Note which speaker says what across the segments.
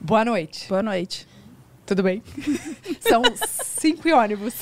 Speaker 1: Boa noite.
Speaker 2: Boa noite.
Speaker 1: Tudo bem? São cinco e ônibus.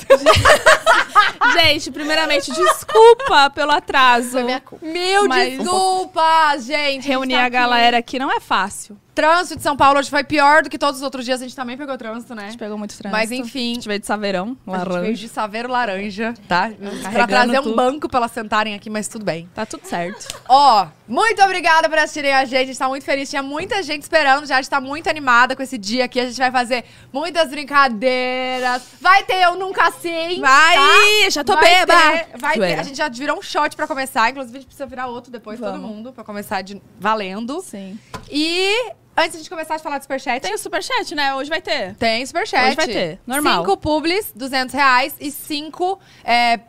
Speaker 2: Gente, primeiramente, desculpa pelo atraso. Meu
Speaker 1: Mas-
Speaker 2: Deus!
Speaker 1: Desculpa, gente.
Speaker 2: Reunir
Speaker 1: gente tá
Speaker 2: a
Speaker 1: aqui.
Speaker 2: galera aqui não é fácil.
Speaker 1: Trânsito de São Paulo hoje foi pior do que todos os outros dias. A gente também pegou trânsito, né?
Speaker 2: A gente pegou muito trânsito.
Speaker 1: Mas enfim,
Speaker 2: A gente veio de Saveirão,
Speaker 1: a gente veio
Speaker 2: laranja.
Speaker 1: de Saveiro Laranja, tá? Pra
Speaker 2: Carregando
Speaker 1: trazer um
Speaker 2: tudo.
Speaker 1: banco pra elas sentarem aqui, mas tudo bem.
Speaker 2: Tá tudo certo.
Speaker 1: Ó, muito obrigada por assistirem a gente. A gente tá muito feliz. Tinha muita gente esperando já. A gente tá muito animada com esse dia aqui. A gente vai fazer muitas brincadeiras. Vai ter Eu Nunca Sim.
Speaker 2: Vai!
Speaker 1: tá?
Speaker 2: Já tô
Speaker 1: vai
Speaker 2: beba!
Speaker 1: Ter, vai ter.
Speaker 2: Zoeira.
Speaker 1: A gente já virou um shot pra começar. Inclusive, a gente precisa virar outro depois, todo
Speaker 2: Vamos.
Speaker 1: mundo, pra começar de, valendo.
Speaker 2: Sim.
Speaker 1: E antes de a gente começar a falar do Superchat,
Speaker 2: Tem o superchat, né? Hoje vai ter.
Speaker 1: tem Superchat.
Speaker 2: Hoje vai ter, normal.
Speaker 1: Cinco publis, 200 reais. E cinco é,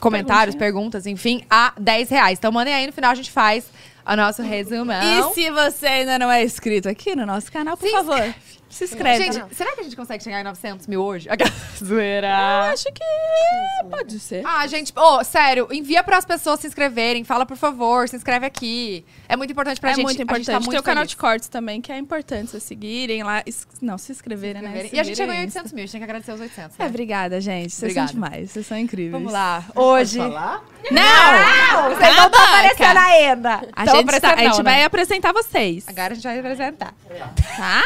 Speaker 1: comentários, perguntas, enfim, a 10 reais. Então mandem aí, no final a gente faz o nosso resumão.
Speaker 2: E se você ainda não é inscrito aqui no nosso canal, por
Speaker 1: Se
Speaker 2: favor, se inscreve.
Speaker 1: Gente, será que a gente consegue chegar em 900 mil hoje?
Speaker 2: eu
Speaker 1: Zoeira.
Speaker 2: acho que pode ser.
Speaker 1: Ah, gente, ô, sério, envia pras pessoas se inscreverem. Fala, por favor, se inscreve aqui. É muito importante pra
Speaker 2: é
Speaker 1: gente.
Speaker 2: muito importante.
Speaker 1: A gente tá
Speaker 2: Tem
Speaker 1: muito
Speaker 2: o canal
Speaker 1: feliz.
Speaker 2: de cortes também, que é importante vocês seguirem lá. is- Não, se inscreverem, né?
Speaker 1: Uhum. E a gente chegou em
Speaker 2: Seguirem.
Speaker 1: 800 mil, a gente tem que agradecer os 800.
Speaker 2: É,
Speaker 1: né?
Speaker 2: obrigada, gente. Vocês
Speaker 1: Obrigada.
Speaker 2: são demais. Vocês são incríveis.
Speaker 1: Vamos lá. Hoje.
Speaker 2: Não!
Speaker 1: Vocês não estão
Speaker 2: Babaca!
Speaker 1: aparecendo ainda.
Speaker 2: A
Speaker 1: Tão
Speaker 2: gente, tá- a
Speaker 1: aparecendo
Speaker 2: gente
Speaker 1: não, né?
Speaker 2: vai apresentar vocês.
Speaker 1: Agora a gente vai apresentar.
Speaker 2: Tá?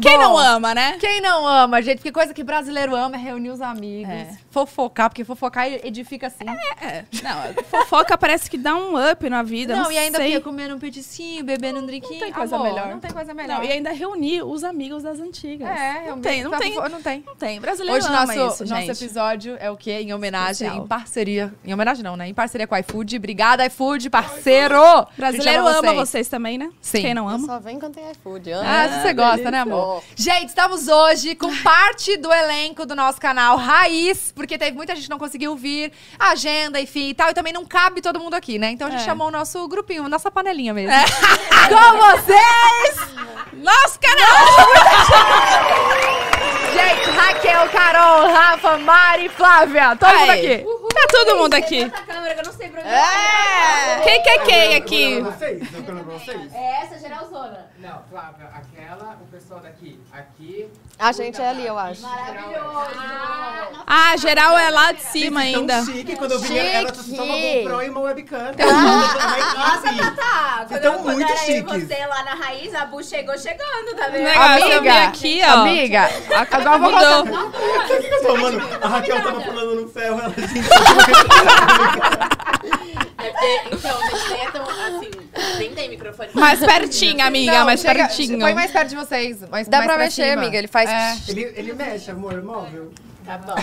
Speaker 2: Quem não ama, né?
Speaker 1: Quem não ama, gente? Porque coisa que brasileiro ama é reunir os amigos,
Speaker 2: É.
Speaker 1: fofocar, porque fofocar edifica assim.
Speaker 2: É, não, fofoca parece que dá um up na vida. Não,
Speaker 1: Não, e ainda
Speaker 2: sei.
Speaker 1: fica comendo um petisquinho, bebendo um drinquinho.
Speaker 2: tem coisa
Speaker 1: Amor,
Speaker 2: melhor.
Speaker 1: Não tem coisa melhor.
Speaker 2: Não, e ainda reunir os amigos das antigas.
Speaker 1: É,
Speaker 2: não tem, não tem,
Speaker 1: Não tem.
Speaker 2: não tem. Brasileiro
Speaker 1: Hoje
Speaker 2: ama
Speaker 1: nosso,
Speaker 2: isso,
Speaker 1: nosso
Speaker 2: gente.
Speaker 1: episódio é o quê? Em homenagem,
Speaker 2: Especial.
Speaker 1: em parceria. Em homenagem não, né? Em parceria com a iFood. Obrigada, iFood, parceiro!
Speaker 2: Brasileiro
Speaker 1: A gente
Speaker 2: ama vocês. também, né?
Speaker 1: Sim.
Speaker 2: Quem não
Speaker 3: Eu
Speaker 2: ama.
Speaker 3: só vem quando tem iFood.
Speaker 1: Ah, se você gosta, né, amor? Gente, estamos hoje com parte do elenco do nosso canal Raiz, porque teve muita gente que não conseguiu vir, agenda, enfim e tal, e também não cabe todo mundo aqui, né? Então a gente
Speaker 2: É.
Speaker 1: chamou o nosso grupinho, nossa panelinha mesmo. Com vocês!
Speaker 2: Nosso canal!
Speaker 1: Gente, Raquel, Carol, Rafa, Mari, Flávia, todo mundo
Speaker 2: Aí.
Speaker 1: aqui.
Speaker 2: Tá todo mundo aqui.
Speaker 4: Levanta a câmera que eu não
Speaker 1: É!
Speaker 4: sei pra onde
Speaker 5: É!
Speaker 2: Quem quer quem aqui?
Speaker 6: Eu vocês, eu pra vocês.
Speaker 4: é. É essa geralzona.
Speaker 6: Não, Flávia, aquela, o pessoal daqui, aqui.
Speaker 3: A gente é ali, eu acho.
Speaker 4: Maravilhoso.
Speaker 2: Ah, geral é lá de cima
Speaker 6: Vocês estão
Speaker 2: ainda.
Speaker 6: chique, quando eu vi ela, vocês estão com a GoPro e uma webcam.
Speaker 5: Tá.
Speaker 6: Tá,
Speaker 4: Nossa, Tatá. Ah, Quando
Speaker 6: tão
Speaker 4: eu-
Speaker 6: muito
Speaker 4: quando era eu e
Speaker 6: chiques.
Speaker 4: você lá na raiz, a Bu chegou chegando, tá vendo?
Speaker 2: Legal. Agora eu vim aqui, ó.
Speaker 1: amiga, agora eu vou contar.
Speaker 2: Mudou.
Speaker 6: Nossa, mano, a Raquel tava pulando no ferro, ela gente.
Speaker 4: É porque, então, vocês nem é tão, assim, nem tem microfone.
Speaker 2: Mais pertinho, amiga,
Speaker 1: Não,
Speaker 2: mais
Speaker 1: chega-
Speaker 2: pertinho.
Speaker 1: Põe mais perto de vocês. Mais,
Speaker 5: Dá
Speaker 1: mais
Speaker 5: pra mexer,
Speaker 1: cima.
Speaker 5: amiga, ele faz-
Speaker 1: É.
Speaker 6: Ele, ele mexe, amor, o móvel.
Speaker 4: Tá bom.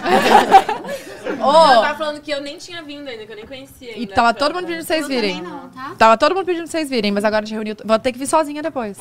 Speaker 4: Ela
Speaker 1: Ô,
Speaker 4: tava falando que eu nem tinha vindo ainda, que eu nem conhecia
Speaker 1: e
Speaker 4: ainda.
Speaker 1: tava todo mundo pedindo pra vocês virem.
Speaker 2: tá?
Speaker 1: Tava todo mundo pedindo pra vocês virem, mas agora a gente reuniu. Vou ter que vir sozinha depois.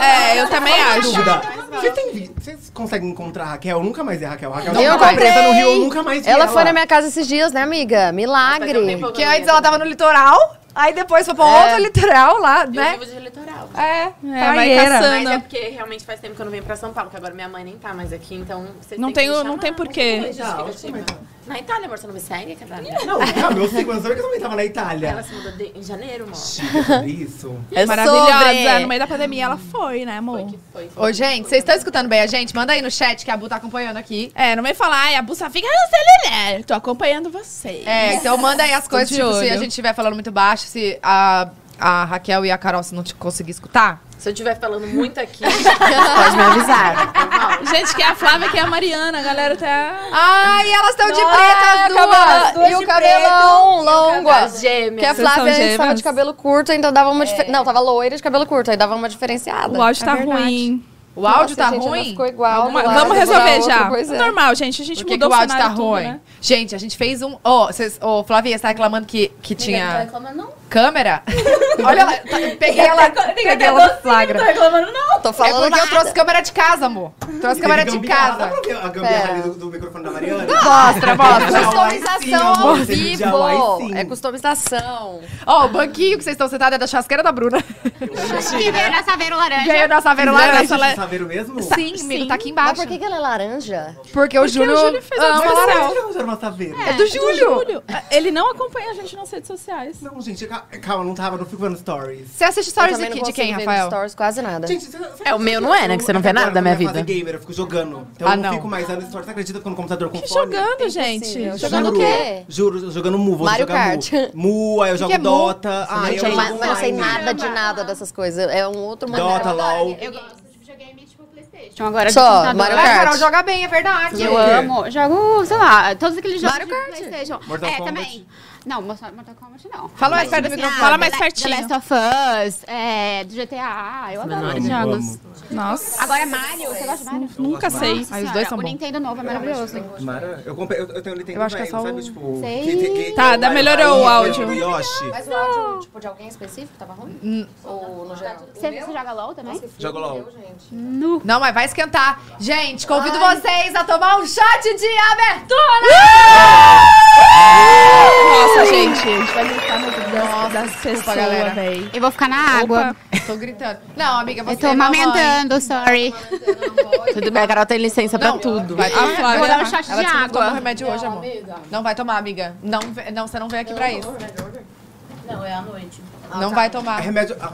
Speaker 2: É, eu também acho.
Speaker 6: Dúvida. Vocês têm vi- Vocês conseguem encontrar a Raquel? Nunca mais é a Raquel. A Raquel
Speaker 5: Eu
Speaker 6: nunca mais
Speaker 5: comprei.
Speaker 6: entra no Rio, eu nunca mais vi
Speaker 5: Ela foi na minha casa esses dias, né, amiga? Milagre.
Speaker 4: é
Speaker 1: Porque antes ela tava no litoral, aí depois foi pra um
Speaker 2: É.
Speaker 1: outro litoral lá,
Speaker 4: né?
Speaker 1: né?
Speaker 4: Eu vivo de litoral.
Speaker 1: É,
Speaker 2: vai
Speaker 1: praieira.
Speaker 2: caçando.
Speaker 4: Mas é porque realmente faz tempo que eu não venho pra São Paulo, que agora minha mãe nem tá mais aqui, então vocês
Speaker 2: Não
Speaker 4: têm
Speaker 2: tem o-
Speaker 4: que me
Speaker 2: não
Speaker 4: chamar.
Speaker 2: tem porquê.
Speaker 4: Mas não tem
Speaker 6: Não,
Speaker 4: justificativa. Na Itália, amor, você é não me segue, cara?
Speaker 6: Não, calma, eu sei quando eu também tava na
Speaker 4: Ela
Speaker 6: Itália.
Speaker 4: se mudou de- em janeiro, amor.
Speaker 6: Isso.
Speaker 5: É
Speaker 2: Maravilhosa.
Speaker 5: sobre.
Speaker 2: No meio da pandemia ela foi, né, amor?
Speaker 4: Foi.
Speaker 1: Ô, gente, vocês estão escutando bem a gente? Manda aí no chat que a Bu tá acompanhando aqui.
Speaker 2: É, não vem falar, ai, a bussa fica no celular. Tô acompanhando vocês.
Speaker 1: É, então manda aí as coisas,
Speaker 2: de
Speaker 1: tipo, se
Speaker 2: olho.
Speaker 1: a gente estiver falando muito baixo, se a, a Raquel e a Carol se não te conseguir escutar.
Speaker 4: Se eu estiver falando muito aqui,
Speaker 3: Pode me avisar.
Speaker 2: Gente, que é a Flávia, que é a Mariana, a galera tá.
Speaker 1: Ai, elas estão de
Speaker 2: é,
Speaker 1: preta as
Speaker 5: Ah,
Speaker 1: duas!
Speaker 5: cabelo- E o cabelão longo.
Speaker 4: as
Speaker 5: Que a
Speaker 2: Vocês
Speaker 4: gêmeas.
Speaker 2: são
Speaker 5: Flávia estava
Speaker 2: gêmeas?
Speaker 5: de cabelo curto, então dava uma
Speaker 1: É.
Speaker 5: diferença. Não, tava loira de cabelo curto, aí dava uma diferenciada.
Speaker 2: O áudio
Speaker 5: É
Speaker 2: tá
Speaker 5: verdade.
Speaker 2: ruim.
Speaker 1: O áudio
Speaker 5: Nossa,
Speaker 1: tá
Speaker 5: gente,
Speaker 1: ruim?
Speaker 5: Ela ficou igual.
Speaker 2: Uma-
Speaker 5: do lado,
Speaker 2: vamos
Speaker 5: da
Speaker 2: resolver
Speaker 5: outra,
Speaker 2: já.
Speaker 5: pois é.
Speaker 2: Normal, gente. A gente
Speaker 1: Por que, que
Speaker 2: mudou
Speaker 1: o áudio tá
Speaker 2: cenário tudo,
Speaker 1: ruim?
Speaker 2: né?
Speaker 1: Gente, a gente fez um. Ó, vocês. Ô, Flavinha, você tá reclamando que, que
Speaker 4: Não
Speaker 1: tinha
Speaker 4: reclama, não.
Speaker 1: câmera? Olha lá, tá- peguei ela. Peguei ela no flagra.
Speaker 4: reclamando, não.
Speaker 5: Tô
Speaker 1: É
Speaker 5: falando
Speaker 1: porque eu
Speaker 5: nada.
Speaker 1: trouxe câmera de casa, amor. Trouxe câmera de
Speaker 6: Dá
Speaker 1: casa.
Speaker 6: pra ver a gambiarra ali
Speaker 5: Pera.
Speaker 6: do, do microfone da Mariana?
Speaker 5: Mostra,
Speaker 6: mostra.
Speaker 5: Customização
Speaker 6: Sim, amor,
Speaker 5: ao
Speaker 6: você já vai
Speaker 5: vivo.
Speaker 6: sim.
Speaker 5: É customização.
Speaker 1: Ó, o banquinho que vocês estão sentados é da churrasqueira da Bruna.
Speaker 4: Que veio na Saveiro Laranja.
Speaker 1: Veio nossa
Speaker 6: Vocês
Speaker 1: vera lá.
Speaker 6: eram
Speaker 1: nossa
Speaker 6: esses
Speaker 1: le-
Speaker 6: saveiro mesmo?
Speaker 1: Sim, amigo, tá aqui
Speaker 5: Mas
Speaker 1: embaixo.
Speaker 5: por que, que ela é laranja?
Speaker 1: Porque o Júlio.
Speaker 2: Júlio fez
Speaker 1: ama
Speaker 2: uma
Speaker 1: Laurel.
Speaker 6: Mas por que eles usaram uma saveira?
Speaker 1: Tá É do Júlio.
Speaker 2: Júlio. Ele não acompanha a gente nas redes sociais.
Speaker 6: Não, gente, a Ah, calma, não tava, não fico vendo stories.
Speaker 1: Você assiste
Speaker 5: Eu
Speaker 1: stories de,
Speaker 5: também não
Speaker 1: que- de
Speaker 5: consigo
Speaker 1: quem,
Speaker 5: ver
Speaker 1: Rafael?
Speaker 5: stories quase nada.
Speaker 6: Gente, você- você-
Speaker 4: É, o meu não é, né, que você não vê
Speaker 6: Agora,
Speaker 4: nada da minha
Speaker 6: quando eu faço
Speaker 4: vida.
Speaker 6: gamer, eu fico jogando. Então
Speaker 1: Ah,
Speaker 6: eu não
Speaker 1: não.
Speaker 6: fico mais vendo stories. Você acredita que eu no computador com fone?
Speaker 2: Jogando, gente.
Speaker 5: impossível.
Speaker 2: Jogando o
Speaker 6: Juro,
Speaker 2: quê?
Speaker 6: Juro, jogando Mu. Vou
Speaker 5: Mario
Speaker 6: jogar
Speaker 5: Kart.
Speaker 6: Mu. Mu, aí eu jogo
Speaker 1: que é Mu?
Speaker 6: Dota. Ah, eu
Speaker 5: Gente, eu
Speaker 6: jogo
Speaker 5: ma- mas não sei
Speaker 6: online.
Speaker 5: nada de nada dessas coisas. É um outro
Speaker 6: Dota,
Speaker 5: mundo.
Speaker 6: LOL.
Speaker 7: Eu gosto de videogame tipo Playstation. Agora
Speaker 5: Só,
Speaker 7: de computador,
Speaker 5: Mario
Speaker 1: Ah,
Speaker 5: Kart.
Speaker 1: Carol joga bem, é verdade.
Speaker 7: Eu
Speaker 6: Kart.
Speaker 7: amo. Jogo, sei lá, todos aqueles jogos
Speaker 5: Mario
Speaker 7: de
Speaker 5: Kart.
Speaker 7: Playstation.
Speaker 6: Mortal
Speaker 7: é,
Speaker 6: Kombat.
Speaker 7: também. Não, Mortal Mortal Kombat não.
Speaker 1: Fala mais perto do
Speaker 7: Assim,
Speaker 1: microfone.
Speaker 7: ah,
Speaker 2: Fala
Speaker 7: The
Speaker 2: mais
Speaker 7: La-
Speaker 2: pertinho.
Speaker 7: The Last of Us, é, do GTA, eu adoro esses
Speaker 6: Amo,
Speaker 7: jogos.
Speaker 6: amo.
Speaker 2: Nossa.
Speaker 7: Agora é Mario, você gosta de Mario?
Speaker 2: Nunca sei.
Speaker 7: Nossa
Speaker 1: Aí os dois
Speaker 7: senhora,
Speaker 1: são
Speaker 7: o
Speaker 1: bons.
Speaker 7: Nintendo novo é maravilhoso. hein?
Speaker 6: Mara, eu, comprei, eu, eu tenho Nintendo
Speaker 2: Eu acho que é
Speaker 6: velho,
Speaker 2: só
Speaker 6: sabe?
Speaker 2: o-
Speaker 6: Tipo,
Speaker 5: Sei.
Speaker 2: Tá,
Speaker 6: que-
Speaker 2: da- melhorou o áudio.
Speaker 6: Do Yoshi.
Speaker 5: Mas o áudio, tipo, de alguém específico tava ruim? Ou no geral?
Speaker 7: Você, você joga LOL também?
Speaker 6: Jogo LOL.
Speaker 7: Nu.
Speaker 1: Não, mas vai esquentar. Gente, convido vocês a tomar um shot de abertura!
Speaker 2: Nossa, gente. A gente vai gritar no ouvido das, das
Speaker 1: desculpa,
Speaker 2: pessoas,
Speaker 1: galera.
Speaker 2: véi.
Speaker 7: Eu vou ficar na água.
Speaker 1: Tô gritando. Não, amiga, você
Speaker 7: Eu tô
Speaker 1: é mamãe.
Speaker 7: amamentando, sorry.
Speaker 4: Tudo bem, a Carol tem licença pra tudo.
Speaker 1: Vai tomar.
Speaker 2: A Flávia-
Speaker 7: Eu vou dar um shot de
Speaker 1: Ela disse que não
Speaker 7: água.
Speaker 1: tomou remédio hoje, amor. Não vai tomar, amiga. Não, ve- não, você não veio aqui pra isso.
Speaker 8: Não, é à noite.
Speaker 2: tá.
Speaker 1: Não vai tomar.
Speaker 6: Remédio. ah,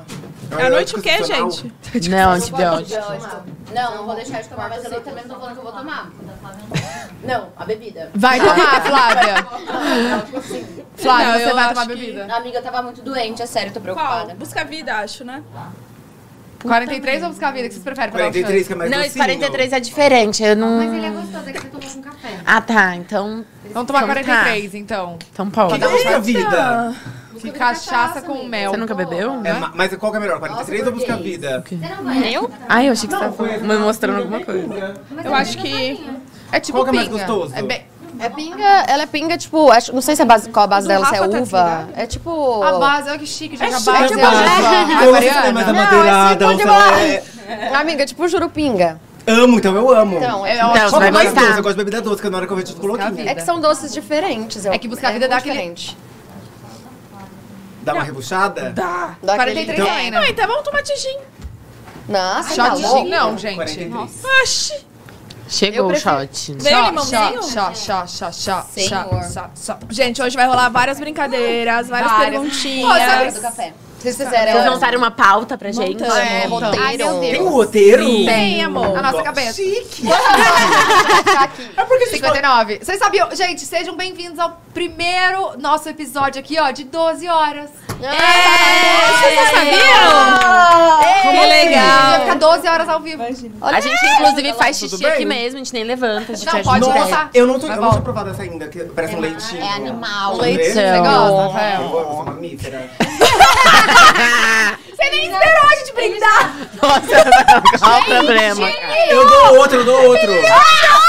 Speaker 2: É a noite o quê,
Speaker 6: anticoncepcional.
Speaker 2: gente?
Speaker 4: Não, antibiótico.
Speaker 8: Não, não vou deixar de tomar, mas eu não- também não tô falando que eu vou tomar. Não, a bebida.
Speaker 1: Vai tomar, Flávia.
Speaker 8: Não, tipo assim,
Speaker 1: Flávia,
Speaker 2: Não,
Speaker 1: você
Speaker 2: eu
Speaker 1: vai
Speaker 2: acho
Speaker 1: tomar
Speaker 2: que-
Speaker 1: bebida.
Speaker 8: Amiga, eu tava muito doente, é sério, tô
Speaker 2: Qual?
Speaker 8: preocupada.
Speaker 2: Busca a vida, acho, né?
Speaker 1: 43 ou buscar a vida? O que vocês preferem? pra dar um
Speaker 6: 43 que é mais
Speaker 4: Não, esse
Speaker 6: docinho.
Speaker 4: 43 é diferente. Eu
Speaker 7: Mas
Speaker 4: não.
Speaker 7: ele é gostoso, é que você tomou com café.
Speaker 4: Ah, tá. Então.
Speaker 1: shot? Vamos tomar
Speaker 4: Então tá.
Speaker 1: 43, então.
Speaker 4: Então pode.
Speaker 6: Que é a vida?
Speaker 1: Que cachaça com mel.
Speaker 4: Você nunca bebeu?
Speaker 6: É, ma- mas qual que é melhor? 43 ou busca a vida?
Speaker 7: Eu?
Speaker 4: Ai, eu achei que você tava me mostrando alguma coisa.
Speaker 2: Eu acho que.
Speaker 1: É tipo
Speaker 6: Qual que é mais
Speaker 1: pinga.
Speaker 6: gostoso?
Speaker 1: É bem-
Speaker 5: É pinga, ela é pinga, tipo, acho, não sei se a base, qual a base
Speaker 2: Do
Speaker 5: dela, se é
Speaker 2: Rafa tá
Speaker 5: uva. é tipo.
Speaker 1: A base, olha que chique, gente.
Speaker 2: É
Speaker 1: a
Speaker 2: chique,
Speaker 1: base
Speaker 2: é
Speaker 1: uva.
Speaker 6: base.
Speaker 1: Ai,
Speaker 6: Eu não sei se ela é mais
Speaker 1: Mariana.
Speaker 6: amadeirada,
Speaker 5: Não,
Speaker 6: ou
Speaker 5: é
Speaker 6: se
Speaker 5: cinco de
Speaker 6: ela
Speaker 5: bola.
Speaker 6: é...
Speaker 5: Amiga, é tipo jurupinga.
Speaker 6: Amo, então eu amo.
Speaker 5: Então, é,
Speaker 1: É ótimo.
Speaker 4: Não, você
Speaker 6: Só
Speaker 4: vai
Speaker 6: que mais
Speaker 4: gostar.
Speaker 6: doce, eu gosto de bebida doce, que na hora que eu vejo eu fico louquinha.
Speaker 5: é que são doces diferentes. eu-
Speaker 1: É que buscar a vida dá
Speaker 5: muito
Speaker 1: aquele-
Speaker 5: diferente.
Speaker 6: Dá uma rebuchada? Dá.
Speaker 5: Dá aquele-
Speaker 1: 43 também, né?
Speaker 2: Ah, então vamos tomar de gin.
Speaker 5: Nossa,
Speaker 1: Shot de
Speaker 5: tá bom.
Speaker 1: gin, não, gente.
Speaker 6: 43.
Speaker 2: Oxi.
Speaker 4: Chegou
Speaker 5: Eu prefiro-
Speaker 4: o shot.
Speaker 2: Veio
Speaker 1: Shot,
Speaker 2: limãozinho?
Speaker 1: Shot, shot, shot, shot, shot,
Speaker 5: Senhor.
Speaker 1: shot, shot.
Speaker 2: Gente, hoje vai rolar várias brincadeiras, várias,
Speaker 1: Várias.
Speaker 2: perguntinhas.
Speaker 1: Pô,
Speaker 8: Do café.
Speaker 5: Vocês fizeram.
Speaker 4: Vocês montaram uma pauta pra gente?
Speaker 1: É, então.
Speaker 7: Ai, meu
Speaker 6: Tem
Speaker 5: roteiro.
Speaker 6: um roteiro?
Speaker 1: Tem, amor. A nossa
Speaker 6: Nossa,
Speaker 1: cabeça.
Speaker 6: Chique.
Speaker 1: É porque 59. Vocês sabiam? Gente, sejam bem-vindos ao primeiro nosso episódio aqui, ó, de 12 horas.
Speaker 2: Ah,
Speaker 1: É!
Speaker 2: Vocês sabiam? é!
Speaker 1: A
Speaker 2: Que
Speaker 1: É! gente vai
Speaker 2: legal.
Speaker 1: ficar 12 horas ao vivo.
Speaker 4: A gente, inclusive, faz
Speaker 6: Tudo
Speaker 4: xixi
Speaker 6: bem?
Speaker 4: aqui mesmo, a gente nem levanta, a gente
Speaker 1: Não,
Speaker 4: acha
Speaker 1: pode
Speaker 4: direto.
Speaker 1: voltar.
Speaker 6: Eu não tô,
Speaker 1: Vai
Speaker 6: eu não
Speaker 1: bom.
Speaker 6: tinha provado essa ainda, que parece um leitinho.
Speaker 8: É animal.
Speaker 6: Um leite.
Speaker 1: Você gosta,
Speaker 6: Eu
Speaker 1: Rafael?
Speaker 6: vou- eu sou mamífera.
Speaker 1: Você nem esperou a gente brindar.
Speaker 4: Nossa, qual o problema?
Speaker 6: Eu dou outro, eu dou outro.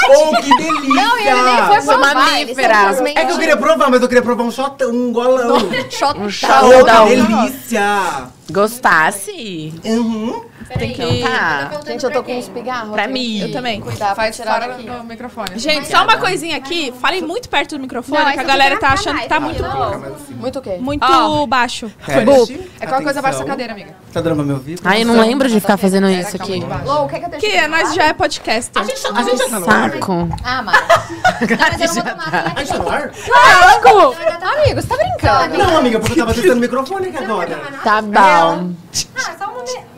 Speaker 6: Oh, que delícia!
Speaker 4: Sou mamífera.
Speaker 5: Simplesmente.
Speaker 6: É que É eu queria provar, mas eu queria provar um shotão, um golão.
Speaker 4: Um
Speaker 6: Oh,
Speaker 4: shotdown.
Speaker 6: que delícia!
Speaker 4: um Gostasse?
Speaker 6: Uhum.
Speaker 8: Tem que
Speaker 4: Tá.
Speaker 5: Gente, eu tô com um espigarro.
Speaker 4: Pra
Speaker 5: eu tenho
Speaker 4: mim.
Speaker 5: que
Speaker 2: Eu também.
Speaker 5: Cuidar pra
Speaker 1: Faz
Speaker 5: tirar
Speaker 1: fora
Speaker 5: daqui.
Speaker 1: do microfone. É
Speaker 2: Gente, só uma coisinha aqui. Falem muito perto do microfone,
Speaker 7: Não,
Speaker 2: que
Speaker 7: isso
Speaker 2: a
Speaker 7: eu
Speaker 2: galera
Speaker 7: quero
Speaker 2: tá
Speaker 7: acabar,
Speaker 2: achando que
Speaker 7: isso
Speaker 2: tá
Speaker 7: eu
Speaker 2: muito,
Speaker 7: quero
Speaker 6: Vou colocar mais assim.
Speaker 5: Muito o quê?
Speaker 2: muito
Speaker 1: Ó.
Speaker 2: baixo.
Speaker 6: Teste.
Speaker 1: É qualquer coisa
Speaker 6: Atenção.
Speaker 1: abaixo da cadeira, amiga.
Speaker 6: Tá dando pra me ouvir?
Speaker 4: Ai, eu não lembro de ficar fazendo isso
Speaker 1: Calma
Speaker 4: aqui.
Speaker 1: aí embaixo.
Speaker 5: Lô, o que é que eu tenho
Speaker 2: Que nós já é podcaster.
Speaker 6: A gente já tá no ar?
Speaker 4: Saco.
Speaker 8: Ah, Mara. Não, mas eu não vou tomar.
Speaker 6: A gente tá no ar?
Speaker 5: Amigo, você tá brincando?
Speaker 6: Não, amiga, porque eu tava testando o microfone aqui agora.
Speaker 4: Tá bom.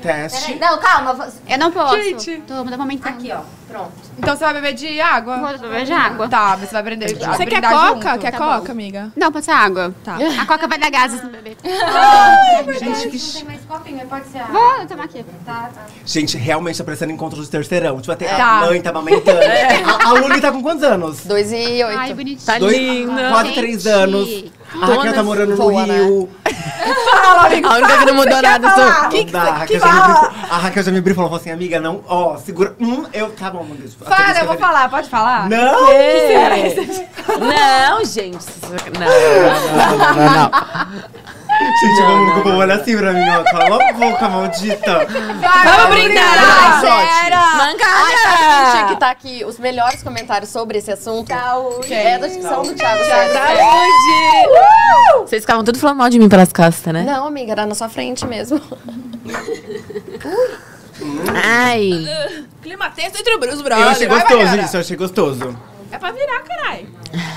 Speaker 6: Teste.
Speaker 8: Não, calma. vou-
Speaker 7: Eu não posso.
Speaker 1: Gente.
Speaker 7: Todo mundo amamentando.
Speaker 8: Aqui, ó. Pronto.
Speaker 1: Então você vai beber de água?
Speaker 7: Vou beber de água.
Speaker 1: Tá, mas você vai Tá aprender.
Speaker 2: Você quer coca? Quer coca, amiga?
Speaker 7: Não, pode ser água.
Speaker 2: Tá.
Speaker 7: A coca vai dar gases no bebê.
Speaker 6: Gente, que chique.
Speaker 7: Vou tomar aqui. tá.
Speaker 6: Gente, realmente tá parecendo encontro de terceirão. Tipo, até
Speaker 1: Tá.
Speaker 6: a mãe tá amamentando.
Speaker 5: É.
Speaker 6: A, a Luli tá com quantos anos?
Speaker 5: Dois e oito.
Speaker 7: Ai, bonitinho.
Speaker 4: Tá
Speaker 6: Dois,
Speaker 4: linda.
Speaker 6: quase três anos. A Raquel tá morando no
Speaker 5: Boa, né?
Speaker 6: Rio.
Speaker 4: A única que não mudou nada sou.
Speaker 6: Não dá, a Raquel já me brincou- a Raquel já me brincou, falou assim, amiga, não, ó, segura. Hum, eu, tá bom, meu Deus.
Speaker 1: Fala, eu vou falar. Pode falar?
Speaker 6: Não!
Speaker 4: Não, gente. Não, não, não, não, não.
Speaker 6: Gente, vamos com o povo olha assim pra mim, ó. Cala a boca, maldita.
Speaker 1: Vamos
Speaker 4: brindar.
Speaker 1: Sério!
Speaker 4: Mancada!
Speaker 5: Tinha que tá aqui os melhores comentários sobre esse assunto. É da descrição do Thiago Sérgio.
Speaker 4: Saúde! Vocês ficavam tudo falando mal de mim pelas costas, né?
Speaker 5: Não, amiga, era na sua frente mesmo.
Speaker 4: Ai.
Speaker 2: Clima tenso entre os
Speaker 6: Eu
Speaker 2: brothers.
Speaker 6: achei
Speaker 2: Vai,
Speaker 6: gostoso
Speaker 2: Mariana.
Speaker 6: isso, eu achei gostoso.
Speaker 2: É pra virar, caralho.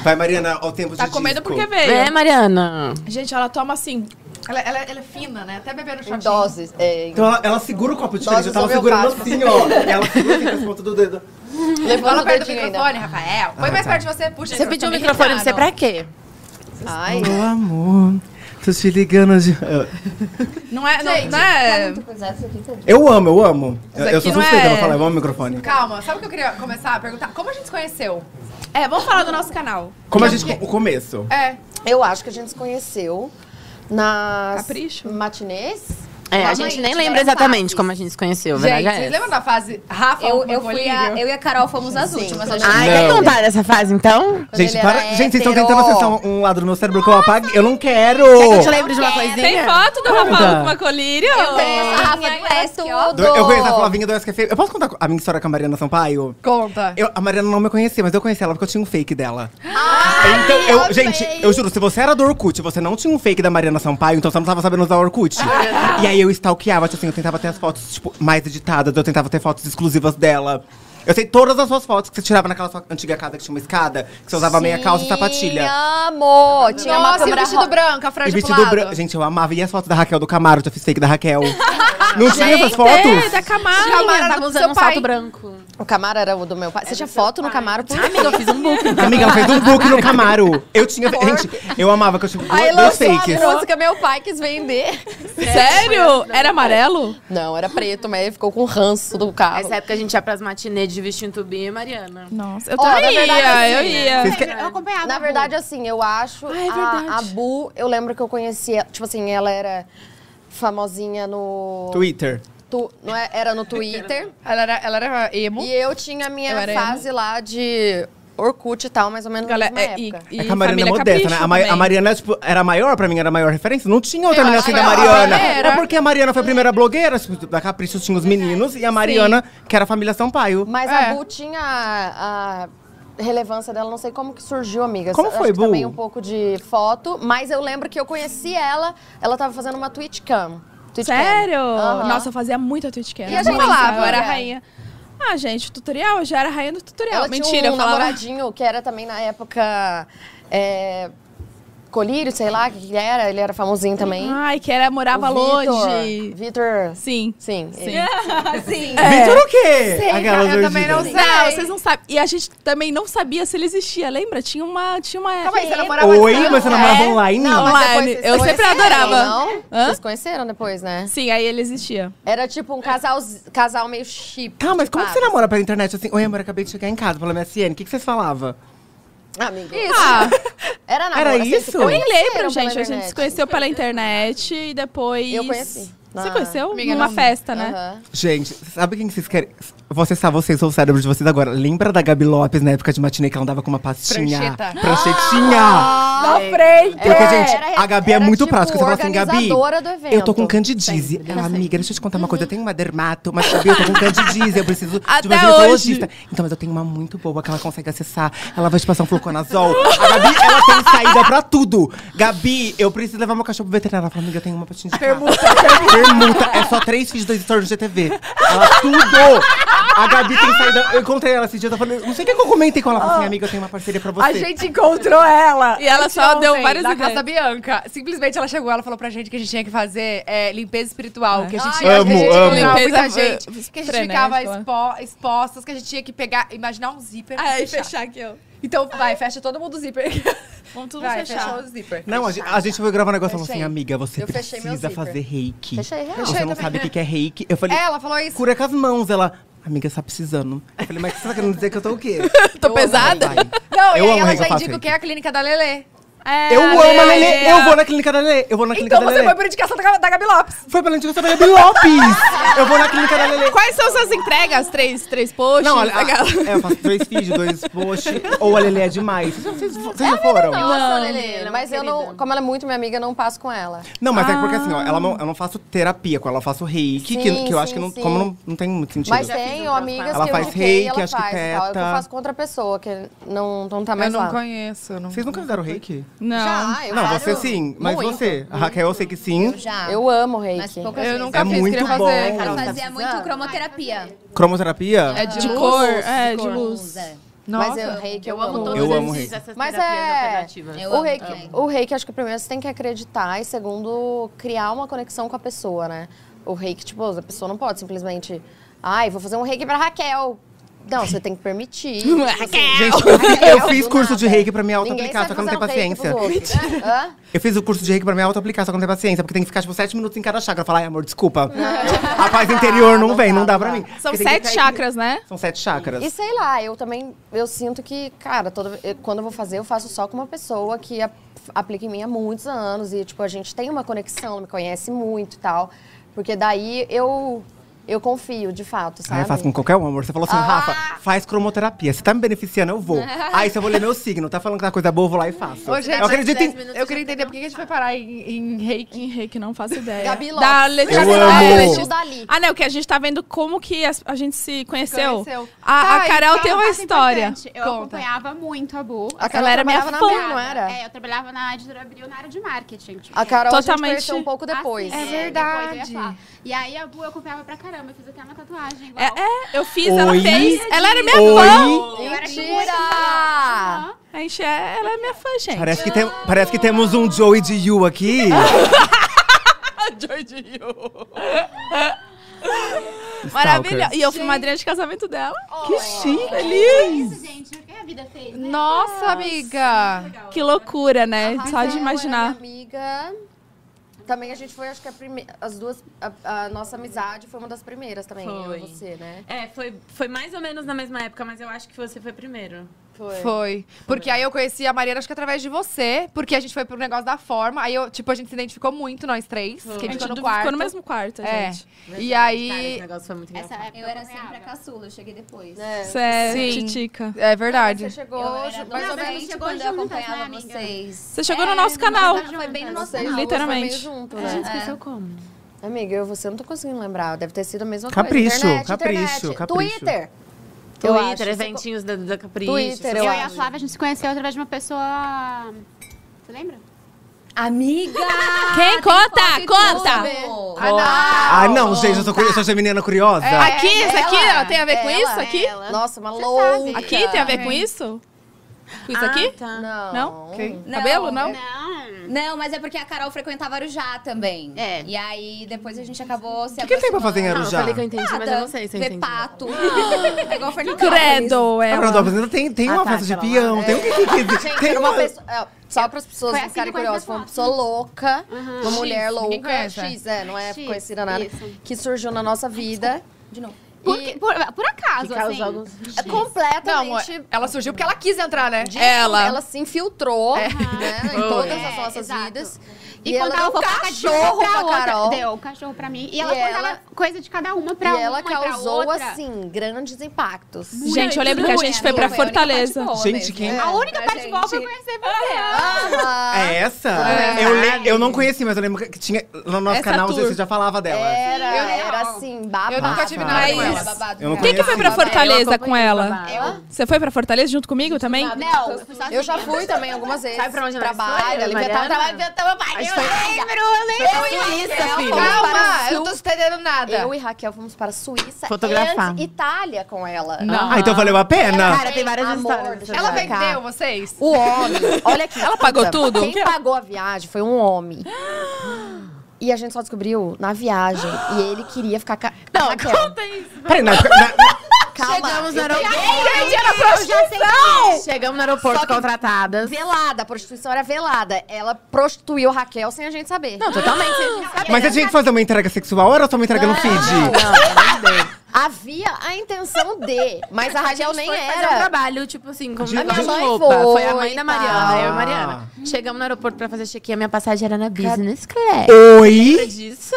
Speaker 6: Vai, Mariana, ao tempo
Speaker 2: Tá
Speaker 6: de
Speaker 2: comendo
Speaker 6: disco.
Speaker 2: porque veio.
Speaker 4: É, Mariana.
Speaker 2: Gente, ela toma assim,
Speaker 1: Ela, ela- ela é fina, né? Até
Speaker 2: Um
Speaker 1: beber no
Speaker 5: Em
Speaker 1: shotinho.
Speaker 5: doses. É, em-
Speaker 6: Então ela, ela segura o copo diferente.
Speaker 5: Doses
Speaker 6: Eu tava segurando
Speaker 5: homeopáticas.
Speaker 6: assim, ó. E ela segura assim com as pontas do dedo.
Speaker 5: Levando
Speaker 1: Fala
Speaker 5: o
Speaker 1: perto do
Speaker 5: dedinho ainda.
Speaker 1: microfone, Rafael. Põe mais perto de você, puxa.
Speaker 9: Você pediu o microfone pra você é pra quê?
Speaker 5: Ai,
Speaker 6: Meu amor, tô te ligando de.
Speaker 1: Não é, não, não é...
Speaker 6: Eu amo, eu amo. Eu,
Speaker 1: Isso
Speaker 6: eu sou
Speaker 1: aqui não
Speaker 6: suspeita
Speaker 1: é-
Speaker 6: pra falar, eu amo o microfone.
Speaker 1: Calma, sabe o que eu queria começar a perguntar? Como a gente se conheceu?
Speaker 2: É, vamos falar do nosso canal.
Speaker 6: Como a gente. O começo.
Speaker 1: É,
Speaker 5: eu acho que a gente se conheceu nas
Speaker 2: Capricho.
Speaker 5: matinês.
Speaker 4: É, a
Speaker 8: Calma
Speaker 4: gente
Speaker 8: aí,
Speaker 4: nem
Speaker 8: tiveram
Speaker 4: lembra exatamente
Speaker 8: fases.
Speaker 4: como a gente se conheceu,
Speaker 1: gente,
Speaker 4: verdade? é
Speaker 1: vocês
Speaker 4: essa.
Speaker 1: lembram da fase Rafa
Speaker 8: Eu,
Speaker 1: com
Speaker 8: eu, fui a,
Speaker 1: colírio?
Speaker 8: eu e a Carol fomos as últimas. A gente
Speaker 4: Ai,
Speaker 6: Não.
Speaker 4: quer contar dessa fase, então?
Speaker 5: Quando
Speaker 6: Gente,
Speaker 5: ele
Speaker 6: para.
Speaker 5: era
Speaker 6: Gente, vocês estão
Speaker 5: hétero.
Speaker 6: tentando acessar um um lado do meu cérebro que eu apague. Eu não quero!
Speaker 9: Quer que eu te lembre de uma coisinha?
Speaker 4: é.
Speaker 9: Tá,
Speaker 2: Tem foto do Rafael com uma colírio?
Speaker 8: conhece a Rafa do Oeste, ó.
Speaker 6: Do- Eu conheço a Flavinha do SQF. Eu posso contar a minha história com a Mariana Sampaio?
Speaker 1: Conta.
Speaker 6: Eu- a Mariana não me conhecia, mas eu conheci ela porque eu tinha um fake dela. então, eu, gente, eu juro, se você era do Orkut, você não tinha um fake da Mariana Sampaio, então você não tava sabendo usar o Orkut. e aí eu stalkeava, tipo assim, eu tentava ter as fotos, tipo, mais editadas, eu tentava ter fotos exclusivas dela. Eu sei todas as suas fotos que você tirava naquela sua antiga casa que tinha uma escada, que você usava meia calça e sapatilha.
Speaker 5: amor! Tinha uma
Speaker 1: Nossa, e o
Speaker 5: câmera
Speaker 1: vestido branco, a
Speaker 6: E
Speaker 1: franja pro
Speaker 6: vestido
Speaker 1: lado.
Speaker 6: branco. Gente, eu amava. E as fotos da Raquel do Camaro, eu já fiz fake da Raquel. não tinha essas fotos?
Speaker 1: é, tá
Speaker 2: da
Speaker 4: Ah,
Speaker 2: Camargo.
Speaker 1: Camaro era do seu pai.
Speaker 4: um branco.
Speaker 5: O Camaro era o É do meu pai. Ah, Você tinha foto no Camaro? Por
Speaker 9: Amiga, eu fiz um book.
Speaker 6: Amiga, ela fez um book no Camaro. Eu tinha. Gente, eu amava que eu tinha
Speaker 5: Aí
Speaker 6: dois
Speaker 5: lançou
Speaker 6: fakes.
Speaker 5: a música, meu pai quis vender.
Speaker 2: Sério? Era amarelo?
Speaker 5: Não, era preto, mas ele ficou com ranço do carro.
Speaker 4: Nessa época a gente ia pras matinês de vestindo tubi e Mariana.
Speaker 2: Nossa, eu
Speaker 5: Ó, na
Speaker 2: também
Speaker 5: verdade,
Speaker 2: ia, é eu
Speaker 5: assim,
Speaker 2: ia.
Speaker 6: Vocês
Speaker 8: Eu acompanhava.
Speaker 5: Na verdade, assim, eu acho
Speaker 2: Ah, é verdade.
Speaker 5: a, a Bu, eu lembro que eu conhecia, tipo assim, ela era famosinha no
Speaker 6: Twitter.
Speaker 5: tu- não é, era no Twitter.
Speaker 1: Ela era, ela era emo.
Speaker 5: e eu tinha a minha
Speaker 2: Eu era
Speaker 5: fase lá de Orkut e tal, mais ou menos
Speaker 2: Galera,
Speaker 5: na mesma
Speaker 2: é, e,
Speaker 5: época.
Speaker 2: e
Speaker 6: É que a Mariana é
Speaker 2: família
Speaker 6: modesta,
Speaker 2: Capricho
Speaker 6: né? A, Ma- a
Speaker 2: também.
Speaker 6: Mariana, tipo, era a maior, pra mim, era a maior referência. Não tinha outra
Speaker 1: Eu
Speaker 6: menina
Speaker 1: acho
Speaker 6: assim da
Speaker 1: que ela
Speaker 6: Mariana.
Speaker 1: era.
Speaker 6: É porque a Mariana foi a primeira blogueira, tipo, da Capricho tinha os meninos. E a Mariana, que era a família Sampaio.
Speaker 5: Mas
Speaker 1: É.
Speaker 5: a Bu tinha a, a relevância dela, não sei como que surgiu, amiga.
Speaker 6: Como
Speaker 5: Acho
Speaker 6: foi,
Speaker 5: que
Speaker 6: Bu?
Speaker 5: Também um pouco de foto, mas eu lembro que eu conheci ela, ela tava fazendo uma Twitchcam. Twitchcam.
Speaker 2: Sério?
Speaker 5: Aham.
Speaker 2: Nossa, eu fazia muito a Twitch Cam.
Speaker 1: E a gente
Speaker 2: Muito,
Speaker 1: falava,
Speaker 2: Eu era
Speaker 1: né?
Speaker 2: rainha. Ah, gente, tutorial, eu já era rainha do tutorial.
Speaker 5: Ela
Speaker 2: Ah, Mentira,
Speaker 5: tinha um
Speaker 2: eu falava.
Speaker 5: namoradinho que era também na época. é, colírio, sei lá, o que que era, ele era famosinho também.
Speaker 2: Ai, que era, morava
Speaker 5: O Vitor.
Speaker 2: Ah, longe.
Speaker 5: Vitor.
Speaker 2: Sim. É.
Speaker 5: Sim. ele.
Speaker 1: Sim.
Speaker 6: Vitor o quê? Aquela
Speaker 1: É. eu também não
Speaker 6: gordinha.
Speaker 1: sei.
Speaker 2: Não, vocês não sabem. E a gente também não sabia se ele existia, lembra? Tinha uma. Tinha uma...
Speaker 1: Calma aí, você namorava
Speaker 6: Oi,
Speaker 1: distante,
Speaker 6: mas você
Speaker 1: né?
Speaker 6: namorava online?
Speaker 5: Não, mas depois
Speaker 2: Online.
Speaker 5: vocês
Speaker 2: Eu sempre
Speaker 5: conheceram,
Speaker 2: adorava.
Speaker 5: Não?
Speaker 2: Hã?
Speaker 5: Vocês conheceram depois, né?
Speaker 2: Sim, aí ele existia.
Speaker 5: Era tipo um casal, casal meio chip.
Speaker 6: Tá, mas como que você namora pela internet assim? Oi, amor, acabei de chegar em casa pela MSN. O que, que vocês falavam?
Speaker 5: Amigo.
Speaker 1: É
Speaker 2: Ah,
Speaker 5: Era namoro.
Speaker 6: Era
Speaker 5: assim,
Speaker 6: isso?
Speaker 5: se
Speaker 2: eu nem
Speaker 5: conheceram
Speaker 2: lembro,
Speaker 5: pela
Speaker 2: gente. A gente
Speaker 5: internet.
Speaker 2: se conheceu pela internet e depois.
Speaker 5: Eu conheci.
Speaker 2: Você
Speaker 5: Na-
Speaker 2: conheceu?
Speaker 1: Amiga,
Speaker 2: Numa
Speaker 1: não-
Speaker 2: festa, né?
Speaker 5: Aham.
Speaker 6: Gente, sabe quem que vocês querem? Vocês sabem, vocês são o cérebro de vocês agora. Lembra da Gabi Lopes na época de matinê que ela andava com uma pastinha?
Speaker 1: Prancheta. Ah!
Speaker 6: Pranchetinha!
Speaker 1: Na frente.
Speaker 6: Porque, Então, gente,
Speaker 5: Era-
Speaker 6: a Gabi é
Speaker 5: era,
Speaker 6: muito
Speaker 5: tipo,
Speaker 6: prática. Você fala assim, Gabi,
Speaker 5: organizadora do evento. Uhum.
Speaker 6: eu tô com candidíase. Ela, amiga, deixa eu te contar uma coisa. Eu tenho uma dermato, mas Gabi, eu tô com candidíase. Eu preciso de uma
Speaker 2: Até
Speaker 6: ginecologista. Então, mas eu tenho uma muito boa que ela consegue acessar. Ela vai te passar um fluconazol. A Gabi, ela tem saída pra tudo. Gabi, eu preciso levar meu cachorro pro veterinário. Ela fala, amiga, eu tenho uma pra te indicar. Permuta, é só três fios, dois stories de TV. Ela tudo! A Gabi tem saída. Eu encontrei ela esse dia, eu tava falando. Não sei o que que eu comentei com ela.
Speaker 5: Ah.
Speaker 6: Falei assim, amiga, eu tenho uma parceria pra você.
Speaker 9: A gente encontrou ela.
Speaker 2: E ela só
Speaker 1: Ontem,
Speaker 2: deu várias
Speaker 1: na casa
Speaker 2: ideias.
Speaker 1: da Bianca. Simplesmente ela chegou, ela falou pra gente que a gente tinha que fazer é, limpeza espiritual, que a gente tinha
Speaker 6: Amo,
Speaker 1: que a gente
Speaker 6: amo.
Speaker 1: encontrava muita
Speaker 2: Limpeza,
Speaker 1: gente,
Speaker 2: eh,
Speaker 1: que a gente ficava
Speaker 2: frenética.
Speaker 1: expo- expostas, que a gente tinha que pegar, imaginar um zíper e
Speaker 2: Aí,
Speaker 1: fechar.
Speaker 2: fechar aqui, ó.
Speaker 1: Então vai, fecha todo mundo o zíper.
Speaker 2: Vamos tudo
Speaker 1: Vai,
Speaker 2: fechar.
Speaker 1: fechou o zíper.
Speaker 6: Não, a gente, a gente foi gravar um negócio e falou
Speaker 5: Fechei.
Speaker 6: assim, amiga, você
Speaker 5: Eu fechei meu
Speaker 6: precisa
Speaker 5: zíper.
Speaker 6: fazer reiki.
Speaker 5: Fechei, real.
Speaker 6: Você não sabe o que que é reiki. Eu falei,
Speaker 1: Ela falou isso.
Speaker 6: cura com as mãos. Ela, amiga, você tá precisando. Eu falei, mas você tá querendo dizer que eu tô o quê?
Speaker 2: Tô pesada?
Speaker 6: Vai.
Speaker 1: Não,
Speaker 6: Eu
Speaker 1: e aí
Speaker 6: amo
Speaker 1: ela
Speaker 6: reiki, eu
Speaker 1: já
Speaker 6: faço
Speaker 1: indica
Speaker 6: reiki.
Speaker 1: que é a clínica da Lelê.
Speaker 6: Eu
Speaker 5: É,
Speaker 6: amo a Lelê. Eu vou na clínica da Lelê. Eu vou na clínica
Speaker 1: Então
Speaker 6: da
Speaker 1: você
Speaker 6: Lelê.
Speaker 1: foi por indicação da, da Gabi Lopes.
Speaker 6: Foi pela indicação da Gabi Lopes. eu vou na clínica da Lelê.
Speaker 2: Quais são suas entregas? Três, três posts?
Speaker 6: Não, olha,
Speaker 2: aquela-
Speaker 6: é, eu faço dois vídeos, dois posts. Ou a Lelê é demais. Vocês, vocês- vocês
Speaker 5: É,
Speaker 6: já foram? Não,
Speaker 5: Nossa,
Speaker 2: Não.
Speaker 5: Lelê,
Speaker 4: Ela é uma
Speaker 5: Mas eu não,
Speaker 4: querida.
Speaker 5: como ela é muito minha amiga, eu não passo com ela.
Speaker 6: mas é porque assim, ó, ela não, eu não faço terapia com ela, eu faço reiki, que,
Speaker 5: Ah. Sim,
Speaker 6: que eu acho
Speaker 5: sim,
Speaker 6: que não,
Speaker 5: sim.
Speaker 6: como não, não tem muito sentido.
Speaker 5: Mas
Speaker 4: fiz um
Speaker 5: tenho
Speaker 4: trabalho.
Speaker 5: amigas
Speaker 6: Ela
Speaker 5: que
Speaker 6: faz
Speaker 5: eu indiquei,
Speaker 6: reiki,
Speaker 5: ela
Speaker 6: acho que
Speaker 5: faz e tal. É o que eu
Speaker 6: teta.
Speaker 5: faço com outra pessoa, que não, não tá mais
Speaker 1: eu não
Speaker 5: lá.
Speaker 1: conheço.
Speaker 5: é-
Speaker 1: eu Não...
Speaker 6: Vocês nunca fizeram reiki?
Speaker 2: Não.
Speaker 5: Já, eu
Speaker 6: Não,
Speaker 5: faço
Speaker 6: você sim. Mas
Speaker 5: muito.
Speaker 6: você, a Raquel, eu sei que sim.
Speaker 8: Já.
Speaker 5: Eu amo reiki.
Speaker 8: Mas poucas
Speaker 1: Eu
Speaker 8: vezes.
Speaker 1: nunca
Speaker 6: É
Speaker 1: fiz,
Speaker 6: muito
Speaker 1: queria
Speaker 6: bom.
Speaker 1: fazer.
Speaker 8: Ela fazia muito cromoterapia.
Speaker 6: Cromoterapia?
Speaker 2: É de, cor, é, de luz.
Speaker 8: Luz, é.
Speaker 5: Mas
Speaker 1: Nossa.
Speaker 5: eu, reiki, eu,
Speaker 4: Eu amo todas
Speaker 6: Eu
Speaker 4: esses-
Speaker 6: amo reiki.
Speaker 4: essas
Speaker 5: Mas
Speaker 4: terapias
Speaker 5: é-
Speaker 4: alternativas.
Speaker 8: Eu
Speaker 5: o
Speaker 8: amo
Speaker 5: reiki,
Speaker 8: também.
Speaker 5: o reiki, acho que primeiro você tem que acreditar e segundo, criar uma conexão com a pessoa, né? O reiki, tipo, a pessoa não pode simplesmente, ai, vou fazer um reiki pra Raquel. Não, você tem que permitir. Raquel!
Speaker 6: Gente, eu fiz, eu
Speaker 5: do
Speaker 6: fiz curso de
Speaker 5: nada.
Speaker 6: reiki pra me
Speaker 5: Ninguém
Speaker 6: auto-aplicar,
Speaker 5: sabe
Speaker 6: só que eu não
Speaker 5: fazer
Speaker 6: tenho
Speaker 5: um reiki
Speaker 6: paciência.
Speaker 5: pros outros. Hã?
Speaker 6: Eu fiz o curso de reiki pra me auto-aplicar, só que eu não tenho paciência. Porque tem que ficar, tipo, sete minutos em cada chakra. Falar, ai, amor, desculpa. Eu- a paz interior não
Speaker 5: Não
Speaker 6: vem, não
Speaker 5: dá, não
Speaker 6: dá pra
Speaker 5: dá.
Speaker 6: mim.
Speaker 2: São
Speaker 6: Porque tem que
Speaker 2: sete
Speaker 6: cair-
Speaker 2: chakras, né?
Speaker 6: São sete chakras.
Speaker 5: E sei lá, eu também, eu sinto que, cara, toda, eu- quando eu vou fazer, eu faço só com uma pessoa que a- aplica em mim há muitos anos e, tipo, a gente tem uma conexão, ela me conhece muito e tal. Porque daí eu, eu confio, de fato,
Speaker 6: Ah,
Speaker 5: sabe?
Speaker 6: eu faço com qualquer um, amor. Você falou assim,
Speaker 5: Ah!
Speaker 6: Rafa, faz cromoterapia. Se tá me beneficiando, eu vou. Aí se eu vou ler meu signo, tá falando que tá coisa boa, eu vou lá e faço.
Speaker 1: Ô,
Speaker 5: é
Speaker 1: gente,
Speaker 6: eu acredito em.
Speaker 4: dez minutos
Speaker 1: Eu
Speaker 4: já
Speaker 1: queria
Speaker 4: tem
Speaker 1: entender por que a gente foi parar em, em reiki.
Speaker 2: Em reiki, não faço ideia.
Speaker 5: Gabi Lopes.
Speaker 2: Da Letícia.
Speaker 6: Eu
Speaker 2: da
Speaker 6: amo.
Speaker 2: Letícia.
Speaker 5: Dali.
Speaker 2: Ah, não, que a gente tá vendo como que as- a, gente se conheceu.
Speaker 1: Conheceu.
Speaker 2: A, a
Speaker 5: então
Speaker 1: Tá, e
Speaker 2: Carol
Speaker 1: fala
Speaker 2: tem uma
Speaker 7: parte
Speaker 2: história.
Speaker 7: importante, Eu
Speaker 1: Conta.
Speaker 7: acompanhava muito a Bu.
Speaker 5: A
Speaker 2: Ela era minha
Speaker 5: trabalhava
Speaker 2: fã.
Speaker 5: na Abril, não era?
Speaker 7: É, eu trabalhava na Editora Abril na área de marketing. tipo,
Speaker 5: A Carol
Speaker 2: Totalmente-
Speaker 5: a gente conheceu um pouco
Speaker 7: assim,
Speaker 5: depois.
Speaker 1: É
Speaker 7: depois
Speaker 1: verdade.
Speaker 7: eu ia falar. E aí a Bu eu acompanhava pra caramba, eu fiz até uma tatuagem igual.
Speaker 2: É, é, eu fiz, ela
Speaker 6: Oi.
Speaker 2: fez. Ela era minha fã.
Speaker 5: É
Speaker 6: Oi!
Speaker 7: Eu era muito
Speaker 5: Mentira!
Speaker 7: fã.
Speaker 2: A gente é, ela é minha fã, gente.
Speaker 6: Parece que, tem, parece que temos um Joey de You aqui.
Speaker 2: George Maravilhosa. E eu fui madrinha de casamento dela.
Speaker 6: Que
Speaker 2: é
Speaker 6: chique.
Speaker 7: É Isso, gente, o que a vida fez, né?
Speaker 1: Nossa, amiga!
Speaker 2: Que loucura, né? Só de
Speaker 5: Eu era
Speaker 2: imaginar.
Speaker 5: minha amiga. Também a gente foi, acho que a prime... as duas. A, a nossa amizade foi uma das primeiras também, eu e
Speaker 4: Foi.
Speaker 5: você, né?
Speaker 4: É, foi, foi mais ou menos na mesma época, mas eu acho que você foi primeiro.
Speaker 5: Foi.
Speaker 1: Foi. Porque aí eu conheci a Mariana, acho que através de você, porque a gente foi pro negócio da forma. Aí eu, tipo, a gente se identificou muito, nós três. Que a
Speaker 2: A
Speaker 1: gente
Speaker 2: gente
Speaker 1: ficou no
Speaker 2: du-
Speaker 1: quarto.
Speaker 2: ficou no mesmo quarto,
Speaker 1: É.
Speaker 2: gente.
Speaker 1: E
Speaker 4: Cara, esse
Speaker 1: aí.
Speaker 4: negócio foi muito
Speaker 7: Essa
Speaker 4: engraçado.
Speaker 7: época
Speaker 8: Eu era sempre a caçula, eu cheguei depois.
Speaker 5: É.
Speaker 2: Sério,
Speaker 1: Sim.
Speaker 2: Titica.
Speaker 1: É verdade.
Speaker 5: Você chegou,
Speaker 8: Eu era
Speaker 5: ju-
Speaker 8: adolescente
Speaker 5: mais ou
Speaker 7: Não,
Speaker 5: menos.
Speaker 7: mas chegou
Speaker 8: quando eu
Speaker 7: juntas, né,
Speaker 8: acompanhava
Speaker 7: amiga?
Speaker 8: vocês.
Speaker 2: Você chegou no nosso canal.
Speaker 8: Foi bem no nosso
Speaker 5: Vocês duas
Speaker 2: Literalmente.
Speaker 5: Foi meio junto,
Speaker 4: A gente
Speaker 5: né?
Speaker 4: se conheceu como?
Speaker 5: Amiga, eu e você não tô conseguindo lembrar. Deve ter sido a mesma
Speaker 6: Capricho,
Speaker 5: coisa. Internet,
Speaker 6: capricho,
Speaker 5: internet.
Speaker 6: capricho.
Speaker 5: Twitter. Eu acho,
Speaker 4: Twitter,
Speaker 5: você co-
Speaker 4: eventinhos da, da Capricho.
Speaker 5: Twitter, Eu
Speaker 7: Eu,
Speaker 4: essas
Speaker 7: e a
Speaker 5: acho.
Speaker 7: Flávia, a gente se conheceu através de uma pessoa. Você lembra?
Speaker 8: Amiga!
Speaker 2: Quem conta? Conta!
Speaker 8: Tudo.
Speaker 6: Ah, não, gente, eu sou, curi- eu sou essa menina curiosa.
Speaker 2: Aqui, isso aqui
Speaker 5: ela,
Speaker 2: ó, tem a ver com
Speaker 5: ela,
Speaker 2: isso aqui?
Speaker 7: Ela.
Speaker 5: Nossa, uma louca.
Speaker 2: Aqui tem a ver com isso? Com isso
Speaker 4: Ah,
Speaker 2: aqui?
Speaker 4: tá.
Speaker 5: Não.
Speaker 2: Não?
Speaker 1: Quem?
Speaker 2: Cabelo, não?
Speaker 7: Não.
Speaker 8: Não, mas é porque a Carol frequentava Arujá também.
Speaker 7: É.
Speaker 8: E aí depois a gente acabou se
Speaker 6: O que tem pra fazer em
Speaker 4: Ah, eu
Speaker 6: Arujá?
Speaker 4: falei que eu entendi, mas eu não sei se eu
Speaker 8: Ver
Speaker 4: entendi.
Speaker 8: pato.
Speaker 7: Ah.
Speaker 8: É igual Fernandópolis.
Speaker 2: Credo,
Speaker 6: Ah,
Speaker 2: ela.
Speaker 6: Brandão, tem, tem uma festa de peão, tem o que que que-
Speaker 5: Gente,
Speaker 6: tem
Speaker 5: era uma
Speaker 6: uma...
Speaker 5: pessoa. é, Só para as pessoas
Speaker 7: Foi assim
Speaker 5: ficarem
Speaker 7: que eu
Speaker 5: curiosas,
Speaker 7: conheci
Speaker 5: foi uma
Speaker 7: a
Speaker 5: pessoa louca, uma mulher
Speaker 1: ninguém
Speaker 5: louca,
Speaker 1: conhece,
Speaker 5: X, é, não é
Speaker 7: X,
Speaker 5: conhecida nada,
Speaker 7: isso.
Speaker 5: que surgiu na nossa vida.
Speaker 8: De novo.
Speaker 7: Por,
Speaker 5: E-
Speaker 7: por- por acaso,
Speaker 4: Ficar os
Speaker 7: assim.
Speaker 4: jogos-
Speaker 5: É completamente.
Speaker 1: Não, ela surgiu porque ela quis entrar, né?
Speaker 5: disso, ela. se infiltrou né, em todas
Speaker 7: É,
Speaker 5: as nossas
Speaker 7: exato.
Speaker 5: vidas.
Speaker 7: E,
Speaker 5: E, ela deu
Speaker 7: contava
Speaker 5: um
Speaker 7: fofoca de uma
Speaker 5: cachorro
Speaker 7: pra
Speaker 5: pra
Speaker 7: outra.
Speaker 5: Carol.
Speaker 7: Deu o cachorro pra mim. E ela
Speaker 5: E
Speaker 7: contava
Speaker 5: ela-
Speaker 7: coisa de cada uma
Speaker 5: E
Speaker 7: pra uma
Speaker 5: ela
Speaker 7: e pra
Speaker 5: causou,
Speaker 7: outra.
Speaker 5: assim, grandes impactos.
Speaker 2: Gente, eu lembro que a gente foi pra
Speaker 8: Foi a única parte
Speaker 2: Fortaleza.
Speaker 8: boa
Speaker 6: Gente,
Speaker 8: mesmo.
Speaker 6: quem...
Speaker 7: A única parte boa foi conhecer você.
Speaker 5: Ah,
Speaker 6: É essa? Eu, le- eu não conheci, mas eu lembro que tinha... No nosso
Speaker 2: Essa
Speaker 6: canal,
Speaker 2: tour.
Speaker 6: você já falava dela.
Speaker 5: era,
Speaker 1: Eu não-
Speaker 5: era assim, babado.
Speaker 1: Eu nunca tive nada com
Speaker 6: Mas-
Speaker 1: ela.
Speaker 8: Babado,
Speaker 6: Eu não
Speaker 8: cara.
Speaker 2: Quem que foi pra
Speaker 5: Eu
Speaker 2: Fortaleza com ela?
Speaker 4: Eu?
Speaker 2: Você foi pra Fortaleza junto comigo também?
Speaker 7: Não, eu fui sozinha.
Speaker 5: Eu já fui também algumas vezes.
Speaker 4: Sabe pra onde nós
Speaker 5: Trabalho,
Speaker 4: fomos,
Speaker 5: ela tá inventava
Speaker 4: Mariana?
Speaker 5: trabalho, inventava
Speaker 4: A
Speaker 5: trabalho.
Speaker 4: gente
Speaker 5: Eu
Speaker 4: foi-
Speaker 5: lembro, eu
Speaker 1: assim,
Speaker 5: lembro. Eu e Raquel fomos para
Speaker 1: Calma,
Speaker 5: a
Speaker 1: eu não tô
Speaker 5: Suíça.
Speaker 1: entendendo nada.
Speaker 5: Eu e Raquel fomos para a Suíça
Speaker 4: Fotografar.
Speaker 5: e Itália com ela.
Speaker 6: Ah, então valeu a pena?
Speaker 4: Cara, tem várias
Speaker 5: Amor,
Speaker 4: histórias.
Speaker 5: deixa eu
Speaker 1: Ela
Speaker 5: Vai,
Speaker 1: vendeu
Speaker 5: cara.
Speaker 1: vocês?
Speaker 5: Tá. O homem, olha aqui.
Speaker 2: Ela pagou
Speaker 5: escuta,
Speaker 2: tudo?
Speaker 5: Quem pagou a viagem foi um homem. E a gente só descobriu na viagem. E ele queria ficar com a Não, Raquel.
Speaker 6: Peraí, na- na-
Speaker 5: Calma.
Speaker 4: Chegamos no
Speaker 5: eu tenho-
Speaker 4: aeroporto.
Speaker 5: Eu já sei quem é.
Speaker 4: Chegamos no aeroporto contratadas.
Speaker 5: Velada, a prostituição era velada. Ela prostituiu Raquel sem a gente saber. Não, totalmente sem a gente saber.
Speaker 6: mas você tinha que fazer uma entrega sexual ou era só uma entrega no feed?
Speaker 5: Havia a intenção de, mas a Raquel nem
Speaker 4: foi fazer um
Speaker 5: era.
Speaker 4: trabalho, tipo assim, como
Speaker 6: De-
Speaker 4: a
Speaker 6: de
Speaker 4: minha mãe
Speaker 5: roupa.
Speaker 4: roupa. Foi tá. a mãe da Mariana, eu e a Mariana.
Speaker 6: Ah.
Speaker 4: Chegamos no aeroporto pra fazer check-in, a minha passagem era na business class. Lembra
Speaker 6: Oi?
Speaker 4: disso?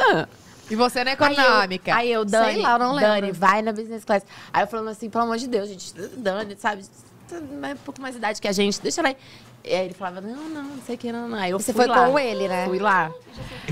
Speaker 1: E você não é
Speaker 4: Aí eu-
Speaker 1: econômica.
Speaker 4: Aí eu, Dani,
Speaker 5: Sei lá, eu não lembro.
Speaker 4: Dani, vai na business class. Aí eu falando assim, pelo amor de Deus, gente, Dani, sabe? tá mais- Um pouco mais de idade que a gente, deixa ela aí. E aí ele falava, não, não, não sei o que, não, não. Aí eu
Speaker 5: Você
Speaker 4: fui
Speaker 5: foi
Speaker 4: lá.
Speaker 5: com ele, né?
Speaker 4: Fui lá.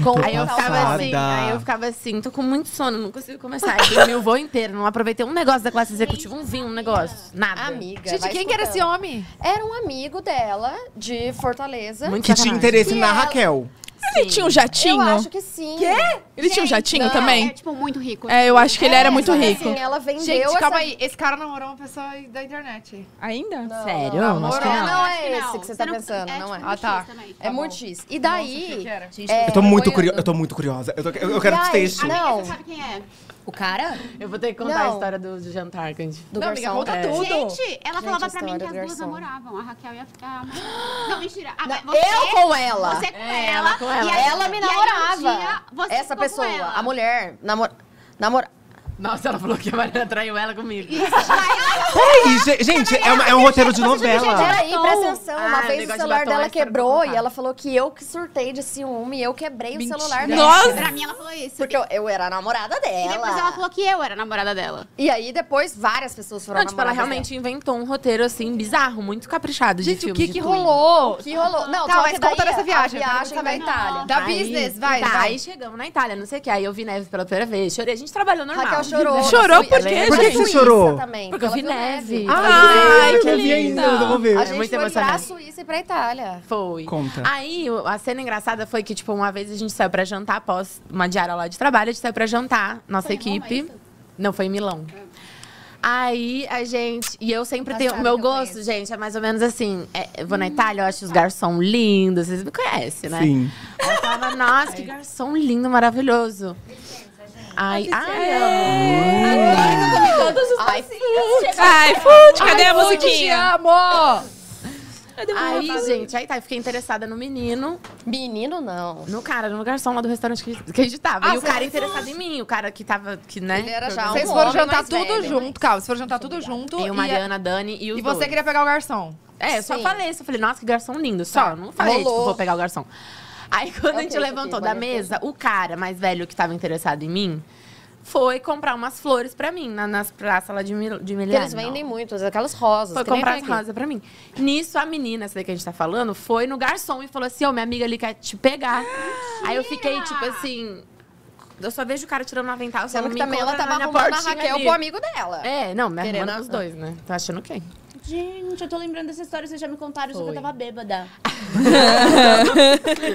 Speaker 6: Tô
Speaker 4: Aí eu ficava assim,
Speaker 6: passada.
Speaker 4: aí eu ficava assim, tô com muito sono, não consigo começar. Aí dormi o voo inteiro, não aproveitei um negócio da classe executiva, um vinho, um negócio, nada.
Speaker 5: Amiga.
Speaker 1: Gente,
Speaker 5: vai
Speaker 1: quem que era esse
Speaker 5: escutando.
Speaker 1: homem?
Speaker 5: Era um amigo dela, de Fortaleza.
Speaker 4: Muito
Speaker 6: Que tinha
Speaker 4: sacanagem.
Speaker 6: interesse
Speaker 5: Que
Speaker 6: na
Speaker 5: ela-
Speaker 6: Raquel.
Speaker 2: Ele tinha um jatinho?
Speaker 5: Eu acho que sim. Quê?
Speaker 2: Ele tinha um jatinho
Speaker 7: não,
Speaker 2: também?
Speaker 7: É, tipo, muito rico.
Speaker 2: É, eu acho que ele era muito
Speaker 5: só que
Speaker 2: rico.
Speaker 5: Assim, ela vendeu
Speaker 1: Gente,
Speaker 5: essa...
Speaker 1: calma aí. Esse cara namorou uma pessoa aí da internet.
Speaker 2: Ainda?
Speaker 4: Sério? Acho que
Speaker 5: Não,
Speaker 4: não.
Speaker 5: não
Speaker 7: Acho
Speaker 5: é esse
Speaker 7: não.
Speaker 5: que você tá
Speaker 7: não-
Speaker 5: pensando,
Speaker 7: é,
Speaker 5: não
Speaker 7: tipo,
Speaker 5: é.
Speaker 7: muito
Speaker 1: Ah, tá.
Speaker 7: X também.
Speaker 5: É muito X. E daí...
Speaker 1: Nossa, o que que era?
Speaker 5: é,
Speaker 6: Eu tô muito
Speaker 5: foi-
Speaker 6: curiosa. Eu tô muito curiosa. Eu, tô- eu- eu quero
Speaker 5: E aí?
Speaker 6: desfecho.
Speaker 5: Ah,
Speaker 7: Amiga,
Speaker 5: Não.
Speaker 7: Você sabe quem é?
Speaker 3: O cara?
Speaker 4: Eu vou ter que contar
Speaker 5: Não.
Speaker 4: a história do, do jantar que a gente...
Speaker 5: Do
Speaker 1: Não, amiga,
Speaker 5: garçom.
Speaker 1: conta tudo.
Speaker 7: Gente, ela
Speaker 5: Gente,
Speaker 7: falava
Speaker 5: a
Speaker 7: pra mim que
Speaker 5: história
Speaker 7: as
Speaker 5: do
Speaker 7: duas
Speaker 5: garçom.
Speaker 7: namoravam, a Raquel e a... a Maria. Não, mentira. A,
Speaker 5: Não,
Speaker 7: você,
Speaker 5: eu com ela.
Speaker 7: Você com ela.
Speaker 4: com ela.
Speaker 7: E aí,
Speaker 5: Ela me
Speaker 7: e aí um dia
Speaker 5: namorava.
Speaker 7: você
Speaker 5: Essa
Speaker 7: ficou com
Speaker 5: pessoa,
Speaker 7: ela.
Speaker 5: a mulher, namora... Namora...
Speaker 4: Nossa, ela falou que a Marina traiu ela comigo.
Speaker 6: Peraí, ge- gente, é, uma- é um roteiro de novela.
Speaker 5: Peraí, presta atenção. Uma
Speaker 4: Ah,
Speaker 5: vez o
Speaker 4: negócio de
Speaker 5: celular
Speaker 4: batom,
Speaker 5: dela
Speaker 4: a história pra
Speaker 5: quebrou e
Speaker 4: contar.
Speaker 5: ela falou que eu que surtei de ciúme e eu quebrei o celular dela.
Speaker 2: Nossa!
Speaker 7: Pra mim, ela falou isso.
Speaker 5: Porque eu, eu era a namorada
Speaker 7: E
Speaker 5: dela.
Speaker 7: depois ela falou que eu era a namorada dela.
Speaker 5: E aí, depois, várias pessoas foram
Speaker 4: Não, tipo, ela
Speaker 5: namoradas dela.
Speaker 4: realmente inventou um roteiro, assim, bizarro, muito caprichado de
Speaker 1: Gente, o
Speaker 4: filme
Speaker 1: que
Speaker 4: de
Speaker 1: que
Speaker 4: tudo.
Speaker 1: rolou?
Speaker 5: Que rolou. Não,
Speaker 1: Tá,
Speaker 5: só
Speaker 1: mas
Speaker 5: que
Speaker 1: conta
Speaker 5: daí
Speaker 1: dessa
Speaker 5: a
Speaker 1: viagem, eu quero
Speaker 5: viagem da
Speaker 1: saber.
Speaker 5: Itália.
Speaker 1: Da
Speaker 4: Aí-
Speaker 1: business, vai,
Speaker 4: tá,
Speaker 1: vai.
Speaker 4: Aí chegamos na Itália, não sei o que. Aí eu vi neve pela primeira vez, chorei. A gente trabalhou é normal.
Speaker 5: Raquel chorou.
Speaker 2: Chorou
Speaker 5: Ela foi-
Speaker 2: por
Speaker 5: ela
Speaker 2: quê,
Speaker 5: foi
Speaker 6: Por que
Speaker 5: pra
Speaker 6: que você
Speaker 5: Suíça
Speaker 6: chorou?
Speaker 5: Também,
Speaker 4: Porque eu
Speaker 5: ela
Speaker 4: vi
Speaker 5: viu
Speaker 4: neve.
Speaker 6: Ai,
Speaker 2: que
Speaker 6: que vi ainda.
Speaker 2: linda.
Speaker 6: Eu vou ver.
Speaker 5: A
Speaker 4: É
Speaker 5: gente
Speaker 4: muito
Speaker 5: foi pra
Speaker 4: emocionante.
Speaker 5: Suíça e pra Itália.
Speaker 4: Foi.
Speaker 6: Conta.
Speaker 4: Aí, o- a cena engraçada foi que, tipo, uma vez a gente saiu pra jantar após uma diária lá de trabalho, a gente saiu pra jantar, nossa
Speaker 7: Foi em Roma,
Speaker 4: equipe.
Speaker 7: isso?
Speaker 4: Não, foi em Milão. Aí a gente. E eu sempre tenho. O
Speaker 5: Passada
Speaker 4: meu
Speaker 5: que eu
Speaker 4: gosto, gente, é mais ou menos assim. é, eu vou na Itália, eu acho os garçons lindos. Vocês me conhecem, né?
Speaker 6: Sim.
Speaker 4: Aí eu falava, nossa, que garçom lindo, maravilhoso. ah, é. Ai, ai,
Speaker 5: Ai,
Speaker 2: Ai, fute, cadê a
Speaker 1: Ai, Te
Speaker 2: musiquinha?
Speaker 1: amo!
Speaker 2: Cadê a
Speaker 4: aí,
Speaker 2: musiquinha?
Speaker 4: gente, aí tá, eu fiquei interessada no menino,
Speaker 5: menino não.
Speaker 4: no cara, no garçom lá do restaurante que, que a gente tava.
Speaker 1: Ah,
Speaker 4: e o
Speaker 1: você-
Speaker 4: cara interessado em mim, o cara que tava, que, né?
Speaker 5: Ele era já um
Speaker 1: Vocês
Speaker 5: homem
Speaker 1: foram jantar
Speaker 5: mais
Speaker 1: tudo
Speaker 5: velho.
Speaker 1: junto, calma. Vocês foram jantar tudo junto.
Speaker 4: Eu,
Speaker 1: e-
Speaker 4: Mariana, Dani e os
Speaker 1: E você
Speaker 4: dois.
Speaker 1: queria pegar o garçom.
Speaker 4: É, eu só
Speaker 5: Sim.
Speaker 4: falei isso. Eu falei, nossa, que garçom lindo. Só, não falei,
Speaker 5: Rolou.
Speaker 4: tipo, vou pegar o garçom. Aí, quando a
Speaker 5: Ok,
Speaker 4: gente
Speaker 5: ok,
Speaker 4: levantou
Speaker 5: valeu
Speaker 4: da mesa, o cara mais velho que tava interessado em mim foi comprar umas flores pra mim, na, nas praças lá de, Mil de
Speaker 5: Porque
Speaker 4: Milhão.
Speaker 5: eles vendem muito, aquelas rosas.
Speaker 4: Foi
Speaker 5: que nem
Speaker 4: comprar
Speaker 5: tem
Speaker 4: as
Speaker 5: aqui.
Speaker 4: rosas pra mim. Nisso, a menina, essa daí que a gente tá falando, foi no garçom e falou assim, ô, minha amiga ali quer te pegar. Aí eu fiquei, tipo assim... Eu só vejo o cara tirando um avental, só
Speaker 5: Sendo
Speaker 4: não
Speaker 5: que
Speaker 4: me
Speaker 5: também ela
Speaker 4: encontra
Speaker 5: tava
Speaker 4: na minha
Speaker 5: arrumando a
Speaker 4: portinha
Speaker 5: Raquel
Speaker 4: ali.
Speaker 5: pro amigo dela.
Speaker 4: É, não, me
Speaker 5: Querendo
Speaker 4: arrumando
Speaker 5: a-
Speaker 4: os dois, né? Tá achando quem?
Speaker 8: Gente, eu tô lembrando dessa história, vocês já me contaram, só que eu tava bêbada.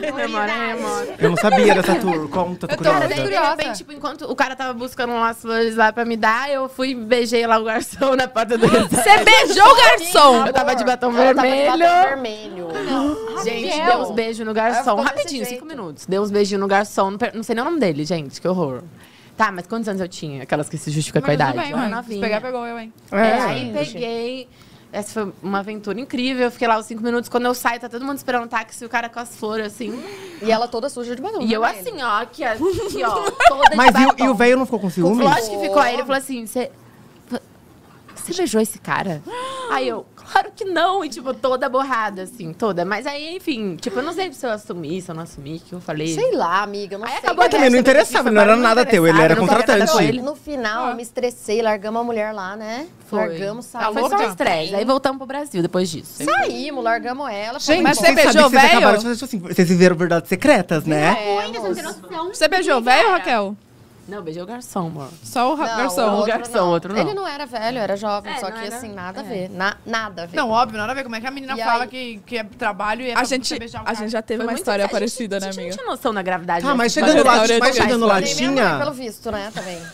Speaker 4: Memória,
Speaker 5: né,
Speaker 4: memória.
Speaker 6: Eu não sabia dessa tour. Conta, tô
Speaker 1: Eu tô muito
Speaker 6: curiosa.
Speaker 4: Daí, de
Speaker 1: curiosa.
Speaker 4: repente, tipo, enquanto o cara tava buscando lá as flores lá pra me dar, eu fui e beijei lá o garçom na porta do restaurante.
Speaker 2: Você beijou o
Speaker 4: É
Speaker 2: garçom!
Speaker 4: Eu tava de batom
Speaker 5: Ela tava de
Speaker 4: vermelho.
Speaker 5: batom vermelho.
Speaker 4: Gente,
Speaker 5: Raquel.
Speaker 4: deu uns beijos no garçom.
Speaker 5: ficou desse
Speaker 4: Rapidinho,
Speaker 5: jeito.
Speaker 4: cinco minutos. Deu uns beijinhos no garçom. Não per- Não sei nem o nome dele, gente. Que horror. Tá, mas quantos anos eu tinha? Aquelas que se justificam com a
Speaker 1: Mas tudo
Speaker 4: idade.
Speaker 1: bem,
Speaker 4: Eu era
Speaker 1: mãe. Se
Speaker 4: novinha.
Speaker 1: pegar, pegou eu, hein?
Speaker 4: É, aí peguei. Essa foi uma aventura incrível. Eu fiquei lá os cinco minutos. Quando eu saio, tá todo mundo esperando o táxi. e O cara com as flores, assim.
Speaker 5: E ela toda suja de batom.
Speaker 4: E eu
Speaker 5: vermelho.
Speaker 4: assim, ó. Aqui, aqui ó. Toda de
Speaker 6: Mas e o-
Speaker 4: batom.
Speaker 6: e o velho não ficou com ciúme?
Speaker 4: Lógico que ficou. Aí ele falou assim: você. Você beijou esse cara? Aí eu, claro que não. E, tipo, toda borrada, assim, toda. Mas aí, enfim, tipo, eu não sei se eu assumi, se eu não assumi, que eu falei.
Speaker 5: Sei lá, amiga, não
Speaker 4: Aí
Speaker 5: sei. é
Speaker 4: acabou
Speaker 6: Mas também não interessava, ele não era nada teu, ele era
Speaker 4: Não queria nada com
Speaker 6: contratante.
Speaker 4: ele.
Speaker 5: No final, eu me estressei, largamos a mulher lá, né?
Speaker 4: Foi.
Speaker 5: Largamos,
Speaker 4: Ah,
Speaker 5: saímos.
Speaker 4: foi só um estresse. Aí voltamos pro Brasil depois disso.
Speaker 5: Saímos, largamos ela.
Speaker 6: Gente,
Speaker 2: Mas
Speaker 6: vocês
Speaker 2: você
Speaker 6: sabem
Speaker 2: beijou
Speaker 6: que vocês
Speaker 2: velho?
Speaker 6: acabaram de fazer, tipo assim, vocês viveram verdades secretas, né?
Speaker 7: Ainda você não tem noção.
Speaker 2: Você beijou o velho, Raquel?
Speaker 4: Não, beijei o garçom, amor.
Speaker 2: Só o ra- garçom.
Speaker 4: outro não.
Speaker 5: Ele não era velho, era jovem,
Speaker 4: É,
Speaker 5: só
Speaker 4: não
Speaker 5: que
Speaker 4: era-
Speaker 5: assim, nada a
Speaker 4: é.
Speaker 5: ver. na- nada a ver.
Speaker 1: Não, óbvio, nada a ver. Como é que a menina
Speaker 5: E
Speaker 1: fala
Speaker 5: aí?
Speaker 1: que, que é trabalho e é
Speaker 2: A
Speaker 1: pra
Speaker 2: gente,
Speaker 1: você beijar o
Speaker 2: a
Speaker 1: cara?
Speaker 2: gente já teve
Speaker 4: Foi
Speaker 2: uma
Speaker 4: muito-
Speaker 2: história
Speaker 4: a gente-
Speaker 2: parecida, né,
Speaker 4: A gente
Speaker 2: amiga?
Speaker 4: não tinha noção da gravidade.
Speaker 6: Tá, mas
Speaker 4: dessa
Speaker 6: chegando lá,
Speaker 2: restaurante
Speaker 6: mas
Speaker 2: que
Speaker 6: chegando
Speaker 2: faz
Speaker 6: lá
Speaker 5: Nem minha mãe, pelo
Speaker 6: tinha.
Speaker 5: visto, né, também. Só-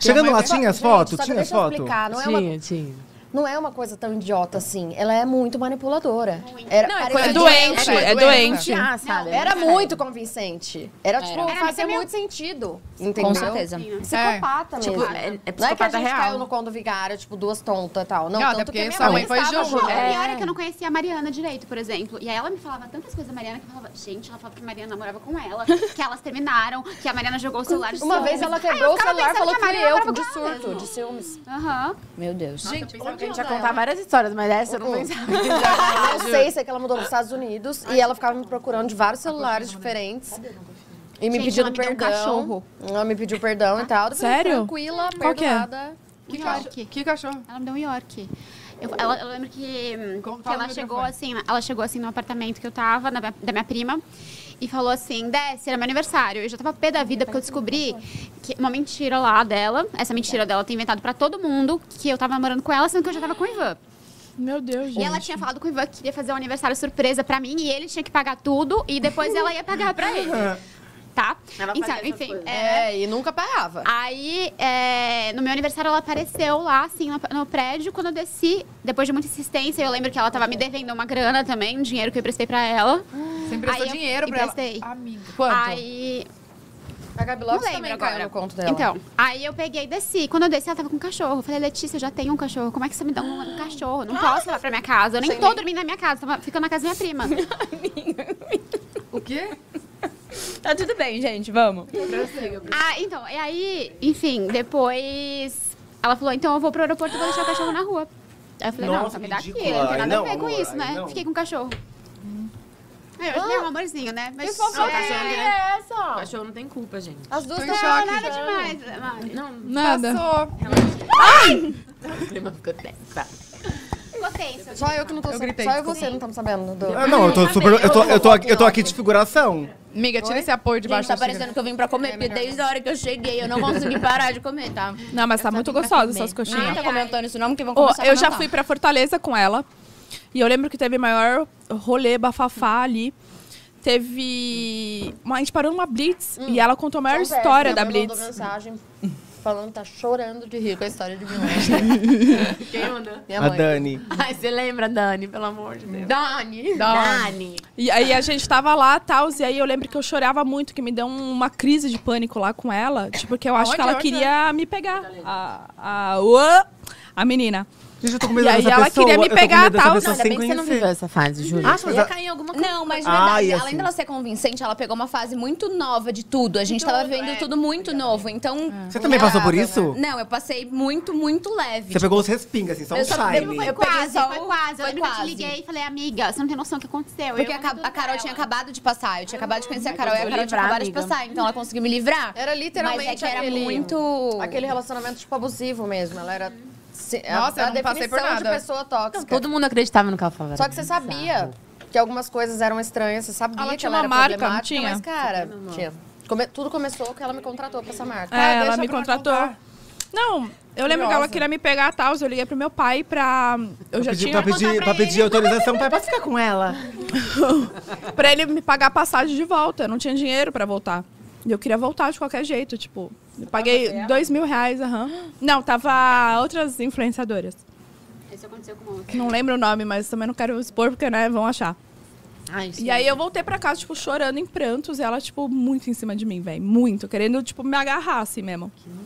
Speaker 6: Chegando lá tinha as
Speaker 5: gente,
Speaker 6: fotos?
Speaker 5: só que
Speaker 6: Tinha as
Speaker 5: deixa eu
Speaker 6: fotos?
Speaker 5: explicar, não é, uma,
Speaker 4: Tinha, tinha.
Speaker 5: não é uma coisa tão idiota assim. Ela é muito manipuladora. Era,
Speaker 4: Não, é
Speaker 5: parecia
Speaker 2: É
Speaker 4: coisa
Speaker 2: doente,
Speaker 1: né?
Speaker 2: é doente.
Speaker 4: Tinha, Ah, sabe?
Speaker 5: Era muito convincente. Era, tipo,
Speaker 7: Era, mas
Speaker 5: fazia
Speaker 7: é meio-
Speaker 5: muito sentido. Entendeu?
Speaker 3: Com certeza.
Speaker 7: né?
Speaker 5: Psicopata mesmo.
Speaker 4: Tipo, é, é
Speaker 5: Não é que a
Speaker 4: psicopata
Speaker 5: gente
Speaker 4: real.
Speaker 5: caiu no conto vigário, tipo, duas tontas e tal. Não,
Speaker 1: Não, até
Speaker 5: tanto
Speaker 1: porque
Speaker 5: que minha
Speaker 1: sua mãe foi
Speaker 5: estava
Speaker 1: junto.
Speaker 5: junto.
Speaker 7: O pior é que eu não conhecia a Mariana direito, por exemplo. E aí ela me falava tantas coisas da Mariana que eu falava, gente, ela falava que a Mariana namorava com ela, que elas terminaram, que a Mariana jogou o celular de
Speaker 5: Uma
Speaker 7: ciúmes.
Speaker 5: vez ela
Speaker 7: Aí eu
Speaker 5: quebrou o
Speaker 7: ficava
Speaker 5: celular e
Speaker 7: pensando
Speaker 5: falou que
Speaker 7: a
Speaker 5: fui
Speaker 7: Mariana
Speaker 5: eu, de
Speaker 7: namorava com ela
Speaker 5: surto, de ciúmes.
Speaker 7: mesmo. Aham.
Speaker 3: Meu Deus.
Speaker 4: Gente, eu pensava que a gente ia contar várias histórias, mas essa eu não pensava.
Speaker 5: Eu não sei, sei que ela mudou para os Estados Unidos e ela ficava me procurando de vários celulares diferentes. E me
Speaker 7: Gente,
Speaker 5: pedindo
Speaker 7: ela me deu um
Speaker 5: perdão.
Speaker 7: cachorro.
Speaker 5: Ela me pediu perdão e tal. Depois eu
Speaker 2: Sério?
Speaker 5: Tranquila,
Speaker 2: Qual que é?
Speaker 5: perdoada.
Speaker 7: Um
Speaker 1: Que
Speaker 7: York.
Speaker 1: cachorro? Que cachorro?
Speaker 7: Ela me deu um York. Eu, ela, eu lembro que, hum,
Speaker 1: Como
Speaker 7: que
Speaker 1: fala
Speaker 7: ela
Speaker 1: no
Speaker 7: chegou
Speaker 1: microfone.
Speaker 7: assim, ela chegou assim no apartamento que eu tava, na minha- da minha prima, e falou assim: desce, era meu aniversário. Eu já tava pé da vida, porque eu descobri que uma mentira lá dela, essa mentira dela tem inventado pra todo mundo, que eu tava namorando com ela, sendo que eu já tava com o Ivan.
Speaker 2: Meu Deus, gente.
Speaker 7: E ela tinha falado com o Ivan que queria fazer um aniversário surpresa pra mim e ele tinha que pagar tudo e depois ela ia pagar pra ele. Tá?
Speaker 8: Ela fazia
Speaker 7: então,
Speaker 8: essas
Speaker 7: enfim.
Speaker 8: coisas.
Speaker 7: é,
Speaker 5: É, e nunca parava.
Speaker 7: Aí, é, no meu aniversário, ela apareceu lá, assim, no, no prédio. Quando eu desci, depois de muita insistência, eu lembro que ela tava me devendo uma grana também, um dinheiro que eu emprestei pra ela.
Speaker 1: Você emprestou
Speaker 7: Aí eu
Speaker 1: dinheiro pra
Speaker 7: emprestei.
Speaker 1: ela. Amiga, quanto?
Speaker 7: Aí.
Speaker 5: A Gabi
Speaker 7: Não
Speaker 5: Lopes
Speaker 7: lembro
Speaker 5: também
Speaker 7: agora.
Speaker 5: caiu no conto dela.
Speaker 7: Então, aí eu peguei e desci. Quando eu desci, ela tava com um cachorro. Eu falei, Letícia, eu já tenho um cachorro. Como é que você me dá um, um cachorro? Eu Não posso levar pra minha casa. Eu nem tô dormindo na minha casa, tava ficando na casa da minha prima.
Speaker 1: O quê?
Speaker 9: Tá tudo bem, gente, vamos.
Speaker 7: Ah, então, e aí, enfim, depois ela falou, então eu vou pro aeroporto e vou deixar o cachorro na rua. Aí eu falei, não,
Speaker 6: Nossa,
Speaker 7: só me dá aqui,
Speaker 6: ridícula.
Speaker 7: não tem
Speaker 6: Ai,
Speaker 7: nada
Speaker 6: não,
Speaker 7: a ver com
Speaker 6: amor,
Speaker 7: isso,
Speaker 6: ai,
Speaker 7: né?
Speaker 6: não.
Speaker 7: Fiquei com o cachorro. Aí eu achei um amorzinho, né? Mas
Speaker 4: Não, o cachorro,
Speaker 7: é,
Speaker 4: né? O cachorro não tem culpa, gente.
Speaker 5: As duas
Speaker 1: Tô em
Speaker 5: estão
Speaker 1: choque.
Speaker 7: nada demais, Mari.
Speaker 4: Não,
Speaker 2: Nada.
Speaker 1: Passou.
Speaker 4: o clima ficou tensa.
Speaker 7: Ficou tenso.
Speaker 5: Só eu que não tô
Speaker 1: Eu gritei,
Speaker 5: Só eu e você não estamos sabendo. Do...
Speaker 6: Ah, não, eu tô super. Eu tô, eu, tô aqui, eu tô aqui de figuração.
Speaker 1: Amiga, tira esse apoio de
Speaker 9: Gente,
Speaker 1: baixo
Speaker 9: tá
Speaker 1: da xícara.
Speaker 9: parecendo que eu vim pra comer, porque desde a hora que eu cheguei eu não consegui parar de comer, tá?
Speaker 2: Não, mas tá muito gostosa essas
Speaker 9: Ninguém
Speaker 2: coxinhas.
Speaker 9: tá comentando isso não, porque vão
Speaker 2: Ô,
Speaker 9: começar a
Speaker 2: eu já
Speaker 9: comentar.
Speaker 2: fui pra Fortaleza com ela. E eu lembro que teve maior rolê bafafá ali. Teve. uma- A gente parou numa Blitz e ela contou a maior
Speaker 5: Confesso,
Speaker 2: história da
Speaker 5: Então, minha mãe mandou
Speaker 2: Blitz.
Speaker 5: mensagem falando que tá chorando de rir com a história de Milão.
Speaker 4: Quem mandou?
Speaker 5: Minha
Speaker 6: A
Speaker 5: mãe.
Speaker 6: Dani.
Speaker 4: Ai, você lembra, Dani, pelo amor de Deus.
Speaker 5: Dani.
Speaker 4: Dani.
Speaker 2: E aí a gente tava lá e tal, e aí eu lembro que eu chorava muito, que me deu um, uma crise de pânico lá com ela. Tipo, que eu acho que ela queria me pegar. A, a, uã, a menina.
Speaker 6: Gente, eu tô com
Speaker 2: E
Speaker 6: medo
Speaker 2: aí
Speaker 6: dessa
Speaker 2: ela
Speaker 6: pessoa.
Speaker 2: queria me
Speaker 6: eu tô com
Speaker 2: pegar,
Speaker 6: medo dessa
Speaker 2: tal.
Speaker 6: pessoa
Speaker 4: Ainda
Speaker 6: sem
Speaker 4: bem que você não viveu
Speaker 6: conhecer.
Speaker 4: essa fase, Júlia.
Speaker 6: Acho
Speaker 9: Ia cair em alguma coisa. Não, mas de verdade,
Speaker 6: Ai, assim.
Speaker 9: além dela ser convincente, ela pegou uma fase muito nova de tudo. A gente tava vendo tudo muito novo. Então.
Speaker 6: Você também passou por isso?
Speaker 9: Não, eu passei muito, muito leve.
Speaker 6: Você pegou os respingas, assim, só um
Speaker 9: Eu só-
Speaker 6: shine.
Speaker 9: eu-
Speaker 7: Foi
Speaker 9: eu- peguei
Speaker 7: quase,
Speaker 9: só
Speaker 7: foi
Speaker 9: o-
Speaker 7: quase. Eu
Speaker 9: foi
Speaker 7: lembro que eu te
Speaker 9: quase.
Speaker 7: liguei e falei, amiga, você não tem noção do que aconteceu.
Speaker 9: Porque
Speaker 7: eu
Speaker 9: a, Ca- a Carol tinha acabado de passar. Eu tinha acabado de conhecer a Carol e
Speaker 4: eu
Speaker 9: a
Speaker 4: vou
Speaker 9: Carol tinha
Speaker 4: livrar,
Speaker 9: acabado de
Speaker 4: amiga.
Speaker 9: passar. Então ela conseguiu me livrar.
Speaker 5: Era literalmente
Speaker 9: Mas é que era
Speaker 5: aquele-
Speaker 9: muito.
Speaker 5: Aquele relacionamento, tipo, abusivo mesmo. Ela era... se- a-
Speaker 1: Nossa, eu
Speaker 5: a
Speaker 1: não passei por
Speaker 5: definição
Speaker 1: nada.
Speaker 5: de pessoa tóxica.
Speaker 4: Todo mundo acreditava no que ela falava.
Speaker 5: Só que você sabia que algumas coisas eram estranhas. Você sabia
Speaker 2: Ela
Speaker 5: que
Speaker 2: tinha
Speaker 5: ela
Speaker 2: uma
Speaker 5: era
Speaker 2: marca, não
Speaker 5: problemática,
Speaker 2: tinha?
Speaker 5: mas, cara... Tinha. Come- Tudo começou que ela me contratou Ah, pra essa marca.
Speaker 2: É,
Speaker 1: deixa
Speaker 2: ela me
Speaker 1: pra ela
Speaker 2: contratou.
Speaker 1: contar.
Speaker 2: Não, eu lembro que ela queria me pegar tal, eu liguei pro meu pai pra. Eu já
Speaker 6: Pedi-
Speaker 2: tinha.
Speaker 6: pra pedir, pra pedir autorização, pai, posso ficar com ela?
Speaker 2: pra ele me pagar a passagem de volta. Eu não tinha dinheiro pra voltar. E eu queria voltar de qualquer jeito, tipo. Eu paguei dois mil reais, aham. Não, tava outras influenciadoras.
Speaker 7: Isso aconteceu com uma outra.
Speaker 2: Não lembro o nome, mas também não quero expor, porque, né, vão achar.
Speaker 7: Ah,
Speaker 4: Ai, sim.
Speaker 2: E aí eu voltei pra casa, tipo, chorando em prantos. E ela, tipo, muito em cima de mim, velho. Muito. Querendo, tipo, me agarrar assim mesmo.
Speaker 7: né?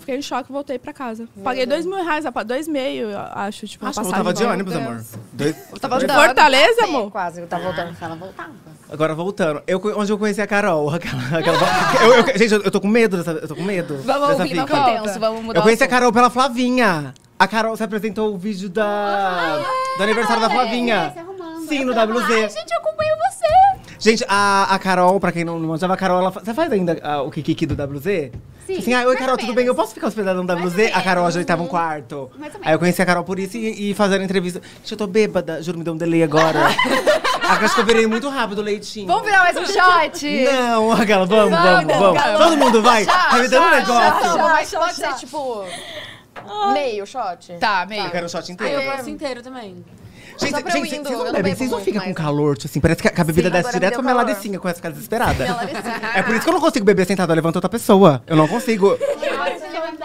Speaker 2: Fiquei em choque e voltei pra casa. Paguei dois mil reais, rapaz. Dois e meio, eu acho, tipo, uma
Speaker 6: Acho que eu
Speaker 2: passagem.
Speaker 6: voltava de
Speaker 2: volta.
Speaker 6: ônibus, amor. Dois-
Speaker 2: De Fortaleza, amor?
Speaker 5: Quase, eu tava voltando.
Speaker 4: Ela voltava.
Speaker 6: Agora voltando, eu, co- onde eu conheci a Carol? Aquela, aquela- eu- eu- gente, eu, eu tô com medo dessa. Eu tô com medo.
Speaker 9: Vamos,
Speaker 6: dessa
Speaker 9: o clima
Speaker 6: fica.
Speaker 9: ficou tenso, vamos mudar
Speaker 6: Eu
Speaker 9: o
Speaker 6: conheci a
Speaker 9: assunto.
Speaker 6: Carol pela Flavinha. A Carol se apresentou o vídeo da. do aniversário da Flavinha.
Speaker 7: Ah, é, se arrumando. né?
Speaker 6: Sim, no
Speaker 7: Ai,
Speaker 6: WZ.
Speaker 7: gente, eu acompanho você.
Speaker 6: Gente, a, a Carol, pra quem não não manjava, a Carol, ela. fa- Você faz ainda ah, o Kiki do WZ?
Speaker 7: Sim,
Speaker 6: Assim, ah, oi,
Speaker 7: mais
Speaker 6: Carol,
Speaker 7: ou
Speaker 6: tudo
Speaker 7: menos.
Speaker 6: bem? Eu posso ficar hospedada no
Speaker 7: ou
Speaker 6: WZ? A Carol
Speaker 7: menos. né?
Speaker 6: ajeitava um quarto.
Speaker 7: Mais ou
Speaker 6: Aí eu
Speaker 7: menos.
Speaker 6: conheci a Carol por isso e, e fazendo entrevista. Gente, eu tô bêbada. Juro, me deu um delay agora. Acho que eu virei muito rápido o leitinho.
Speaker 1: Vamos virar mais um shot?
Speaker 6: Não, aquela, vamos, vamos,
Speaker 1: Vamos,
Speaker 6: vamos.
Speaker 1: Carol.
Speaker 6: Todo mundo vai. Tá me dando um negócio.
Speaker 5: Não, mas pode ser, tipo... Meio É. shot?
Speaker 1: Tá, meio.
Speaker 6: Eu quero o shot
Speaker 4: Eu
Speaker 6: inteiro.
Speaker 4: posso inteiro também.
Speaker 5: Só
Speaker 6: Gente,
Speaker 5: pra eu
Speaker 6: gente,
Speaker 5: indo,
Speaker 6: vocês
Speaker 5: eu
Speaker 6: não
Speaker 5: não
Speaker 6: bebem,
Speaker 5: bebo
Speaker 6: vocês não
Speaker 5: muito
Speaker 6: ficam com
Speaker 5: mais.
Speaker 6: calor, tipo assim, parece que a bebida
Speaker 5: Sim,
Speaker 6: desce
Speaker 5: agora me
Speaker 6: direto
Speaker 5: deu
Speaker 6: pra minha
Speaker 5: calor.
Speaker 6: laricinha, com essa cara desesperada. É por isso que eu não consigo beber sentada, levanta outra pessoa. Eu não consigo.
Speaker 5: tá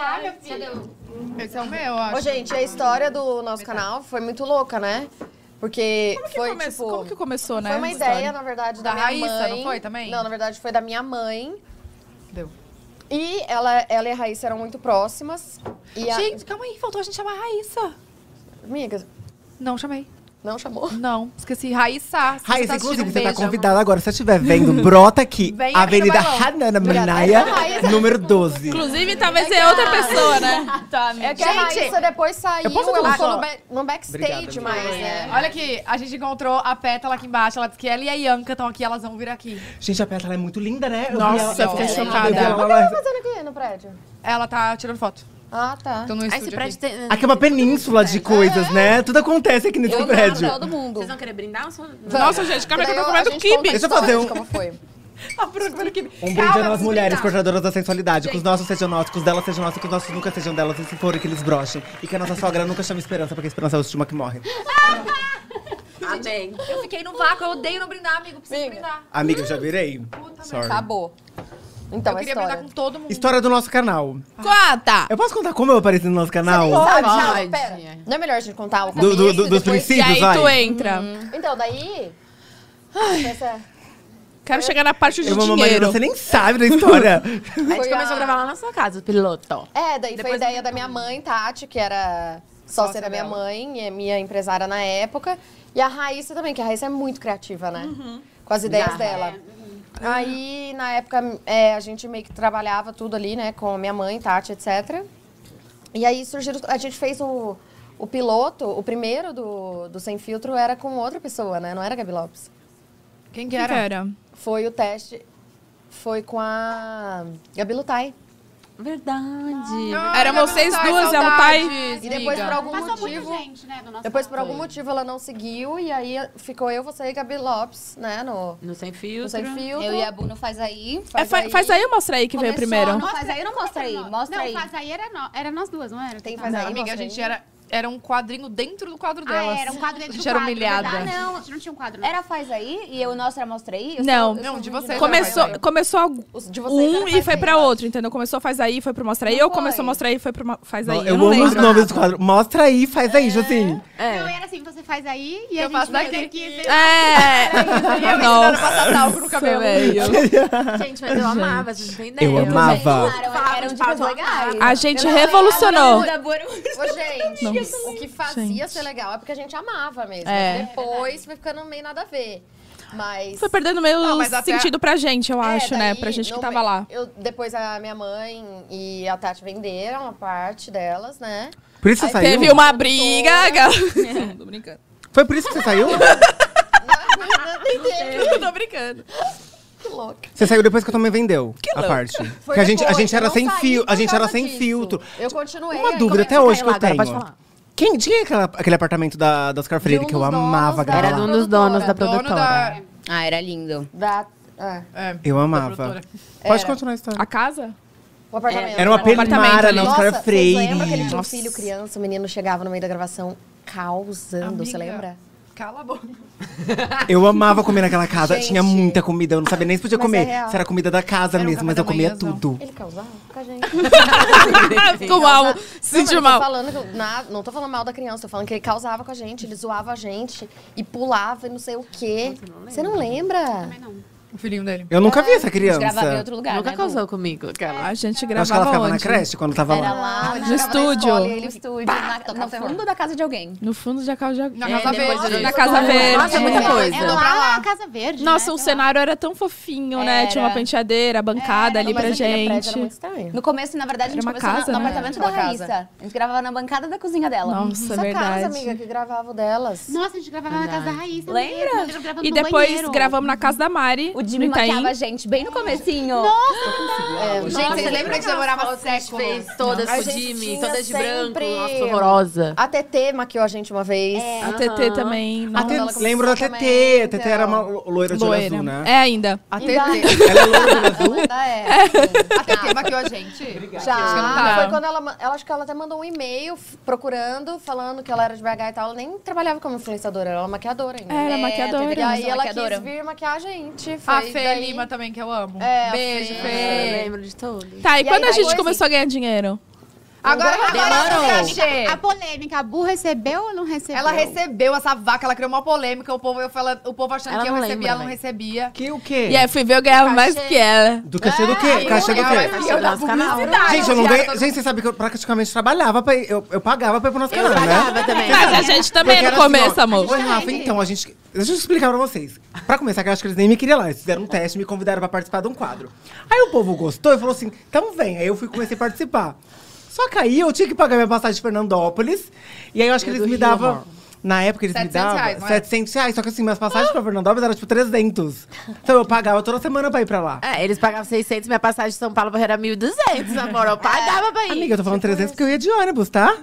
Speaker 1: Esse é o meu, eu acho.
Speaker 5: Ô, gente, a história do nosso canal foi muito louca, né? Porque
Speaker 2: Como que,
Speaker 5: foi,
Speaker 2: come-
Speaker 5: tipo...
Speaker 2: como que começou, né?
Speaker 5: Foi uma
Speaker 2: a
Speaker 5: ideia,
Speaker 2: história?
Speaker 5: na verdade, da,
Speaker 1: Da
Speaker 5: minha
Speaker 1: Raíssa,
Speaker 5: mãe.
Speaker 1: não foi também?
Speaker 5: Não, na verdade, foi da minha mãe.
Speaker 1: Deu.
Speaker 5: E ela, ela e a Raíssa eram muito próximas. E a...
Speaker 1: Gente, calma aí, faltou a gente chamar a Raíssa.
Speaker 5: Amiga,
Speaker 1: Não, chamei.
Speaker 5: não chamou?
Speaker 1: Não, esqueci. Raíssa. se
Speaker 6: Raíssa,
Speaker 1: tá assistindo,
Speaker 6: inclusive,
Speaker 1: um
Speaker 6: você tá
Speaker 1: beijo.
Speaker 6: convidada agora. Se você estiver vendo, brota aqui.
Speaker 1: Vem aqui no
Speaker 6: Avenida
Speaker 1: Bailão.
Speaker 6: Hanana Manaya, número 12.
Speaker 2: Inclusive, talvez é outra pessoa, né? tá,
Speaker 5: É
Speaker 2: amiga.
Speaker 5: que a
Speaker 1: Gente,
Speaker 5: Raíssa depois saiu,
Speaker 6: posso
Speaker 5: ela
Speaker 6: falar
Speaker 5: ficou
Speaker 6: só?
Speaker 5: no, ba- no backstage
Speaker 6: Obrigado, amiga.
Speaker 5: mais, né?
Speaker 1: Olha aqui, a gente encontrou a Pétala aqui embaixo. Ela disse que ela e a Ianca estão aqui, elas vão vir aqui.
Speaker 6: Gente, a Petra ela é muito linda, né? vi
Speaker 2: Nossa, eu
Speaker 6: ela-
Speaker 2: fiquei
Speaker 6: vi
Speaker 2: chocada.
Speaker 6: ela
Speaker 5: O que
Speaker 6: lá-
Speaker 5: ela tá fazendo aqui no prédio?
Speaker 1: Ela tá tirando foto.
Speaker 5: Ah, tá.
Speaker 1: Tô no
Speaker 4: Aí esse
Speaker 1: estúdio
Speaker 4: prédio
Speaker 1: aqui.
Speaker 4: tem...
Speaker 6: Aqui é uma península de coisas, né? Tudo acontece aqui nesse
Speaker 9: Eu
Speaker 6: prédio.
Speaker 9: todo mundo.
Speaker 4: Vocês vão querer brindar ou só...
Speaker 8: tá
Speaker 2: Nossa, gente, calma aí que eu tô
Speaker 5: Daí a
Speaker 2: comendo
Speaker 5: gente
Speaker 2: kibe.
Speaker 5: conta a
Speaker 6: Deixa eu fazer
Speaker 5: história de
Speaker 6: um-
Speaker 5: Como foi.
Speaker 1: A Bruna que...
Speaker 6: Um brinde a nós mulheres, portadoras da sensualidade. Que os nossos sejam nossos, que os delas sejam nossos, que os nossos nunca sejam delas. E se forem, que eles brochem. E que a nossa sogra nunca chame esperança, porque a esperança é a última que morre.
Speaker 4: Amém.
Speaker 1: Eu fiquei no vácuo, eu odeio não brindar, amigo. Preciso
Speaker 5: Amiga.
Speaker 1: brindar.
Speaker 6: Amiga, eu já virei. Sorry.
Speaker 5: Tá
Speaker 9: Acabou.
Speaker 5: Então,
Speaker 1: eu
Speaker 5: a
Speaker 1: queria
Speaker 5: história.
Speaker 1: brindar com todo mundo.
Speaker 6: História do nosso canal.
Speaker 9: Conta!
Speaker 6: Eu posso contar como eu apareci no nosso canal?
Speaker 5: Pode,
Speaker 4: Pode.
Speaker 5: não, pera. Não é melhor a gente contar o
Speaker 6: Do-
Speaker 5: começo,
Speaker 6: do- do- dos
Speaker 5: depois-
Speaker 2: E
Speaker 6: princípios,
Speaker 2: aí
Speaker 6: vai.
Speaker 2: tu entra.
Speaker 1: Hum.
Speaker 5: Então, daí... Essa-
Speaker 2: Quero chegar na parte de
Speaker 6: Eu, mamãe,
Speaker 2: dinheiro.
Speaker 6: você nem sabe da história.
Speaker 4: A gente
Speaker 5: Foi
Speaker 4: começou
Speaker 5: a-
Speaker 4: a gravar lá na sua casa, o piloto.
Speaker 5: É, daí foi
Speaker 4: Depois
Speaker 5: ideia da minha mãe, Tati, que era sócia, da minha mãe, e minha empresária na época. E a Raíssa também, que a Raíssa é muito criativa, né?
Speaker 4: Uhum.
Speaker 5: Com as
Speaker 4: Ah,
Speaker 5: ideias dela.
Speaker 4: é.
Speaker 5: Aí, na época, é, a gente meio que trabalhava tudo ali, né? Com a minha mãe, Tati, etc. E aí surgiram. A gente fez o, o piloto, o primeiro do, do Sem Filtro era com outra pessoa, né? Não era a Gabi Lopes.
Speaker 1: Quem
Speaker 2: Que era?
Speaker 5: Foi o teste. Foi com a Gabi Lutai.
Speaker 4: Verdade.
Speaker 2: Eram vocês duas, ela tá aí.
Speaker 5: E depois, por algum
Speaker 7: Passou
Speaker 5: motivo.
Speaker 7: muita gente, né, do nosso
Speaker 5: Depois, por
Speaker 7: lado.
Speaker 5: algum motivo, ela não seguiu e aí ficou eu, você e Gabi Lopes, né? No,
Speaker 4: No sem
Speaker 5: no
Speaker 4: filtro.
Speaker 5: Sem Filtro.
Speaker 9: Eu e a Bruno faz aí.
Speaker 2: É, fa- faz aí, mostra aí que veio
Speaker 9: Começou,
Speaker 2: primeiro.
Speaker 9: Não, faz aí, não mostra aí, mostra
Speaker 7: não,
Speaker 9: aí.
Speaker 7: faz aí era, nó- era nós duas, não era?
Speaker 5: Tem
Speaker 7: Tá.
Speaker 5: faz aí,
Speaker 1: Amiga, a
Speaker 5: mostra
Speaker 1: gente
Speaker 5: aí.
Speaker 1: era, era um quadrinho dentro do quadro
Speaker 7: Ah,
Speaker 1: delas.
Speaker 7: era um quadro
Speaker 1: A
Speaker 7: dentro do
Speaker 1: gente era
Speaker 7: quadro,
Speaker 1: humilhada.
Speaker 7: verdade. não. A gente não tinha um quadro. né?
Speaker 9: Era faz aí e eu nossa mostra aí? Eu
Speaker 2: Não.
Speaker 1: Não, de vocês.
Speaker 2: Começou,
Speaker 1: era
Speaker 2: começou a-
Speaker 5: Os de vocês
Speaker 2: um
Speaker 5: era
Speaker 2: e foi
Speaker 5: fazenda.
Speaker 2: pra outro, entendeu? Começou faz aí, foi pro mostra aí.
Speaker 5: Não
Speaker 2: Ou começou
Speaker 5: foi.
Speaker 2: mostra aí, foi pro mo- faz aí.
Speaker 6: eu
Speaker 2: Eu, não
Speaker 6: amo os
Speaker 2: lembro.
Speaker 6: nomes do quadro. Mostra aí, faz aí, Josim.
Speaker 4: É.
Speaker 7: Não, era assim, você faz aí e
Speaker 1: Eu
Speaker 7: a gente
Speaker 1: faço
Speaker 7: faz
Speaker 1: daqui.
Speaker 7: aqui.
Speaker 2: É. Nossa.
Speaker 1: no cabelo.
Speaker 2: velho.
Speaker 4: Gente, mas eu amava, vocês não têm ideia.
Speaker 6: Eu amava.
Speaker 9: Claro, eram dicas legais.
Speaker 2: A gente
Speaker 5: Eu não
Speaker 2: revolucionou.
Speaker 5: Ô, gente,
Speaker 2: Não.
Speaker 5: o que fazia ser legal é porque a gente amava mesmo.
Speaker 2: É.
Speaker 5: Depois foi ficando meio nada a ver. Mas.
Speaker 2: Foi perdendo meio
Speaker 1: Não, mas até-
Speaker 2: sentido pra gente, eu
Speaker 5: É,
Speaker 2: acho, né?
Speaker 5: daí,
Speaker 2: Pra gente que
Speaker 5: no
Speaker 2: tava
Speaker 5: meio-
Speaker 2: lá.
Speaker 5: Eu, depois a minha mãe e a Tati venderam a parte delas, né?
Speaker 6: Por isso você saiu?
Speaker 2: Teve uma briga. gal- Tô brincando.
Speaker 6: Foi por isso que você saiu?
Speaker 2: Tô brincando.
Speaker 5: que louca.
Speaker 6: Você saiu depois que eu também vendeu a
Speaker 2: louco.
Speaker 6: parte.
Speaker 5: Foi
Speaker 6: Porque a gente, a
Speaker 5: depois,
Speaker 6: gente
Speaker 5: eu
Speaker 6: era
Speaker 5: não
Speaker 6: sem
Speaker 5: saí
Speaker 6: fio, a
Speaker 5: por
Speaker 6: gente era
Speaker 5: causa
Speaker 6: sem
Speaker 5: disso.
Speaker 6: filtro.
Speaker 5: Eu continuei.
Speaker 6: Uma
Speaker 5: aí,
Speaker 6: dúvida
Speaker 5: como
Speaker 6: até
Speaker 5: é
Speaker 6: hoje que
Speaker 4: Vai
Speaker 6: eu
Speaker 4: lá, agora pode
Speaker 6: tenho.
Speaker 4: falar.
Speaker 6: Quem tinha aquela- aquele apartamento da, da Oscar Freire
Speaker 5: um
Speaker 6: que eu
Speaker 5: dos donos
Speaker 6: amava,
Speaker 5: da-
Speaker 6: galera?
Speaker 4: Era de um dos donos da
Speaker 1: Dono
Speaker 4: produtora.
Speaker 1: da...
Speaker 9: Ah, era lindo.
Speaker 5: Da, ah,
Speaker 1: É,
Speaker 6: Eu
Speaker 1: Da
Speaker 6: amava.
Speaker 1: produtora.
Speaker 6: Pode
Speaker 5: Era.
Speaker 6: continuar a história.
Speaker 2: A casa?
Speaker 5: o apartamento.
Speaker 6: É, Era uma
Speaker 5: né?
Speaker 2: apartamento
Speaker 6: pelimara
Speaker 2: ali.
Speaker 6: na
Speaker 5: Nossa,
Speaker 6: Oscar Freire.
Speaker 5: Vocês lembram que ele tinha um
Speaker 2: Nossa.
Speaker 5: filho criança, o menino chegava no meio da gravação causando, você
Speaker 1: Amiga.
Speaker 5: lembra?
Speaker 1: Cala a boca.
Speaker 6: Eu amava comer naquela casa.
Speaker 5: Gente.
Speaker 6: Tinha muita comida. Eu não sabia nem se podia
Speaker 5: Mas é
Speaker 6: comer.
Speaker 5: real.
Speaker 6: se era comida da casa
Speaker 1: Era um
Speaker 6: mesmo, mas
Speaker 1: café
Speaker 6: eu
Speaker 1: da
Speaker 6: comia
Speaker 1: manhãzão.
Speaker 6: tudo.
Speaker 5: Ele causava com a gente.
Speaker 2: Ficou mal.
Speaker 5: Não, mas
Speaker 2: Sentiu
Speaker 5: Não, tô
Speaker 2: mal.
Speaker 5: falando, que- na- não tô falando mal da criança, tô falando que ele causava com a gente, ele zoava a gente e pulava e não sei o quê. Você não lembra?
Speaker 7: Mas não.
Speaker 1: O filhinho dele.
Speaker 6: Eu nunca vi essa
Speaker 9: A gente gravava em
Speaker 6: criança.
Speaker 9: outro lugar,
Speaker 4: Nunca
Speaker 9: né,
Speaker 4: causou comigo, aquela.
Speaker 2: A gente
Speaker 6: Eu acho que ela
Speaker 2: gravava
Speaker 6: ficava na
Speaker 2: onde?
Speaker 6: creche quando eu tava
Speaker 9: Era
Speaker 6: lá.
Speaker 9: lá
Speaker 5: ele
Speaker 2: de
Speaker 9: no
Speaker 5: chegava Ah, na
Speaker 2: estúdio.
Speaker 5: escola e ele-
Speaker 9: estúdio, na, no fundo da casa de alguém.
Speaker 2: No fundo da casa de...
Speaker 1: Na Casa
Speaker 4: depois
Speaker 1: Verde.
Speaker 4: disso.
Speaker 2: Na Casa Verde.
Speaker 4: Nossa, muita coisa.
Speaker 7: É lá, a Casa Verde.
Speaker 2: Nossa,
Speaker 7: né?
Speaker 2: o
Speaker 7: Sei lá.
Speaker 2: cenário era tão fofinho, né? Tinha uma
Speaker 9: Era.
Speaker 2: penteadeira, bancada ali
Speaker 5: Não, mas
Speaker 2: pra
Speaker 5: aquele prédio
Speaker 2: gente.
Speaker 5: era muito estranho.
Speaker 9: No começo, na verdade, a
Speaker 2: Era
Speaker 9: gente
Speaker 2: uma
Speaker 9: começou
Speaker 2: casa, né?
Speaker 9: no, no apartamento
Speaker 5: Era
Speaker 9: da
Speaker 5: uma
Speaker 9: Raíssa.
Speaker 5: casa.
Speaker 9: A gente gravava na bancada da cozinha dela.
Speaker 2: Nossa,
Speaker 5: Essa casa,
Speaker 2: verdade.
Speaker 5: amiga, que gravava o delas.
Speaker 7: Nossa, a gente gravava na casa da Raíssa.
Speaker 9: Lembra?
Speaker 7: mesmo, eu lembro gravando
Speaker 2: E
Speaker 7: no
Speaker 2: depois
Speaker 7: banheiro.
Speaker 2: gravamos na casa da Mari.
Speaker 9: O Jimmy
Speaker 2: no Itaim.
Speaker 9: maquiava a gente bem no comecinho.
Speaker 5: É,
Speaker 4: Nossa,
Speaker 1: Você lembra que você morava
Speaker 4: Sete
Speaker 1: século?
Speaker 4: fez todas
Speaker 5: A
Speaker 4: com o
Speaker 5: gente
Speaker 4: Jimmy,
Speaker 5: tinha
Speaker 4: todas de branco.
Speaker 5: sempre-
Speaker 4: Nossa, horrorosa.
Speaker 5: A TT maquiou a gente uma vez.
Speaker 2: A TT também.
Speaker 6: A
Speaker 2: não-
Speaker 6: Tetê-
Speaker 5: ela começou
Speaker 6: Lembro da
Speaker 5: também,
Speaker 6: TT. A TT era uma
Speaker 5: então.
Speaker 6: loira de olho
Speaker 2: Loira.
Speaker 6: azul, né?
Speaker 2: É ainda.
Speaker 1: A
Speaker 5: E da-
Speaker 1: TT.
Speaker 6: Ela é loira de olho azul?
Speaker 5: Ela ainda é.
Speaker 1: Ah, A TT maquiou a gente.
Speaker 5: Já.
Speaker 2: tá.
Speaker 5: Foi quando ela, ma- ela. Acho que ela até mandou um e-mail f- procurando, falando que ela era de BH e tal. Ela nem trabalhava como influenciadora, ela era maquiadora
Speaker 1: É,
Speaker 5: ainda.
Speaker 2: Era
Speaker 9: É, teve
Speaker 2: maquiadora.
Speaker 5: E aí ela
Speaker 9: maquiadora.
Speaker 5: quis vir maquiar a gente. Foi
Speaker 1: A Fê
Speaker 5: daí-
Speaker 1: Lima também, que eu amo.
Speaker 5: É, a
Speaker 1: Beijo,
Speaker 5: Fê.
Speaker 4: Eu
Speaker 1: Fê.
Speaker 4: lembro de todos.
Speaker 2: Tá, e,
Speaker 5: E
Speaker 2: quando
Speaker 5: aí
Speaker 2: a gente
Speaker 5: depois-
Speaker 2: começou a ganhar dinheiro?
Speaker 1: Agora, agora você acha-
Speaker 7: A polêmica, a Bu recebeu ou não recebeu?
Speaker 1: Ela recebeu essa vaca, ela criou uma polêmica. O povo, eu falo, o povo achando
Speaker 4: Ela
Speaker 1: que eu
Speaker 4: não
Speaker 1: recebia,
Speaker 4: lembra,
Speaker 1: ela não
Speaker 4: velho.
Speaker 1: recebia.
Speaker 6: Que o quê?
Speaker 2: E aí fui ver, eu ganhava mais que ela.
Speaker 6: Do cachê do quê? Cachê do
Speaker 1: ganhava mais
Speaker 6: quê?
Speaker 1: que É, eu da
Speaker 4: Nosso canal.
Speaker 1: publicidade.
Speaker 6: Gente, eu não
Speaker 1: Thiago,
Speaker 6: ganhei. Gente, você sabe que eu praticamente trabalhava pra ir. Eu, eu pagava pra ir pro nosso canal, né?
Speaker 4: Pagava também.
Speaker 2: Mas a gente também
Speaker 6: Porque
Speaker 2: no
Speaker 6: era assim, ó,
Speaker 2: começo, amor.
Speaker 6: Oi, Rafa, então, a gente. Deixa eu explicar pra vocês. Pra começar, que eu acho que eles nem me queriam lá. Eles fizeram um teste, me convidaram pra participar de um quadro. Aí o povo gostou e falou assim: então vem. Aí eu fui comecei a participar. Só que aí eu tinha que pagar minha passagem de Fernandópolis. E aí eu acho que
Speaker 4: Eu
Speaker 6: eles
Speaker 4: do
Speaker 6: me
Speaker 4: Rio, amor.
Speaker 6: davam. Na época eles me
Speaker 1: 700
Speaker 6: davam
Speaker 1: reais, não era?
Speaker 6: 700 reais. Só que assim, minhas passagens pra Fernandópolis eram tipo 300. Então eu pagava toda semana pra ir pra lá.
Speaker 4: É, eles pagavam 600, minha passagem de São Paulo era 1.200, amor. Eu pagava pra ir.
Speaker 6: Amiga, eu tô falando 300 porque eu ia de ônibus, tá?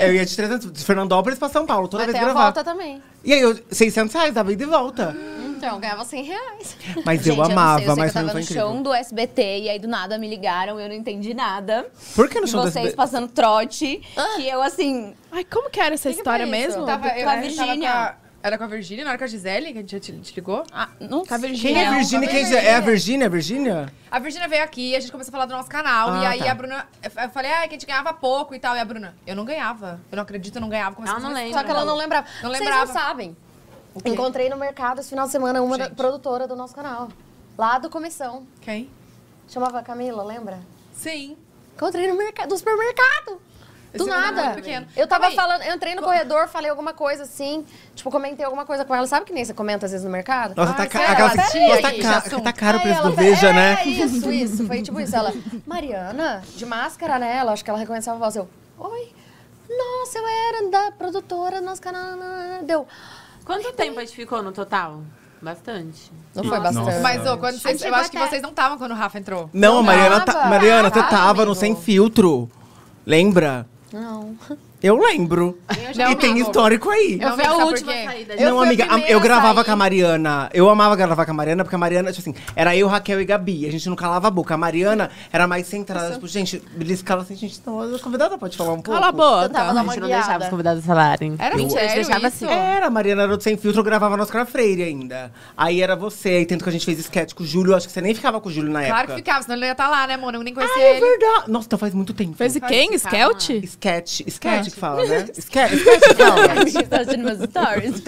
Speaker 6: Eu ia de 300, de Fernandópolis pra São Paulo, toda
Speaker 5: Mas
Speaker 6: vez
Speaker 5: tem a
Speaker 6: gravar.
Speaker 5: volta também.
Speaker 6: E aí, eu, 600 reais, dava ida e volta.
Speaker 5: Então, eu ganhava 100 reais.
Speaker 6: Mas
Speaker 9: Gente,
Speaker 6: eu amava,
Speaker 9: eu não sei, eu sei
Speaker 6: mas foi,
Speaker 9: que eu tava
Speaker 6: foi
Speaker 9: no
Speaker 6: incrível.
Speaker 9: chão do SBT e aí do nada me ligaram, eu não entendi nada.
Speaker 6: Por que no
Speaker 9: E
Speaker 6: show do
Speaker 9: vocês
Speaker 6: SBT?
Speaker 9: passando trote, e eu assim,
Speaker 2: Ai, como que era essa história mesmo?
Speaker 1: Tá
Speaker 9: Tava- eu- a Virgínia.
Speaker 10: Era com a Virgínia, não era com a Gisele que a gente te, te ligou?
Speaker 9: ah, não
Speaker 2: Com a Virgínia.
Speaker 6: Quem é
Speaker 9: Não,
Speaker 6: Virgínia? Quem é- é a Virgínia? É a Virgínia?
Speaker 1: A Virgínia veio aqui, a gente começou a falar do nosso canal.
Speaker 6: Ah,
Speaker 1: e aí
Speaker 6: tá.
Speaker 1: a Bruna. Eu falei, ah, que a gente ganhava pouco e tal. E a Bruna, eu não ganhava. Eu não acredito, eu não ganhava. Começou
Speaker 4: Ela não
Speaker 1: a fazer-
Speaker 4: lembra.
Speaker 5: Só que ela não lembrava.
Speaker 1: Não
Speaker 5: Vocês
Speaker 1: lembrava.
Speaker 5: não sabem. Encontrei no mercado esse final de semana uma da- produtora do nosso canal. Lá do Comissão.
Speaker 1: Quem?
Speaker 5: Chamava Camila, lembra?
Speaker 1: Sim.
Speaker 5: Encontrei no, mercado, no supermercado.
Speaker 1: Esse é
Speaker 5: Do
Speaker 1: um
Speaker 5: nada.
Speaker 1: mercado pequeno.
Speaker 5: Eu tava
Speaker 1: Calma aí.
Speaker 5: falando, eu entrei no corredor, falei alguma coisa assim, tipo, comentei alguma coisa com ela. Sabe que nem você comenta às vezes no mercado?
Speaker 6: Nossa, tá,
Speaker 1: Ai,
Speaker 6: ca...
Speaker 1: sério?
Speaker 6: aquela...
Speaker 1: Ela
Speaker 6: Nossa,
Speaker 1: tinha
Speaker 6: tá,
Speaker 1: esse
Speaker 6: ca-
Speaker 1: assunto.
Speaker 6: tá caro o
Speaker 5: Aí
Speaker 6: preço
Speaker 5: ela
Speaker 6: do
Speaker 5: tá-
Speaker 6: Veja,
Speaker 5: é,
Speaker 6: né?
Speaker 5: Isso, isso. Foi tipo isso. Ela, Mariana, de máscara, né? Ela, acho que ela reconheceu a voz. Eu, oi. Nossa, eu era da produtora do nosso canal. Deu.
Speaker 4: Quanto tempo a gente ficou no total? Bastante.
Speaker 5: Não foi
Speaker 11: Nossa.
Speaker 6: É.
Speaker 5: bastante.
Speaker 1: Mas, ô, quando vocês.
Speaker 7: Aí
Speaker 1: Eu acho que
Speaker 7: chegou até-
Speaker 1: vocês não estavam quando o Rafa entrou.
Speaker 6: Não, a Mariana,
Speaker 5: tava.
Speaker 6: tá- Mariana você
Speaker 5: Tava,
Speaker 6: tava no
Speaker 5: amigo.
Speaker 6: Sem Filtro. Lembra?
Speaker 5: Não.
Speaker 6: Eu lembro.
Speaker 1: já
Speaker 6: e tem
Speaker 1: lembro.
Speaker 6: histórico aí.
Speaker 4: Eu fui
Speaker 1: vou
Speaker 4: a
Speaker 1: saber
Speaker 4: última
Speaker 1: por quê.
Speaker 4: a sair da
Speaker 6: não,
Speaker 5: fui a
Speaker 6: amiga, a-
Speaker 5: primeira
Speaker 6: eu
Speaker 5: a
Speaker 6: gravava
Speaker 5: sair.
Speaker 6: com a Mariana. Eu amava gravar com a Mariana, porque a Mariana, tipo assim, era eu, Raquel e Gabi. A gente não calava a boca. A Mariana era mais centrada, tipo, gente, beliscava assim, gente, não, a convidada pode falar um pouco.
Speaker 2: Cala a boca.
Speaker 5: Eu tava lá
Speaker 4: A
Speaker 5: uma
Speaker 4: gente não deixava os
Speaker 5: guiada.
Speaker 4: convidados falarem.
Speaker 1: Era
Speaker 4: Mentira, a gente
Speaker 1: sério
Speaker 4: deixava
Speaker 1: isso?
Speaker 4: assim.
Speaker 6: Era, a Mariana era do Sem Filtro, eu gravava nós com a Freire ainda. Aí era você, aí tanto que a gente fez esquete com o Júlio. eu Acho que você nem ficava com o Júlio na
Speaker 1: Claro que
Speaker 6: época.
Speaker 1: ficava, senão ele não ia estar lá, né, mano? Eu nem conhecia
Speaker 6: É
Speaker 1: ele.
Speaker 6: verdade. Nossa, então faz né? muito tempo.
Speaker 2: Fez Um quem? Skelt?
Speaker 6: Sketch. Sketch que fala, né? Sketch, sketch que fala.
Speaker 9: Você tá assistindo meus stories?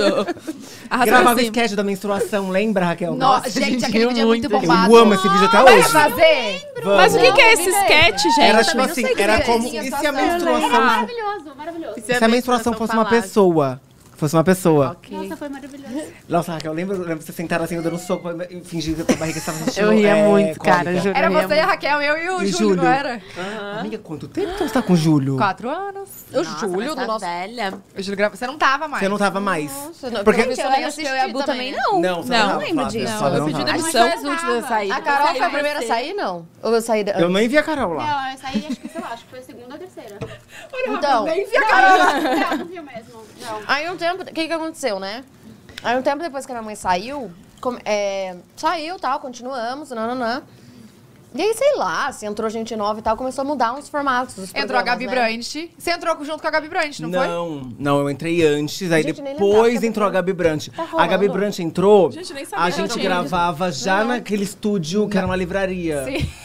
Speaker 2: Arrasou
Speaker 6: Gravava
Speaker 2: assim.
Speaker 6: sketch da menstruação, lembra, Raquel?
Speaker 1: Nossa, gente, aquele vídeo é muito bombado.
Speaker 6: Eu amo esse vídeo até hoje.
Speaker 1: fazer?
Speaker 6: Vamos.
Speaker 2: Mas o que,
Speaker 5: Não,
Speaker 2: que é
Speaker 5: eu
Speaker 2: esse
Speaker 5: vi
Speaker 2: sketch, gente?
Speaker 6: Era tipo
Speaker 5: também não
Speaker 6: assim,
Speaker 5: sei o que
Speaker 6: era
Speaker 5: é
Speaker 6: como.
Speaker 5: essa
Speaker 6: E se a
Speaker 5: situação.
Speaker 6: menstruação.
Speaker 7: Maravilhoso, maravilhoso.
Speaker 6: Se a menstruação fosse uma pessoa. Fosse uma pessoa.
Speaker 7: Nossa, foi maravilhoso.
Speaker 6: Nossa, Raquel, lembra, lembra você sentar assim, eu dando soco e fingir que a tua barriga estava sentindo
Speaker 4: Eu ria
Speaker 6: é,
Speaker 4: muito, cara, eu
Speaker 6: cólica.
Speaker 4: juro.
Speaker 1: Era
Speaker 4: eu ria
Speaker 1: você, a Raquel, eu e o
Speaker 6: E
Speaker 1: Júlio,
Speaker 6: Júlio?
Speaker 1: não era?
Speaker 6: Amiga, quanto tempo que você tá com o Júlio?
Speaker 1: Quatro anos.
Speaker 4: muito. Nossa, mas tá velha.
Speaker 1: O Júlio grava- Você não tava mais.
Speaker 6: Você não tava mais.
Speaker 5: não-
Speaker 6: Porque-
Speaker 5: pelo menos
Speaker 9: Eu
Speaker 5: nem
Speaker 9: acho que eu e a
Speaker 5: assisti
Speaker 9: Bu também
Speaker 5: né?
Speaker 9: não.
Speaker 6: Não, você
Speaker 2: Não,
Speaker 6: tava,
Speaker 9: não lembro
Speaker 6: Flávia,
Speaker 9: disso.
Speaker 6: Flávia
Speaker 2: Eu pedi
Speaker 6: tava.
Speaker 4: A gente
Speaker 2: demissão.
Speaker 4: foi as últimas a sair.
Speaker 5: A Carol foi a primeira a sair, não? Ou eu saí da...
Speaker 6: Eu não envia a Carol lá.
Speaker 7: Não, eu saí, acho que, sei lá, acho que foi a segunda ou terceira.
Speaker 5: Então,
Speaker 7: Não, não viu mesmo. Não.
Speaker 5: aí um tempo... O que que aconteceu, né? Aí um tempo depois que a minha mãe saiu, com- é, saiu, tal, continuamos, nananã. E aí, sei lá, se entrou gente nova e tal, começou a mudar uns formatos dos
Speaker 1: Entrou a
Speaker 5: programas,
Speaker 1: Gabi
Speaker 5: né?
Speaker 1: Brandt. Você entrou junto com a Gabi Brandt, não, foi?
Speaker 6: Não, não, eu entrei antes, aí
Speaker 5: Gente, nem lembrava que
Speaker 6: depois
Speaker 5: ela
Speaker 6: entrou a
Speaker 5: tava-
Speaker 6: Gabi Brandt. a
Speaker 5: rolando.
Speaker 6: Gabi Brandt entrou,
Speaker 2: Gente, nem sabia
Speaker 6: a
Speaker 2: que ela
Speaker 6: gente
Speaker 2: tinha
Speaker 6: gravava já naquele estúdio que era uma livraria. Sim.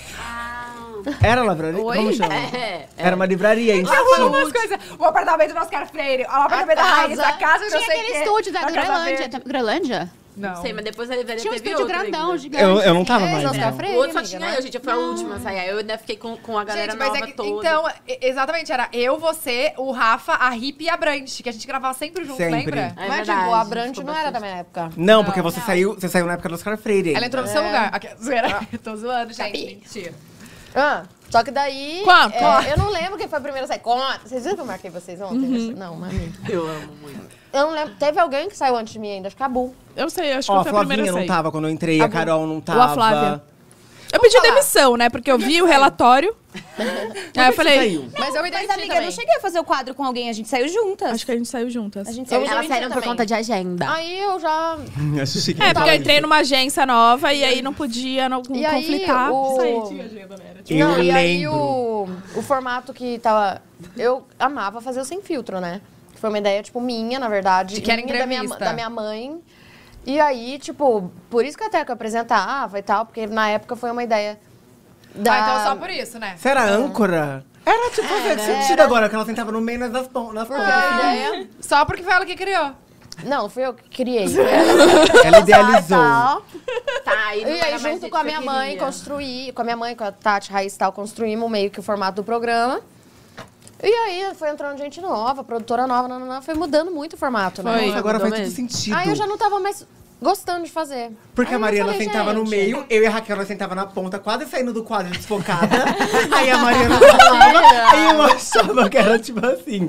Speaker 6: Era livraria? Como chama?
Speaker 4: É.
Speaker 6: Era uma livraria, a gente tinha-
Speaker 1: Umas coisas. O apartamento do nosso cara Freire, o apartamento da Raiz, a casa de
Speaker 7: Tinha
Speaker 1: não sei
Speaker 7: aquele
Speaker 1: quê,
Speaker 7: estúdio da
Speaker 1: a Casa
Speaker 7: Groenlândia.
Speaker 1: Verde.
Speaker 7: tá- Groenlândia?
Speaker 1: Não.
Speaker 4: Não sei, mas depois a livraria
Speaker 7: Tinha um
Speaker 4: teve
Speaker 7: estúdio
Speaker 4: outro
Speaker 7: grandão,
Speaker 4: ainda.
Speaker 7: gigante.
Speaker 6: Eu, eu não tava
Speaker 5: É,
Speaker 6: mais.
Speaker 5: nós
Speaker 6: não.
Speaker 5: café,
Speaker 4: O outro só
Speaker 5: amiga,
Speaker 4: tinha
Speaker 5: né?
Speaker 4: eu, gente. Eu fui a última a sair. Eu ainda fiquei com, com a galera
Speaker 1: Gente, mas
Speaker 4: nova
Speaker 1: é que,
Speaker 4: toda.
Speaker 1: então, e- exatamente, era eu, você, o Rafa, a Hip e a Brandt, que a gente gravava sempre junto,
Speaker 6: Sempre.
Speaker 1: lembra?
Speaker 4: É
Speaker 5: Mas,
Speaker 4: verdade,
Speaker 5: tipo, a
Speaker 4: ficou
Speaker 5: Brant não era da minha época.
Speaker 6: Não, porque você saiu, você saiu na época do Oscar Freire.
Speaker 1: Ela entrou no
Speaker 4: É.
Speaker 1: seu lugar. Aqui, zoeira.
Speaker 6: Ah.
Speaker 1: Tô zoando, gente. Mentira.
Speaker 5: Ah, só que daí...
Speaker 2: Quanto?
Speaker 5: é, eu não lembro quem foi a primeira a sair. Conta. Vocês viram que eu marquei vocês ontem? Não, mas...
Speaker 4: Uhum. Eu amo muito.
Speaker 5: Eu não lembro. Teve alguém que saiu antes de mim ainda, acho que a Bu.
Speaker 2: Eu sei, acho que
Speaker 6: Ó,
Speaker 2: eu
Speaker 6: a
Speaker 2: fui a primeira
Speaker 6: Flavinha
Speaker 2: a
Speaker 6: não tá
Speaker 2: sair.
Speaker 6: tava quando eu entrei, a Carol não
Speaker 2: Ou
Speaker 6: tava.
Speaker 2: a Flávia. Eu pedi demissão, né? Porque eu vi o relatório. Aí eu falei,
Speaker 6: Saiu.
Speaker 5: Mas eu me
Speaker 9: Mas,
Speaker 5: identifiquei
Speaker 9: amiga, eu não cheguei a fazer o quadro com alguém, a gente saiu juntas.
Speaker 2: acho que a gente saiu juntas.
Speaker 9: A gente saiu
Speaker 4: Elas saíram por conta de agenda.
Speaker 5: Aí eu já...
Speaker 6: Acho chique.
Speaker 2: É, porque eu entrei numa agência nova e aí não podia não,
Speaker 5: E aí,
Speaker 2: conflitar.
Speaker 5: o-
Speaker 6: Eu
Speaker 5: não, e aí
Speaker 6: lembro.
Speaker 5: o, o formato que tava... Eu amava fazer o Sem Filtro, né? Que foi uma ideia, tipo, minha, na verdade.
Speaker 1: De que era
Speaker 5: minha, da, minha,
Speaker 1: entrevista.
Speaker 5: da minha mãe. E aí, tipo, por isso que até que eu apresentava e tal, porque na época foi uma ideia da...
Speaker 1: Ah, então só por isso, né?
Speaker 6: Você era âncora? Era É. tipo, fazia sentido agora, que ela sentava no meio nas das pon- nas pontas.
Speaker 5: ideia...
Speaker 1: Só porque foi ela que criou.
Speaker 5: Não, não fui eu que criei.
Speaker 6: Ela idealizou.
Speaker 5: Tal.
Speaker 4: Tá,
Speaker 5: E aí, junto com a minha mãe, construí, com a minha mãe, com a Tati Raiz e tal, construímos meio que o formato do programa. E aí foi entrando gente nova, produtora nova, nananã, foi mudando muito o formato, né?
Speaker 6: Nossa, agora
Speaker 4: mudou
Speaker 6: faz todo
Speaker 4: mesmo.
Speaker 6: sentido.
Speaker 5: Aí eu já não tava mais gostando de fazer.
Speaker 6: Porque
Speaker 5: Aí
Speaker 6: a
Speaker 5: eu
Speaker 6: Mariana
Speaker 5: falei,
Speaker 6: sentava no
Speaker 5: gente,
Speaker 6: meio, eu e a Raquel nós sentava na ponta, quase saindo do quadro desfocada. aí a Mariana falava, aí eu achava que era tipo assim.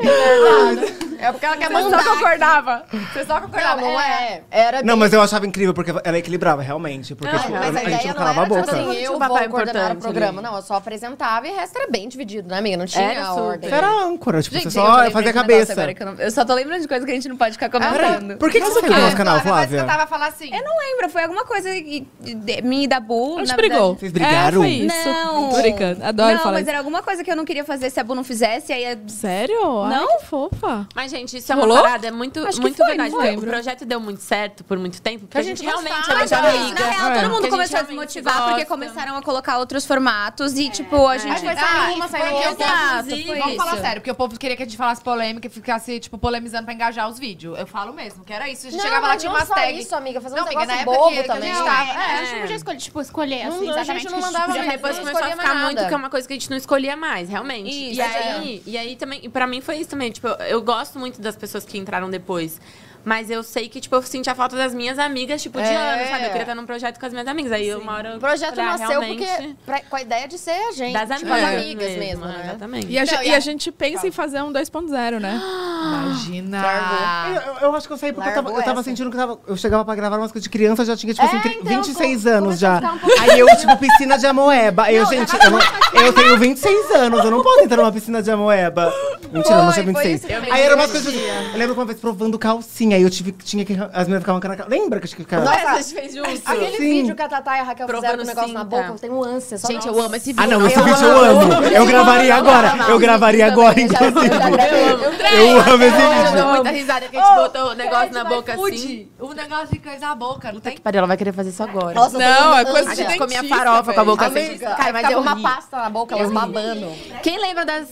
Speaker 5: É porque ela quer
Speaker 1: Vocês
Speaker 5: mandar.
Speaker 1: só concordava. Vocês só
Speaker 5: Não,
Speaker 1: concordavam.
Speaker 5: não é. Era
Speaker 6: Não,
Speaker 5: bem-
Speaker 6: mas eu achava incrível, porque ela equilibrava, realmente. Porque,
Speaker 5: Não,
Speaker 6: tipo,
Speaker 5: mas a
Speaker 6: a gente
Speaker 5: ideia
Speaker 6: não
Speaker 5: não
Speaker 6: calava
Speaker 5: era,
Speaker 6: a
Speaker 5: tipo
Speaker 6: boca.
Speaker 5: assim,
Speaker 4: Tinha
Speaker 5: eu
Speaker 4: um
Speaker 5: vou
Speaker 4: papel
Speaker 5: coordenar o
Speaker 4: importante
Speaker 5: programa.
Speaker 4: ali.
Speaker 5: Não, eu só apresentava e o resto era bem dividido, né, amiga? Não tinha
Speaker 9: Era super.
Speaker 5: ordem.
Speaker 6: Você era âncora, tipo,
Speaker 9: Gente,
Speaker 6: você
Speaker 9: eu
Speaker 6: só
Speaker 9: lembrei
Speaker 6: fazia a
Speaker 9: de um negócio
Speaker 6: cabeça.
Speaker 5: é
Speaker 6: Ah,
Speaker 9: agora que eu, não- eu só tô lembrando de coisa que a gente não pode ficar comentando.
Speaker 6: Peraí, por que, que você saiu do nosso canal, Flávia?
Speaker 1: Eu
Speaker 5: tá
Speaker 1: tava falando assim.
Speaker 9: Eu não lembro, foi alguma coisa que- de, de- minha e da Bu.
Speaker 2: A gente
Speaker 9: na
Speaker 2: brigou.
Speaker 9: verdade.
Speaker 6: Vocês brigaram?
Speaker 2: É, foi isso.
Speaker 9: Não.
Speaker 2: Tô brincando. Adoro
Speaker 9: não,
Speaker 2: falar
Speaker 9: mas é-
Speaker 2: isso.
Speaker 9: era alguma coisa que eu não queria fazer se a Bu não fizesse, aí... eu-
Speaker 2: Sério?
Speaker 9: Não?
Speaker 2: Ai, que fofa.
Speaker 4: Mas, gente, isso é
Speaker 2: Rolou?
Speaker 4: uma parada muito,
Speaker 2: Acho que
Speaker 4: muito
Speaker 2: foi,
Speaker 4: verdade.
Speaker 2: não
Speaker 4: porque O
Speaker 2: lembro.
Speaker 4: projeto deu muito certo por muito tempo, porque a gente, realmente
Speaker 11: Ah,
Speaker 4: é
Speaker 9: Mas,
Speaker 11: então,
Speaker 4: muito
Speaker 9: gente, na
Speaker 4: amiga.
Speaker 9: real,
Speaker 2: É.
Speaker 9: todo
Speaker 4: Que
Speaker 9: mundo
Speaker 4: a
Speaker 9: começou a
Speaker 4: gente
Speaker 9: se
Speaker 4: realmente
Speaker 9: motivar porque
Speaker 4: gosta.
Speaker 9: começaram a colocar outros formatos
Speaker 11: É.
Speaker 9: e, tipo, a gente...
Speaker 8: Vai sair
Speaker 1: Ah,
Speaker 8: uma,
Speaker 1: isso
Speaker 8: sair
Speaker 1: foi
Speaker 8: outra.
Speaker 9: Exato,
Speaker 4: inclusive,
Speaker 9: foi
Speaker 1: Vamos
Speaker 9: isso.
Speaker 1: falar sério, porque o povo queria que a gente falasse polêmica e ficasse, tipo, polemizando pra engajar os vídeos. Eu falo mesmo, que era isso. A gente
Speaker 5: Não,
Speaker 1: chegava lá,
Speaker 5: mas
Speaker 1: tinha
Speaker 5: não
Speaker 1: umas
Speaker 5: só
Speaker 1: tags.
Speaker 5: isso, amiga. Fazer um
Speaker 1: Não, amiga, na
Speaker 5: negócio
Speaker 1: época que-
Speaker 5: bobo
Speaker 1: que a
Speaker 5: também.
Speaker 1: gente
Speaker 5: Não,
Speaker 1: tava-
Speaker 5: é.
Speaker 8: A gente não podia escolher, tipo, escolher,
Speaker 5: Não,
Speaker 8: assim,
Speaker 5: a gente
Speaker 8: exatamente.
Speaker 5: não
Speaker 8: o que
Speaker 5: mandava
Speaker 8: podia
Speaker 5: mais
Speaker 8: fazer.
Speaker 4: Depois
Speaker 5: não
Speaker 4: começou a
Speaker 5: escolhia
Speaker 4: ficar
Speaker 5: mais
Speaker 4: muito,
Speaker 5: nada. é.
Speaker 4: que é uma coisa que a gente não escolhia mais, realmente.
Speaker 9: Isso,
Speaker 4: e, aí, e aí também, e pra mim foi isso também, tipo, eu- eu gosto muito das pessoas que entraram depois. Mas eu sei que, tipo, eu senti a falta das minhas amigas, tipo, de
Speaker 5: É.
Speaker 4: anos, sabe? Eu queria estar num projeto com as minhas amigas. Aí eu uma hora eu
Speaker 5: O projeto
Speaker 4: falei, ah,
Speaker 5: nasceu
Speaker 4: realmente,
Speaker 5: porque pra- com a ideia de ser a gente,
Speaker 4: Das
Speaker 5: tipo,
Speaker 4: amigas,
Speaker 5: as amigas mesmo,
Speaker 4: é,
Speaker 5: né?
Speaker 4: Exatamente.
Speaker 2: E a,
Speaker 1: Não,
Speaker 2: gente,
Speaker 1: e
Speaker 2: e a
Speaker 1: a-
Speaker 2: gente pensa em fazer um 2.0, né?
Speaker 1: Imagina!
Speaker 6: Eu, eu- eu acho que eu saí porque eu
Speaker 5: Ah.
Speaker 6: tava,
Speaker 5: Largou
Speaker 6: eu tava
Speaker 5: essa.
Speaker 6: sentindo que eu, tava- eu chegava pra gravar umas coisas de criança, eu já tinha, tipo
Speaker 5: É,
Speaker 6: assim, tri-
Speaker 5: então,
Speaker 6: 26
Speaker 5: co-
Speaker 6: anos já.
Speaker 5: começou a ficar um pouco-
Speaker 6: Aí eu, tipo, piscina de amoeba. Eu, gente, eu, não- eu tenho 26 anos, eu não posso entrar numa piscina de amoeba. Mentira, eu não tinha
Speaker 5: Foi, foi
Speaker 6: 26.
Speaker 5: isso que eu
Speaker 6: Aí era umas
Speaker 5: pensei.
Speaker 6: coisas. assim, Eu lembro que uma vez provando calcinha, aí eu tive, tinha que. As meninas ficavam com a cara. Lembra que eu tinha que ficar.
Speaker 5: Nossa,
Speaker 9: gente fez junto.
Speaker 5: Aquele
Speaker 6: Sim.
Speaker 5: vídeo que a Tatá e a Raquel fizeram com o
Speaker 4: Provando
Speaker 5: negócio na
Speaker 4: cinta.
Speaker 5: boca, eu tenho ânsia. Só
Speaker 9: Gente, eu
Speaker 5: nossa.
Speaker 9: amo esse vídeo.
Speaker 6: Ah, não, esse vídeo eu amo. Eu gravaria agora. Eu gravaria agora, inclusive. Eu amo esse
Speaker 4: Eu
Speaker 6: vídeo.
Speaker 4: dou muita risada que a gente botou o negócio na boca assim.
Speaker 1: O negócio de coisa na boca, não tem?
Speaker 4: Pariu, ela vai querer fazer isso agora.
Speaker 5: Nossa, eu tenho
Speaker 2: Não, é
Speaker 5: ânsia.
Speaker 2: coisa
Speaker 4: a
Speaker 2: de
Speaker 4: gente comia
Speaker 2: dentista,
Speaker 4: farofa com a boca
Speaker 2: velho.
Speaker 4: assim.
Speaker 5: Amiga,
Speaker 4: Cara, mas
Speaker 5: ficava
Speaker 4: eu
Speaker 5: uma
Speaker 4: ri.
Speaker 5: pasta na boca, elas babando.
Speaker 4: Quem lembra das...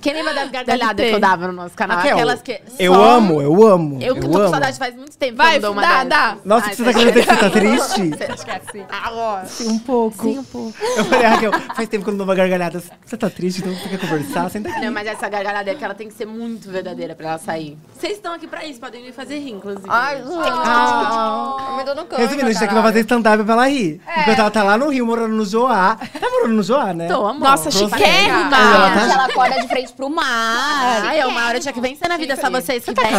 Speaker 4: Quem lembra das gargalhadas que eu dava no nosso canal?
Speaker 6: Raquel,
Speaker 4: Aquelas que...
Speaker 6: Eu
Speaker 4: só-
Speaker 6: amo, eu amo.
Speaker 4: Eu,
Speaker 6: Eu,
Speaker 4: que tô com
Speaker 6: amo.
Speaker 4: saudade faz muito tempo
Speaker 2: Vai,
Speaker 4: que eu não dou
Speaker 2: dá,
Speaker 4: uma dessa.
Speaker 6: Nossa,
Speaker 4: Ai,
Speaker 6: você tá
Speaker 4: gente,
Speaker 6: querendo dizer que você tá triste?
Speaker 2: Ah,
Speaker 4: Agora.
Speaker 6: Um pouco. Sim, um pouco. Eu falei, Raquel, faz tempo que eu não dou uma gargalhada. Você tá triste, então você quer conversar? Senta aqui.
Speaker 4: Não, mas essa gargalhada é que ela tem que ser muito verdadeira pra ela sair. Vocês estão aqui pra isso, podem me fazer rir, inclusive.
Speaker 5: Ai,
Speaker 6: Ah.
Speaker 5: eu me dou no canto.
Speaker 6: Resumindo, a gente tá aqui pra fazer stand-up pra ela rir.
Speaker 4: É.
Speaker 6: Enquanto ela tá lá no Rio, morando no Joá. Tá morando no Joá, né?
Speaker 4: Tô, amor.
Speaker 2: Nossa,
Speaker 6: Tô
Speaker 2: chiquérrima!
Speaker 6: Ela tá
Speaker 9: Ela acorda de frente pro
Speaker 8: Tá.
Speaker 9: mar.
Speaker 4: Ai, é uma hora eu tinha que vencer na vida, só vocês que vencem.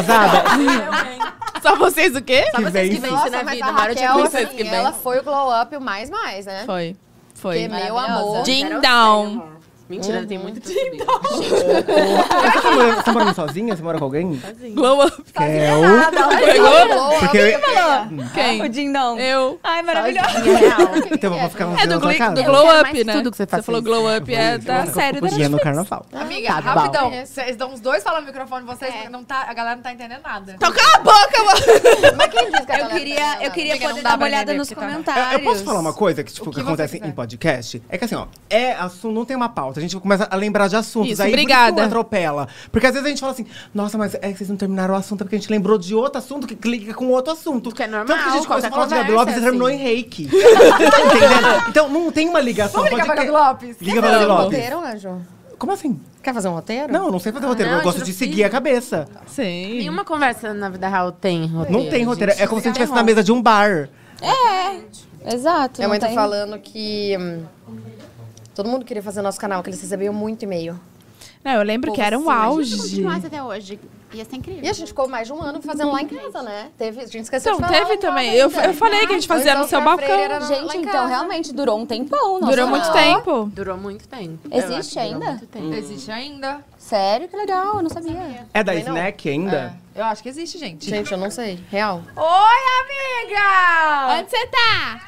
Speaker 6: casada?
Speaker 2: Só vocês o quê?
Speaker 4: Só vocês
Speaker 6: vence.
Speaker 4: que vencem na
Speaker 5: Nossa, mas
Speaker 4: vida,
Speaker 5: a
Speaker 4: uma hora eu tinha que
Speaker 5: Raquel,
Speaker 4: vencer.
Speaker 5: assim, ela foi o glow up o mais mais, né?
Speaker 2: Foi. Foi.
Speaker 5: Porque, meu amor...
Speaker 2: Ding dong.
Speaker 4: Mentira, tem muito pra subir.
Speaker 6: Você tá morando- você tá morando sozinha? Você mora com alguém? um?
Speaker 2: Glow up.
Speaker 6: Raquel.
Speaker 5: Glow up.
Speaker 6: Porque eu,
Speaker 2: Quem?
Speaker 9: O Ding Dong.
Speaker 2: Eu.
Speaker 9: Ai, maravilhoso.
Speaker 6: então eu vou ficar uns
Speaker 2: É do,
Speaker 6: anos na
Speaker 2: gli- do
Speaker 6: casa.
Speaker 2: Glow
Speaker 4: quero
Speaker 2: Up,
Speaker 4: mais
Speaker 2: né?
Speaker 4: tudo que você faça
Speaker 2: falou
Speaker 4: isso.
Speaker 2: Glow Up, é da série da
Speaker 6: Podia no
Speaker 2: Netflix.
Speaker 6: carnaval.
Speaker 1: Amiga,
Speaker 4: tá bom.
Speaker 1: rapidão. Vocês dão os dois falando no microfone, vocês não tá, a galera não tá entendendo nada.
Speaker 2: Então cala a boca, mano!
Speaker 5: Mas quem diz que a
Speaker 9: Eu
Speaker 5: galera tá
Speaker 9: queria, eu
Speaker 5: enganada?
Speaker 9: queria
Speaker 1: Amiga, não
Speaker 9: poder
Speaker 1: dá
Speaker 9: dar uma
Speaker 1: pra
Speaker 9: olhada
Speaker 1: entender
Speaker 9: nos
Speaker 1: porque tá-
Speaker 9: comentários.
Speaker 6: É, Eu, eu posso falar uma coisa que,
Speaker 1: O
Speaker 6: tipo, que,
Speaker 1: que você
Speaker 6: acontece
Speaker 1: quiser.
Speaker 6: em podcast? É que assim, ó, é assunto, não tem uma pauta. A gente começa a lembrar de assuntos.
Speaker 2: Isso,
Speaker 6: aí por
Speaker 2: obrigada.
Speaker 6: que não atropela. Porque às vezes a gente fala assim, nossa, mas é que vocês não terminaram o assunto, é porque a gente lembrou de outro assunto que clica com outro assunto.
Speaker 4: Que é normal,
Speaker 6: Tanto que a gente começou
Speaker 4: qualquer
Speaker 6: a falar de Gabi
Speaker 4: conversa
Speaker 6: Lopes
Speaker 4: é
Speaker 6: e terminou em
Speaker 4: assim.
Speaker 6: reiki. Tá entendendo? Então não tem uma ligação.
Speaker 1: Vamos ligar pra
Speaker 6: pode
Speaker 1: Gabi
Speaker 6: ter-
Speaker 1: Lopes?
Speaker 6: Liga pra Gabi
Speaker 5: Quer fazer um
Speaker 6: Lopes.
Speaker 5: roteiro, anjo?
Speaker 6: Como assim?
Speaker 5: Quer fazer um roteiro?
Speaker 6: Não, eu não sei fazer roteiro,
Speaker 4: não,
Speaker 6: mas eu gosto
Speaker 4: tira
Speaker 6: de
Speaker 4: o
Speaker 6: seguir
Speaker 4: fio.
Speaker 6: a cabeça.
Speaker 2: Sim.
Speaker 4: Nenhuma conversa na vida real tem roteiro.
Speaker 6: Não tem roteiro.
Speaker 4: gente.
Speaker 6: É como se a gente
Speaker 4: Não
Speaker 6: estivesse na mesa de um bar.
Speaker 11: É
Speaker 9: Exato.
Speaker 5: Minha mãe tá falando que... hum, Todo mundo queria fazer nosso canal, que eles recebiam muito e-mail.
Speaker 2: Não, eu lembro que era um
Speaker 7: Se a gente
Speaker 2: auge.
Speaker 7: continuasse até hoje, ia ser incrível.
Speaker 5: E a gente ficou mais de um ano fazendo lá em casa, né? Teve, a gente esqueceu
Speaker 2: Então,
Speaker 5: de falar.
Speaker 2: teve
Speaker 5: lá
Speaker 2: também.
Speaker 5: ainda.
Speaker 2: Eu, eu falei que a gente fazia
Speaker 5: Então,
Speaker 2: no seu
Speaker 5: pra freira
Speaker 2: balcão.
Speaker 5: era lá em
Speaker 9: Gente,
Speaker 5: casa.
Speaker 9: então realmente durou um tempão. nossa,
Speaker 2: Durou muito
Speaker 9: não.
Speaker 2: tempo.
Speaker 4: Durou muito tempo.
Speaker 9: Existe
Speaker 4: Eu acho que durou
Speaker 9: ainda?
Speaker 4: muito tempo.
Speaker 1: Existe ainda?
Speaker 9: Sério? Que legal, eu não sabia.
Speaker 6: É da
Speaker 5: Também não.
Speaker 6: snack ainda?
Speaker 1: Eu acho que existe, gente.
Speaker 5: Gente, eu não sei. Real.
Speaker 1: Oi, amiga!
Speaker 7: Onde você tá?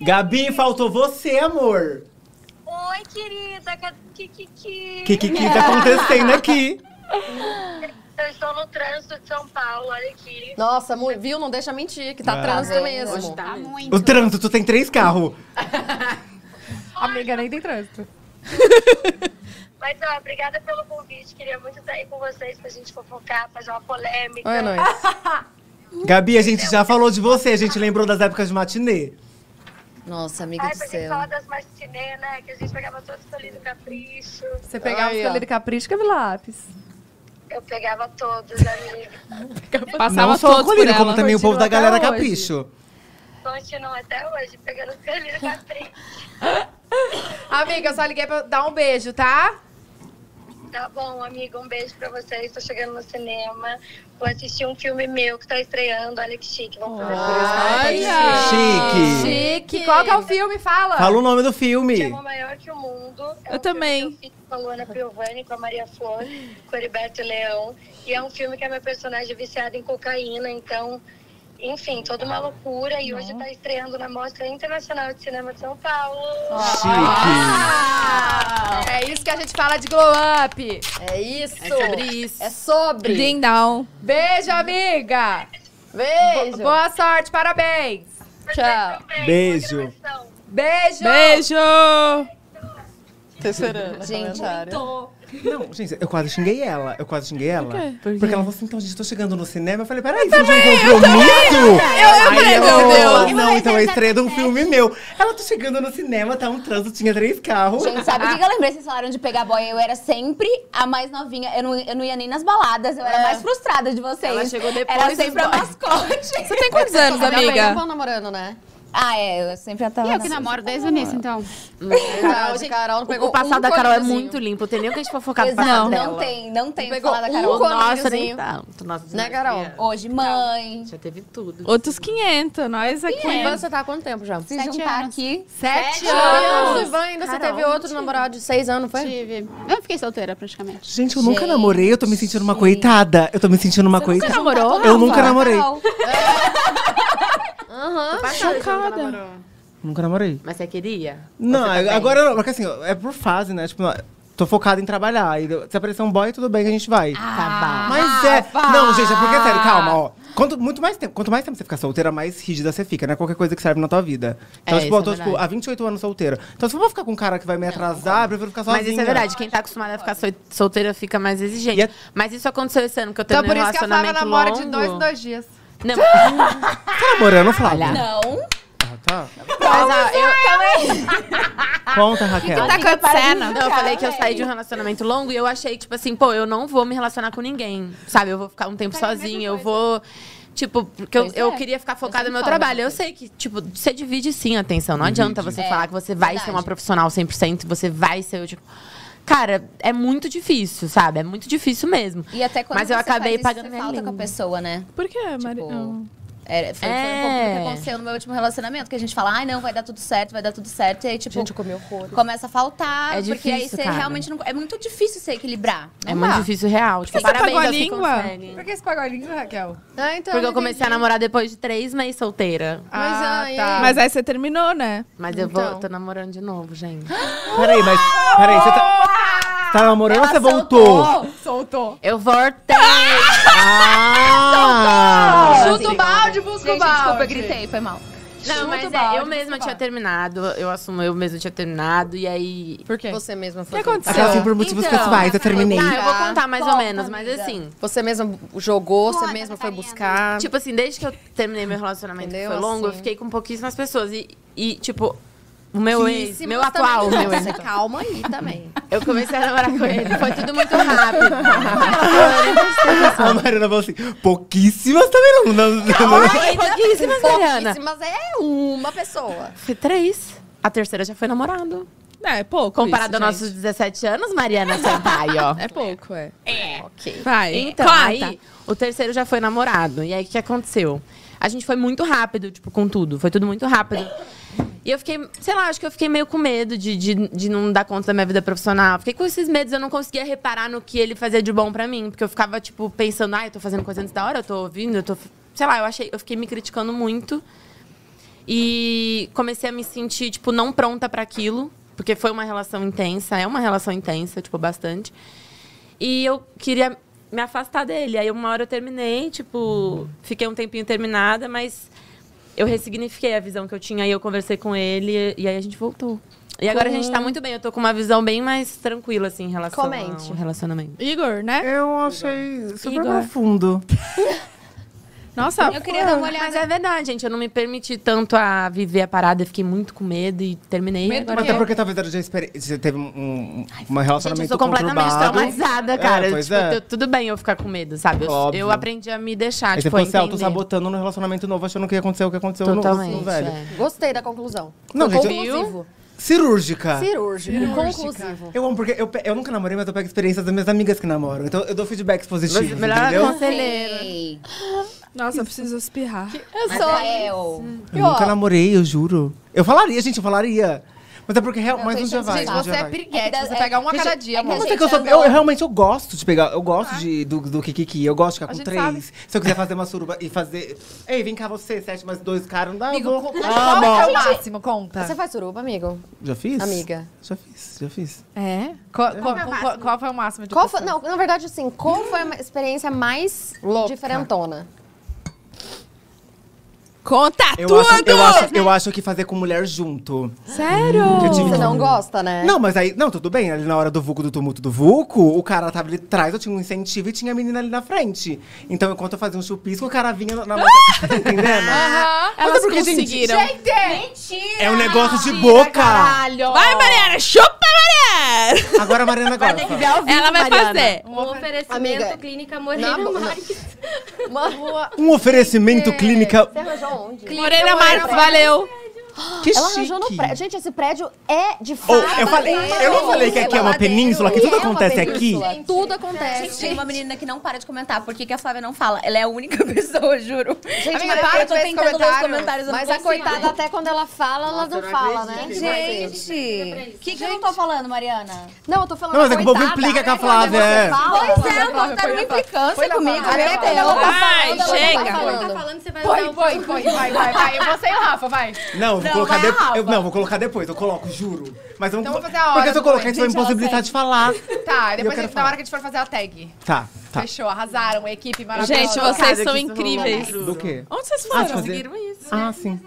Speaker 6: Gabi, faltou você, amor.
Speaker 11: Oi, querida. Que, que, que...
Speaker 6: O que, que, que tá acontecendo aqui?
Speaker 11: Eu estou no trânsito de São Paulo, olha aqui.
Speaker 5: Nossa, mu- viu? Não deixa mentir, que tá
Speaker 6: Ah.
Speaker 5: trânsito
Speaker 4: Hoje
Speaker 5: mesmo.
Speaker 4: tá
Speaker 7: Tá
Speaker 4: mesmo.
Speaker 7: muito.
Speaker 6: O trânsito tem três carros.
Speaker 1: Amiga, nem tem trânsito.
Speaker 11: Mas, ó, obrigada pelo convite. Queria muito estar aí com vocês pra gente fofocar, fazer uma polêmica.
Speaker 5: Oi, nós.
Speaker 6: Gabi, a gente já falou de você, a gente lembrou das épocas de matinê.
Speaker 5: Nossa, amiga
Speaker 11: Ai,
Speaker 5: do
Speaker 11: pra gente
Speaker 5: céu.
Speaker 11: falar das matinê, né? Que a gente pegava todos pelo do capricho.
Speaker 1: Você pegava o
Speaker 5: Aí, ó.
Speaker 1: escolher de capricho e lápis.
Speaker 11: Eu pegava todos, amiga.
Speaker 2: Passava
Speaker 6: Não só o
Speaker 2: todos por
Speaker 6: colírio, como
Speaker 2: ela.
Speaker 6: também o povo da
Speaker 1: Continua
Speaker 6: galera
Speaker 1: até hoje.
Speaker 6: capricho.
Speaker 11: Continuo até hoje pegando pelo do capricho.
Speaker 1: Amiga, eu só liguei pra dar um beijo, tá?
Speaker 11: Tá bom, amiga, um beijo pra vocês. Tô chegando no cinema. Vou assistir um filme meu que tá estreando. Olha que chique. Vamos fazer
Speaker 6: Chique.
Speaker 1: Chique. Qual que é o filme? Fala.
Speaker 6: Fala o nome do filme.
Speaker 11: Chama Maior que o Mundo. É
Speaker 2: Eu
Speaker 11: um
Speaker 2: também.
Speaker 11: filme que eu fiz com a Luana Piovani, com a Maria Flor, com o Heriberto Leão. E é um filme que a minha personagem é viciada em cocaína, então... Enfim, toda uma loucura. E hoje tá estreando na Mostra Internacional de Cinema de São Paulo.
Speaker 1: É isso que a gente fala de glow up.
Speaker 5: É isso.
Speaker 4: É sobre isso.
Speaker 5: É sobre.
Speaker 2: Ding down.
Speaker 1: Beijo, amiga.
Speaker 5: Beijo.
Speaker 1: Boa sorte, parabéns.
Speaker 9: Tchau.
Speaker 6: Beijo.
Speaker 1: Beijo.
Speaker 2: Beijo!
Speaker 3: Terceirando.
Speaker 5: Gente,
Speaker 6: Não, gente, eu quase xinguei ela. Eu quase xinguei ela.
Speaker 2: quê?
Speaker 6: Porque ela falou assim, então, gente, tô chegando no cinema. Eu falei, peraí, você não tinha um compromisso? Eu,
Speaker 2: falei, meu Deus.
Speaker 6: Não, então é a estreia de um filme meu. Ela, tô chegando no cinema, tá um trânsito, tinha três carros.
Speaker 9: Gente, sabe o que, que eu lembrei? Vocês falaram de pegar boia. Eu era sempre a mais novinha. Eu não, eu não ia nem nas baladas. Eu era mais frustrada de vocês.
Speaker 4: Ela chegou depois
Speaker 9: Era
Speaker 4: dos
Speaker 9: sempre a
Speaker 4: boys.
Speaker 9: mascote.
Speaker 2: Você tem quantos anos,
Speaker 5: Não
Speaker 2: amiga?
Speaker 5: vão namorando, né?
Speaker 9: Ah, é. Eu sempre tava...
Speaker 7: E eu que
Speaker 9: nessa-
Speaker 7: namoro desde o início, então.
Speaker 5: Verdade, Tá Carol não pegou
Speaker 4: o passado
Speaker 5: um
Speaker 4: da Carol é
Speaker 5: colíriozinho.
Speaker 4: muito limpo. Tem nem o que a gente for focar no
Speaker 9: Exato.
Speaker 4: passado
Speaker 9: Não,
Speaker 4: dela.
Speaker 9: não tem. Não tem o que
Speaker 5: Pegou
Speaker 9: falar da
Speaker 5: um
Speaker 9: Carol.
Speaker 4: Nossa, nem
Speaker 5: colíriozinho.
Speaker 4: tanto. Nossa,
Speaker 5: Né, Carol?
Speaker 4: Já,
Speaker 9: Hoje, mãe.
Speaker 4: já teve tudo.
Speaker 2: Outros 500. Nós aqui.
Speaker 5: Com o Ivan, você tá há quanto tempo já?
Speaker 9: Se
Speaker 7: Sete
Speaker 9: juntar
Speaker 7: anos.
Speaker 9: aqui...
Speaker 1: Sete
Speaker 5: anos.
Speaker 1: anos.
Speaker 5: Ivan, ainda você teve outro namorado de seis anos, não foi?
Speaker 7: Tive. Eu fiquei solteira, praticamente.
Speaker 6: Gente, eu nunca namorei, eu tô me sentindo uma coitada. Eu tô me sentindo uma coitada.
Speaker 2: namorou?
Speaker 6: Eu nunca namorei.
Speaker 5: Aham.
Speaker 2: Chocada.
Speaker 6: Nunca namorei.
Speaker 4: Mas você queria?
Speaker 6: Não,
Speaker 4: Você tá
Speaker 6: agora, eu- porque assim, é por fase, né? Tipo, tô focada em trabalhar. E se aparecer um boy, tudo bem que a gente vai.
Speaker 4: bem? Tá bom.
Speaker 6: Mas é. Não, gente, é porque é sério, calma, ó. Quanto, muito mais tempo, quanto mais tempo você ficar solteira, mais rígida você fica, né? Qualquer coisa que serve na tua vida. Então,
Speaker 4: É,
Speaker 6: tipo, eu
Speaker 4: isso
Speaker 6: tô,
Speaker 4: é
Speaker 6: tipo,
Speaker 4: verdade.
Speaker 6: há 28 anos solteira. Então, se eu vou ficar com um cara que vai me atrasar, eu prefiro ficar sozinha.
Speaker 4: Mas isso é verdade. Quem tá acostumado a ficar soi- solteira fica mais exigente.
Speaker 6: E é-
Speaker 4: Mas isso aconteceu esse ano, que eu
Speaker 1: Então,
Speaker 4: terminei
Speaker 1: por
Speaker 4: um
Speaker 1: isso que a Flávia
Speaker 4: relacionamento
Speaker 1: namora
Speaker 4: longo.
Speaker 1: de dois em dois dias.
Speaker 4: Não,
Speaker 6: Tá namorando, Flávia?
Speaker 9: Não.
Speaker 6: Ah, tá.
Speaker 4: mas ah, eu, Ah,
Speaker 6: Conta, Raquel.
Speaker 2: Tá acontecendo?
Speaker 4: Não, eu falei que eu saí de um relacionamento longo e eu achei, tipo assim, pô, eu não vou me relacionar com ninguém. Sabe? Eu vou ficar um tempo sozinha, eu vou. Tipo, porque eu,
Speaker 9: Pois é.
Speaker 4: eu queria ficar focada no meu
Speaker 9: falo a
Speaker 4: trabalho. Eu sei que, tipo, você divide sim a atenção. Não adianta você falar que você vai ser uma profissional 100%, você vai ser, tipo. Cara, é muito difícil, sabe? É muito difícil mesmo.
Speaker 9: E até quando
Speaker 4: Mas eu
Speaker 9: você
Speaker 4: acabei
Speaker 9: faz isso,
Speaker 4: pagando
Speaker 9: você
Speaker 4: minha
Speaker 9: falta com a
Speaker 4: língua.
Speaker 9: pessoa, né?
Speaker 2: Por quê, Maria?
Speaker 9: Tipo, É, foi, foi um pouco do que aconteceu no meu último relacionamento, que a gente fala, ai não, vai dar tudo certo, vai dar tudo certo. E aí, tipo,
Speaker 5: Gente, eu comi horror.
Speaker 9: começa a faltar,
Speaker 4: É
Speaker 9: porque aí
Speaker 4: difícil,
Speaker 9: você
Speaker 4: cara.
Speaker 9: realmente não. É muito difícil você equilibrar.
Speaker 4: É
Speaker 9: né? Não
Speaker 4: muito
Speaker 9: dá.
Speaker 4: difícil, real. Tipo,
Speaker 2: que
Speaker 1: tá
Speaker 2: você
Speaker 4: parabéns
Speaker 2: pagou a
Speaker 4: aos que
Speaker 2: língua?
Speaker 4: conseguem.
Speaker 1: Por que esse pagodinho, Raquel?
Speaker 5: Ah, então.
Speaker 4: Porque eu
Speaker 5: não
Speaker 4: comecei a
Speaker 5: entendi.
Speaker 4: namorar depois de três meses solteira.
Speaker 5: Mas, ah, e aí?
Speaker 2: Mas aí você terminou, né?
Speaker 4: Mas eu vou,
Speaker 5: Então.
Speaker 4: tô namorando de novo, gente.
Speaker 6: Peraí, mas. Peraí, você tá. Tá namorando ou você voltou?
Speaker 1: Soltou.
Speaker 4: Eu voltei!
Speaker 6: Ah!
Speaker 1: Chuta o balde, busca o
Speaker 9: Gente, desculpa, eu
Speaker 1: balde.
Speaker 9: gritei, foi mal.
Speaker 4: Não, mas é, eu mesma tinha terminado. Eu assumo, eu mesma tinha terminado. E aí.
Speaker 2: Por quê?
Speaker 5: Você mesma
Speaker 2: O que
Speaker 5: foi.
Speaker 6: Aquela assim,
Speaker 2: aconteceu?
Speaker 6: por motivos
Speaker 4: Então,
Speaker 6: pessoais, eu terminei.
Speaker 4: Ah, eu vou
Speaker 5: Tá.
Speaker 4: contar mais ou
Speaker 9: Conta,
Speaker 4: menos, mas
Speaker 9: amiga.
Speaker 4: assim.
Speaker 5: Você mesma jogou, você
Speaker 7: Conta,
Speaker 5: mesma foi
Speaker 7: Catarina.
Speaker 5: buscar.
Speaker 4: Tipo assim, desde que eu terminei meu relacionamento, que
Speaker 5: Entendeu?
Speaker 4: foi longo, eu
Speaker 5: Assim.
Speaker 4: fiquei com pouquíssimas pessoas. E, e tipo, o meu ex,
Speaker 5: Sim,
Speaker 4: meu
Speaker 5: mas também
Speaker 4: atual,
Speaker 5: não,
Speaker 4: meu ex.
Speaker 5: Você calma aí também.
Speaker 4: Eu comecei a namorar com ele. Foi tudo muito rápido.
Speaker 6: A Mariana falou assim: pouquíssimas também não. não, não,
Speaker 4: Foi pouquíssimas, Mariana.
Speaker 5: Mas é uma pessoa.
Speaker 4: Foi três. A terceira já foi namorado.
Speaker 2: É, é pouco.
Speaker 4: Comparado
Speaker 2: isso,
Speaker 4: aos nossos 17 anos, Mariana Senpai, ó.
Speaker 2: gente. É pouco, é.
Speaker 5: Ok.
Speaker 2: Vai.
Speaker 4: Então,
Speaker 2: Conta.
Speaker 4: aí, o terceiro já foi namorado. E aí, o que aconteceu? A gente foi muito rápido, tipo, com tudo. Foi tudo muito rápido. E eu fiquei, sei lá, acho que eu fiquei meio com medo de, de, de não dar conta da minha vida profissional. Fiquei com esses medos, eu não conseguia reparar no que ele fazia de bom pra mim. Porque eu ficava, tipo, pensando, ah, eu tô fazendo coisa antes da hora, eu tô ouvindo, eu tô. Sei lá, eu achei, eu fiquei me criticando muito. E comecei a me sentir, tipo, não pronta pra aquilo. Porque foi uma relação intensa, é uma relação intensa, tipo, bastante. E eu queria me afastar dele. Aí uma hora eu terminei, tipo, fiquei um tempinho terminada, mas eu ressignifiquei a visão que eu tinha aí eu conversei com ele e aí a gente voltou. E agora a gente tá muito bem, eu tô com uma visão bem mais tranquila, assim, em relação
Speaker 5: Comente.
Speaker 4: ao relacionamento.
Speaker 2: Igor, né?
Speaker 6: Eu achei super
Speaker 4: Igor.
Speaker 6: profundo.
Speaker 2: Nossa,
Speaker 9: Eu queria dar uma olhada.
Speaker 4: Mas é verdade, gente, eu não me permiti tanto a viver a parada, eu fiquei muito com medo e terminei. Medo
Speaker 6: Até porque talvez era de experiência. Você teve um, um, um
Speaker 4: Gente, eu
Speaker 6: relacionamento
Speaker 4: sou completamente
Speaker 6: conturbado.
Speaker 4: traumatizada,
Speaker 6: É,
Speaker 4: cara.
Speaker 6: pois
Speaker 4: tipo,
Speaker 6: é.
Speaker 4: eu- tudo bem eu ficar com medo, sabe? Eu,
Speaker 6: Óbvio.
Speaker 4: eu aprendi a me deixar,
Speaker 6: Aí você assim, "Ah,
Speaker 4: tipo,
Speaker 6: ficou se
Speaker 4: a entender.
Speaker 6: auto-sabotando no relacionamento novo, achando que ia acontecer o que aconteceu no- no
Speaker 4: Totalmente,
Speaker 6: velho.
Speaker 4: é.
Speaker 5: Gostei da conclusão.
Speaker 6: Não,
Speaker 5: Foi
Speaker 6: gente, eu-
Speaker 5: conclusivo.
Speaker 6: Cirúrgica.
Speaker 5: Cirúrgico, conclusivo.
Speaker 6: Eu amo, porque eu, pe- eu nunca namorei, mas eu pego experiências das minhas amigas que namoram. Então eu dou feedbacks positivos, entendeu?
Speaker 2: Nossa, eu preciso espirrar.
Speaker 9: Eu sou é eu.
Speaker 6: Eu nunca namorei, eu juro. Eu falaria, gente, eu falaria. Mas é porque realmente mas um dia vai.
Speaker 1: Gente,
Speaker 6: um dia
Speaker 1: você é
Speaker 6: vai.
Speaker 1: piriguete,
Speaker 9: É que
Speaker 1: você
Speaker 9: da-
Speaker 1: pega uma a
Speaker 9: é-
Speaker 1: cada
Speaker 9: é
Speaker 1: dia,
Speaker 9: que a
Speaker 1: amor.
Speaker 6: Mas é que eu, sou,
Speaker 9: Gente, andou-
Speaker 6: eu, eu realmente eu gosto de pegar, eu
Speaker 1: Ah.
Speaker 6: gosto de, do, do Kikiki, eu gosto de ficar com
Speaker 2: gente
Speaker 6: três.
Speaker 2: sabe.
Speaker 6: Se eu quiser fazer uma suruba e fazer. Ei, vem cá você, sete mais dois caras, não dá.
Speaker 1: Amigo,
Speaker 6: eu
Speaker 1: co-
Speaker 6: vou.
Speaker 1: qual
Speaker 6: Ah,
Speaker 1: que é o
Speaker 6: bom.
Speaker 1: máximo? Conta.
Speaker 5: Você faz suruba, amigo?
Speaker 6: Já fiz?
Speaker 5: Amiga.
Speaker 6: Já fiz, já fiz.
Speaker 2: É?
Speaker 1: Qual, qual- qual- qual foi o máximo de
Speaker 5: Qual foi,
Speaker 1: pessoas?
Speaker 5: não, na verdade, assim, qual foi a experiência mais diferentona?
Speaker 2: Conta
Speaker 6: Eu
Speaker 2: tudo!
Speaker 6: acho, eu, acho, eu acho que fazer com mulher junto.
Speaker 2: Sério?
Speaker 6: Eu tive
Speaker 5: Você
Speaker 6: que-
Speaker 5: não gosta, né?
Speaker 6: Não, mas aí, não, tudo bem. Ali na hora do vulco, do tumulto do vulco, o cara tava ali atrás, eu tinha um incentivo e tinha a menina ali na frente. Então, enquanto eu fazia um chupisco, o cara vinha na- na mão. Você tá entendendo?
Speaker 2: Elas
Speaker 6: porque, gente,
Speaker 2: conseguiram.
Speaker 4: Mentira!
Speaker 6: É um negócio de boca!
Speaker 2: Vai, Mariana! Chupa, Mariana!
Speaker 6: Agora a Mariana gosta.
Speaker 2: Ela vai fazer.
Speaker 8: Um oferecimento
Speaker 5: Amiga,
Speaker 8: Clínica
Speaker 5: na
Speaker 8: Moreira
Speaker 5: bo- na-
Speaker 8: Marques.
Speaker 5: Mano,
Speaker 6: Um oferecimento clínica.
Speaker 5: você arranjou onde?
Speaker 2: Moreira Marques, valeu.
Speaker 6: Que
Speaker 5: Ela
Speaker 6: chique.
Speaker 5: arranjou no prédio. Gente, esse prédio é de
Speaker 6: Oh,
Speaker 5: fato.
Speaker 6: eu, falei, eu não falei que aqui é uma península, que
Speaker 5: E
Speaker 6: tudo
Speaker 5: é uma
Speaker 6: acontece aqui.
Speaker 5: península. Tudo acontece.
Speaker 9: Gente, tem uma menina que não para de comentar. Por que, que a Flávia não fala? Ela é a única pessoa, eu juro.
Speaker 5: Gente,
Speaker 1: Amiga,
Speaker 5: mas,
Speaker 1: para
Speaker 9: eu tô
Speaker 1: de ver esse
Speaker 9: tentando ler os
Speaker 1: comentário.
Speaker 9: comentários, eu não
Speaker 5: mas a
Speaker 9: consigo.
Speaker 5: coitada, até quando ela fala, ela não, fala, né?
Speaker 9: Gente, o que, que eu não tô falando, Mariana?
Speaker 5: Não, eu tô falando.
Speaker 6: Não, mas é que o povo
Speaker 5: coitada.
Speaker 6: implica com a
Speaker 5: Até quando
Speaker 6: Flávia,
Speaker 5: você
Speaker 6: é.
Speaker 5: fala,
Speaker 9: Pois é, botaram uma implicância comigo,
Speaker 5: Até
Speaker 9: meu
Speaker 5: quando ela
Speaker 9: Deus.
Speaker 5: tá
Speaker 2: Ai,
Speaker 5: falando, ela não
Speaker 2: chega.
Speaker 5: tá
Speaker 8: Tá
Speaker 5: falando.
Speaker 8: falando, você vai
Speaker 1: Põe,
Speaker 8: usar o...
Speaker 1: põe, põe, vai, vai, vai. Eu vou sem o Rafa, vai.
Speaker 6: Não, eu vou
Speaker 9: Não,
Speaker 6: colocar
Speaker 9: vai a
Speaker 6: depois. Eu,
Speaker 9: Rafa.
Speaker 6: não, vou colocar depois, eu coloco, juro. Mas eu
Speaker 1: Então vamos fazer a hora
Speaker 6: Porque se eu
Speaker 1: depois.
Speaker 6: colocar, isso vai me
Speaker 9: Gente, ela
Speaker 6: possibilitar
Speaker 9: segue.
Speaker 6: de falar.
Speaker 1: Tá,
Speaker 6: eu
Speaker 1: depois gente,
Speaker 6: quero
Speaker 1: na
Speaker 6: falar.
Speaker 1: hora que a gente for fazer a tag.
Speaker 6: Tá, tá.
Speaker 1: Fechou, arrasaram. Equipe maravilhosa.
Speaker 2: Gente, vocês são incríveis.
Speaker 6: Do quê?
Speaker 2: Onde vocês
Speaker 6: Ah,
Speaker 2: foram?
Speaker 6: fazer? ah sim.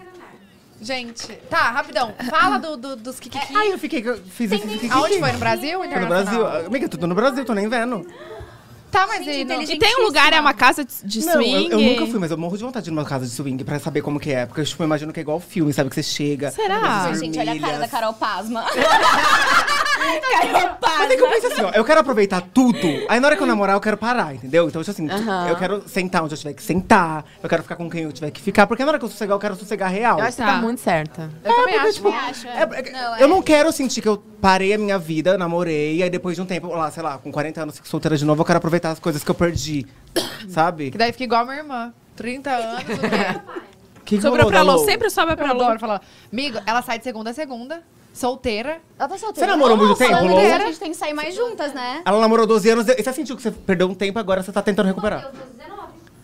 Speaker 1: Gente, tá, rapidão. Fala do, do- dos Kikiki.
Speaker 6: Aí eu fiquei, eu fiz isso. fiquei-
Speaker 1: Aonde foi? No Brasil? ou
Speaker 6: Foi no
Speaker 1: Internacional?
Speaker 6: Brasil. Amiga, tudo no Brasil, tô nem vendo.
Speaker 1: Tá, mas e não...
Speaker 2: E tem um lugar, é uma casa de, de
Speaker 6: Não, eu,
Speaker 2: swing?
Speaker 6: eu nunca fui, mas eu morro de vontade de ir numa casa de swing pra saber como que é. Porque eu tipo, eu imagino que é igual filme, sabe? Que você chega.
Speaker 2: Será?
Speaker 6: essas
Speaker 9: Gente, olha a cara da
Speaker 6: vermelhas.
Speaker 9: Carol Pasma. Carol
Speaker 6: Mas é que eu
Speaker 9: Pasma.
Speaker 6: penso assim, ó, eu quero aproveitar tudo. Aí na hora que eu namorar, eu quero parar, entendeu? Então, tipo assim, eu quero sentar onde eu tiver que sentar. Eu quero ficar com quem eu tiver que ficar. Porque na hora que eu sossegar, eu quero sossegar real.
Speaker 4: Eu acho que você tá muito certa.
Speaker 1: Eu também acho.
Speaker 6: Tipo, é- é- eu não quero sentir que eu parei a minha vida, namorei, aí depois de um tempo, lá, sei lá, com 40 anos, fico solteira de novo, eu quero aproveitar as coisas que eu perdi. Sabe?
Speaker 1: Que daí fica igual a minha irmã. 30 anos, o quê?
Speaker 6: Que que
Speaker 2: Sobrou
Speaker 6: rolou,
Speaker 2: pra Lô,
Speaker 6: Dalu?
Speaker 2: sempre sobra
Speaker 1: Eu
Speaker 2: pra Lô.
Speaker 1: adoro falar. Amigo, ela sai de segunda a segunda, solteira.
Speaker 5: Ela tá solteira.
Speaker 6: Você namorou muito tempo,
Speaker 9: Falando
Speaker 6: Lô?
Speaker 9: nisso, a gente tem que sair mais juntas, né?
Speaker 6: Ela namorou 12 anos e você sentiu que você perdeu um tempo, agora você tá tentando recuperar.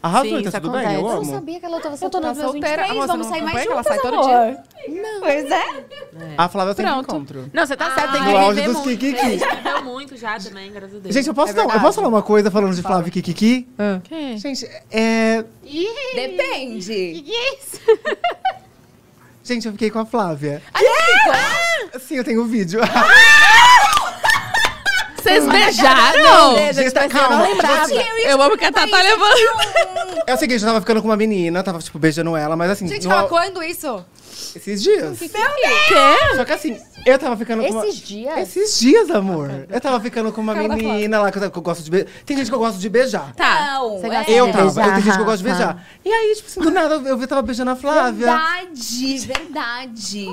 Speaker 6: Arrasou,
Speaker 4: Sim,
Speaker 6: então
Speaker 4: isso
Speaker 6: tudo bem, eu
Speaker 4: acontece.
Speaker 5: Eu não
Speaker 6: amo.
Speaker 5: sabia que ela tava
Speaker 9: Eu tô
Speaker 5: solteira.
Speaker 9: nos meus
Speaker 1: solteira.
Speaker 9: 23,
Speaker 1: A moça
Speaker 9: vamos
Speaker 1: não
Speaker 9: sair mais
Speaker 1: acompanha, ela
Speaker 9: juntas,
Speaker 1: sai todo
Speaker 9: amor. Pois é.
Speaker 6: A Flávia eu sempre
Speaker 2: Pronto.
Speaker 6: encontro.
Speaker 4: Não, você tá certa, tem que
Speaker 6: No auge
Speaker 4: viver
Speaker 6: dos
Speaker 4: muito.
Speaker 6: Kikiki.
Speaker 1: É
Speaker 4: A gente viveu muito já também, graças a Deus.
Speaker 6: Gente, eu posso, não, eu posso falar uma coisa falando de Flávia e Kikiki?
Speaker 2: Ok.
Speaker 6: Gente, é.
Speaker 9: Depende.
Speaker 1: é
Speaker 6: Gente, eu fiquei com a Flávia.
Speaker 1: Ah, é?
Speaker 6: Ah! Sim, eu tenho o vídeo.
Speaker 2: Vocês beijaram?
Speaker 6: Gente, tá- calma.
Speaker 2: Eu amo que a Tata levando.
Speaker 6: É o seguinte, eu tava ficando com uma menina, tava, tipo, beijando ela, mas assim.
Speaker 1: Gente,
Speaker 6: no-
Speaker 1: fala quando isso?
Speaker 6: Esses dias.
Speaker 2: Quê?
Speaker 6: Só que assim, eu tava ficando com uma...
Speaker 5: Esses dias?
Speaker 6: Esses dias, amor. Eu tava ficando com uma menina lá que eu, que eu gosto de beijar. Tem gente que eu gosto de beijar.
Speaker 2: Tá.
Speaker 9: Não,
Speaker 4: Você
Speaker 9: é.
Speaker 4: gosta
Speaker 6: Eu
Speaker 4: de
Speaker 6: tava.
Speaker 4: beijar,
Speaker 6: eu tenho gente que eu gosto de
Speaker 4: Rafa.
Speaker 6: beijar. E aí, tipo assim, do nada eu vi- eu tava beijando a Flávia.
Speaker 9: Verdade, verdade.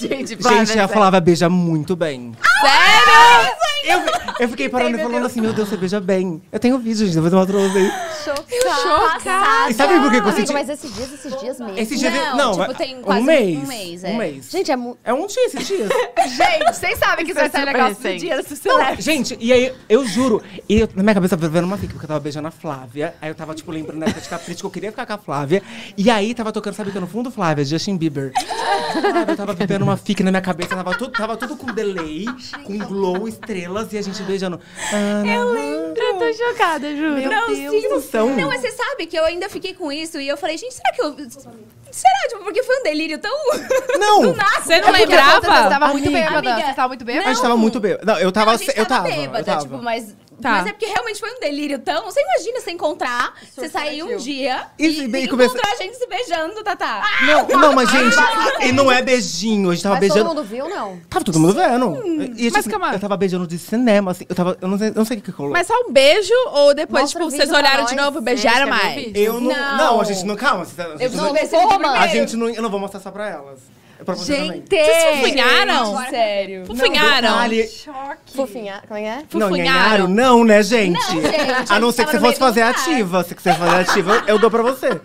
Speaker 4: Gente,
Speaker 6: Gente, a Flávia beija muito bem.
Speaker 2: Sério?
Speaker 6: Eu, eu fiquei parando e falando assim, meu Deus, você beija bem. Eu tenho vídeo, gente, depois eu mostro pra vocês.
Speaker 9: Chocada.
Speaker 6: E sabe por que que eu
Speaker 5: Amigo,
Speaker 6: senti...
Speaker 5: mas esses dias, esses dias mesmo.
Speaker 6: Esses dias...
Speaker 9: Não,
Speaker 6: Não,
Speaker 9: tipo,
Speaker 6: mas-
Speaker 9: tem quase
Speaker 6: um mês.
Speaker 9: um mês, é.
Speaker 6: Um mês.
Speaker 5: Gente, é muito.
Speaker 6: É um dia, esses dias.
Speaker 1: Gente, vocês sabem que isso vai sair
Speaker 4: super
Speaker 1: negócio do
Speaker 4: recente.
Speaker 1: dia, se você
Speaker 6: Não,
Speaker 1: leva.
Speaker 6: gente, e aí, eu juro, e eu- na minha cabeça eu tava vendo uma fic, porque eu tava beijando a Flávia. Aí eu tava, tipo, lembrando da época de capricho que eu queria ficar com a Flávia. E aí tava tocando, sabe o que no fundo, Flávia? Justin Bieber. Sabe, eu tava vivendo uma fic na minha cabeça, tava tudo, tava tudo com delay, com glow, estrelas, e a gente beijando. eu lembro.
Speaker 2: Eu tô chocada, juro.
Speaker 9: Não, sim.
Speaker 6: noção.
Speaker 9: Não, mas você sabe que eu ainda fiquei com isso e eu falei, gente, será que eu. Será? Tipo, porque foi um delírio tão.
Speaker 6: Não.
Speaker 9: Do nada. né?
Speaker 2: Você não lembrava?
Speaker 1: Você tava muito
Speaker 6: Amiga.
Speaker 1: bêbada.
Speaker 9: Amiga.
Speaker 1: Você tava muito
Speaker 6: A
Speaker 1: bêbada?
Speaker 6: gente tava muito bêbado. Não, eu
Speaker 9: Não,
Speaker 6: tava.
Speaker 9: a gente
Speaker 6: eu tava.
Speaker 9: bêbada,
Speaker 6: eu tava.
Speaker 9: tipo, mas.
Speaker 2: Tá.
Speaker 9: Mas é porque realmente foi um delírio tão. Você imagina você encontrar, você sair um dia
Speaker 6: E Ah,
Speaker 9: e,
Speaker 6: se
Speaker 9: e,
Speaker 6: bem-
Speaker 9: encontrar
Speaker 6: começa-
Speaker 9: a gente se beijando, Tatá.
Speaker 6: Não, não, mas gente, e não é beijinho, a gente tava
Speaker 5: Mas
Speaker 6: beijando.
Speaker 5: todo mundo viu, não?
Speaker 6: Tava todo mundo vendo. E, e,
Speaker 2: Mas
Speaker 6: tipo,
Speaker 2: calma.
Speaker 6: Eu tava beijando de cinema, assim. Eu tava. Eu não sei, eu não sei o que que rolou.
Speaker 2: Mas só um beijo ou depois,
Speaker 5: Mostra
Speaker 2: tipo,
Speaker 5: o
Speaker 2: vocês
Speaker 5: vídeo pra
Speaker 2: olharam
Speaker 5: nós.
Speaker 2: de novo, beijaram mais?
Speaker 6: Eu não. Não,
Speaker 9: Não.
Speaker 6: a gente não. Calma. tá- vocês- a gente
Speaker 9: preciso
Speaker 6: não-
Speaker 9: ver esse vídeo
Speaker 6: A
Speaker 9: primeiro.
Speaker 6: gente não. Eu não vou mostrar só pra elas. Eu Propositalmente.
Speaker 1: Vocês
Speaker 2: fofinharam?
Speaker 9: Sério.
Speaker 2: Fofinharam?
Speaker 6: Não, detalhe.
Speaker 5: Fofinhar, como é que é?
Speaker 6: Não,
Speaker 2: Fofinharam?
Speaker 6: nhanharam? Não, né, gente?
Speaker 2: Não, gente,
Speaker 6: a não ser que
Speaker 2: tava
Speaker 6: você
Speaker 2: no meio
Speaker 6: fosse
Speaker 2: do
Speaker 6: fazer ativa. Se quiser fazer ativa, eu dou pra você.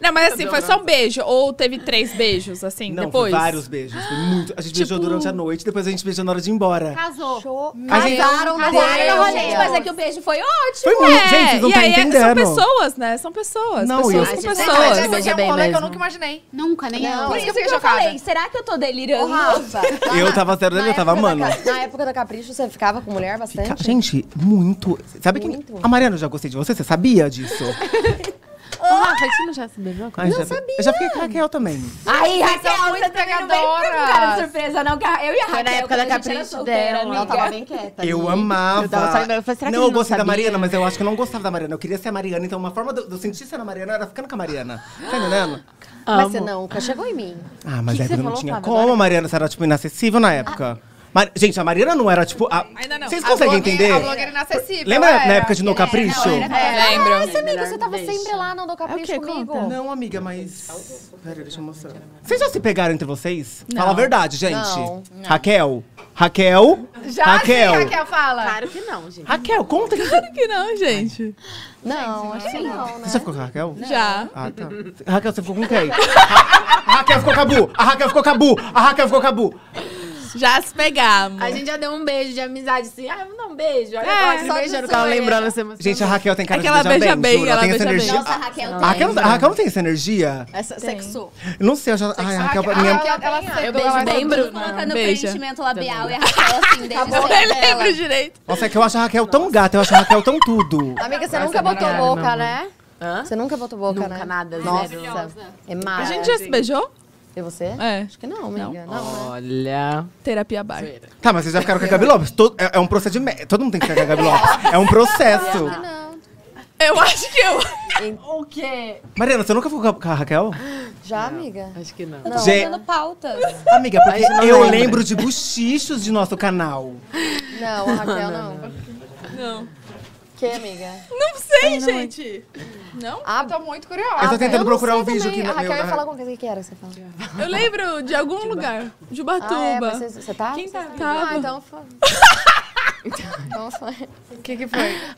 Speaker 2: Não, mas assim, foi só um beijo. Ou teve três beijos, assim,
Speaker 6: Não, foi
Speaker 2: depois?
Speaker 6: vários beijos. Foi muito. A gente beijou durante a noite, depois a gente beijou na hora de ir embora.
Speaker 7: Casou.
Speaker 5: Show.
Speaker 6: A gente-
Speaker 9: Casaram, casaram, gente, mas é que o beijo foi ótimo.
Speaker 6: Foi muito,
Speaker 9: é.
Speaker 6: gente, vocês não
Speaker 2: e
Speaker 6: tá
Speaker 2: aí, é- são
Speaker 6: entendendo.
Speaker 2: pessoas, né? São pessoas.
Speaker 6: Não,
Speaker 2: pessoas
Speaker 6: e-
Speaker 2: são
Speaker 6: Ai, gente,
Speaker 2: pessoas.
Speaker 1: Gente, esse é um
Speaker 6: bem
Speaker 1: rolê que eu
Speaker 6: mesmo.
Speaker 1: nunca imaginei.
Speaker 7: Nunca, nem
Speaker 5: Não.
Speaker 7: eu.
Speaker 9: Por
Speaker 1: Por
Speaker 9: isso
Speaker 1: isso
Speaker 9: que
Speaker 1: que eu
Speaker 9: eu
Speaker 1: chocada.
Speaker 9: falei, será que eu tô delirando?
Speaker 5: Ô, Rafa,
Speaker 6: Eu tava zero,
Speaker 5: na
Speaker 6: eu tava,
Speaker 5: época da
Speaker 6: mano.
Speaker 5: Ca- Na época da Capricho, você ficava com mulher bastante?
Speaker 6: Ca- Gente, muito. Sabe que
Speaker 5: Muito.
Speaker 6: a Mariana eu já gostei de você? Você sabia disso?
Speaker 4: Ah, você não já se beijou?
Speaker 6: Ai, já- Eu já fiquei com a Raquel também.
Speaker 9: Aí, Raquel,
Speaker 1: são
Speaker 9: você
Speaker 1: muito
Speaker 9: também não veio com cara de
Speaker 1: pegadoras.
Speaker 9: surpresa, não. que a- Eu e a Raquel,
Speaker 4: Foi na época da
Speaker 9: quando a gente era
Speaker 4: Capricho
Speaker 9: solteira,
Speaker 4: dela.
Speaker 9: amiga.
Speaker 5: Ela tava bem quieta.
Speaker 6: Tá
Speaker 5: né?
Speaker 6: Eu
Speaker 5: amiga.
Speaker 6: amava.
Speaker 4: Eu tava saindo, eu falei, será que
Speaker 6: não,
Speaker 4: ele
Speaker 6: eu
Speaker 4: não
Speaker 6: gostei da
Speaker 4: sabia?
Speaker 6: Mariana, mas eu acho que eu não gostava da Mariana. Eu queria ser a Mariana, então uma forma de eu sentir ser a Mariana era ficando com a Mariana. Tá entendendo?
Speaker 5: Mas você nunca chegou em mim.
Speaker 6: Ah, mas
Speaker 4: que
Speaker 6: aí
Speaker 4: você
Speaker 6: eu não
Speaker 4: falou,
Speaker 6: tinha
Speaker 4: Flávia,
Speaker 6: como, a Mariana, você era, tipo, inacessível na época. Ah. Mar- Gente, a Mariana não era, tipo. a-
Speaker 1: Ainda não.
Speaker 6: Vocês
Speaker 1: A
Speaker 6: conseguem
Speaker 1: blogueira-
Speaker 6: entender?
Speaker 1: A blogueira inacessível.
Speaker 6: Lembra
Speaker 1: era. É,
Speaker 6: na época de No Capricho?
Speaker 2: Lembro.
Speaker 5: Mas, amiga, você tava sempre lá no Do Capricho comigo.
Speaker 6: Não, amiga, mas. Peraí, deixa eu mostrar. Vocês já se pegaram entre vocês? Fala a verdade, gente.
Speaker 5: Não.
Speaker 6: Raquel. Raquel.
Speaker 1: Já
Speaker 6: Raquel.
Speaker 1: Raquel. Raquel, fala.
Speaker 4: Claro que não, gente.
Speaker 6: Raquel, conta que.
Speaker 2: Claro que não, gente.
Speaker 5: Não, acho que não, né?
Speaker 6: Você já ficou com é a Raquel?
Speaker 2: Já.
Speaker 6: Ah, tá. Raquel, você ficou com quem? A, a Raquel ficou com a Bu. A Raquel ficou com a Bu. A Raquel ficou com a Bu.
Speaker 2: Já se pegamos.
Speaker 4: A gente já deu um beijo de amizade, assim. Ah, vamos dar um beijo. Olha, ela se
Speaker 5: só de
Speaker 4: beijando, que ela
Speaker 5: zoeira.
Speaker 4: lembrando essa emoção.
Speaker 6: Gente, a Raquel tem cara
Speaker 2: Aquela
Speaker 6: de
Speaker 2: beija
Speaker 6: beijar
Speaker 2: bem,
Speaker 6: juro,
Speaker 2: ela
Speaker 6: tem essa
Speaker 2: beija bem.
Speaker 6: energia.
Speaker 9: Nossa, a Raquel
Speaker 6: A Raquel, não- a Raquel não tem essa energia?
Speaker 5: Essa sexo.
Speaker 6: Eu não sei, eu já. Ai, a Raquel, pra mim,
Speaker 4: Ah, um
Speaker 6: é-
Speaker 1: Ela, ela aceitou,
Speaker 4: Eu beijo
Speaker 1: ela
Speaker 4: bem,
Speaker 1: aceitou.
Speaker 4: Bruno.
Speaker 9: Colocando
Speaker 2: Beija.
Speaker 9: preenchimento labial e a Raquel assim, desde
Speaker 2: Eu
Speaker 9: sempre
Speaker 2: nem lembro direito.
Speaker 6: Nossa, é que eu acho a Raquel tão gata, eu acho a Raquel tão tudo.
Speaker 5: Amiga, você nunca botou boca, né?
Speaker 4: Hã?
Speaker 5: Você nunca botou boca,
Speaker 4: Nunca,
Speaker 5: né?
Speaker 4: nada,
Speaker 5: Nossa,
Speaker 4: zero.
Speaker 5: é
Speaker 2: A
Speaker 5: maravilhoso.
Speaker 2: gente já se beijou?
Speaker 5: E você?
Speaker 2: É.
Speaker 5: Acho que não, amiga. Não, né?
Speaker 4: Olha.
Speaker 2: Terapia bar.
Speaker 6: Tá, mas vocês já ficaram com a Gabi Lopes? Todo- é, é um procedimento. Todo mundo tem que ficar com a Gabi Lopes. É um processo.
Speaker 2: Eu acho que eu.
Speaker 4: O quê?
Speaker 6: Mariana, você nunca ficou com a Raquel?
Speaker 5: Já, amiga?
Speaker 4: Acho que não.
Speaker 6: Gente,
Speaker 9: dando pautas.
Speaker 6: amiga, porque
Speaker 4: Mas não
Speaker 6: eu
Speaker 4: lembra.
Speaker 6: lembro de bochichos de nosso canal.
Speaker 5: Não, a Raquel não. Não. Que, amiga?
Speaker 2: Não sei, gente. Não?
Speaker 5: Ah,
Speaker 1: Eu tô muito curiosa.
Speaker 6: Eu tô tentando
Speaker 5: não
Speaker 6: procurar
Speaker 5: sei
Speaker 6: o vídeo
Speaker 5: também.
Speaker 6: aqui.
Speaker 5: A Raquel ia
Speaker 6: meu-
Speaker 5: falar com o que era que você falou.
Speaker 2: Eu lembro de algum lugar. De
Speaker 5: Ah, é, mas
Speaker 2: Ubatuba.
Speaker 5: você, você tá? Quem tá? Ah,
Speaker 2: Tava.
Speaker 5: então foi. então foi.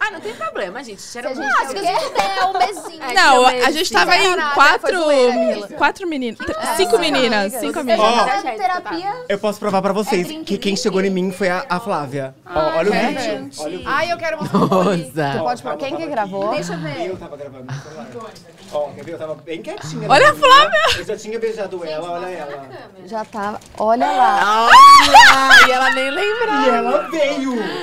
Speaker 4: Ah, não tem problema, gente. Cheira
Speaker 5: Se a
Speaker 4: muito.
Speaker 5: gente-
Speaker 9: Ah, Acho que a gente deu um beijinho.
Speaker 2: Não,
Speaker 4: também,
Speaker 2: a gente tava
Speaker 5: sim.
Speaker 2: em
Speaker 5: Caraca,
Speaker 2: quatro,
Speaker 5: foi zoeira aquilo. Ah,
Speaker 2: quatro meninas, cinco meninas,
Speaker 5: amigas.
Speaker 2: cinco
Speaker 5: Vocês
Speaker 2: meninas.
Speaker 4: tá
Speaker 6: Ó.
Speaker 8: né?
Speaker 9: Fazendo terapia.
Speaker 6: Eu posso provar pra vocês
Speaker 9: drink,
Speaker 6: que quem
Speaker 9: drink.
Speaker 6: chegou em mim foi a, a Flávia. Ah, Ó, olha o vídeo.
Speaker 1: Ai, eu quero mostrar.
Speaker 5: Você
Speaker 4: Rosa.
Speaker 5: pode pôr quem que gravou?
Speaker 9: Deixa eu ver.
Speaker 6: Eu tava gravando no celular. Ó, quer ver? Eu tava bem quietinha.
Speaker 2: Olha a
Speaker 6: né?
Speaker 2: Flávia!
Speaker 6: Eu já tinha beijado ela, olha ela.
Speaker 5: Já tava. Olha lá.
Speaker 4: Olha, e ela nem
Speaker 6: E
Speaker 4: lembrava.
Speaker 6: ela veio!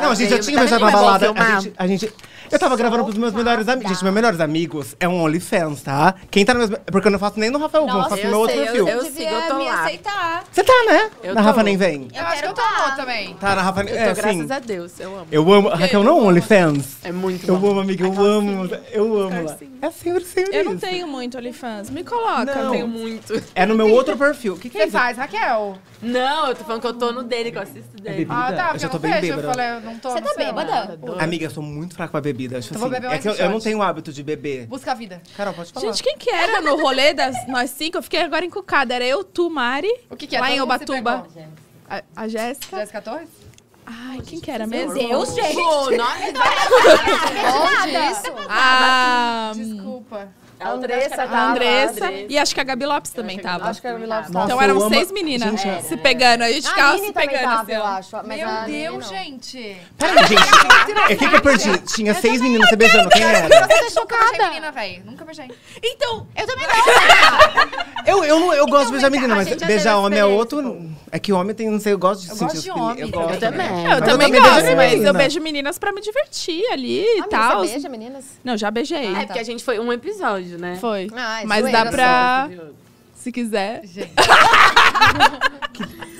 Speaker 6: não, a gente já
Speaker 4: veio.
Speaker 6: tinha
Speaker 4: Tá
Speaker 6: beijado na
Speaker 4: vendo como é bom
Speaker 6: balada.
Speaker 4: filmar?
Speaker 6: A gente, a gente- eu tava gravando pros meus melhores amigos. Gente, meus melhores amigos é um OnlyFans, tá? Quem tá no meu. Porque eu não faço nem no Rafael, Nossa, eu faço no meu outro
Speaker 4: sei,
Speaker 6: perfil.
Speaker 4: Eu sigo, eu tô
Speaker 9: me
Speaker 4: lá.
Speaker 9: aceitar.
Speaker 6: Você tá, né?
Speaker 4: Eu
Speaker 6: na
Speaker 4: tô.
Speaker 6: Rafa nem vem.
Speaker 1: Eu acho que eu tô boa também.
Speaker 6: Tá, na Rafa nem. É,
Speaker 4: Tô,
Speaker 6: sim.
Speaker 4: graças a Deus, eu amo.
Speaker 6: Eu amo. Raquel não OnlyFans.
Speaker 4: É muito
Speaker 6: Eu
Speaker 4: bom.
Speaker 6: amo, amiga, eu amo. Eu amo. lá. É sempre, sempre.
Speaker 2: Eu não
Speaker 6: isso.
Speaker 2: tenho muito OnlyFans. Me coloca.
Speaker 6: Não.
Speaker 4: Tenho muito.
Speaker 6: É no meu outro perfil. O que, que é
Speaker 1: Você
Speaker 6: isso?
Speaker 1: faz, Raquel?
Speaker 4: Não, eu tô falando que eu tô no dele, que eu assisto dele.
Speaker 6: Bebida?
Speaker 1: Ah, tá,
Speaker 6: eu
Speaker 1: porque
Speaker 6: já
Speaker 1: eu
Speaker 6: tô
Speaker 1: não
Speaker 6: bem
Speaker 1: vejo. Eu
Speaker 6: bêbada.
Speaker 1: falei, eu não tô.
Speaker 9: Você tá
Speaker 1: no cinema.
Speaker 9: bêbada?
Speaker 6: Amiga, eu sou muito fraco pra bebida. Acho
Speaker 1: Então vou
Speaker 6: assim,
Speaker 1: beber
Speaker 6: é
Speaker 1: mais
Speaker 6: que eu,
Speaker 1: um
Speaker 6: eu não
Speaker 1: shot.
Speaker 6: tenho o hábito de beber.
Speaker 1: Busca a vida.
Speaker 6: Carol, pode falar.
Speaker 2: Gente, quem que era no rolê das nós cinco? Eu fiquei agora encucada. Era eu, tu, Mari,
Speaker 1: O que que é?
Speaker 2: lá
Speaker 1: Todo
Speaker 2: em
Speaker 1: mundo se
Speaker 2: Ubatuba.
Speaker 1: pegou.
Speaker 2: A, a Jéssica.
Speaker 1: Jéssica Torres?
Speaker 2: Ai, quem que era mesmo?
Speaker 9: Deus, gente.
Speaker 4: Pô, nome
Speaker 5: Onde isso?
Speaker 2: A,
Speaker 1: Desculpa.
Speaker 4: da Andressa,
Speaker 5: A
Speaker 2: Ah, a
Speaker 4: tá?
Speaker 2: Andressa. E acho que a Gabi Lopes também tava.
Speaker 5: Acho que era o Love
Speaker 6: Nossa,
Speaker 2: Então eram
Speaker 6: eu amo-
Speaker 2: seis meninas
Speaker 6: Gente,
Speaker 2: se pegando. Aí a gente
Speaker 5: A
Speaker 2: ficava
Speaker 5: Nini
Speaker 2: se
Speaker 5: também
Speaker 2: pegando
Speaker 5: tava,
Speaker 2: assim,
Speaker 5: eu
Speaker 2: ó.
Speaker 5: acho. Mas
Speaker 1: Meu
Speaker 5: a Nini
Speaker 1: Deus,
Speaker 5: não.
Speaker 1: gente.
Speaker 6: Peraí, gente. É o que, que eu perdi? Tinha seis meninas se beijando. Quem era?
Speaker 1: Você tá chocada. Nunca beijei menina, velho. Nunca beijei.
Speaker 2: Então,
Speaker 7: Eu também não.
Speaker 6: Eu, eu, não, eu gosto de beijar menina,
Speaker 7: a
Speaker 6: mas
Speaker 7: gente já
Speaker 6: beijar
Speaker 7: teve
Speaker 6: homem é
Speaker 7: experiência,
Speaker 6: outro. É que homem tem, não sei, eu gosto de
Speaker 1: Eu
Speaker 6: sentir
Speaker 1: gosto
Speaker 6: os
Speaker 1: de
Speaker 6: peli-
Speaker 1: homem.
Speaker 6: Eu gosto
Speaker 4: Eu também.
Speaker 2: eu
Speaker 6: Mas eu
Speaker 2: também
Speaker 6: também
Speaker 2: gosto,
Speaker 6: beijo
Speaker 2: mas eu
Speaker 6: menina.
Speaker 2: beijo meninas pra me divertir ali e
Speaker 5: Amiga,
Speaker 2: tal.
Speaker 5: Você beija, meninas?
Speaker 2: Não, já beijei.
Speaker 8: Ah,
Speaker 4: É porque a gente foi um episódio, né?
Speaker 2: Foi.
Speaker 5: Ah, é
Speaker 2: Mas
Speaker 5: zoeira
Speaker 2: dá
Speaker 5: só,
Speaker 2: pra, se quiser.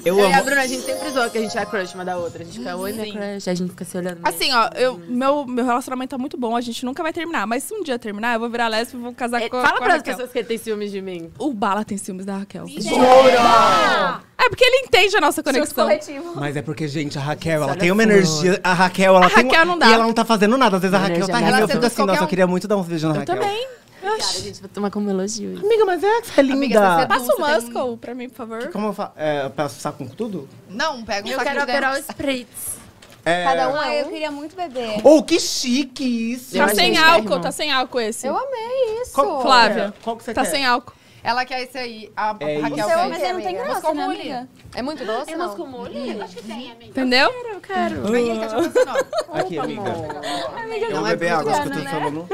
Speaker 6: Eu
Speaker 4: Eu e a
Speaker 6: amo.
Speaker 4: Bruna, a gente sempre zoa que a gente é crush uma da outra. A gente fica, oi, minha crush. A gente fica se olhando.
Speaker 2: Assim, ó, eu, meu, meu relacionamento é muito bom, a gente nunca vai terminar. Mas se um dia terminar, eu vou virar lésbica e vou casar
Speaker 4: É,
Speaker 2: com,
Speaker 4: Fala
Speaker 2: com a
Speaker 4: pras
Speaker 2: Raquel.
Speaker 4: pessoas que têm ciúmes de mim.
Speaker 2: O Bala tem ciúmes da Raquel.
Speaker 4: Jura!
Speaker 2: É porque ele entende a nossa conexão.
Speaker 9: coletivo.
Speaker 6: Mas é porque, gente, a Raquel, ela
Speaker 4: olha
Speaker 6: tem uma
Speaker 4: só.
Speaker 6: energia. A Raquel, ela
Speaker 2: A
Speaker 6: tem.
Speaker 2: Raquel
Speaker 6: uma-
Speaker 2: não dá.
Speaker 6: E ela não tá fazendo nada. Às vezes a
Speaker 4: Uma
Speaker 6: Raquel tá
Speaker 4: energia
Speaker 6: rindo. Eu
Speaker 1: maravilhosa.
Speaker 6: fico assim,
Speaker 1: Qualquer
Speaker 6: nossa, eu
Speaker 1: um.
Speaker 6: queria muito dar uns beijos na
Speaker 2: Eu
Speaker 6: Raquel.
Speaker 2: também.
Speaker 4: Obrigada, gente. Vou tomar como elogio. isso.
Speaker 6: Amiga, mas é que você é linda.
Speaker 2: Passa o
Speaker 9: tá
Speaker 2: Muscle pra mim, por favor.
Speaker 6: Como eu falo? É, posso passar com tudo?
Speaker 1: Não, pega um
Speaker 4: Eu
Speaker 1: saco
Speaker 4: quero
Speaker 1: de grama.
Speaker 4: operar o spritz.
Speaker 6: É...
Speaker 9: Cada um, ah, eu queria muito beber.
Speaker 6: Oh, que chique isso!
Speaker 2: Tá sem
Speaker 4: achei,
Speaker 2: álcool,
Speaker 4: irmão.
Speaker 2: tá sem álcool esse.
Speaker 9: Eu amei isso.
Speaker 6: Qual- qual
Speaker 2: Flávia,
Speaker 6: que é? Qual que você
Speaker 2: Tá
Speaker 6: quer?
Speaker 2: sem álcool.
Speaker 1: Ela quer esse aí. A a
Speaker 6: É
Speaker 1: Raquel
Speaker 6: isso.
Speaker 9: Seu,
Speaker 1: quer.
Speaker 9: mas ele não tem graça, né,
Speaker 1: moscomule.
Speaker 9: amiga?
Speaker 5: É muito doce?
Speaker 4: É
Speaker 5: não?
Speaker 4: músico mole? Acho que tem, amiga.
Speaker 2: Entendeu?
Speaker 4: Eu quero.
Speaker 1: Vem aí, Cachorro Nacional.
Speaker 6: Aqui, amiga. Eu vou
Speaker 1: não é
Speaker 6: beber água,
Speaker 1: muito
Speaker 6: escutando
Speaker 1: grana,
Speaker 6: seu nome.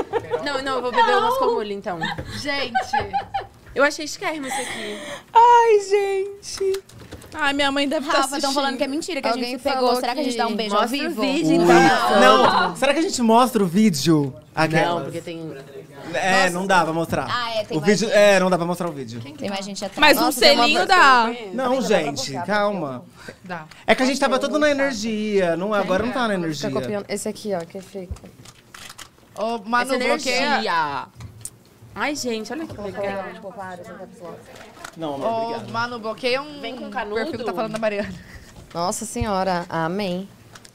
Speaker 4: Não, não, eu vou beber o músico mole, então.
Speaker 1: Gente,
Speaker 4: Eu achei esquermo isso aqui.
Speaker 2: Ai, gente. Ai, minha mãe deve estar
Speaker 9: Rafa,
Speaker 2: assistindo.
Speaker 9: estão falando que é mentira, que a
Speaker 5: Alguém
Speaker 9: gente se pegou.
Speaker 5: falou
Speaker 9: Será que a gente
Speaker 5: que-
Speaker 9: dá um beijo ao
Speaker 4: Mostra o
Speaker 9: vivo?
Speaker 4: vídeo, então.
Speaker 6: Não, será que a gente mostra o vídeo? Aquelas.
Speaker 4: Não, porque tem...
Speaker 6: É, não dá pra mostrar.
Speaker 9: Ah, é, tem
Speaker 6: o
Speaker 9: mais
Speaker 6: vídeo, É, não dá pra mostrar o vídeo.
Speaker 9: Tem mais gente atrás.
Speaker 2: Mas um
Speaker 5: Nossa, deu uma
Speaker 2: selinho
Speaker 5: versão,
Speaker 2: dá.
Speaker 6: Não,
Speaker 5: Amiga, dá pra
Speaker 6: gente,
Speaker 5: buscar,
Speaker 6: calma.
Speaker 1: dá.
Speaker 6: É que a gente tava todo na energia. Não, agora não tá na
Speaker 5: Fica
Speaker 6: energia.
Speaker 5: copiando. Esse aqui, ó, que é fica.
Speaker 1: Ô, Manu, bloqueia.
Speaker 4: Ai, gente, olha que legal.
Speaker 5: Coloca, tipo, para, assim, caps lock.
Speaker 6: Não, amor,
Speaker 1: Ô,
Speaker 6: obrigado.
Speaker 1: Manu, bloqueia um
Speaker 4: Vem com canudo.
Speaker 1: perfil que tá falando da Mariana.
Speaker 5: Nossa senhora, amém.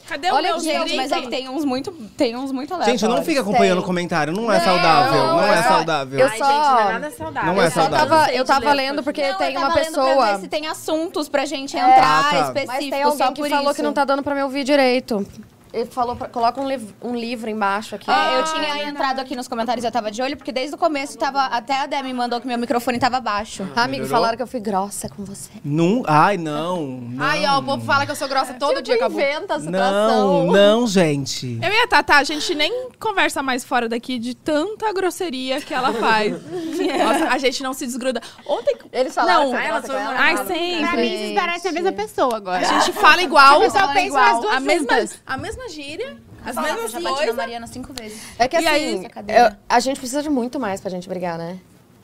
Speaker 2: Cadê o
Speaker 9: Olha
Speaker 2: meu
Speaker 9: aqui, gente,
Speaker 2: drink?
Speaker 9: mas é que tem uns muito, tem uns muito aleatórios.
Speaker 6: Gente, eu não fica acompanhando o
Speaker 5: Sério.
Speaker 6: comentário. Não é saudável. Não, é saudável.
Speaker 5: Eu
Speaker 4: Ai,
Speaker 5: só-
Speaker 4: gente, não é nada saudável.
Speaker 6: Não é
Speaker 5: eu só
Speaker 6: saudável.
Speaker 5: tava, eu
Speaker 4: Sei de
Speaker 5: tava
Speaker 4: ler,
Speaker 5: lendo porque
Speaker 9: Não, eu
Speaker 5: tem
Speaker 9: tava
Speaker 5: uma
Speaker 9: lendo pra
Speaker 5: pessoa.
Speaker 9: ver se tem assuntos pra gente entrar
Speaker 6: Ah, tá.
Speaker 5: Mas
Speaker 9: específico,
Speaker 5: tem
Speaker 9: só
Speaker 5: alguém
Speaker 9: por
Speaker 5: que falou
Speaker 9: isso.
Speaker 5: que não tá dando pra me ouvir direito. Ele falou, pra- coloca um, liv- um livro embaixo aqui.
Speaker 9: É, eu tinha entrado aqui nos comentários, eu tava de olho, porque desde o começo tava. Até a Demi mandou que meu microfone tava baixo.
Speaker 5: Amigos falaram que eu fui grossa com você.
Speaker 6: Não, ai, não. não.
Speaker 1: Aí, ó, o povo fala que eu sou grossa todo dia, acabou.
Speaker 5: Tipo, inventa a
Speaker 6: Não, não, gente.
Speaker 2: Eu e a Tatá, a gente nem conversa mais fora daqui de tanta grosseria que ela faz.
Speaker 9: é.
Speaker 2: Nossa, a gente não se desgruda. Ontem.
Speaker 5: Eles falaram
Speaker 2: Não.
Speaker 5: que eu
Speaker 4: Ela
Speaker 5: grossa
Speaker 4: sou-
Speaker 5: com ela.
Speaker 2: Ai,
Speaker 7: Pra
Speaker 2: sempre.
Speaker 7: mim, vocês parecem a mesma pessoa agora.
Speaker 2: A gente fala igual.
Speaker 7: Eu só penso nas duas
Speaker 2: a mesma,
Speaker 7: juntas.
Speaker 2: a mesma gíria, as
Speaker 9: Nossa,
Speaker 2: mesmas
Speaker 9: já bati na
Speaker 2: coisas.
Speaker 9: Mariana cinco vezes.
Speaker 5: É que
Speaker 2: E aí,
Speaker 5: assim,
Speaker 9: essa cadeira?
Speaker 5: eu- a gente precisa de muito mais pra gente brigar, né?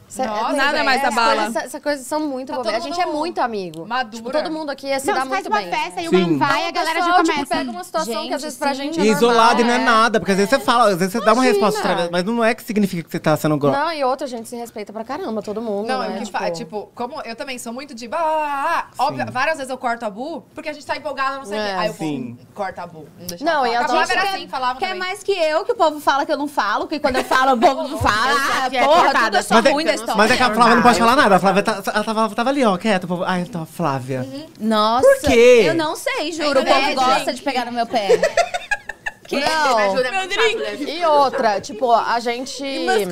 Speaker 5: Cê-
Speaker 1: Nossa,
Speaker 5: é-
Speaker 2: nada
Speaker 5: é-
Speaker 2: mais
Speaker 5: essas
Speaker 2: abala.
Speaker 5: coisas- Essas coisas são muito
Speaker 1: Tá
Speaker 5: bobeiras. A
Speaker 1: todo
Speaker 5: gente é
Speaker 1: mundo
Speaker 5: muito amigo.
Speaker 1: madura.
Speaker 5: Tipo, todo mundo aqui se
Speaker 7: Não,
Speaker 5: dá
Speaker 7: se faz
Speaker 5: muito
Speaker 7: uma
Speaker 5: bem.
Speaker 7: festa e uma
Speaker 6: Sim.
Speaker 7: não vai, a galera já
Speaker 5: Pessoal, tipo,
Speaker 7: começa.
Speaker 5: pega uma situação que às
Speaker 9: Gente,
Speaker 5: vezes pra
Speaker 9: sim.
Speaker 5: gente é
Speaker 6: E
Speaker 5: normal.
Speaker 6: Isolado e não é nada, porque às vezes você fala, às vezes você dá uma
Speaker 5: Imagina.
Speaker 6: resposta, estranha, mas não é que significa que você tá sendo grossa.
Speaker 5: Não, e outra, a gente se respeita pra caramba, todo mundo.
Speaker 1: Não,
Speaker 5: né?
Speaker 1: é o que fa- é tipo, como eu também sou muito de. blá, blá, blá, blá. ah", Óbvio, várias vezes eu corto a Bu, porque a gente tá empolgada, não sei o
Speaker 5: É,
Speaker 1: quê. Aí eu
Speaker 6: sim.
Speaker 1: vou, corta a Bu. Não, deixa
Speaker 5: Não,
Speaker 1: ela
Speaker 5: e
Speaker 1: falar.
Speaker 5: a
Speaker 1: Com a
Speaker 5: gente
Speaker 1: Flávia era
Speaker 9: quer-
Speaker 1: assim, falava
Speaker 9: Quer
Speaker 1: também.
Speaker 9: mais que eu, que o povo fala que eu não falo, que quando eu falo, o povo fala, ah,
Speaker 4: que é
Speaker 9: porra,
Speaker 4: cortada,
Speaker 9: tudo eu sou
Speaker 4: mas é-
Speaker 9: ruim
Speaker 4: mas
Speaker 9: da
Speaker 4: é
Speaker 9: história.
Speaker 6: Mas é que a Flávia não pode falar nada. A Flávia tá- ela tava, tava ali, ó, quieta. o povo, Ai, então, a Flávia.
Speaker 9: Nossa,
Speaker 6: Por quê?
Speaker 9: eu não sei, juro, o
Speaker 7: Inveja.
Speaker 9: povo gosta de pegar no meu pé.
Speaker 5: tipo, Não.
Speaker 2: é
Speaker 4: Meu
Speaker 2: né?
Speaker 4: drink.
Speaker 5: E outra, tipo, a gente.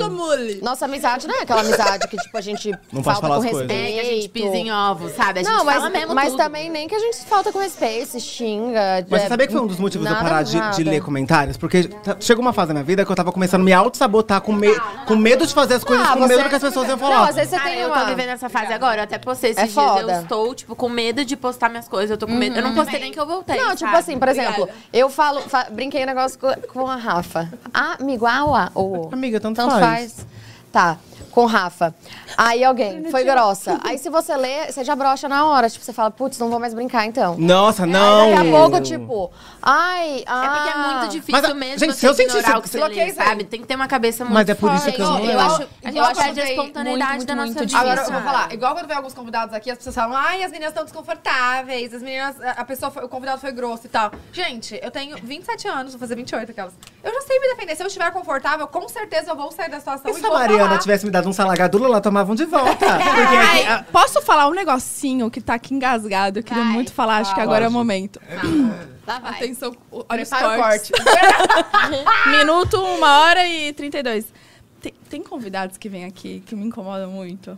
Speaker 2: Mule.
Speaker 5: Nossa amizade não é aquela amizade que, tipo, a gente
Speaker 6: Não pode
Speaker 5: falta
Speaker 6: falar
Speaker 5: com
Speaker 6: as coisas.
Speaker 5: respeito.
Speaker 4: É que a gente pisa em ovos, sabe? A gente
Speaker 5: Não,
Speaker 4: fala
Speaker 5: mas,
Speaker 4: mesmo
Speaker 5: mas
Speaker 4: tudo.
Speaker 5: também nem que a gente falta com respeito, se xinga.
Speaker 6: Mas
Speaker 5: é,
Speaker 6: você sabia que foi um dos motivos de eu
Speaker 5: nada,
Speaker 6: parar de,
Speaker 5: nada.
Speaker 6: de ler comentários? Porque tá- chegou uma fase na minha vida que eu tava começando a me auto-sabotar com, me- com medo de fazer as coisas,
Speaker 5: Ah,
Speaker 6: com medo
Speaker 5: você-
Speaker 6: do que as pessoas iam
Speaker 5: Não,
Speaker 6: falar.
Speaker 5: às vezes você
Speaker 4: Cara,
Speaker 5: tem
Speaker 4: eu
Speaker 5: uma...
Speaker 4: tô vivendo essa fase agora. Eu até postei esses
Speaker 5: É
Speaker 4: dias.
Speaker 5: foda.
Speaker 4: Eu estou, tipo, com medo de postar minhas coisas. Eu tô com medo. Eu não postei nem que eu voltei.
Speaker 5: Não, tipo
Speaker 4: sabe?
Speaker 5: assim, por exemplo, eu falo, fa- brinquei um negócio co- com, a Rafa. Amigo, ah, ou.
Speaker 6: Amiga, tanto faz.
Speaker 5: faz. Tá, com Rafa. Aí alguém foi grossa. Aí se você lê, você já brocha na hora. Tipo, você fala, putz, não vou mais brincar então.
Speaker 6: Nossa, não!
Speaker 5: Aí daqui a pouco, tipo, ai,
Speaker 4: É
Speaker 5: ah.
Speaker 4: porque é muito difícil
Speaker 6: Mas,
Speaker 4: mesmo
Speaker 6: gente,
Speaker 4: você
Speaker 6: se eu sentisse-
Speaker 4: ignorar o que você
Speaker 1: bloqueia
Speaker 4: lê,
Speaker 1: isso aí.
Speaker 4: sabe? Tem que ter uma cabeça muito
Speaker 6: Mas é por isso
Speaker 4: forte.
Speaker 6: que eu não
Speaker 9: eu
Speaker 6: leio.
Speaker 9: acho,
Speaker 4: A
Speaker 9: eu
Speaker 4: gente
Speaker 9: acho
Speaker 4: perde a
Speaker 9: muito,
Speaker 4: espontaneidade
Speaker 9: muito,
Speaker 4: da nossa
Speaker 9: muito
Speaker 4: vida.
Speaker 9: difícil.
Speaker 1: Agora eu vou falar, igual quando vem alguns convidados aqui, as pessoas falam, ai, as meninas estão desconfortáveis, as meninas, a a pessoa, foi- o convidado foi grosso e tal. Gente, eu tenho 27 anos, vou fazer 28 aquelas. Eu já sei me defender, se eu estiver confortável, com certeza eu vou sair da situação e,
Speaker 6: E se a
Speaker 1: vou
Speaker 6: Mariana
Speaker 1: falar.
Speaker 6: tivesse me dado um salagadula, lá tomavam de volta. Porque
Speaker 2: Ai,
Speaker 6: aqui, ah, a-
Speaker 2: posso falar um negocinho que tá aqui engasgado? Eu queria
Speaker 7: Vai.
Speaker 2: muito falar, acho que agora é o momento.
Speaker 7: Lá vai.
Speaker 2: Atenção, o- olha os
Speaker 1: Prepara o
Speaker 2: cortes. Minuto, uma hora e 32. Tem, tem convidados que vêm aqui que me incomodam muito.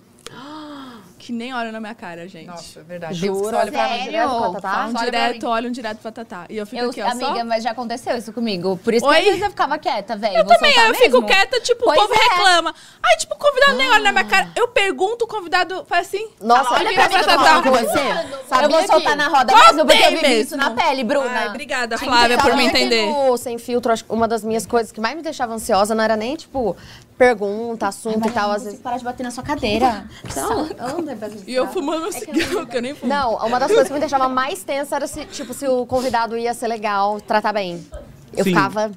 Speaker 2: Que nem olham na minha cara, gente.
Speaker 1: Nossa, é verdade.
Speaker 5: Jura?
Speaker 1: Olha pra
Speaker 7: Sério?
Speaker 1: mim.
Speaker 4: né?
Speaker 5: direto com a
Speaker 4: tá?
Speaker 5: Tatá?
Speaker 1: Só
Speaker 2: Olham
Speaker 1: olha pra
Speaker 2: direto, olham direto pra Tatá. E eu fico
Speaker 9: Eu,
Speaker 2: aqui, ó,
Speaker 9: amiga,
Speaker 2: só...
Speaker 9: mas já aconteceu isso comigo. Por isso
Speaker 2: Oi?
Speaker 9: que às vezes eu ficava quieta, velho.
Speaker 2: Eu
Speaker 9: Vou
Speaker 2: também,
Speaker 9: soltar
Speaker 1: tá
Speaker 2: eu fico
Speaker 9: mesmo.
Speaker 2: quieta, tipo,
Speaker 9: Pois
Speaker 2: o povo
Speaker 9: é.
Speaker 2: reclama. Ai, tipo, o convidado nem olha na
Speaker 1: Ah.
Speaker 2: minha cara. Eu pergunto, o convidado faz assim.
Speaker 5: Nossa,
Speaker 2: olha pra mim,
Speaker 5: eu
Speaker 2: pra
Speaker 5: vou falar
Speaker 2: Tatá.
Speaker 5: com você. Sabia
Speaker 9: eu vou soltar
Speaker 5: que-
Speaker 9: na roda
Speaker 2: Soltei
Speaker 9: mesmo, Ah, porque eu vivi
Speaker 2: mesmo.
Speaker 9: isso na pele, Bruna.
Speaker 2: Ai, obrigada, Flávia,
Speaker 5: Tava
Speaker 2: por me
Speaker 1: é
Speaker 5: aqui
Speaker 2: entender.
Speaker 5: no tipo, Sem filtro, acho que uma das minhas coisas que mais me deixava ansiosa não era nem, tipo, pergunta, assunto e tal. Às vezes.
Speaker 9: Parar de bater na sua cadeira. Então,
Speaker 2: E eu fumando meu cigarro, que eu nem fumo.
Speaker 5: Não, uma das coisas que me deixava mais tensa era se, tipo, se o convidado ia ser legal, tratar bem. Eu
Speaker 6: Sim.
Speaker 5: ficava.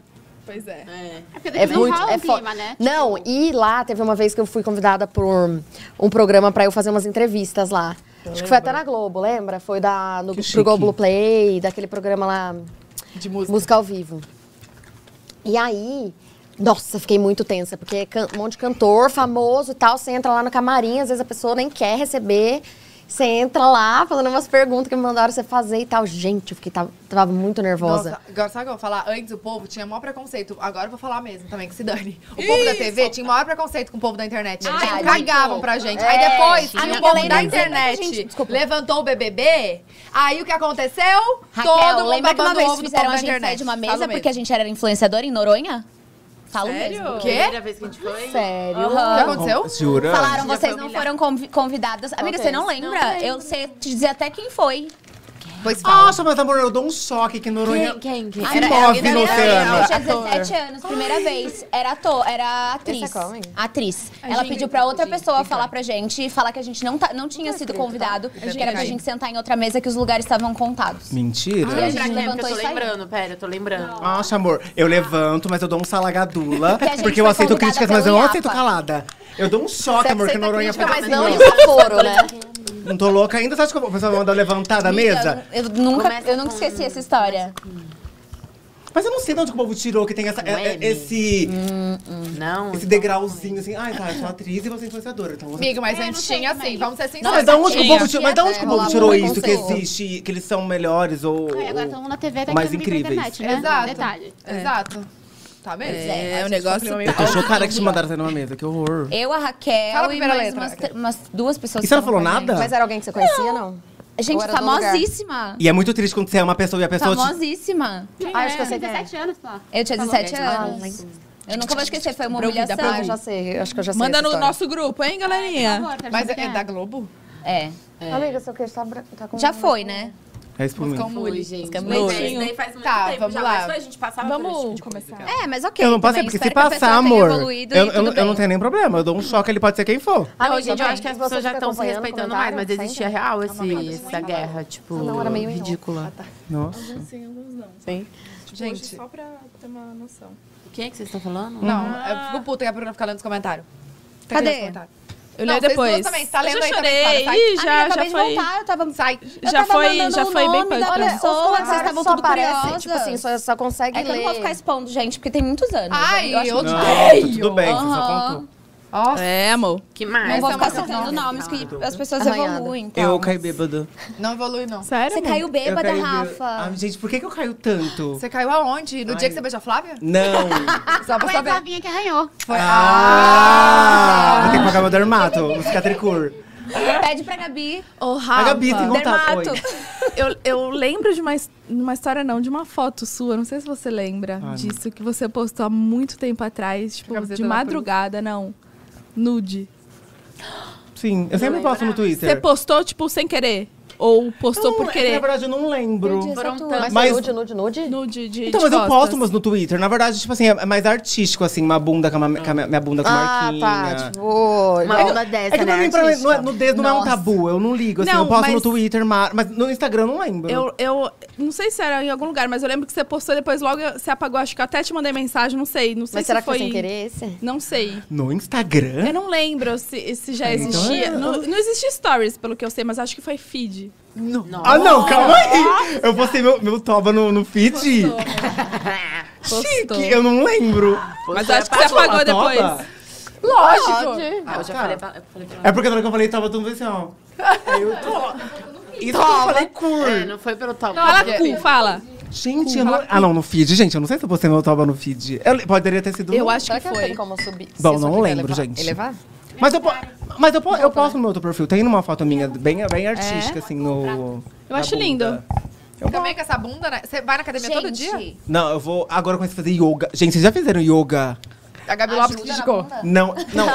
Speaker 2: Pois é.
Speaker 7: É porque
Speaker 5: É
Speaker 7: depois não
Speaker 5: muito.
Speaker 7: rola
Speaker 5: É
Speaker 7: um
Speaker 5: fo-
Speaker 7: clima, né?
Speaker 5: Não, e lá teve uma vez que eu fui convidada por um, um programa pra eu fazer umas entrevistas lá. Acho que foi até na Globo, lembra? Foi da, no,
Speaker 6: chique.
Speaker 5: pro Globo Play, daquele programa lá.
Speaker 1: De música.
Speaker 5: Música ao vivo. E aí, Nossa, fiquei muito tensa, porque can- um monte de cantor famoso e tal, você entra lá no camarim, às vezes a pessoa nem quer receber. Você entra lá fazendo umas perguntas que me mandaram você fazer e tal. Gente, eu fiquei, tava, tava muito nervosa.
Speaker 1: Nossa, agora sabe o que eu vou falar? Antes o povo tinha maior preconceito. Agora eu vou falar mesmo também, que se dane. O povo da TV tinha maior preconceito com o povo da internet.
Speaker 9: Verdade.
Speaker 1: Ai, cagavam pra gente.
Speaker 9: É,
Speaker 1: aí depois, tinha
Speaker 9: tinha.
Speaker 1: o
Speaker 9: Amiga,
Speaker 1: povo
Speaker 9: lembra
Speaker 1: da
Speaker 9: que-
Speaker 1: internet levantou o BBB. Aí o que aconteceu?
Speaker 9: Raquel,
Speaker 1: Todo mundo
Speaker 9: lembra que uma
Speaker 1: babando
Speaker 9: vez
Speaker 1: ovo do
Speaker 9: fizeram
Speaker 1: povo
Speaker 9: a
Speaker 1: da
Speaker 9: gente sair
Speaker 1: internet?
Speaker 9: de uma
Speaker 1: Falo
Speaker 9: mesa
Speaker 1: mesmo.
Speaker 9: porque a gente era influenciadora em Noronha? Falo
Speaker 1: Sério?
Speaker 9: mesmo.
Speaker 1: O quê?
Speaker 9: Quê?
Speaker 1: Primeira
Speaker 4: vez que a gente foi?
Speaker 9: Sério.
Speaker 1: O que aconteceu?
Speaker 6: Oh, Jura?
Speaker 9: Falaram, vocês não foram convi- convidadas. Amiga, você não lembra? eu sei te dizer até quem foi.
Speaker 1: Pois
Speaker 6: Nossa, mas amor, eu dou um choque que Noronha.
Speaker 4: Quem? Quem?
Speaker 5: Ah,
Speaker 6: Se move no
Speaker 9: eu
Speaker 6: oceano.
Speaker 9: tinha 17 anos, primeira vez. Era ator,
Speaker 4: é
Speaker 9: era atriz. Atriz. Ela pediu pra outra pessoa falar pra gente, falar que a gente não, tá- não tinha sido convidado, que era pra
Speaker 4: Gente.
Speaker 9: gente sentar em outra mesa que os lugares estavam contados.
Speaker 6: Mentira.
Speaker 9: Ai,
Speaker 4: Será que lembra?
Speaker 9: gente,
Speaker 4: Porque eu tô
Speaker 9: levantou e saiu.
Speaker 4: lembrando, pera, eu tô lembrando.
Speaker 6: Nossa, amor, eu levanto, mas eu dou um salagadula.
Speaker 9: Que a gente
Speaker 6: Porque eu
Speaker 9: foi
Speaker 6: aceito
Speaker 9: convidada
Speaker 6: críticas, mas eu
Speaker 9: pelo
Speaker 6: não
Speaker 9: Iapa.
Speaker 6: aceito calada. Eu dou um choque, amor, que Noronha
Speaker 5: crítica,
Speaker 6: faz
Speaker 5: mas
Speaker 6: assim,
Speaker 5: não
Speaker 6: ó.
Speaker 5: em desaforo, né?
Speaker 6: Não tô louca ainda, sabe que o pessoal vai mandar eu levantar da
Speaker 9: Amiga,
Speaker 6: mesa?
Speaker 9: Eu, eu nunca, eu nunca esqueci essa história.
Speaker 6: Mas eu não sei de onde que o povo tirou que tem essa, é- é-
Speaker 4: M.
Speaker 6: esse,
Speaker 9: Hum,
Speaker 4: Não.
Speaker 9: então.
Speaker 6: esse degrauzinho assim. Ai, tá, eu sou atriz e você é influenciadora. Então você...
Speaker 1: Amigo,
Speaker 9: É,
Speaker 1: mas antes tinha assim, vamos ser
Speaker 6: Não,
Speaker 1: sinceros.
Speaker 6: mas um- da onde que o
Speaker 1: tinha.
Speaker 6: povo tirou, mas da onde que o povo
Speaker 5: Rola
Speaker 9: um
Speaker 6: tirou
Speaker 5: muito
Speaker 6: isso? Que
Speaker 5: conteúdo.
Speaker 6: existe, que eles são melhores ou.
Speaker 7: Ai, agora todo mundo na TV tá
Speaker 6: Mais
Speaker 7: querendo vir pra
Speaker 6: incríveis.
Speaker 7: internet, né?
Speaker 1: Exato.
Speaker 7: Detalhe.
Speaker 1: Exato. Tá mesmo?
Speaker 9: É,
Speaker 1: Aí
Speaker 9: o
Speaker 1: a gente
Speaker 9: negócio
Speaker 1: sofreu
Speaker 6: Eu
Speaker 1: meio-
Speaker 6: tô chocada que te mandaram sair numa mesa, que horror.
Speaker 9: Eu, a Raquel
Speaker 1: Fala a
Speaker 9: e
Speaker 1: primeira
Speaker 9: mais
Speaker 1: letra,
Speaker 9: umas,
Speaker 1: Raquel.
Speaker 9: umas duas pessoas.
Speaker 6: E você não
Speaker 9: que
Speaker 6: falou
Speaker 9: estavam com a
Speaker 6: nada?
Speaker 9: gente.
Speaker 5: Mas era alguém que você conhecia, não? Ou
Speaker 9: Gente,
Speaker 5: era do lugar?
Speaker 9: famosíssima.
Speaker 6: E é muito triste quando você é uma pessoa e a pessoa. te-
Speaker 9: Famosíssima.
Speaker 5: Ah, acho que eu sei quem é.
Speaker 7: 17 anos, lá.
Speaker 9: Eu tinha 17
Speaker 5: Ah,
Speaker 9: anos. Eu nunca vou esquecer, foi uma humilhação.
Speaker 5: Ah, eu já sei, acho que eu já sei.
Speaker 2: Manda
Speaker 5: essa
Speaker 2: no
Speaker 5: história.
Speaker 2: nosso grupo, hein, galerinha?
Speaker 9: tá
Speaker 1: Mas é, é da Globo?
Speaker 9: É.
Speaker 5: Amiga, seu queijo tá, bran- tá com.
Speaker 9: Já foi, né?
Speaker 6: É isso por mim.
Speaker 4: Fui, gente.
Speaker 2: Fica
Speaker 4: Mas
Speaker 8: é,
Speaker 2: muito.
Speaker 4: isso daí faz muito
Speaker 1: Tá,
Speaker 4: tempo
Speaker 1: vamos
Speaker 4: já,
Speaker 1: lá.
Speaker 4: mas foi, a gente passava por esse tipo de coisa.
Speaker 9: É, mas ok.
Speaker 6: Eu não passei,
Speaker 9: também.
Speaker 6: porque se
Speaker 9: Espero que a pessoa
Speaker 6: passar,
Speaker 9: tenha
Speaker 6: amor, eu,
Speaker 9: evoluído e
Speaker 6: eu,
Speaker 9: tudo
Speaker 6: eu não
Speaker 9: bem.
Speaker 6: tenho nenhum problema. Eu dou um choque, ele pode ser quem for.
Speaker 4: Não,
Speaker 5: Amiga,
Speaker 4: gente, eu acho que as
Speaker 5: você
Speaker 4: pessoas já
Speaker 5: fica
Speaker 4: estão se
Speaker 5: acompanhando,
Speaker 4: respeitando
Speaker 5: comentário,
Speaker 4: mais, mas
Speaker 5: sente?
Speaker 4: existia real esse- essa guerra, tipo,
Speaker 5: não, era meio
Speaker 4: ridícula.
Speaker 6: Nossa.
Speaker 4: Sim.
Speaker 1: Gente,
Speaker 2: É, Só pra ter uma noção.
Speaker 4: O que é que vocês estão falando?
Speaker 1: não, eu fico puta que a Bruna fica lendo os comentários. Fica
Speaker 9: Cadê?
Speaker 1: lendo os comentários.
Speaker 2: Eu
Speaker 1: Não,
Speaker 2: leio
Speaker 1: vocês
Speaker 2: depois.
Speaker 1: duas também, você tá
Speaker 2: eu
Speaker 1: lendo
Speaker 2: já
Speaker 1: aí também,
Speaker 2: chorei.
Speaker 1: Clara, sai.
Speaker 2: Ih,
Speaker 9: Amiga,
Speaker 2: já, já
Speaker 9: acabei de
Speaker 2: foi.
Speaker 9: voltar, eu tava...
Speaker 1: Sai.
Speaker 9: eu
Speaker 2: Já
Speaker 9: tava
Speaker 2: foi-
Speaker 9: mandando
Speaker 2: já
Speaker 9: o
Speaker 2: foi bem
Speaker 9: nome da
Speaker 2: punk. Olha, os
Speaker 9: pessoa, que vocês
Speaker 5: comentários
Speaker 9: estavam
Speaker 5: só
Speaker 9: tudo
Speaker 5: aparecem,
Speaker 9: curiosas.
Speaker 5: Tipo assim, só, só consegue
Speaker 9: É que eu
Speaker 5: ler.
Speaker 9: não vou ficar expondo, gente, porque tem muitos anos.
Speaker 1: Ai,
Speaker 9: eu acho
Speaker 1: eu
Speaker 9: que-
Speaker 1: odeio.
Speaker 6: Nossa, tudo bem, você só
Speaker 9: Aham.
Speaker 6: contou.
Speaker 1: Ó,
Speaker 2: É, amor.
Speaker 4: Que mais?
Speaker 9: Não
Speaker 1: Essa
Speaker 9: vou
Speaker 1: é
Speaker 9: ficar
Speaker 1: uma
Speaker 9: citando
Speaker 1: questão.
Speaker 9: nomes que as pessoas
Speaker 5: Arranhada.
Speaker 9: evoluem. então.
Speaker 6: Eu caí bêbado.
Speaker 1: não evolui, não.
Speaker 2: Sério?
Speaker 9: Você
Speaker 2: amor?
Speaker 9: caiu
Speaker 6: Eu
Speaker 9: bêbada,
Speaker 6: caí bêbado.
Speaker 9: Rafa.
Speaker 6: Ah, gente, por que, que eu caio tanto?
Speaker 1: Você caiu aonde? No
Speaker 6: Ai.
Speaker 1: dia que você beijou a Flávia?
Speaker 6: Não.
Speaker 1: Só pra
Speaker 7: Foi
Speaker 5: é?
Speaker 7: a
Speaker 1: saber.
Speaker 7: Flavinha que arranhou.
Speaker 1: Foi.
Speaker 6: Ah! Vou ter que pagar meu dermato, o cicatricur.
Speaker 9: Pede pra Gabi.
Speaker 2: Ô,
Speaker 6: A
Speaker 2: Rafa.
Speaker 6: Gabi tem um- contato. Oi.
Speaker 9: Dermato.
Speaker 2: Eu, eu lembro de uma, his- uma história, não, de uma foto sua, não sei se você lembra
Speaker 6: não.
Speaker 2: disso, que você postou há muito tempo atrás, tipo,
Speaker 1: Camiseta
Speaker 2: de
Speaker 1: da
Speaker 2: madrugada, não. Nude.
Speaker 6: Sim, eu sempre posto no
Speaker 2: Você
Speaker 6: Twitter.
Speaker 2: postou, tipo, sem querer? Ou postou
Speaker 6: Eu não- é
Speaker 2: por
Speaker 6: Na
Speaker 2: querer? assim,
Speaker 6: verdade, eu não lembro.
Speaker 4: Foram
Speaker 5: Mas,
Speaker 6: Mas-
Speaker 5: nude, nude, nude?
Speaker 2: Nude de
Speaker 6: Então,
Speaker 2: de
Speaker 6: mas eu
Speaker 2: costas.
Speaker 6: posto umas no Twitter. Na verdade, tipo assim, é mais artístico, assim, uma bunda com a ma- com a minha minha bunda com
Speaker 5: Ah,
Speaker 6: marquinha.
Speaker 5: tá. Tipo.
Speaker 4: Uma onda dessa,
Speaker 6: É que pra
Speaker 4: né,
Speaker 6: mim, pra mim, não é,
Speaker 4: artista?
Speaker 6: nudez não é um
Speaker 9: Nossa.
Speaker 6: tabu. Eu não ligo, assim,
Speaker 2: Não,
Speaker 6: eu posto no
Speaker 2: mas-
Speaker 6: Twitter, ma- mas no Instagram eu não lembro.
Speaker 2: Eu, eu não sei se era em algum lugar, mas eu lembro que você postou depois logo você apagou. Acho que eu até te mandei mensagem, não sei. Não sei
Speaker 5: Mas
Speaker 2: se
Speaker 5: será que
Speaker 2: foi
Speaker 5: foi sem querer esse?
Speaker 2: Não sei.
Speaker 6: No Instagram?
Speaker 2: Eu não lembro se, se já
Speaker 6: então
Speaker 2: existia.
Speaker 6: é-
Speaker 2: Não, não existia stories, pelo que eu sei, mas acho que foi feed.
Speaker 6: Não. Ah, não, calma aí! Eu postei meu, meu toba no, no feed.
Speaker 2: Postou.
Speaker 6: Chique, eu não lembro.
Speaker 2: Mas eu acho que você apagou
Speaker 6: a toba?
Speaker 2: depois.
Speaker 1: Lógico.
Speaker 4: Ah, eu já
Speaker 6: tá.
Speaker 4: falei pra, eu falei pra
Speaker 6: É porque na hora que eu falei toba, todo mundo fez assim, ó. Aí eu tô. Isso que eu falei cur.
Speaker 4: É, não foi pelo top.
Speaker 2: Fala
Speaker 1: porque-
Speaker 2: cu, fala.
Speaker 6: Gente, eu não... Ah, não, no feed, gente. Eu não sei se eu postei meu toba no feed. Eu- Poderia ter sido...
Speaker 2: Eu
Speaker 6: no-
Speaker 2: acho
Speaker 5: Será
Speaker 2: que
Speaker 5: que não tem
Speaker 2: foi.
Speaker 5: como subir? se
Speaker 6: Bom,
Speaker 5: isso
Speaker 6: não
Speaker 5: aqui vai
Speaker 6: lembro,
Speaker 5: levar-
Speaker 6: gente.
Speaker 5: Elevar?
Speaker 6: Mas eu, po- mas eu,
Speaker 2: né?
Speaker 6: po- eu posto no meu outro perfil. Tem uma foto minha bem, bem artística, assim, no.
Speaker 2: É? Eu
Speaker 6: na
Speaker 2: acho lindo.
Speaker 1: Também com essa bunda, né? Você vai na academia todo dia?
Speaker 6: Não, eu vou. Agora eu comecei a fazer yoga. Gente, vocês já fizeram yoga?
Speaker 1: A Gabi Lopes criticou.
Speaker 6: Não, não.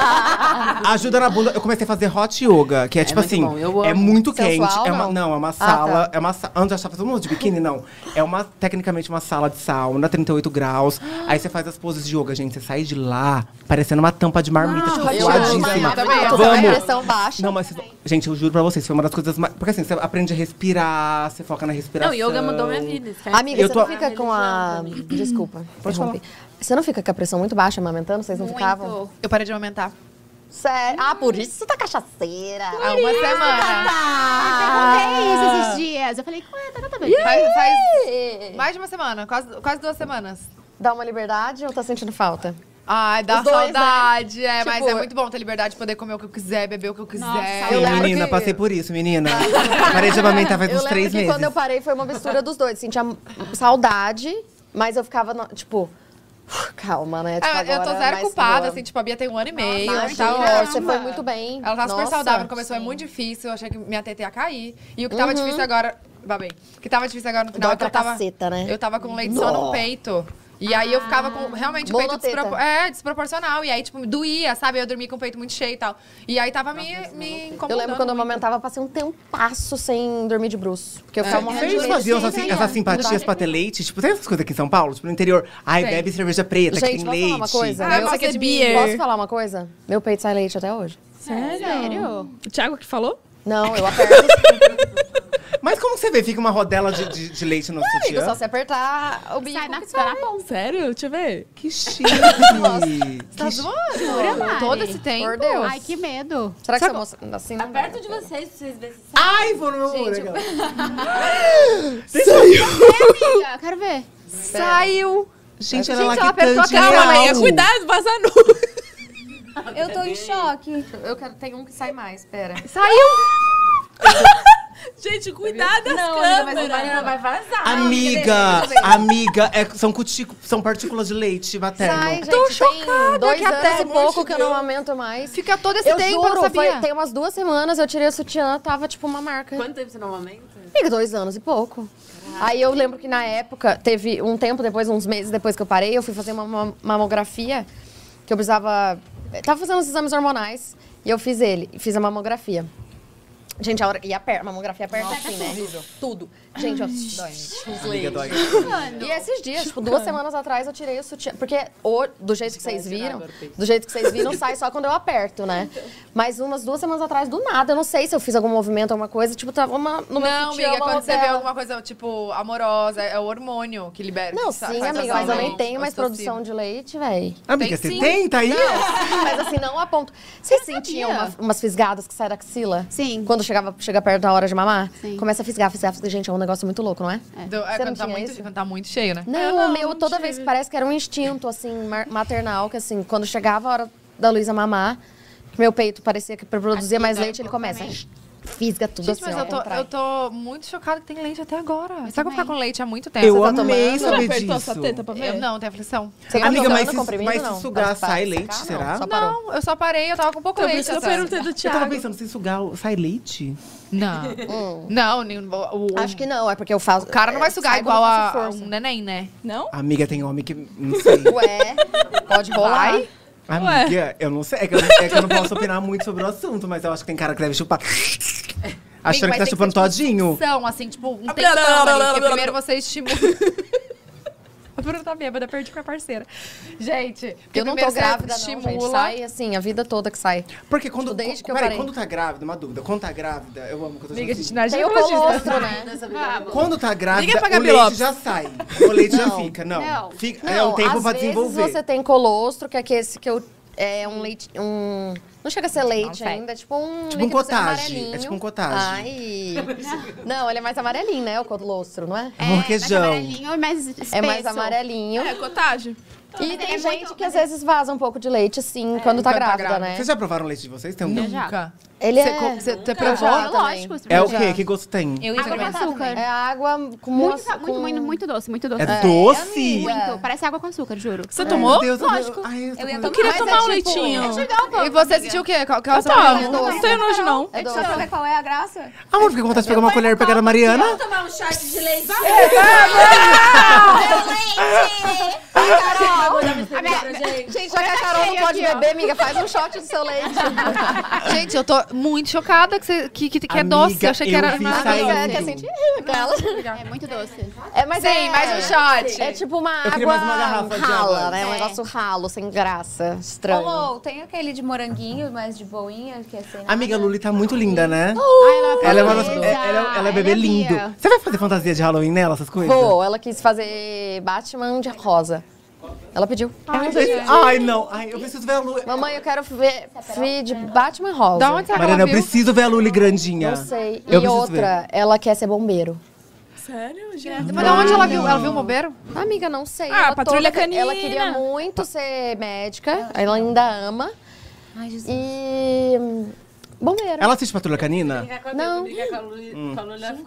Speaker 6: Ajuda na bunda. Eu comecei a fazer hot yoga, que é, tipo
Speaker 4: muito
Speaker 6: assim,
Speaker 4: bom, eu amo.
Speaker 6: é muito
Speaker 5: Sensual,
Speaker 6: quente. É uma,
Speaker 5: não?
Speaker 6: não, é uma
Speaker 5: tá.
Speaker 6: sala. É uma sa- Antes eu achava todo mundo de biquíni, não. É uma, tecnicamente, uma sala de sauna, 38 graus. Aí você faz as poses de yoga, gente. Você sai de lá, parecendo uma tampa de marmita,
Speaker 1: Eu
Speaker 6: chocoladíssima.
Speaker 1: também.
Speaker 5: Tô com a pressão baixa.
Speaker 6: Não, mas vocês- gente, eu juro pra vocês, foi uma das coisas mais. Porque assim, você aprende a respirar, você foca na respiração.
Speaker 4: Não, yoga mudou minha vida. esquece.
Speaker 5: Amiga,
Speaker 6: Eu
Speaker 5: você
Speaker 6: tô-
Speaker 5: não fica com a. Desculpa. interrompi. Você não fica com a pressão muito baixa amamentando? Vocês não ficavam?
Speaker 1: Eu parei de aumentar.
Speaker 5: Sério. Ah, por isso você tá cachaceira.
Speaker 1: Há uma
Speaker 5: tá.
Speaker 1: semana.
Speaker 5: Ah.
Speaker 7: Perguntei isso esses dias. Eu falei, ué, tá, tá, tá bem.
Speaker 1: Faz, faz mais de uma semana, quase, quase duas semanas.
Speaker 5: Dá uma liberdade ou tá sentindo falta?
Speaker 1: Ai, dá
Speaker 10: Os dois,
Speaker 1: saudade.
Speaker 10: né?
Speaker 1: É, mas
Speaker 10: Tipo-
Speaker 1: é muito bom ter liberdade de poder comer o que eu quiser, beber o que eu quiser.
Speaker 6: Sim, menina, passei por isso, menina. Parei de amamentar faz
Speaker 5: eu
Speaker 6: uns
Speaker 5: lembro
Speaker 6: três
Speaker 5: que
Speaker 6: meses.
Speaker 5: quando eu parei foi uma mistura dos dois. Sentia saudade, mas eu ficava, na- tipo, calma, né? Tipo,
Speaker 1: É, eu tô
Speaker 5: agora,
Speaker 1: zero
Speaker 5: mais
Speaker 1: culpada,
Speaker 5: boa.
Speaker 1: assim, tipo, a Bia tem um ano e meio,
Speaker 5: imagina,
Speaker 1: tá
Speaker 5: você
Speaker 1: ótima.
Speaker 5: foi muito bem.
Speaker 1: Ela tá super
Speaker 5: Nossa,
Speaker 1: saudável, no começo foi
Speaker 5: sim.
Speaker 1: muito difícil, eu achei que minha TT ia cair. E o que tava
Speaker 5: Uhum.
Speaker 1: difícil agora, babei, o que tava difícil agora no final
Speaker 5: Dói
Speaker 1: é que eu
Speaker 5: pra
Speaker 1: tava,
Speaker 5: caceta, né?
Speaker 1: eu tava com leite só no
Speaker 5: Nó.
Speaker 1: peito. E aí eu ficava com realmente o peito
Speaker 5: Monoteta.
Speaker 1: despropor- é, desproporcional. E aí, tipo, doía, sabe? Eu dormia com o peito muito cheio e tal. E aí tava me, me incomodando.
Speaker 5: Eu lembro quando eu amamentava, eu passei um tempasso sem dormir de bruxo.
Speaker 6: É.
Speaker 5: Porque eu ficava morrendo É, de
Speaker 6: Vocês
Speaker 5: medo.
Speaker 6: faziam assim, essas, essas simpatias pra ter leite? Tipo, tem essas coisas aqui em São Paulo? Tipo, no interior. Ai,
Speaker 5: Tem.
Speaker 6: bebe cerveja preta,
Speaker 5: Gente,
Speaker 6: que
Speaker 5: posso falar
Speaker 6: tem leite.
Speaker 5: uma coisa?
Speaker 2: Ah,
Speaker 5: Eu-
Speaker 2: você quer beer.
Speaker 5: Posso falar uma coisa? Meu peito sai leite até hoje.
Speaker 2: Sério?
Speaker 5: Sério?
Speaker 2: O Thiago que falou?
Speaker 5: Não, eu aperto.
Speaker 6: Mas como que você vê? Fica uma rodela de, de- de leite no
Speaker 5: Amigo,
Speaker 6: sutiã?
Speaker 5: só se apertar o bico. Sai na
Speaker 7: Tá
Speaker 2: Sério? Deixa eu ver.
Speaker 6: Que chique.
Speaker 2: Tá
Speaker 7: Jura, Mari?
Speaker 2: Todo esse tempo?
Speaker 7: né? Por Deus. Ai, que medo.
Speaker 5: Será que você mostra assim?
Speaker 12: Tá
Speaker 4: é
Speaker 12: perto de vocês, pra vocês verem se sai.
Speaker 6: Ai, vou no meu
Speaker 12: Gente,
Speaker 6: olho,
Speaker 12: eu-
Speaker 7: Eu quero ver.
Speaker 1: Saiu!
Speaker 6: Gente,
Speaker 12: ela é
Speaker 1: apertou a né?
Speaker 12: lactante
Speaker 1: câmera.
Speaker 12: real.
Speaker 2: Cuidado, vaza nu.
Speaker 5: Eu tô em choque. Eu quero, tem um que sai mais, pera.
Speaker 12: Gente, cuidado das
Speaker 5: Não, amiga,
Speaker 12: câmeras.
Speaker 5: mas o Mariana vai
Speaker 12: vazar.
Speaker 6: Amiga, amiga, é- são, cutícu- são partículas de leite materno.
Speaker 5: Sai, gente. Tô chocada. Dois
Speaker 1: que
Speaker 5: anos
Speaker 1: até-
Speaker 5: e pouco que eu não aumento mais.
Speaker 1: Fica todo esse
Speaker 5: eu
Speaker 1: tempo, eu
Speaker 5: juro,
Speaker 1: não sabia.
Speaker 5: foi- tem umas duas semanas eu tirei o sutiã, tava tipo uma marca.
Speaker 12: Quanto tempo você não aumenta?
Speaker 5: Amiga, dois anos e pouco. Aí eu lembro que na época, teve um tempo depois, uns meses depois que eu parei, eu fui fazer uma mam- mamografia, que eu precisava... eu Tava fazendo os exames hormonais, e eu fiz ele, fiz a mamografia. Gente, a hora... E a per... mamografia aperta assim, né? Tudo. Gente, ó, dói.
Speaker 6: Amiga, dói.
Speaker 5: E esses dias, tipo, duas semanas atrás eu tirei o sutiã. Porque o- do jeito que vocês viram, do jeito que vocês viram, sai só quando eu aperto, né?
Speaker 1: Então.
Speaker 5: Mas umas duas semanas atrás, do nada, eu não sei se eu fiz algum movimento, alguma coisa, tipo, tava uma, no meu
Speaker 1: Não,
Speaker 5: sutiã,
Speaker 1: amiga,
Speaker 5: uma
Speaker 1: quando você vê
Speaker 5: rodela.
Speaker 1: alguma coisa, tipo, amorosa, é o hormônio que libera.
Speaker 5: Não,
Speaker 1: que sa-
Speaker 5: sim,
Speaker 1: faz assim,
Speaker 5: amiga,
Speaker 1: a
Speaker 5: mas eu nem
Speaker 1: hormônio,
Speaker 5: tenho mais
Speaker 1: ocitocina.
Speaker 5: produção de leite, véi.
Speaker 6: Amiga, você tem? Tá aí?
Speaker 5: Não, mas assim, não a ponto. Vocês sentiam uma- umas fisgadas que saem da axila? Sim. Quando chegava, chega perto da hora de mamar? Sim. Começa a fisgar, fisgar, fisgar. Gente, é um negócio muito louco, não é?
Speaker 1: Do- é,
Speaker 5: Você não
Speaker 1: quando, tá
Speaker 5: tinha
Speaker 1: muito,
Speaker 5: isso?
Speaker 1: quando tá muito cheio, né?
Speaker 5: Não, o meu, toda vez que parece que era um instinto, assim, mar- maternal, que assim, quando chegava a hora da Luísa mamar, que meu peito parecia que produzia mais leite, ele começa. Fisga tudo
Speaker 1: Gente,
Speaker 5: assim,
Speaker 1: mas
Speaker 5: ó,
Speaker 1: eu tô,
Speaker 5: contrai.
Speaker 1: eu tô muito chocada que tem leite até agora. Sabe que eu ficar com leite há muito tempo?
Speaker 6: Eu Você tá amei tomando? saber disso.
Speaker 1: Eu não, tem aflição.
Speaker 6: Você tá Amiga, mas tomando se- comprimido, mas se não? sugar, Mas sai para leite, secar, não? será? Só parou.
Speaker 1: Não, eu só parei, eu tava com pouco
Speaker 2: Então, por
Speaker 1: leite.
Speaker 2: isso que eu
Speaker 1: até.
Speaker 2: perguntei do
Speaker 6: Eu tava pensando, se sugar, o- sai leite?
Speaker 1: Não. Não, nenhum- o,
Speaker 5: Acho que não, é porque eu faço.
Speaker 1: o cara não vai
Speaker 5: é,
Speaker 1: sugar
Speaker 5: sai
Speaker 1: igual
Speaker 5: quando eu
Speaker 1: a,
Speaker 5: faço
Speaker 1: a
Speaker 5: força.
Speaker 1: um neném, né?
Speaker 2: Não?
Speaker 6: Amiga, tem homem que. Não sei.
Speaker 5: Ué, pode rolar.
Speaker 1: Vai?
Speaker 6: Amiga, eu não sei. É que eu, é que eu não posso opinar muito sobre o assunto, mas eu acho que tem cara que deve chupar. Achando
Speaker 1: mas
Speaker 6: que tá
Speaker 1: tem que
Speaker 6: chupando
Speaker 1: ser, tipo,
Speaker 6: todinho.
Speaker 1: São, assim, tipo, um tempão ali, porque primeiro você estimula. A Bruna tá bêbada, perdi minha parceira. Gente, porque
Speaker 5: Eu não tô
Speaker 1: primeiro você
Speaker 5: grávida, não,
Speaker 1: estimula.
Speaker 5: gente. Sai assim, a vida toda que sai.
Speaker 6: Porque quando.
Speaker 5: desde que eu
Speaker 6: peraí,
Speaker 5: parei.
Speaker 6: quando tá grávida, uma dúvida. Quando tá grávida, eu amo que eu tô
Speaker 1: Amiga,
Speaker 6: achando
Speaker 1: a gente
Speaker 6: assim.
Speaker 1: não é
Speaker 5: Tem o
Speaker 1: ginecologista.
Speaker 5: colostro, né?
Speaker 6: Quando tá grávida,
Speaker 1: Liga pra
Speaker 6: o
Speaker 1: Gabi
Speaker 6: leite
Speaker 1: Lopes.
Speaker 6: já sai. O leite já fica, não.
Speaker 5: Não.
Speaker 6: Fica-
Speaker 5: Não,
Speaker 6: é um tempo
Speaker 5: às
Speaker 6: pra
Speaker 5: vezes
Speaker 6: desenvolver.
Speaker 5: você tem colostro, que é que esse que eu... É um leite... Um, não chega a ser leite
Speaker 6: sei.
Speaker 5: ainda, é tipo um...
Speaker 6: Tipo um
Speaker 5: líquido
Speaker 6: cottage,
Speaker 5: amarelinho.
Speaker 6: é tipo um cottage.
Speaker 5: Ai... Não, ele é mais amarelinho, né? O colostro, não é?
Speaker 6: É, Morquejão. mais
Speaker 7: amarelinho e mais
Speaker 5: É mais
Speaker 7: espesso.
Speaker 5: amarelinho.
Speaker 7: É,
Speaker 2: cottage.
Speaker 5: E tem
Speaker 7: é
Speaker 5: gente que às vezes vaza um pouco de leite, assim, quando tá grávida, né?
Speaker 6: Vocês já provaram o leite de vocês? Tem um
Speaker 5: Eu
Speaker 1: já. Nunca.
Speaker 5: Ele
Speaker 1: Você
Speaker 5: é...
Speaker 1: co- você- você
Speaker 5: Eu
Speaker 1: provou?
Speaker 5: já também.
Speaker 7: Lógico, você
Speaker 6: É o
Speaker 7: já.
Speaker 6: quê? Que gosto tem?
Speaker 1: Ah,
Speaker 7: Água com açúcar.
Speaker 5: É água com
Speaker 7: muito,
Speaker 5: moça-
Speaker 7: muito, muito, muito doce, muito doce.
Speaker 6: É doce?
Speaker 7: Muito, parece água com açúcar, juro.
Speaker 2: Você tomou?
Speaker 6: Meu Deus, eu-
Speaker 7: Lógico.
Speaker 6: Ai, eu tô
Speaker 2: Eu queria tomar um leitinho.
Speaker 1: E você sentiu o quê? Qual, qual
Speaker 2: Eu
Speaker 1: sabor?
Speaker 2: tomo. Não tenho nojo, não.
Speaker 12: É doce. Sabe qual é a graça?
Speaker 6: Amor, fiquei com vontade de pegar uma colher e pegar a Mariana.
Speaker 12: Vamos tomar um shot de leite.
Speaker 7: A minha-
Speaker 5: Gente, já que a Carol não pode beber, amiga, faz um shot do seu leite.
Speaker 1: Ah, Gente, eu tô muito chocada que, você- que, que, que é doce. Eu achei que
Speaker 6: eu
Speaker 1: era...
Speaker 6: vi
Speaker 5: Quer, quer
Speaker 6: saindo.
Speaker 5: sentir? Aquela.
Speaker 7: É muito doce.
Speaker 5: É, mas
Speaker 1: Sim,
Speaker 5: é,
Speaker 1: mais um shot.
Speaker 5: É tipo uma
Speaker 6: Eu
Speaker 5: água
Speaker 6: queria mais uma garrafa de água.
Speaker 5: rala, né? Um
Speaker 9: É.
Speaker 5: negócio ralo, sem graça, estranho.
Speaker 9: Ô, Lou, tem aquele de moranguinho, mas de boinha, que é sem nada.
Speaker 6: Amiga, a Luli tá muito linda, né?
Speaker 7: Ai,
Speaker 6: Ela é, uma,
Speaker 7: nossa-
Speaker 6: ela, é- ela é bebê lindo. Você vai fazer fantasia de Halloween nela, essas coisas?
Speaker 5: Vou, ela quis fazer Batman de rosa. Ela pediu.
Speaker 6: Ai, gente. Ai, não. Ai, eu preciso ver a Luli.
Speaker 5: Mamãe, eu quero ver fi de Batman rosa.
Speaker 1: Da onde será que
Speaker 6: Mariana,
Speaker 1: ela
Speaker 6: eu
Speaker 1: viu?
Speaker 6: preciso ver a Luli grandinha.
Speaker 5: Não sei.
Speaker 6: Eu
Speaker 5: e
Speaker 6: preciso
Speaker 5: outra, ela quer ser bombeiro.
Speaker 2: Sério,
Speaker 1: gente? Mas onde ela viu? Ela viu o Mobeiro?
Speaker 5: Amiga, não sei.
Speaker 1: Ah,
Speaker 5: ela
Speaker 1: Patrulha
Speaker 5: toda- Ela
Speaker 1: Canina.
Speaker 5: queria muito ser médica, ela ainda ama. Ai, Jesus. E. hum, Bombeira.
Speaker 6: Ela assiste Patrulha Canina?
Speaker 5: Não.
Speaker 6: Hum.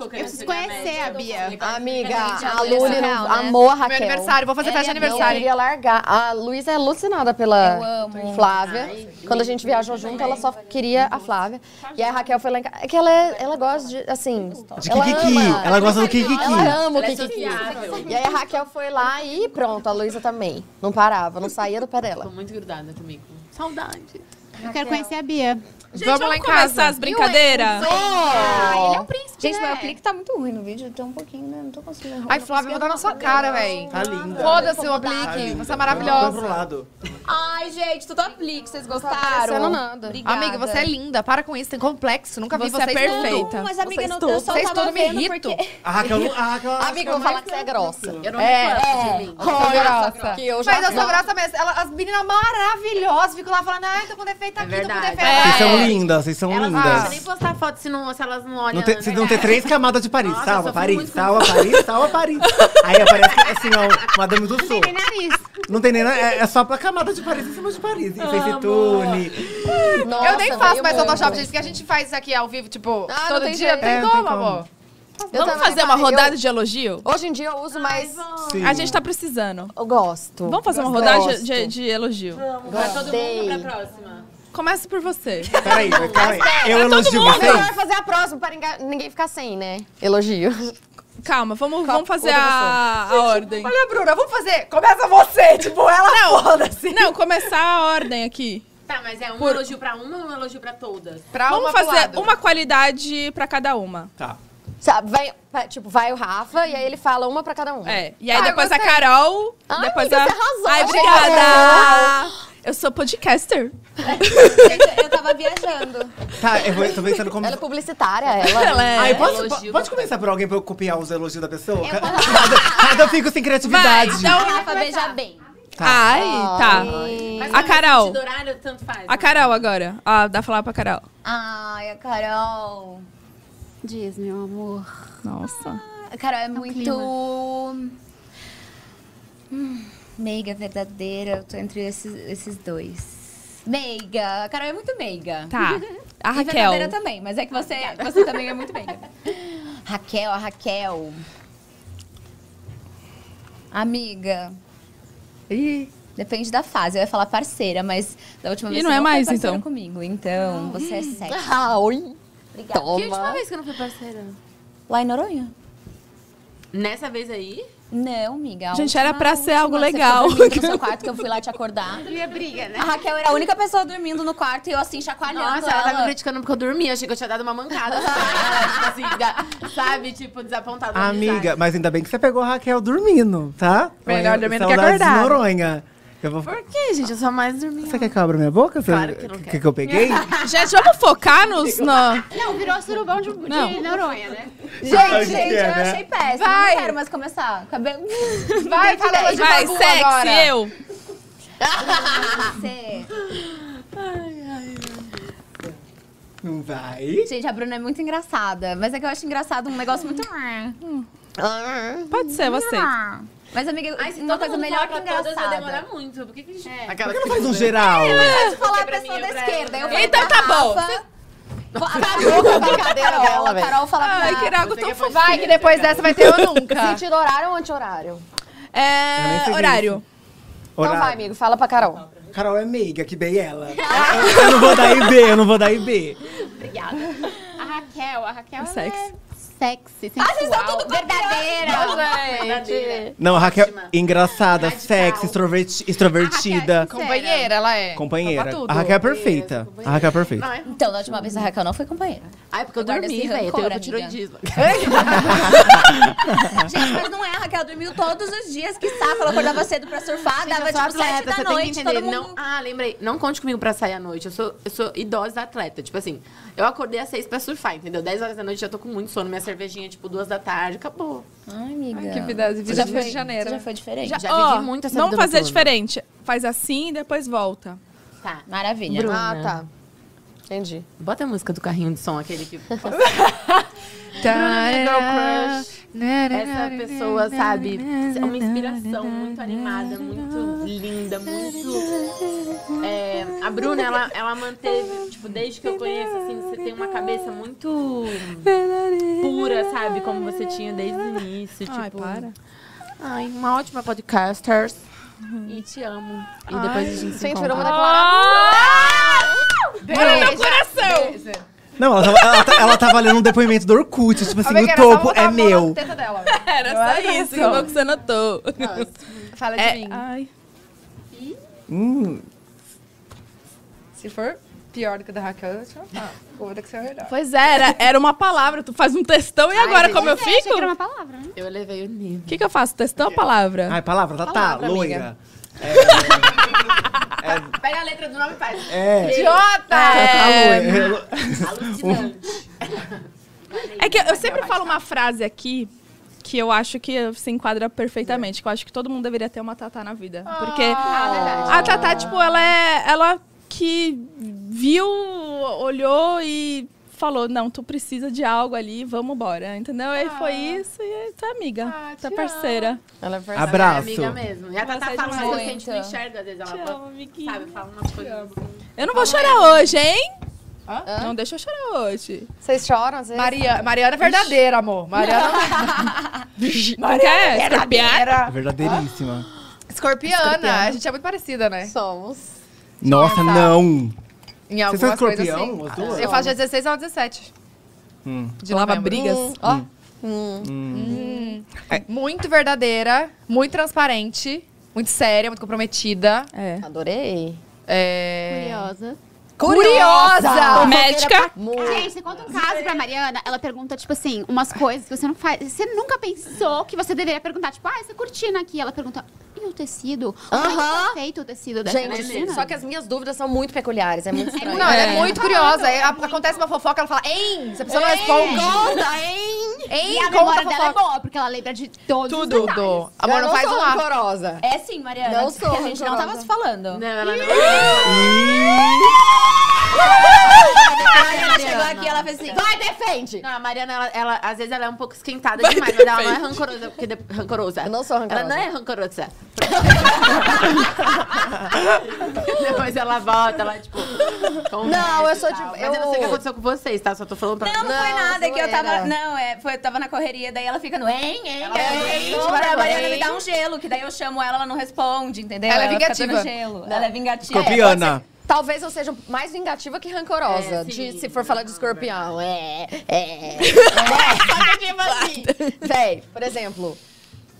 Speaker 7: Eu preciso conhecer a Bia.
Speaker 5: Amiga,
Speaker 7: Gente,
Speaker 5: a
Speaker 7: Luísa
Speaker 5: Luli
Speaker 7: Real,
Speaker 5: não-
Speaker 7: né?
Speaker 5: amou a Raquel.
Speaker 7: Meu aniversário, vou fazer
Speaker 5: É,
Speaker 7: festa de
Speaker 5: não,
Speaker 7: aniversário,
Speaker 5: Eu
Speaker 7: hein?
Speaker 5: queria largar. A Luísa é alucinada pela
Speaker 9: Eu amo.
Speaker 5: Flávia. Quando a gente viajou junto, ela só queria a Flávia. E aí a Raquel foi lá em casa. É que ela, é- ela gosta de, assim...
Speaker 6: De
Speaker 5: ela
Speaker 6: Kikiki.
Speaker 5: ama.
Speaker 6: é? Ela gosta do Kikiki.
Speaker 5: Ela ama o
Speaker 6: Ela é
Speaker 5: Kikiki.
Speaker 6: sociável.
Speaker 5: E aí a Raquel foi lá e pronto, a Luísa também. Não parava, não saía do pé dela.
Speaker 4: tá
Speaker 8: muito grudada comigo.
Speaker 7: Saudade. Eu quero conhecer a Bia.
Speaker 2: Gente, vamos lá em começar casa. as brincadeiras?
Speaker 9: E o Enzo? Ah, ele é um príncipe,
Speaker 1: Gente,
Speaker 9: né?
Speaker 1: meu
Speaker 9: aplique tá muito ruim no vídeo, tem um pouquinho, né? Não tô conseguindo.
Speaker 1: Ai, Flávia, eu vou dar na sua cara, véi.
Speaker 6: Tá linda.
Speaker 1: Foda-se o
Speaker 6: Tá
Speaker 1: aplique.
Speaker 6: linda.
Speaker 1: Você é maravilhosa.
Speaker 6: Vai pro lado.
Speaker 9: Ai, gente, tudo aplique, vocês
Speaker 1: Claro.
Speaker 9: gostaram? Obrigada.
Speaker 1: Amiga, você é linda. Para com isso, tem complexo. Nunca vi
Speaker 9: Você
Speaker 1: você
Speaker 9: é perfeita. Não, mas, amiga, não- eu só
Speaker 1: Vocês
Speaker 9: tava
Speaker 1: tudo me
Speaker 9: vendo
Speaker 1: irritam.
Speaker 9: porque-
Speaker 6: A Raquel não- a Raquel-
Speaker 5: Amiga, eu vou falar que você é grossa.
Speaker 1: Eu não
Speaker 5: é,
Speaker 1: me
Speaker 5: é.
Speaker 1: de mim.
Speaker 5: Eu sou grossa. Que eu já
Speaker 1: Mas eu sou
Speaker 5: falo.
Speaker 1: grossa mesmo. Ela- as meninas maravilhosas ficam lá falando, ai, tô com defeito aqui, tô com defeito
Speaker 6: Vocês
Speaker 1: aqui.
Speaker 6: são lindas, vocês são
Speaker 1: Elas-
Speaker 6: lindas.
Speaker 1: Ah,
Speaker 8: Nem postar foto se, não, se elas não
Speaker 6: Não
Speaker 8: olham. né?
Speaker 6: tem, vocês vão ter três camadas de Paris.
Speaker 8: Nossa, eu
Speaker 6: salva,
Speaker 8: sofro
Speaker 6: Paris,
Speaker 8: muito com
Speaker 6: salva,
Speaker 8: isso.
Speaker 6: Paris, salva, Paris. Aí aparece assim, ó, Madame do Sul.
Speaker 7: nariz.
Speaker 6: Não tem nem nada, é, é só pra camada de Paris em cima de Paris. Em Facetune.
Speaker 1: eu nem
Speaker 5: Nossa,
Speaker 1: faço
Speaker 5: veio
Speaker 1: mais
Speaker 5: muito.
Speaker 1: Photoshop, gente, porque a gente faz isso aqui ao vivo, tipo,
Speaker 5: Ah, não
Speaker 1: todo
Speaker 5: tem
Speaker 1: dia.
Speaker 5: jeito.
Speaker 1: Não tem
Speaker 5: É, não
Speaker 1: como,
Speaker 5: tem como.
Speaker 1: amor.
Speaker 5: Eu
Speaker 2: Vamos
Speaker 5: também
Speaker 2: fazer uma
Speaker 5: parei.
Speaker 2: rodada
Speaker 5: Eu-
Speaker 2: de elogio?
Speaker 5: Hoje em dia eu uso mais...
Speaker 6: Sim.
Speaker 2: A gente tá precisando.
Speaker 5: Eu gosto.
Speaker 2: Vamos fazer uma
Speaker 5: Hum, Gosto.
Speaker 2: rodada de, de- de elogio.
Speaker 8: Vai todo
Speaker 5: Gostei.
Speaker 8: mundo pra próxima.
Speaker 2: Começa por você.
Speaker 6: Peraí, mas calma aí. Eu
Speaker 2: Tá todo
Speaker 6: elogio
Speaker 2: mundo.
Speaker 6: vocês.
Speaker 5: Melhor fazer a próxima para enga- ninguém ficar sem, né? Elogio.
Speaker 2: Calma, vamos, vamos fazer
Speaker 5: outra
Speaker 2: a, a ordem.
Speaker 1: Olha, Bruna, vamos fazer. Começa você, tipo, ela foda
Speaker 2: Não, começar a ordem aqui.
Speaker 8: Tá, mas é um
Speaker 2: Por-
Speaker 8: elogio pra uma ou um elogio pra todas?
Speaker 1: Pra
Speaker 2: vamos
Speaker 1: Ah, uma pro
Speaker 2: fazer
Speaker 1: lado.
Speaker 2: uma qualidade pra cada uma.
Speaker 6: Tá.
Speaker 5: Sabe, vai, pa- tipo, vai o Rafa e aí ele fala uma pra cada um.
Speaker 2: É. E aí
Speaker 1: Tá,
Speaker 2: depois
Speaker 1: eu
Speaker 2: a
Speaker 1: gostei.
Speaker 2: Carol.
Speaker 5: Ah,
Speaker 2: depois
Speaker 5: amiga,
Speaker 2: a.
Speaker 5: você arrasou,
Speaker 2: Ai,
Speaker 5: gente.
Speaker 2: obrigada! Eu sou podcaster.
Speaker 9: Gente, eu tava viajando.
Speaker 6: Tá, eu vou, tô pensando como.
Speaker 5: Ela é publicitária, ela.
Speaker 2: Ela é.
Speaker 6: Aí, posso,
Speaker 8: Elogio.
Speaker 6: po- pode começar por alguém pra eu copiar os elogios da pessoa? Cada, cada eu fico sem
Speaker 2: Vai,
Speaker 6: criatividade.
Speaker 2: então.
Speaker 9: Rafa, beija bem.
Speaker 6: Tá.
Speaker 2: Ai, tá.
Speaker 8: Mas
Speaker 2: A
Speaker 8: também,
Speaker 2: Carol.
Speaker 8: sentido horário, tanto faz.
Speaker 2: A Carol agora. Ah, dá pra falar pra Carol.
Speaker 9: Ai, a Carol.
Speaker 7: Diz, meu amor.
Speaker 2: Nossa.
Speaker 9: A Carol é muito. hum, Meiga, verdadeira. Eu tô entre esses, esses dois. Meiga. A Carol é muito meiga.
Speaker 2: Tá. A
Speaker 9: E verdadeira
Speaker 2: Raquel.
Speaker 9: também, mas é que você, você também é muito meiga. Raquel, a Raquel. Amiga. Ih, Depende da fase. Eu ia falar parceira, mas da última
Speaker 2: E
Speaker 9: vez
Speaker 2: não
Speaker 9: você
Speaker 2: é mais,
Speaker 9: foi parceira
Speaker 2: então.
Speaker 9: comigo. Então, você é sexy.
Speaker 5: Ah, oi.
Speaker 9: Obrigada.
Speaker 8: Que última
Speaker 5: Toma.
Speaker 8: vez que eu não fui parceira?
Speaker 9: Lá em Noronha?
Speaker 8: Nessa vez aí?
Speaker 9: Não, amiga. a
Speaker 2: Gente,
Speaker 9: última-
Speaker 2: era pra ser
Speaker 9: a última
Speaker 2: algo
Speaker 9: que
Speaker 2: legal.
Speaker 9: você ficou dormindo no seu quarto que eu fui lá te acordar.
Speaker 8: E a briga, né?
Speaker 9: A Raquel era a única pessoa dormindo no quarto e eu assim chacoalhando
Speaker 8: Nossa, ela tá tava me criticando porque eu dormi. Achei que eu tinha dado uma mancada. Ela, tipo assim, da- sabe? Tipo, desapontada. na
Speaker 6: Amiga, mas ainda bem que você pegou a Raquel dormindo, tá?
Speaker 1: Melhor
Speaker 6: Olha,
Speaker 1: dormindo que
Speaker 6: saudades de
Speaker 1: acordado.
Speaker 6: Noronha. Eu vou...
Speaker 8: amizade. Por que, gente? Eu só mais dormi.
Speaker 6: Você quer que eu abra minha boca? Você-
Speaker 8: Claro que não
Speaker 6: que,
Speaker 8: quero.
Speaker 6: que eu peguei?
Speaker 2: Gente, vamos focar nos. No...
Speaker 7: Não, virou surubão de, de
Speaker 2: Não.
Speaker 7: Noronha, né?
Speaker 9: Gente,
Speaker 6: Sabe o
Speaker 9: gente,
Speaker 6: que é,
Speaker 9: eu
Speaker 6: né?
Speaker 9: achei péssimo.
Speaker 1: Vai.
Speaker 9: Não quero mais começar. Cabelo.
Speaker 1: Vai, fala elogio pra
Speaker 2: Vai,
Speaker 1: Gu
Speaker 2: sexy,
Speaker 1: agora.
Speaker 2: eu.
Speaker 9: Ah, Você.
Speaker 6: Não vai?
Speaker 9: Gente, a Bruna é muito engraçada. Mas é que eu acho engraçado um negócio muito.
Speaker 2: Pode ser você.
Speaker 9: Mas, amiga,
Speaker 8: Ai, se
Speaker 9: uma
Speaker 8: todo
Speaker 9: coisa
Speaker 8: mundo
Speaker 9: melhor que
Speaker 8: falar pra todas, vai demorar
Speaker 9: engraçada.
Speaker 8: muito. Por que que a gente...
Speaker 6: Por que não faz um geral?
Speaker 9: Pode falar a
Speaker 8: pra
Speaker 9: pessoa
Speaker 8: mim,
Speaker 9: da
Speaker 8: pra
Speaker 9: esquerda. Eu
Speaker 8: ela.
Speaker 9: falei
Speaker 2: Então tá
Speaker 9: pra
Speaker 2: bom.
Speaker 9: Rafa. Acabou com a cadeira dela, A Carol fala
Speaker 8: Ah.
Speaker 9: pra
Speaker 2: Ai, que algo tão fofinho.
Speaker 1: Vai, que depois dessa vai ter eu nunca.
Speaker 5: Sentido horário ou anti-horário?
Speaker 6: Eu nem
Speaker 2: É.
Speaker 6: sei
Speaker 2: Horário.
Speaker 5: Então vai, amigo, fala pra Carol.
Speaker 6: Carol é meiga, que bem ela. eu, eu não vou dar IB, eu não vou dar IB.
Speaker 7: Obrigada. A Raquel, a Raquel
Speaker 2: Sexy.
Speaker 7: é sexy, sensual,
Speaker 5: um.
Speaker 7: verdadeira.
Speaker 8: Verdadeira.
Speaker 6: Não, a Raquel,
Speaker 8: Ótima.
Speaker 6: engraçada,
Speaker 8: Radical.
Speaker 6: sexy, extroverti- extrovertida.
Speaker 1: Companheira, ela é.
Speaker 6: Companheira.
Speaker 1: Topa tudo.
Speaker 6: A Raquel é perfeita. A Raquel é perfeita.
Speaker 8: Não é?
Speaker 9: Então, da última vez a Raquel não foi companheira.
Speaker 8: Ai, porque eu
Speaker 9: Guarda esse
Speaker 8: dormi, velho. Eu
Speaker 9: rancor,
Speaker 4: É
Speaker 8: tenho tiroidismo.
Speaker 9: Gente, mas não é, a Raquel dormiu todos os dias, que saco. Ela acordava cedo pra surfar,
Speaker 8: Gente,
Speaker 9: dava
Speaker 8: eu sou
Speaker 9: tipo sete
Speaker 8: atleta,
Speaker 9: da
Speaker 8: você
Speaker 9: noite,
Speaker 8: tem que entender.
Speaker 9: todo mundo...
Speaker 8: Não, ah, lembrei. Não conte comigo pra sair à noite. Eu sou, eu sou idosa atleta. Tipo assim, eu acordei às seis pra surfar, entendeu? Dez horas da noite já tô com muito sono. Minha cervejinha, tipo, duas da tarde, acabou.
Speaker 9: Ai, amiga.
Speaker 1: Que vida de
Speaker 9: Você
Speaker 1: vida
Speaker 9: já
Speaker 1: de
Speaker 9: foi,
Speaker 1: Rio de Janeiro.
Speaker 9: você já foi diferente.
Speaker 8: Já
Speaker 2: Ó,
Speaker 8: vivi muito essa
Speaker 2: Vamos
Speaker 8: vida
Speaker 2: fazer
Speaker 8: noturna.
Speaker 2: diferente. Faz assim e depois volta.
Speaker 8: Tá.
Speaker 9: Maravilha.
Speaker 5: Ah, tá. Entendi.
Speaker 8: Bota a música do carrinho de som, aquele que.
Speaker 1: Tá,
Speaker 8: Essa pessoa, sabe, é uma inspiração muito animada, muito linda, muito. É, a Bruna, ela, ela manteve, tipo, desde que eu conheço, assim, você tem uma cabeça muito pura, sabe? Como você tinha desde o início. Tipo,
Speaker 2: Ai, para.
Speaker 8: Ai, uma ótima podcasters. E te amo. E depois a gente se
Speaker 5: Gente,
Speaker 8: encontra.
Speaker 5: virou uma declaração.
Speaker 1: Ah! Beijo no coração!
Speaker 6: Não, ela tava, ela, ta- ela tava lendo um depoimento do Orkut, tipo assim,
Speaker 1: Amiga,
Speaker 6: o
Speaker 1: era só
Speaker 6: topo
Speaker 1: botar
Speaker 6: é
Speaker 1: a mão na
Speaker 6: meu.
Speaker 1: teta dela.
Speaker 2: Era
Speaker 1: Não
Speaker 2: só isso, que você notou.
Speaker 1: Fala de
Speaker 2: É,
Speaker 1: mim.
Speaker 2: Ai.
Speaker 6: Hum,
Speaker 1: Se for pior do que a da Raquel, eu te matar. Vou ter que ser Ah, o melhor.
Speaker 2: Pois é, era, era uma palavra. Tu faz um textão e agora como eu fico? O
Speaker 7: palavra, né?
Speaker 8: Eu levei o nível. É. Ah,
Speaker 2: que, que eu faço? Textão ou palavra?
Speaker 6: Ai, palavra, tá,
Speaker 2: Palavra, amiga.
Speaker 6: loira.
Speaker 1: Pega a letra do nome e faz.
Speaker 6: É.
Speaker 1: Idiota!
Speaker 6: É.
Speaker 2: É que eu- eu sempre falo uma frase aqui que eu acho que se enquadra perfeitamente, que eu acho que todo mundo deveria ter uma tatá na vida. Porque a tatá, tipo, ela é ela que viu, olhou e falou, não, tu precisa de algo ali, vamos embora, entendeu? E foi isso e aí tu é amiga, tu é parceira.
Speaker 5: Ela é
Speaker 6: parceira. Abraço.
Speaker 8: Ela é amiga mesmo. E a
Speaker 2: Ela
Speaker 8: Tata
Speaker 2: sai
Speaker 8: fala
Speaker 2: de
Speaker 8: mais que a
Speaker 2: muito.
Speaker 8: gente não enxerga, às vezes ela fala, Tá sabe, fala umas coisas. assim.
Speaker 2: Eu não vou chorar hoje, hein? Não deixa eu chorar hoje.
Speaker 5: Vocês choram às vezes?
Speaker 1: Maria, Mariana é verdadeira, amor. Mariana
Speaker 2: Mariana é
Speaker 6: É
Speaker 2: escorpiana?
Speaker 6: Verdadeiríssima.
Speaker 1: escorpiana. A gente é muito parecida, né?
Speaker 5: Somos.
Speaker 6: Nossa, não.
Speaker 1: Em
Speaker 6: Vocês são
Speaker 1: algumas coisas
Speaker 6: escorpião,
Speaker 1: assim.
Speaker 6: as duas?
Speaker 1: Eu faço dia 16 ao 17.
Speaker 6: Hum.
Speaker 1: De Lava brigas.
Speaker 5: Ó.
Speaker 2: Hum.
Speaker 1: É Muito verdadeira, muito transparente, muito séria, muito comprometida.
Speaker 2: É.
Speaker 5: Adorei.
Speaker 1: É...
Speaker 7: Curiosa.
Speaker 1: Curiosa!
Speaker 2: Médica.
Speaker 7: Gente, você conta um caso pra Mariana, ela pergunta, tipo assim, umas coisas que você não faz. Você nunca pensou que você deveria perguntar, tipo, ah, essa cortina aqui. Ela pergunta, e o tecido? Como é que
Speaker 5: Aham.
Speaker 7: foi feito o tecido dessa
Speaker 5: Gente,
Speaker 7: cortina?
Speaker 5: só que as minhas dúvidas são muito peculiares. É muito estranho.
Speaker 1: Não, ela é,
Speaker 2: É.
Speaker 1: muito curiosa. Aí a- Acontece uma fofoca, ela fala, hein? Se a pessoa não responde.
Speaker 5: Conta, hein?
Speaker 1: Hein?
Speaker 7: E a
Speaker 1: Conta
Speaker 7: memória
Speaker 1: a
Speaker 7: dela é
Speaker 1: fofoca.
Speaker 7: boa, porque ela lembra de
Speaker 1: "É
Speaker 7: todos
Speaker 1: Tudo,
Speaker 7: os detalhes.
Speaker 1: do. Amor, não faz um
Speaker 5: sou
Speaker 1: A.
Speaker 5: rancorosa.
Speaker 9: É sim, Mariana.
Speaker 5: Não sou
Speaker 9: porque a gente não
Speaker 5: rancorosa.
Speaker 9: tava se falando.
Speaker 8: Não, ela não.
Speaker 9: Aí ela chegou aqui e ela fez assim.
Speaker 5: Vai, defende!
Speaker 8: Não, a Mariana, ela, ela- às vezes ela é um pouco esquentada demais, mas ela não é rancorosa, porque de- rancorosa.
Speaker 5: Eu não sou rancorosa.
Speaker 8: Ela não é rancorosa. Depois ela volta, ela, tipo,
Speaker 5: Não, eu sou
Speaker 8: de.
Speaker 5: de-
Speaker 8: Mas eu não sei o que aconteceu com vocês, tá? Só tô falando pra
Speaker 9: Não, não, foi
Speaker 5: Não,
Speaker 9: nada, é que eu
Speaker 5: zoeira.
Speaker 9: tava. Não, é, foi, eu tava na correria, daí ela fica no hein, hein, hein.
Speaker 5: vai,
Speaker 9: Tipo, a
Speaker 5: vai,
Speaker 9: Mariana
Speaker 5: hein.
Speaker 9: me dá um gelo, que daí eu chamo ela, ela não responde, entendeu?
Speaker 1: Ela é
Speaker 9: fica dando
Speaker 1: vingativa.
Speaker 9: gelo. Ela é vingativa.
Speaker 6: Escorpiana.
Speaker 5: Talvez eu seja mais vingativa que rancorosa.
Speaker 8: É, sim.
Speaker 5: de- se for falar de escorpião. É, é. é. Só que, tipo assim. Véi, por exemplo,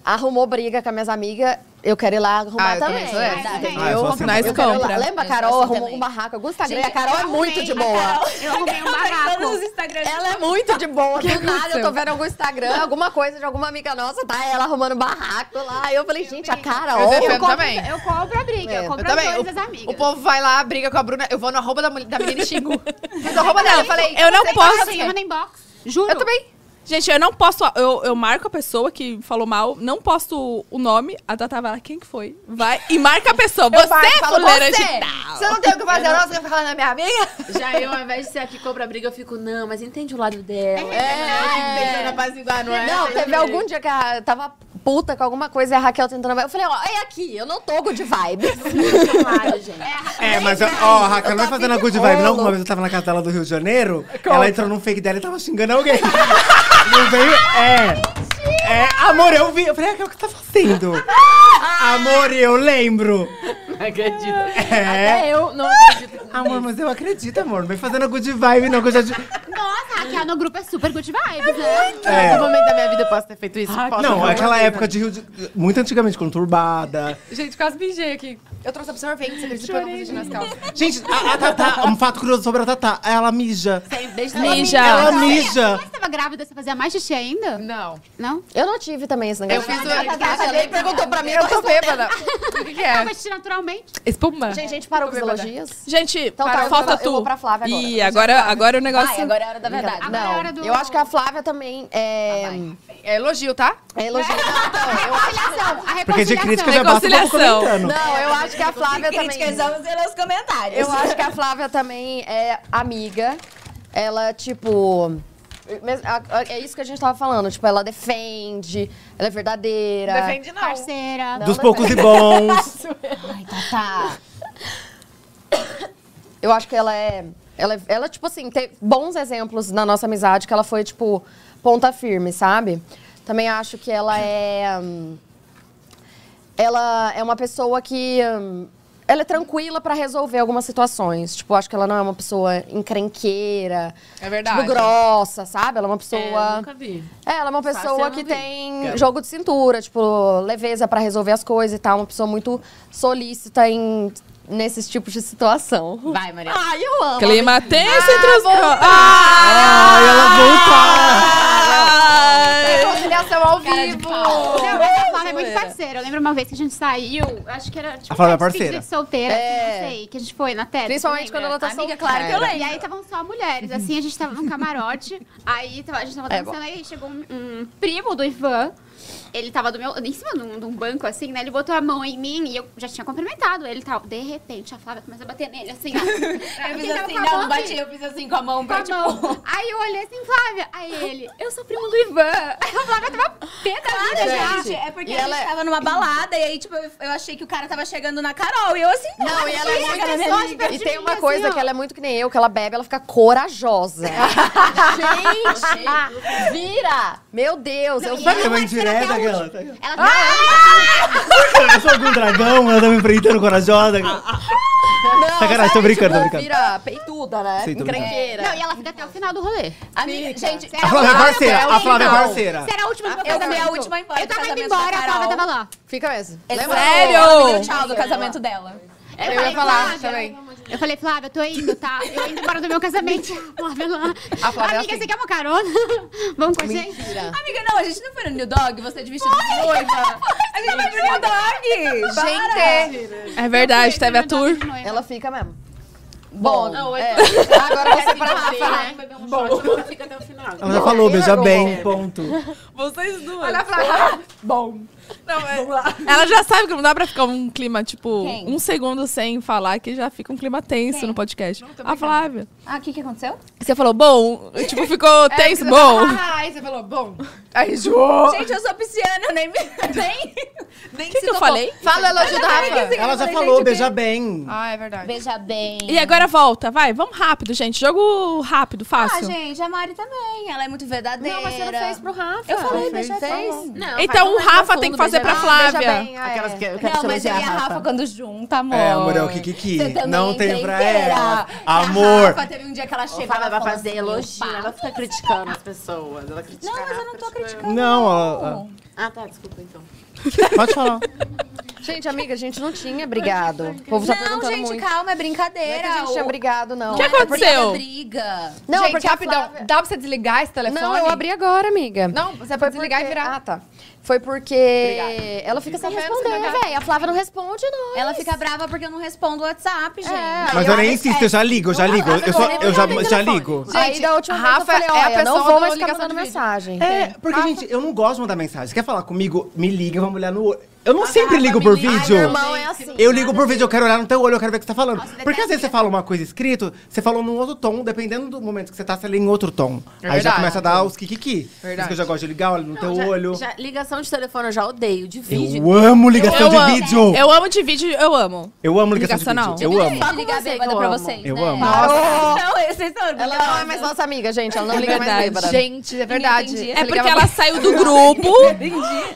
Speaker 5: arrumou briga com as minhas amigas, eu quero ir lá arrumar
Speaker 1: Ah, eu também
Speaker 5: também.
Speaker 1: sou essa.
Speaker 5: é Verdade.
Speaker 6: Ah, eu sou assim.
Speaker 2: Nós
Speaker 5: Eu quero ir lá.
Speaker 2: compra.
Speaker 5: Lembra a
Speaker 9: Eu sou
Speaker 5: Carol
Speaker 9: assim
Speaker 5: arrumou
Speaker 9: também.
Speaker 5: um barraco? Eu gostei.
Speaker 9: Gente,
Speaker 5: a Carol é
Speaker 9: eu
Speaker 5: muito
Speaker 9: amei
Speaker 5: de
Speaker 9: a
Speaker 5: boa.
Speaker 9: Carol. Eu arrumei um
Speaker 5: Todos os
Speaker 9: barraco. Instagram.
Speaker 5: Ela é muito de boa. Do nada, eu tô vendo algum Instagram, alguma coisa de alguma amiga nossa, tá? Ela arrumando barraco lá. Eu falei, gente, a
Speaker 1: Eu
Speaker 5: Carol.
Speaker 1: defendo
Speaker 7: compro-
Speaker 1: também.
Speaker 7: Eu compro a briga,
Speaker 5: É,
Speaker 7: eu compro
Speaker 1: Eu também.
Speaker 7: as coisas
Speaker 1: O-
Speaker 7: amigas.
Speaker 1: O povo vai lá, briga com a Bruna. Eu vou no arroba da, mulher- da menina e xingo. Mas no arroba dela, eu falei.
Speaker 2: Eu não
Speaker 1: "Você
Speaker 2: posso.
Speaker 1: tá
Speaker 7: Eu
Speaker 1: assim,
Speaker 7: mando inbox, juro.
Speaker 1: Eu também.
Speaker 2: Gente, eu não posso. Eu, eu marco a pessoa que falou mal, não posto o nome. A Tata vai lá, quem que foi? Vai e marca a pessoa.
Speaker 1: Eu
Speaker 2: Você,
Speaker 1: marco,
Speaker 2: é
Speaker 1: falo,
Speaker 2: fuleira
Speaker 1: você.
Speaker 2: de tal.
Speaker 1: Você não tem o que fazer, nossa, você fica falando da minha amiga?
Speaker 8: Já eu, ao invés de ser aqui compra briga, eu fico, não, mas entende o lado dela. É, tentando apaziguar, não é?
Speaker 5: Não, teve algum dia que a, tava puta com alguma coisa e a Raquel tentando. Eu falei, ó, é aqui, eu não tô good vibes.
Speaker 8: Claro, gente.
Speaker 6: É, mas ó, a Raquel não é
Speaker 5: tô
Speaker 6: fazendo a
Speaker 5: afim
Speaker 6: good
Speaker 5: de
Speaker 6: vibe, não.
Speaker 5: rolo.
Speaker 6: Uma vez eu tava na casa dela do Rio de Janeiro, ela entrou num fake dela e tava xingando alguém. não veio? É. É, amor, eu vi. Eu falei, Raquel, o que você tá fazendo?
Speaker 8: Ah!
Speaker 6: amor, eu lembro.
Speaker 8: Não acredito.
Speaker 6: É.
Speaker 8: Eu não acredito.
Speaker 6: Amor, mas eu acredito, amor. Não vem fazendo a good vibe, não, que eu já. te-
Speaker 7: Nossa, aqui a no grupo é super good vibes, né?
Speaker 6: É.
Speaker 8: No momento da minha vida eu posso ter feito isso? Posso
Speaker 6: Não,
Speaker 8: ter
Speaker 6: aquela
Speaker 8: feito.
Speaker 6: época de Rio de... Muito antigamente, conturbada.
Speaker 1: Gente, quase mijei aqui. Eu trouxe absorvente, você acredita que eu não fiz nas calças?
Speaker 6: Gente, a, a Tatá, um fato curioso sobre a Tatá, ela mija.
Speaker 8: Desde
Speaker 2: Mija.
Speaker 6: Ela
Speaker 7: Não,
Speaker 6: mija.
Speaker 7: Você tava grávida, você fazia mais xixi ainda?
Speaker 1: Não.
Speaker 7: Não?
Speaker 5: Eu não tive também esse negócio.
Speaker 1: Eu fiz o-
Speaker 5: Ela nem perguntou pra mim, eu
Speaker 1: Eu tô
Speaker 5: tô
Speaker 1: bêbada. O que, que é?
Speaker 7: Tava xixi naturalmente.
Speaker 10: Espuma.
Speaker 5: Gente, a gente parou com os elogios?
Speaker 2: Gente,
Speaker 5: tá,
Speaker 2: para,
Speaker 5: eu vou-
Speaker 2: falta
Speaker 5: eu
Speaker 2: tu.
Speaker 5: vou pra Flávia agora.
Speaker 2: E agora, agora o negócio.
Speaker 9: Ai, agora é a hora da verdade.
Speaker 7: Agora é a hora do-
Speaker 5: então, Eu acho que a Flávia também é.
Speaker 1: É elogio, tá?
Speaker 5: é elogio. Não, eu acho-
Speaker 7: Não, a
Speaker 6: Porque de
Speaker 7: reconciliação.
Speaker 6: crítica já basta o povo
Speaker 2: Reconciliação.
Speaker 6: comentando.
Speaker 5: Não, eu acho que a Flávia também.
Speaker 9: Críticas vamos é ler os comentários.
Speaker 5: Eu acho que a Flávia também é amiga. Ela, tipo. Mas a- a- É isso que a gente tava falando. Tipo, ela defende, ela é verdadeira. é
Speaker 9: Defende não.
Speaker 5: Parceira.
Speaker 6: Dos poucos e bons.
Speaker 5: Ai, tá. Eu acho que ela é. Ela, ela, tipo assim, tem bons exemplos na nossa amizade que ela foi, tipo, ponta firme, sabe? Também acho que ela é. hum, ela é uma pessoa que. hum, ela é tranquila pra resolver algumas situações. Tipo, acho que ela não é uma pessoa encrenqueira.
Speaker 13: É verdade.
Speaker 5: Tipo, grossa, sabe? Ela é uma pessoa.
Speaker 13: É, eu nunca vi.
Speaker 5: É, ela é uma
Speaker 13: Fácil
Speaker 5: pessoa
Speaker 13: eu
Speaker 5: que
Speaker 13: não vi.
Speaker 5: tem
Speaker 13: Quero.
Speaker 5: jogo de cintura, tipo, leveza pra resolver as coisas e tal. Uma pessoa muito solícita em, nesses tipos de situação. Vai, Maria. Ai, eu amo.
Speaker 2: Clima
Speaker 5: Amiga.
Speaker 2: tenso entre os... Ah!
Speaker 5: voltar.
Speaker 2: Ai, ela
Speaker 1: Reconciliação ao vivo.
Speaker 7: Não, mas a Flávia é muito parceira. Eu lembro uma vez que a gente saiu, acho que era tipo
Speaker 1: A Flávia é
Speaker 7: um despedida
Speaker 1: parceira.
Speaker 7: de solteira,
Speaker 1: É.
Speaker 7: assim, não sei, que a gente foi na tela.
Speaker 5: Principalmente quando ela tá
Speaker 7: Amiga,
Speaker 5: solteira.
Speaker 7: claro que eu lembro. E aí estavam só mulheres, assim, a gente tava num camarote, aí tava- a gente tava
Speaker 5: É
Speaker 7: dançando,
Speaker 5: bom.
Speaker 7: aí chegou um, um primo do Ivan, ele tava do meu, em cima de um, de um banco, assim, né, ele botou a mão em mim e eu já tinha cumprimentado ele e tal. De repente, a Flávia começou a bater nele, assim, ó.
Speaker 9: Eu
Speaker 7: Ele
Speaker 9: fiz
Speaker 7: tava
Speaker 9: assim,
Speaker 7: com a
Speaker 9: não,
Speaker 7: mão
Speaker 9: não
Speaker 7: aqui.
Speaker 9: bati, eu fiz assim com a mão
Speaker 7: Com a
Speaker 9: pra, tipo...
Speaker 7: mão. Aí eu olhei assim, Flávia. Aí ele, eu sou primo do Ivan. Aí a Flávia tava pé da vida já.
Speaker 9: Gente, é porque a gente tava numa balada e aí, tipo, eu, eu achei que o cara tava chegando na Carol. E eu assim, não,
Speaker 5: Não, e ela é
Speaker 9: chega
Speaker 5: muito
Speaker 9: na minha amiga.
Speaker 5: E tem uma coisa que ela é muito que nem eu, que ela bebe, ela fica corajosa.
Speaker 4: Ah,
Speaker 5: Gente, vira! Meu Deus, eu
Speaker 6: Sabe uma
Speaker 5: vi.
Speaker 6: indireta, aquela?
Speaker 7: Ela
Speaker 6: é? Eu sou algum dragão, ela tá me enfrentando corajosa.
Speaker 5: Não,
Speaker 6: Sacanagem, tô
Speaker 5: sabe,
Speaker 6: brincando, tô
Speaker 5: tipo,
Speaker 6: brincando.
Speaker 5: Vira peituda, né?
Speaker 6: Sim, tô brincando.
Speaker 5: Encrenqueira.
Speaker 7: Não, e ela fica até o final do rolê.
Speaker 5: Amiga, gente,
Speaker 6: A Flávia é parceira, a Flávia é parceira.
Speaker 7: Você era a última do meu
Speaker 9: Eu fui
Speaker 7: casamento.
Speaker 9: a última a ir embora
Speaker 7: Eu
Speaker 9: do
Speaker 7: tava indo
Speaker 9: casamento da
Speaker 7: embora, a Flávia
Speaker 9: Carol.
Speaker 7: tava lá.
Speaker 5: Fica mesmo.
Speaker 9: Lembra?
Speaker 2: Sério?
Speaker 9: Ela
Speaker 6: Oh.
Speaker 9: me deu tchau do casamento dela.
Speaker 7: Eu,
Speaker 9: ia
Speaker 7: falei,
Speaker 9: falar
Speaker 7: Flávia,
Speaker 9: também.
Speaker 7: Eu falei, Flávia, eu tô indo, tá? Eu indo embora do meu casamento. Flávia lá.
Speaker 9: A Flávia é
Speaker 7: Amiga,
Speaker 9: assim.
Speaker 7: você quer uma carona? Vamos com a gente?
Speaker 9: Amiga, não, a gente não foi no New Dog, você de vestido de noiva. A gente foi no New Dog! Para.
Speaker 5: Gente!
Speaker 2: É verdade, teve a tour.
Speaker 5: Ela fica mesmo. Bom, é.
Speaker 4: Agora
Speaker 5: você para
Speaker 4: pra né? falar. Bom, um ela fica até o final.
Speaker 6: Ela já falou, beija bem, ponto.
Speaker 2: Vocês duas.
Speaker 13: Olha pra
Speaker 2: Bom. Ela já sabe que não dá pra ficar um clima, tipo, um segundo sem falar, que já fica um clima tenso no podcast. a Flávia.
Speaker 9: Ah, o que que aconteceu?
Speaker 2: Você falou, bom, tipo, ficou
Speaker 13: É,
Speaker 2: tenso,
Speaker 13: porque você
Speaker 2: bom.
Speaker 13: falou, "Ah", Aí você falou, bom. Aí
Speaker 6: Oh.
Speaker 13: enjoou.
Speaker 9: Gente, eu sou pisciana, nem me... Nem... nem
Speaker 2: que
Speaker 9: se
Speaker 2: eu
Speaker 9: tocou.
Speaker 2: falei?
Speaker 9: Fala o elogio da Rafa.
Speaker 6: Ela já falou, beija bem.
Speaker 13: Ah, é verdade.
Speaker 14: Veja bem.
Speaker 2: E agora volta, vai, vamos rápido, gente. Jogo rápido,
Speaker 9: Ah,
Speaker 2: fácil.
Speaker 9: gente, a Mari também. Ela é muito verdadeira.
Speaker 4: Não, mas você não fez pro Rafa.
Speaker 9: Eu falei,
Speaker 4: Fez,
Speaker 9: beija
Speaker 5: tá
Speaker 9: bem.
Speaker 4: fez. Não,
Speaker 2: então
Speaker 4: faz
Speaker 2: o
Speaker 4: um mais
Speaker 2: Rafa
Speaker 4: profundo,
Speaker 2: tem que fazer
Speaker 4: beija
Speaker 2: pra
Speaker 4: bem.
Speaker 2: Flávia.
Speaker 5: Aquelas que eu quero
Speaker 9: Não,
Speaker 5: te
Speaker 9: mas eu e
Speaker 5: elogiar,
Speaker 9: a Rafa quando junta, amor.
Speaker 6: É, amor, é o Kikiki.
Speaker 9: Você também
Speaker 6: Não tem pra
Speaker 9: encrenqueira.
Speaker 6: ela.
Speaker 9: A
Speaker 6: Amor.
Speaker 9: Rafa teve um dia que ela chegou.
Speaker 4: Fala,
Speaker 9: ela
Speaker 4: vai
Speaker 9: falou
Speaker 4: fazer
Speaker 9: assim,
Speaker 4: elogio.
Speaker 9: "Pá".
Speaker 4: Ela fica criticando as pessoas. Ela critica
Speaker 9: Não, mas eu não
Speaker 4: rápido,
Speaker 9: tô
Speaker 4: tipo, eu-
Speaker 9: criticando.
Speaker 6: Não, ela- ela-
Speaker 4: Ah, tá, desculpa então.
Speaker 6: Pode falar.
Speaker 5: Gente, amiga, a gente não tinha brigado. O povo tá
Speaker 9: Não,
Speaker 5: perguntando
Speaker 9: gente,
Speaker 5: muito.
Speaker 9: calma, é
Speaker 5: Não é
Speaker 9: brincadeira.
Speaker 5: que a gente tinha
Speaker 9: O-
Speaker 5: brigado, não.
Speaker 2: O que
Speaker 9: Não é porque
Speaker 2: aconteceu?
Speaker 9: ela briga.
Speaker 5: Não,
Speaker 1: gente,
Speaker 5: porque a
Speaker 1: rapidão.
Speaker 5: Flávia-
Speaker 1: Dá pra você desligar esse telefone?
Speaker 5: Não, eu abri agora, amiga.
Speaker 1: Não, você pode desligar e
Speaker 5: porque-
Speaker 1: virar.
Speaker 5: Ah, tá. Foi porque ela fica né, sem responder, velho. A Flávia não responde, não.
Speaker 9: Ela fica brava porque eu não respondo o WhatsApp, gente.
Speaker 6: Mas eu nem insisto, eu já ligo, eu já ligo. Eu, só, eu já, já ligo.
Speaker 5: Aí da última vez eu
Speaker 1: Rafa
Speaker 5: falei,
Speaker 1: é a
Speaker 5: olha, não
Speaker 1: pessoa
Speaker 5: vou
Speaker 1: do
Speaker 5: mais ficar
Speaker 1: ligação
Speaker 5: mandando
Speaker 1: de vídeo.
Speaker 5: mensagem.
Speaker 6: É, porque, gente, eu não gosto de mandar mensagem. Quer falar comigo? Me liga, vamos olhar no olho. Eu não sempre ligo por vídeo.
Speaker 5: Meu irmão é assim.
Speaker 6: Eu ligo por vídeo, eu quero olhar no teu olho, eu quero ver o que você tá falando. Porque às vezes você fala uma coisa escrito, você falou num outro tom, dependendo do momento que você tá, você lê em outro tom.
Speaker 13: É
Speaker 6: Aí já
Speaker 13: verdade.
Speaker 6: começa a dar os kikiki. Por isso
Speaker 13: Verdade.
Speaker 6: que eu já gosto de ligar, olho no teu
Speaker 4: já-
Speaker 6: olho.
Speaker 4: já- ligação de telefone eu já odeio. De vídeo.
Speaker 6: Eu amo ligação de
Speaker 2: amo,
Speaker 6: vídeo.
Speaker 2: Eu amo de vídeo, eu amo.
Speaker 6: Eu amo ligação de
Speaker 2: Ligação
Speaker 6: vídeo. Eu amo.
Speaker 14: Só ligar
Speaker 4: você
Speaker 14: bêbada
Speaker 4: que eu
Speaker 14: pra
Speaker 4: amo.
Speaker 14: vocês,
Speaker 6: Eu
Speaker 14: né?
Speaker 6: amo.
Speaker 9: Não, vocês estão
Speaker 5: Ela não é mais nossa amiga, gente. Ela não
Speaker 2: É
Speaker 5: liga mais
Speaker 2: verdade.
Speaker 5: bêbada.
Speaker 1: Gente, é verdade.
Speaker 9: entendi.
Speaker 2: É porque ela saiu do grupo.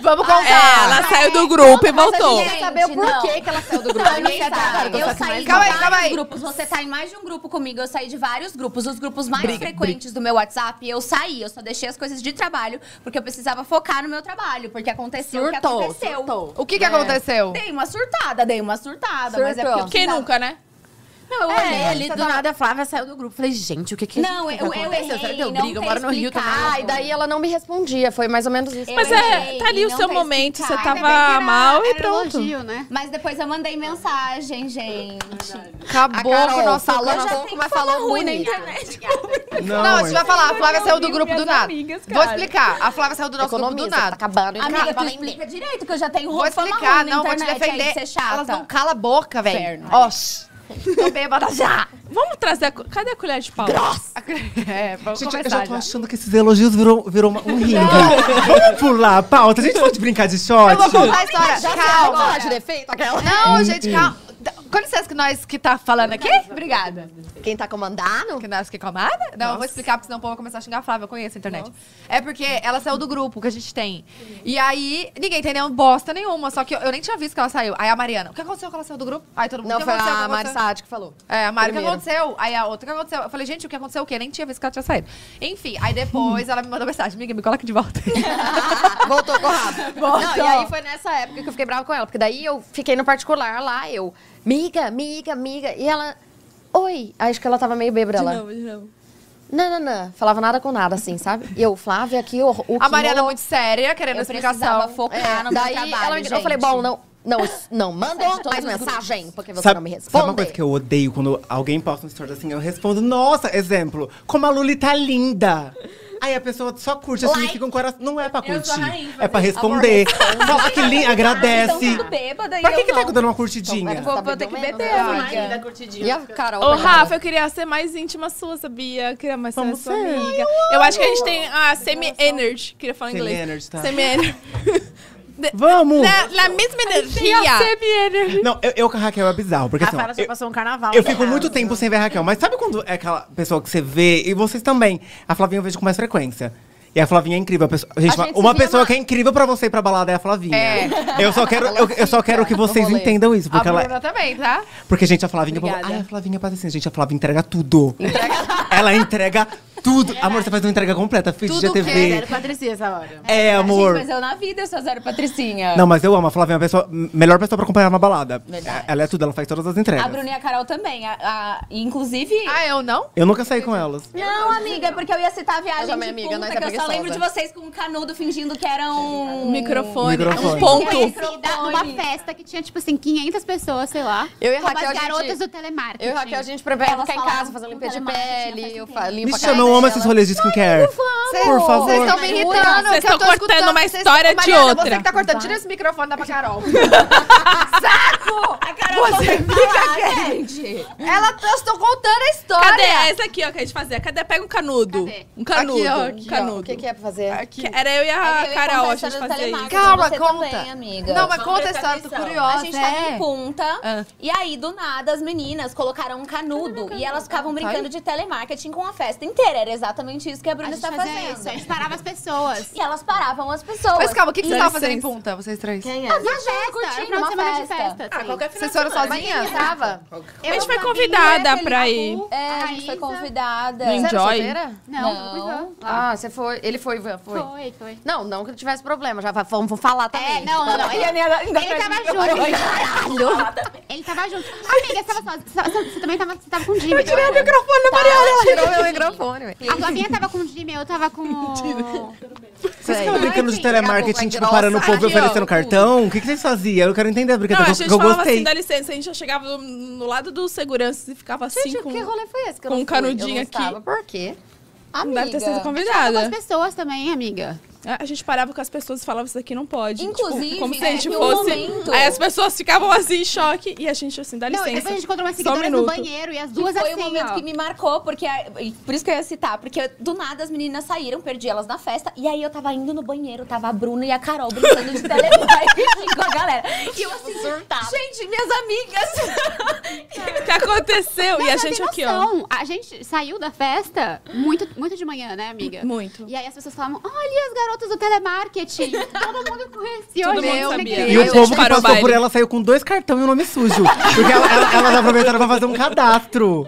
Speaker 1: Vamos
Speaker 2: É, ela saiu do grupo e
Speaker 9: assim,
Speaker 2: voltou.
Speaker 5: Quer saber o porquê que ela saiu do grupo?
Speaker 9: Não,
Speaker 5: Ninguém
Speaker 9: ninguém
Speaker 5: sabe agora, que
Speaker 9: sabe. Eu
Speaker 5: sou a que
Speaker 9: saí
Speaker 5: mais
Speaker 9: de
Speaker 1: Calma aí,
Speaker 9: vários
Speaker 1: calma aí.
Speaker 9: grupos. Você tá em mais de um grupo comigo. Eu saí de vários grupos. Os grupos mais frequentes do meu WhatsApp, eu saí. Eu só deixei as coisas de trabalho, porque eu precisava focar no meu trabalho. Porque aconteceu o que
Speaker 4: Surtou,
Speaker 9: aconteceu.
Speaker 4: surtou.
Speaker 1: O
Speaker 2: É.
Speaker 1: que que aconteceu?
Speaker 9: Dei uma surtada, dei uma surtada. Mas é
Speaker 5: Surtou.
Speaker 9: porque eu
Speaker 2: Quem
Speaker 9: precisava-
Speaker 2: nunca, né?
Speaker 9: Não, eu olhei
Speaker 4: É,
Speaker 9: ali
Speaker 4: ele do
Speaker 9: do
Speaker 4: nada a Flávia saiu do grupo. Falei, gente, o que que
Speaker 9: Não,
Speaker 4: o que
Speaker 9: eu- eu errei,
Speaker 4: Será que deu
Speaker 9: não
Speaker 4: briga? Eu
Speaker 9: sei
Speaker 4: moro no Rio tá também.
Speaker 9: explicar.
Speaker 5: Ah, e daí ela não me respondia. Foi mais ou menos isso.
Speaker 2: Mas
Speaker 9: Eu
Speaker 2: é,
Speaker 9: errei,
Speaker 2: tá ali o
Speaker 9: não
Speaker 2: seu
Speaker 9: sei
Speaker 2: momento, você
Speaker 9: explicar.
Speaker 7: Ainda bem
Speaker 2: tava
Speaker 7: que
Speaker 2: Ah, mal
Speaker 7: era-
Speaker 2: e
Speaker 7: era
Speaker 2: pronto.
Speaker 7: elogio, né?
Speaker 9: Mas depois eu mandei mensagem, gente.
Speaker 1: Acabou com o nosso
Speaker 5: falou
Speaker 1: com o nosso-
Speaker 5: pouco, mas falou
Speaker 9: ruim na
Speaker 5: bonito.
Speaker 9: internet.
Speaker 1: Não, a gente vai falar. A Flávia saiu do grupo do nada. Vou explicar. A Flávia saiu do nosso grupo do
Speaker 5: Economiza, tá
Speaker 1: nada.
Speaker 5: acabando.
Speaker 9: Amiga, tu
Speaker 1: Fala em
Speaker 9: explica direito que eu já tenho
Speaker 1: Vou
Speaker 9: roupa
Speaker 1: explicar,
Speaker 9: marrom na
Speaker 1: não, vou te
Speaker 9: internet, aí
Speaker 1: defender.
Speaker 9: de ser chata.
Speaker 1: Elas não calam a boca, velho.
Speaker 9: Inferno.
Speaker 1: Oxi. Tô bêbada já!
Speaker 2: Vamos trazer a... co- Cadê a colher de pau?
Speaker 1: Grossa!
Speaker 10: É, vamos
Speaker 6: Gente, eu
Speaker 10: começar
Speaker 6: já
Speaker 10: já.
Speaker 6: tô achando que esses elogios virou, virou uma- um ringue. Vamos pular a pauta? A gente pode brincar de shot?
Speaker 1: Eu vou contar a história.
Speaker 5: Já sei,
Speaker 1: calma.
Speaker 5: agora de defeito, aquela.
Speaker 1: Não, gente, calma. Da- Com licença que nós que tá falando aqui? Obrigada.
Speaker 5: Quem tá comandando?
Speaker 1: Que nós que comanda? Não, eu vou explicar, porque senão o povo vai começar a xingar a Flávia. Eu conheço a internet. É porque ela saiu do grupo que a gente tem. E aí, ninguém entendeu bosta nenhuma. Só que eu, eu nem tinha visto que ela saiu. Aí a Mariana, o que aconteceu que ela saiu do grupo? Aí todo mundo,
Speaker 5: Não,
Speaker 1: o que
Speaker 5: foi
Speaker 1: aconteceu, o que
Speaker 5: a Mari
Speaker 1: aconteceu?"
Speaker 5: Saad que falou.
Speaker 1: É, a Mari, o que
Speaker 5: Primeiro.
Speaker 1: aconteceu? Aí a outra, o que aconteceu? Eu falei, gente, o que aconteceu? O quê? Nem tinha visto que ela tinha saído. Enfim, aí depois ela me mandou mensagem. Amiga, me coloca de volta.
Speaker 5: Voltou com o rabo.
Speaker 1: Voltou.
Speaker 5: Não, e aí foi nessa época que eu fiquei brava com ela. Porque daí eu fiquei no particular lá, eu... Miga, miga, miga. E ela... Oi. Acho que ela tava meio bêbada
Speaker 2: De
Speaker 5: lá.
Speaker 2: novo, de novo.
Speaker 5: Não, não, não. Falava nada com nada, assim, sabe? E eu, Flávia, aqui... O, o
Speaker 1: A
Speaker 5: que
Speaker 1: Mariana
Speaker 5: rolou?
Speaker 1: muito séria, querendo
Speaker 5: Eu
Speaker 1: explicação. É,
Speaker 5: precisava focar no meu Daí trabalho, ela me- eu gente. falei, bom, não- não, não mandou mais mensagem, porque você não me responde.
Speaker 6: sabe uma coisa que eu odeio quando alguém posta um story assim? Eu respondo, nossa, exemplo, como a Luli tá linda. Aí a pessoa só curte assim e fica um coração. Não é pra
Speaker 8: Eu
Speaker 6: curtir.
Speaker 8: sou a rainha,
Speaker 6: é pra
Speaker 8: fazer-
Speaker 6: responder. Nossa, que linda,
Speaker 9: Então,
Speaker 6: agradece.
Speaker 9: tudo bêbada e
Speaker 6: pra que,
Speaker 9: eu
Speaker 6: que tá
Speaker 9: não. Então,
Speaker 6: dando uma curtidinha?
Speaker 9: Vou, vou ter que beber, amiga.
Speaker 5: E a Carol?
Speaker 2: Ô,
Speaker 5: pegava.
Speaker 2: Rafa, eu queria ser mais íntima sua, sabia? Eu queria mais ser sua amiga. Eu acho que a gente tem a semi-energy. Queria falar em inglês.
Speaker 6: Semi-energy, tá.
Speaker 2: Semi-energy.
Speaker 6: Vamos!
Speaker 2: Na, na mesma energia. semi-energy.
Speaker 6: Não, eu, eu com a Raquel é bizarro,
Speaker 9: Ah,
Speaker 6: porque
Speaker 8: a
Speaker 6: assim, ó,
Speaker 8: Fara já
Speaker 6: eu,
Speaker 8: passou um carnaval.
Speaker 6: eu fico
Speaker 8: né?
Speaker 6: muito tempo sem ver a Raquel. Mas sabe quando é aquela pessoa que você vê, e vocês também. A Flavinha eu vejo com mais frequência. E a Flavinha é incrível. a pessoa- gente,
Speaker 5: A
Speaker 6: uma,
Speaker 5: gente se
Speaker 6: uma
Speaker 5: via
Speaker 6: pessoa
Speaker 5: na-
Speaker 6: que é incrível pra você ir pra balada é a Flavinha.
Speaker 1: É.
Speaker 6: Eu só quero, eu, eu só quero que
Speaker 5: No
Speaker 6: vocês
Speaker 5: rolê.
Speaker 6: entendam isso.
Speaker 1: A
Speaker 6: Porque,
Speaker 1: Bruna
Speaker 6: ela, é,
Speaker 1: também, tá?
Speaker 6: porque gente, a Flavinha. fala, Ai, a Flavinha parece assim. Gente, a Flávia entrega tudo. Ela entrega tudo. Amor, você faz uma entrega completa. Fiz
Speaker 1: Tudo
Speaker 6: de TV.
Speaker 8: Zero Patricia essa hora.
Speaker 6: É, amor.
Speaker 9: Gente, mas eu na vida eu sou zero patricinha.
Speaker 6: Não, mas eu amo. A Flavinha é a pessoa, melhor pessoa pra acompanhar uma balada. Ela é tudo, ela faz todas as entregas.
Speaker 9: A Bruna e a Carol também. A, a- inclusive.
Speaker 1: Ah, eu não?
Speaker 6: Eu nunca saí com elas.
Speaker 9: Não, amiga, é porque eu ia citar a viagem
Speaker 5: Eu também,
Speaker 9: de
Speaker 5: amiga,
Speaker 9: puta,
Speaker 5: nós
Speaker 9: que
Speaker 5: é
Speaker 9: eu só
Speaker 5: preguiçosa.
Speaker 9: lembro de vocês com um canudo fingindo que era um... É
Speaker 2: Microfone.
Speaker 6: Microfone.
Speaker 2: Um ponto.
Speaker 7: Conhecida numa festa que tinha, tipo assim, 500 pessoas, sei lá.
Speaker 5: Eu e a
Speaker 7: Como
Speaker 5: Raquel, a
Speaker 7: as
Speaker 5: gente-
Speaker 7: garotas do telemarketing.
Speaker 5: Eu e a Raquel, a gente prefere
Speaker 7: Elas
Speaker 5: ficar em
Speaker 7: falavam
Speaker 5: casa fazendo
Speaker 7: com
Speaker 5: limpeza de
Speaker 7: telemarketing,
Speaker 5: pele.
Speaker 7: eu
Speaker 5: Eu
Speaker 7: faço
Speaker 5: fa- limpo
Speaker 6: Me
Speaker 5: a cara
Speaker 6: chama, eu amo
Speaker 5: dela.
Speaker 6: esses rolês de skincare. Por favor.
Speaker 1: Vocês estão me irritando,
Speaker 2: Vocês
Speaker 1: que eu
Speaker 2: estão
Speaker 1: tô
Speaker 2: cortando
Speaker 1: escutando.
Speaker 2: uma
Speaker 1: Vocês-
Speaker 2: história de
Speaker 1: Mariana,
Speaker 2: outra.
Speaker 1: Você que tá cortando, tira esse microfone, dá pra Carol.
Speaker 9: Saco! A Carol você falar, gente.
Speaker 1: Ela, tá, eu estou contando a história.
Speaker 2: Cadê? Essa aqui, ó, que a gente fazia. Cadê? Pega um canudo.
Speaker 7: Cadê?
Speaker 2: Um canudo.
Speaker 5: Aqui, ó,
Speaker 2: um
Speaker 5: aqui, ó.
Speaker 2: canudo.
Speaker 5: O que, que é pra fazer?
Speaker 2: Que Era eu e a
Speaker 9: É Eu ia
Speaker 2: Ah, Carol,
Speaker 9: contar
Speaker 2: a
Speaker 9: história
Speaker 2: gente fazia
Speaker 9: do
Speaker 2: isso.
Speaker 9: telemarketing,
Speaker 1: Calma,
Speaker 9: você
Speaker 1: conta.
Speaker 9: Também, amiga.
Speaker 1: Não, mas
Speaker 8: Vamos
Speaker 1: conta a
Speaker 8: prestar
Speaker 1: história, tô
Speaker 8: atenção.
Speaker 1: curiosa.
Speaker 9: A gente tava
Speaker 1: é.
Speaker 9: em Punta,
Speaker 2: Ah.
Speaker 9: e aí, do nada, as meninas colocaram um canudo e elas ficavam brincando de telemarketing com a festa inteira. Era exatamente isso que a
Speaker 7: A
Speaker 9: Bruna
Speaker 7: gente
Speaker 9: está
Speaker 7: fazia isso, a
Speaker 9: tá fazendo.
Speaker 7: gente parava as pessoas.
Speaker 9: E elas paravam as pessoas.
Speaker 1: Mas calma, o que, que vocês
Speaker 2: Dá
Speaker 1: estavam fazendo em
Speaker 2: licença.
Speaker 1: Punta, vocês três?
Speaker 8: Quem é?
Speaker 9: Uma festa,
Speaker 7: Era
Speaker 9: curtindo
Speaker 7: final de
Speaker 9: uma
Speaker 7: semana
Speaker 9: festa.
Speaker 7: de festa.
Speaker 8: Ah,
Speaker 7: assim.
Speaker 8: qualquer final
Speaker 1: Vocês
Speaker 8: de
Speaker 1: foram
Speaker 8: semana.
Speaker 1: sozinhas?
Speaker 5: Tava.
Speaker 2: A gente foi
Speaker 7: Fabinho,
Speaker 2: convidada
Speaker 7: Evelyn,
Speaker 2: pra ir.
Speaker 7: Raul.
Speaker 9: É, a gente foi
Speaker 7: Raíssa.
Speaker 9: convidada.
Speaker 2: No
Speaker 5: Você era
Speaker 2: Enjoy.
Speaker 5: solteira?
Speaker 7: Ah, Não, não.
Speaker 5: Ah, você foi. Ele foi, foi.
Speaker 7: Foi, foi.
Speaker 5: Não, não que eu tivesse problema. Já fa- vamos, vamos falar também.
Speaker 7: É, não, não, não. Ele, ele tava junto.
Speaker 9: Caralho!
Speaker 7: Ele tava junto. Amiga, você tava sozinha. Você, você também tava, você tava com o Jimmy. Eu tirei o
Speaker 1: microfone da Mariana.
Speaker 5: Ela tirou meu microfone, velho.
Speaker 7: A Flavinha tava com o Jimmy, eu tava com o...
Speaker 6: Vocês ficavam brincando de
Speaker 7: Enfim,
Speaker 5: acabou com
Speaker 6: telemarketing,
Speaker 5: a
Speaker 6: tipo, parando o
Speaker 5: grossa.
Speaker 6: povo e
Speaker 2: Aqui, ó,
Speaker 6: oferecendo
Speaker 2: o-
Speaker 6: cartão? O que, que vocês faziam? Eu quero entender a
Speaker 2: Não,
Speaker 6: brincadeira,
Speaker 2: a
Speaker 6: que
Speaker 2: gente
Speaker 6: eu, que eu
Speaker 2: falava assim,
Speaker 6: gostei.
Speaker 2: dá licença. A gente já chegava no- no lado do segurança e ficava assim
Speaker 5: Gente,
Speaker 2: com...
Speaker 5: que rolê foi esse? Que eu
Speaker 2: com
Speaker 5: não
Speaker 2: um
Speaker 5: fui? Eu
Speaker 2: canudinho
Speaker 5: não
Speaker 2: aqui.
Speaker 5: estava. Por quê?
Speaker 2: Não
Speaker 5: Amiga.
Speaker 2: deve ter sido
Speaker 7: Com as
Speaker 2: convidada.
Speaker 7: pessoas também, amiga.
Speaker 2: A gente parava com as pessoas e falava, isso aqui não pode.
Speaker 9: Inclusive,
Speaker 2: Tipo, como se
Speaker 9: é
Speaker 2: a gente
Speaker 9: que o
Speaker 2: fosse...
Speaker 9: momento-
Speaker 2: Aí as pessoas ficavam assim, em choque. E a gente assim, dá
Speaker 7: Não,
Speaker 2: licença.
Speaker 7: depois a gente encontrou
Speaker 2: Só
Speaker 7: uma
Speaker 2: um
Speaker 7: seguidora no
Speaker 2: minuto.
Speaker 7: banheiro e as
Speaker 9: Que
Speaker 7: duas
Speaker 9: foi
Speaker 7: assim,
Speaker 9: o momento
Speaker 7: ó.
Speaker 9: que me marcou, porque. a- e Por isso que eu ia citar, porque do nada as meninas saíram, perdi elas na festa. E aí eu tava indo no banheiro, tava a Bruna e a Carol brincando de telemarketing com a galera. E eu assim, gente, minhas amigas!
Speaker 2: O que aconteceu? e a
Speaker 7: Mas
Speaker 2: gente
Speaker 7: não
Speaker 2: aqui,
Speaker 7: tem
Speaker 2: ó.
Speaker 7: noção. A gente saiu da festa muito, muito de manhã, né, amiga?
Speaker 2: Muito.
Speaker 7: E aí as pessoas falavam, olha as garotas do telemarketing. Todo mundo conhecia.
Speaker 2: Todo
Speaker 7: olha,
Speaker 2: mundo
Speaker 7: olha
Speaker 2: sabia.
Speaker 7: que-
Speaker 2: Aí
Speaker 6: E o
Speaker 2: a
Speaker 6: povo
Speaker 2: gente
Speaker 6: que
Speaker 2: parou o
Speaker 6: passou por
Speaker 2: baile.
Speaker 6: ela saiu com dois cartões e o nome sujo. Porque ela- ela- elas aproveitaram pra fazer um cadastro.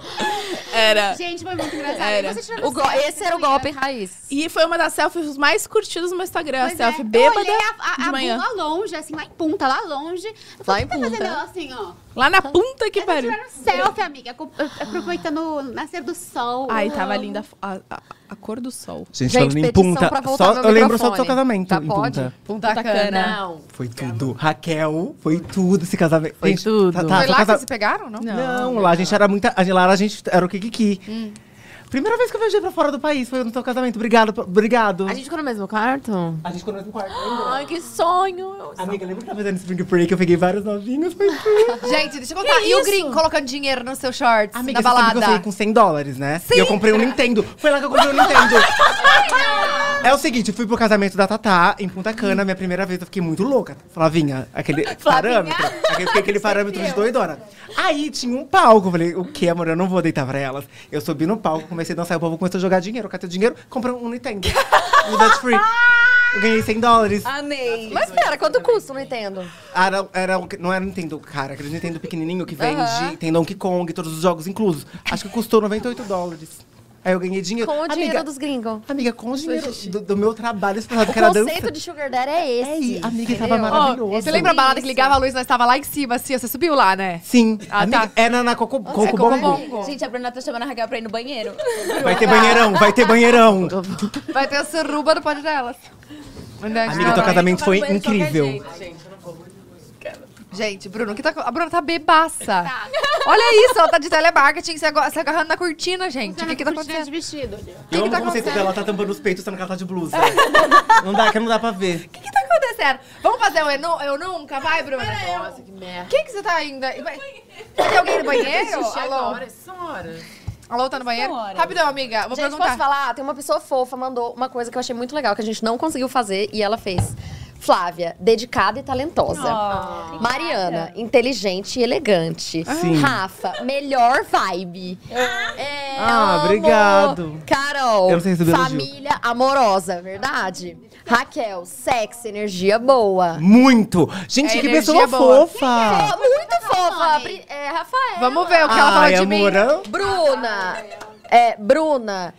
Speaker 2: Era.
Speaker 7: Gente, foi muito engraçado.
Speaker 2: Era.
Speaker 7: Você tirou
Speaker 5: O go-
Speaker 7: selfie,
Speaker 5: Esse era o
Speaker 7: amiga.
Speaker 5: golpe raiz.
Speaker 2: E foi uma das selfies mais curtidas no meu Instagram.
Speaker 7: Pois
Speaker 2: a selfie
Speaker 7: é. Eu
Speaker 2: bêbada
Speaker 7: olhei a, a,
Speaker 2: de manhã.
Speaker 7: A bunda longe, assim, lá em punta, lá longe. Eu
Speaker 5: Lá
Speaker 7: falei,
Speaker 5: em
Speaker 7: "O que Tá
Speaker 5: punta."
Speaker 7: fazendo ela assim, ó.
Speaker 2: Lá na punta que pariu.
Speaker 7: Tiraram selfie, amiga, com- aproveitando o nascer do sol.
Speaker 2: Ai, tava linda a fo- a, a- a cor do sol.
Speaker 6: Gente,
Speaker 5: Gente,
Speaker 6: falando em
Speaker 5: petição
Speaker 6: punta,
Speaker 5: pra voltar
Speaker 6: só,
Speaker 5: meu
Speaker 6: eu lembro só do seu
Speaker 5: microfone.
Speaker 6: casamento
Speaker 5: Tá,
Speaker 6: em
Speaker 5: pode?
Speaker 6: punta.
Speaker 1: Punta Cana.
Speaker 8: Não.
Speaker 6: Foi tudo. Raquel, foi tudo esse casamento.
Speaker 4: Foi
Speaker 6: Gente,
Speaker 4: tudo.
Speaker 6: Tá,
Speaker 1: Foi
Speaker 6: tá, seu
Speaker 1: lá que
Speaker 6: casa-
Speaker 1: vocês se pegaram, não?
Speaker 6: Não, lá a gente era muita. a gente- Lá a gente era o Kikiki. Primeira vez que eu viajei pra fora do país foi no seu casamento. Obrigado, p- obrigado.
Speaker 15: A gente ficou no mesmo quarto?
Speaker 6: A gente ficou no mesmo quarto.
Speaker 15: Ai, que sonho!
Speaker 6: Amiga, lembra que tava fazendo Spring Break? Eu peguei vários novinhos. Foi
Speaker 1: Gente, deixa eu contar. e o Green colocando dinheiro nos seus shorts
Speaker 6: Amiga,
Speaker 1: na
Speaker 6: você sabe que eu saí
Speaker 1: balada?
Speaker 6: com 100 dólares, né? E eu comprei um Nintendo. Foi lá que eu comprei um Nintendo. É o seguinte, fui pro casamento da Tatá em Punta Cana, minha primeira vez, eu fiquei muito louca. Flavinha, aquele parâmetro. Aquele, fiquei aquele parâmetro de doidona. Aí tinha um palco, eu falei, o que, amor? Eu não vou deitar pra elas. Eu subi no palco, comecei a dançar, o povo começou a jogar dinheiro, eu catei o dinheiro, comprei um Nintendo. No Dutch Free. Eu ganhei 100 dólares.
Speaker 5: Amei. Mas pera, quanto custa? um Não entendo.
Speaker 6: Era, era, o que- não era Nintendo, cara, aquele Nintendo pequenininho que vende,
Speaker 5: Aham.
Speaker 6: tem Donkey Kong, todos os jogos inclusos. Acho que custou 98 dólares. Aí eu ganhei dinheiro.
Speaker 5: Com o dinheiro
Speaker 6: Amiga,
Speaker 5: dos gringos.
Speaker 6: Amiga, com o dinheiro do, do meu trabalho explorado,
Speaker 5: O
Speaker 6: que era
Speaker 5: conceito
Speaker 6: dança.
Speaker 5: de sugar daddy é esse.
Speaker 6: É, amiga, tava maravilhoso.
Speaker 1: Você lembra a balada que ligava a luz, nós tava lá em cima, assim, ó, você subiu lá, né?
Speaker 6: Sim,
Speaker 1: Ah,
Speaker 6: amiga,
Speaker 1: tá.
Speaker 6: é na, na Coco,
Speaker 1: Nossa,
Speaker 6: Coco
Speaker 1: é
Speaker 6: Bongo.
Speaker 1: Cocobongo.
Speaker 9: Gente, a Bruna tá chamando a Raquel pra ir no banheiro.
Speaker 6: Vai ter banheirão, vai ter banheirão.
Speaker 1: Vai ter a suruba no pódio delas.
Speaker 6: Amiga, teu casamento foi incrível.
Speaker 1: Gente, Bruno, que tá, co- a Bruna tá bebaça. Olha isso, ela tá de telemarketing, se aga- se agarrando na cortina, gente. O que que tá acontecendo?
Speaker 7: de Ah, vestido. ali, ó.
Speaker 6: Eu amo o conceito dela, ela tá tampando os peitos, sendo que ela tá de blusa. não dá, que não dá pra ver.
Speaker 1: O que tá acontecendo? Vamos fazer um eu, nu- eu nunca? Vai, Bruna. Nossa, que merda. Quem que você tá ainda? E vai- Tem alguém no banheiro?
Speaker 5: Xixi
Speaker 1: Alô?
Speaker 5: agora,
Speaker 1: Alô, tá no banheiro? Rapidão, amiga. Vou
Speaker 5: gente,
Speaker 1: perguntar.
Speaker 5: posso falar? Ah, Tem uma pessoa fofa, mandou uma coisa que eu achei muito legal, que a gente não conseguiu fazer e ela fez. Flávia, dedicada e talentosa.
Speaker 1: Ah.
Speaker 9: Oh,
Speaker 5: Mariana, inteligente e elegante.
Speaker 6: Sim.
Speaker 5: Rafa, melhor vibe. É,
Speaker 6: Ah,
Speaker 5: amo.
Speaker 6: obrigado.
Speaker 5: Carol,
Speaker 6: Eu não sei receber elogio.
Speaker 5: família amorosa, verdade? Raquel, sexo, energia boa.
Speaker 6: Muito! Gente,
Speaker 5: É
Speaker 6: que
Speaker 5: Tá. energia
Speaker 6: pessoa
Speaker 5: boa. é?
Speaker 6: fofa!
Speaker 5: Fo- muito fofa. Bri- É, Rafael.
Speaker 1: Vamos ver o que ela
Speaker 6: Ai,
Speaker 1: falou de mim.
Speaker 6: amorão.
Speaker 5: Bruna. É, Bruna.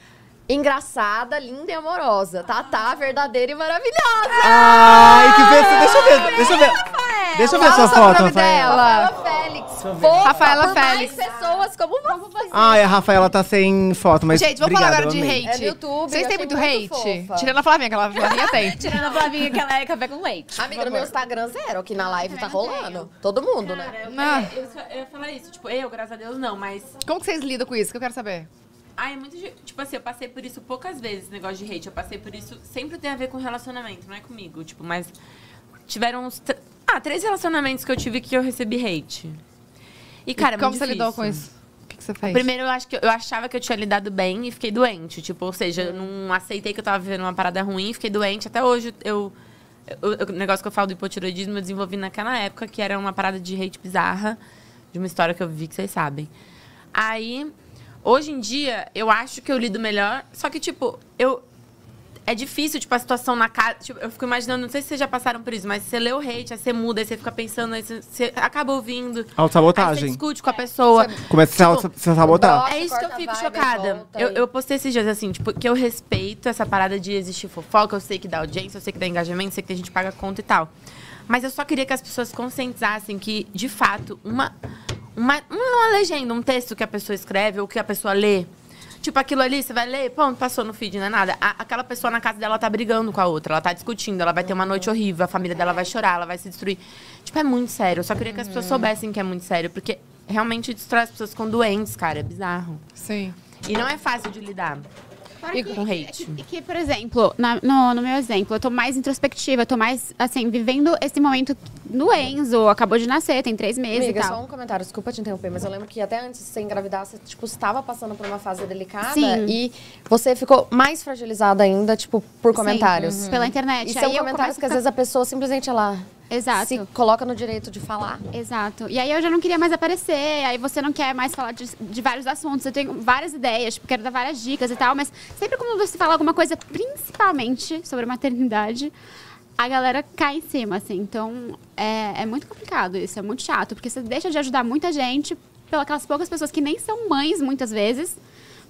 Speaker 5: Engraçada, linda e amorosa. Tatá, verdadeira e maravilhosa.
Speaker 6: Ai, que
Speaker 1: Ah,
Speaker 6: pessoa. Deixa eu ver, deixa eu ver. Deixa eu ver a
Speaker 5: Fala sobre
Speaker 6: sua foto,
Speaker 5: o nome
Speaker 6: Rafaela.
Speaker 5: dela.
Speaker 1: Ah.
Speaker 5: Félix. Fofa,
Speaker 1: Rafaela
Speaker 5: por
Speaker 1: Félix.
Speaker 5: Mais pessoas como você. Ah,
Speaker 6: Ai, a Rafaela tá sem foto, mas.
Speaker 1: Gente, vamos
Speaker 6: obrigado,
Speaker 1: falar agora de
Speaker 6: eu amei.
Speaker 1: hate.
Speaker 5: É no YouTube,
Speaker 1: Vocês têm
Speaker 5: achei
Speaker 1: muito,
Speaker 5: muito
Speaker 1: hate?
Speaker 5: fofa.
Speaker 1: Tirando a Flavinha, que a Flavinha tem.
Speaker 9: Tirando a Flavinha que ela é café com leite.
Speaker 5: Amiga, no meu Instagram zero, aqui na live tá rolando. Todo mundo, né?
Speaker 4: Eu,
Speaker 1: Ah.
Speaker 4: eu, só- eu ia falar isso, tipo, eu, graças a Deus, não, mas.
Speaker 1: Como que vocês lidam com isso? Que eu quero saber.
Speaker 4: Ai, é muito. di- Tipo assim, eu passei por isso poucas vezes, esse negócio de hate. Eu passei por isso. Sempre tem a ver com relacionamento, não é comigo. Tipo, mas. Tiveram uns. tr- Ah, três relacionamentos que eu tive que eu recebi hate. E, cara, é
Speaker 1: como
Speaker 4: muito
Speaker 1: você lidou com
Speaker 4: difícil.
Speaker 1: isso? O que, que você fez?
Speaker 4: Primeiro, eu, acho que, eu achava que eu tinha lidado bem e fiquei doente. Tipo, ou seja, eu não aceitei que eu tava vivendo uma parada ruim, fiquei doente. Até hoje, eu, eu- eu- o negócio que eu falo do hipotiroidismo, eu desenvolvi naquela época, que era uma parada de hate bizarra, de uma história que eu vivi, que vocês sabem. Aí, hoje em dia, eu acho que eu lido melhor. Só que, tipo, eu... É difícil, tipo, a situação na casa. Tipo, eu fico imaginando, não sei se vocês já passaram por isso, mas você lê o hate, aí você muda, aí você fica pensando, aí você, você acaba ouvindo. Aí você
Speaker 6: Autossabotagem.
Speaker 4: discute com a pessoa.
Speaker 6: Começa a se auto- se sabotar.
Speaker 5: Nossa,
Speaker 4: É isso que eu
Speaker 5: corta
Speaker 4: fico
Speaker 5: a vibe,
Speaker 4: chocada.
Speaker 5: volta
Speaker 4: Eu,
Speaker 5: aí.
Speaker 4: eu postei esses dias assim, tipo, que eu respeito essa parada de existir fofoca, eu sei que dá audiência, eu sei que dá engajamento, eu sei que tem gente que paga conta e tal. Mas eu só queria que as pessoas conscientizassem que, de fato, uma, uma, uma legenda, um texto que a pessoa escreve ou que a pessoa lê. Tipo, aquilo ali, você vai ler, pô, passou no feed, não é nada. A- aquela pessoa na casa dela tá brigando com a outra, ela tá discutindo, ela vai ter uma noite horrível, a família dela vai chorar, ela vai se destruir. Tipo, é muito sério. Eu só queria que as pessoas soubessem que é muito sério, porque realmente destrói as pessoas com doentes, cara. É bizarro.
Speaker 1: Sim.
Speaker 4: E não é fácil de lidar.
Speaker 7: Fora
Speaker 4: E
Speaker 7: que-
Speaker 4: com hate?
Speaker 7: Que, que, por exemplo, na- no, no meu exemplo, eu tô mais introspectiva, eu tô mais, assim, vivendo esse momento no Enzo. Acabou de nascer, tem três meses
Speaker 5: Amiga,
Speaker 7: e
Speaker 1: então.
Speaker 7: tal.
Speaker 5: só um comentário, desculpa te interromper, mas eu lembro que até antes de você engravidar, você tipo, estava passando por uma fase delicada
Speaker 7: Sim.
Speaker 5: e você ficou mais fragilizada ainda, tipo, por
Speaker 7: Sim,
Speaker 5: comentários.
Speaker 7: Pela internet.
Speaker 5: E
Speaker 7: Aí
Speaker 5: são
Speaker 7: eu
Speaker 5: comentários
Speaker 7: começo a
Speaker 5: é que às
Speaker 7: ficar-
Speaker 5: vezes a pessoa simplesmente ela
Speaker 7: Exato.
Speaker 5: se coloca no direito de falar.
Speaker 7: Exato. E aí eu já não queria mais aparecer, aí você não quer mais falar de, de vários assuntos. Eu tenho várias ideias, tipo, quero dar várias dicas e tal, mas sempre quando você fala alguma coisa, principalmente sobre maternidade, a galera cai em cima, assim. Então é, é muito complicado isso, é muito chato, porque você deixa de ajudar muita gente pelas aquelas poucas pessoas que nem são mães, muitas vezes,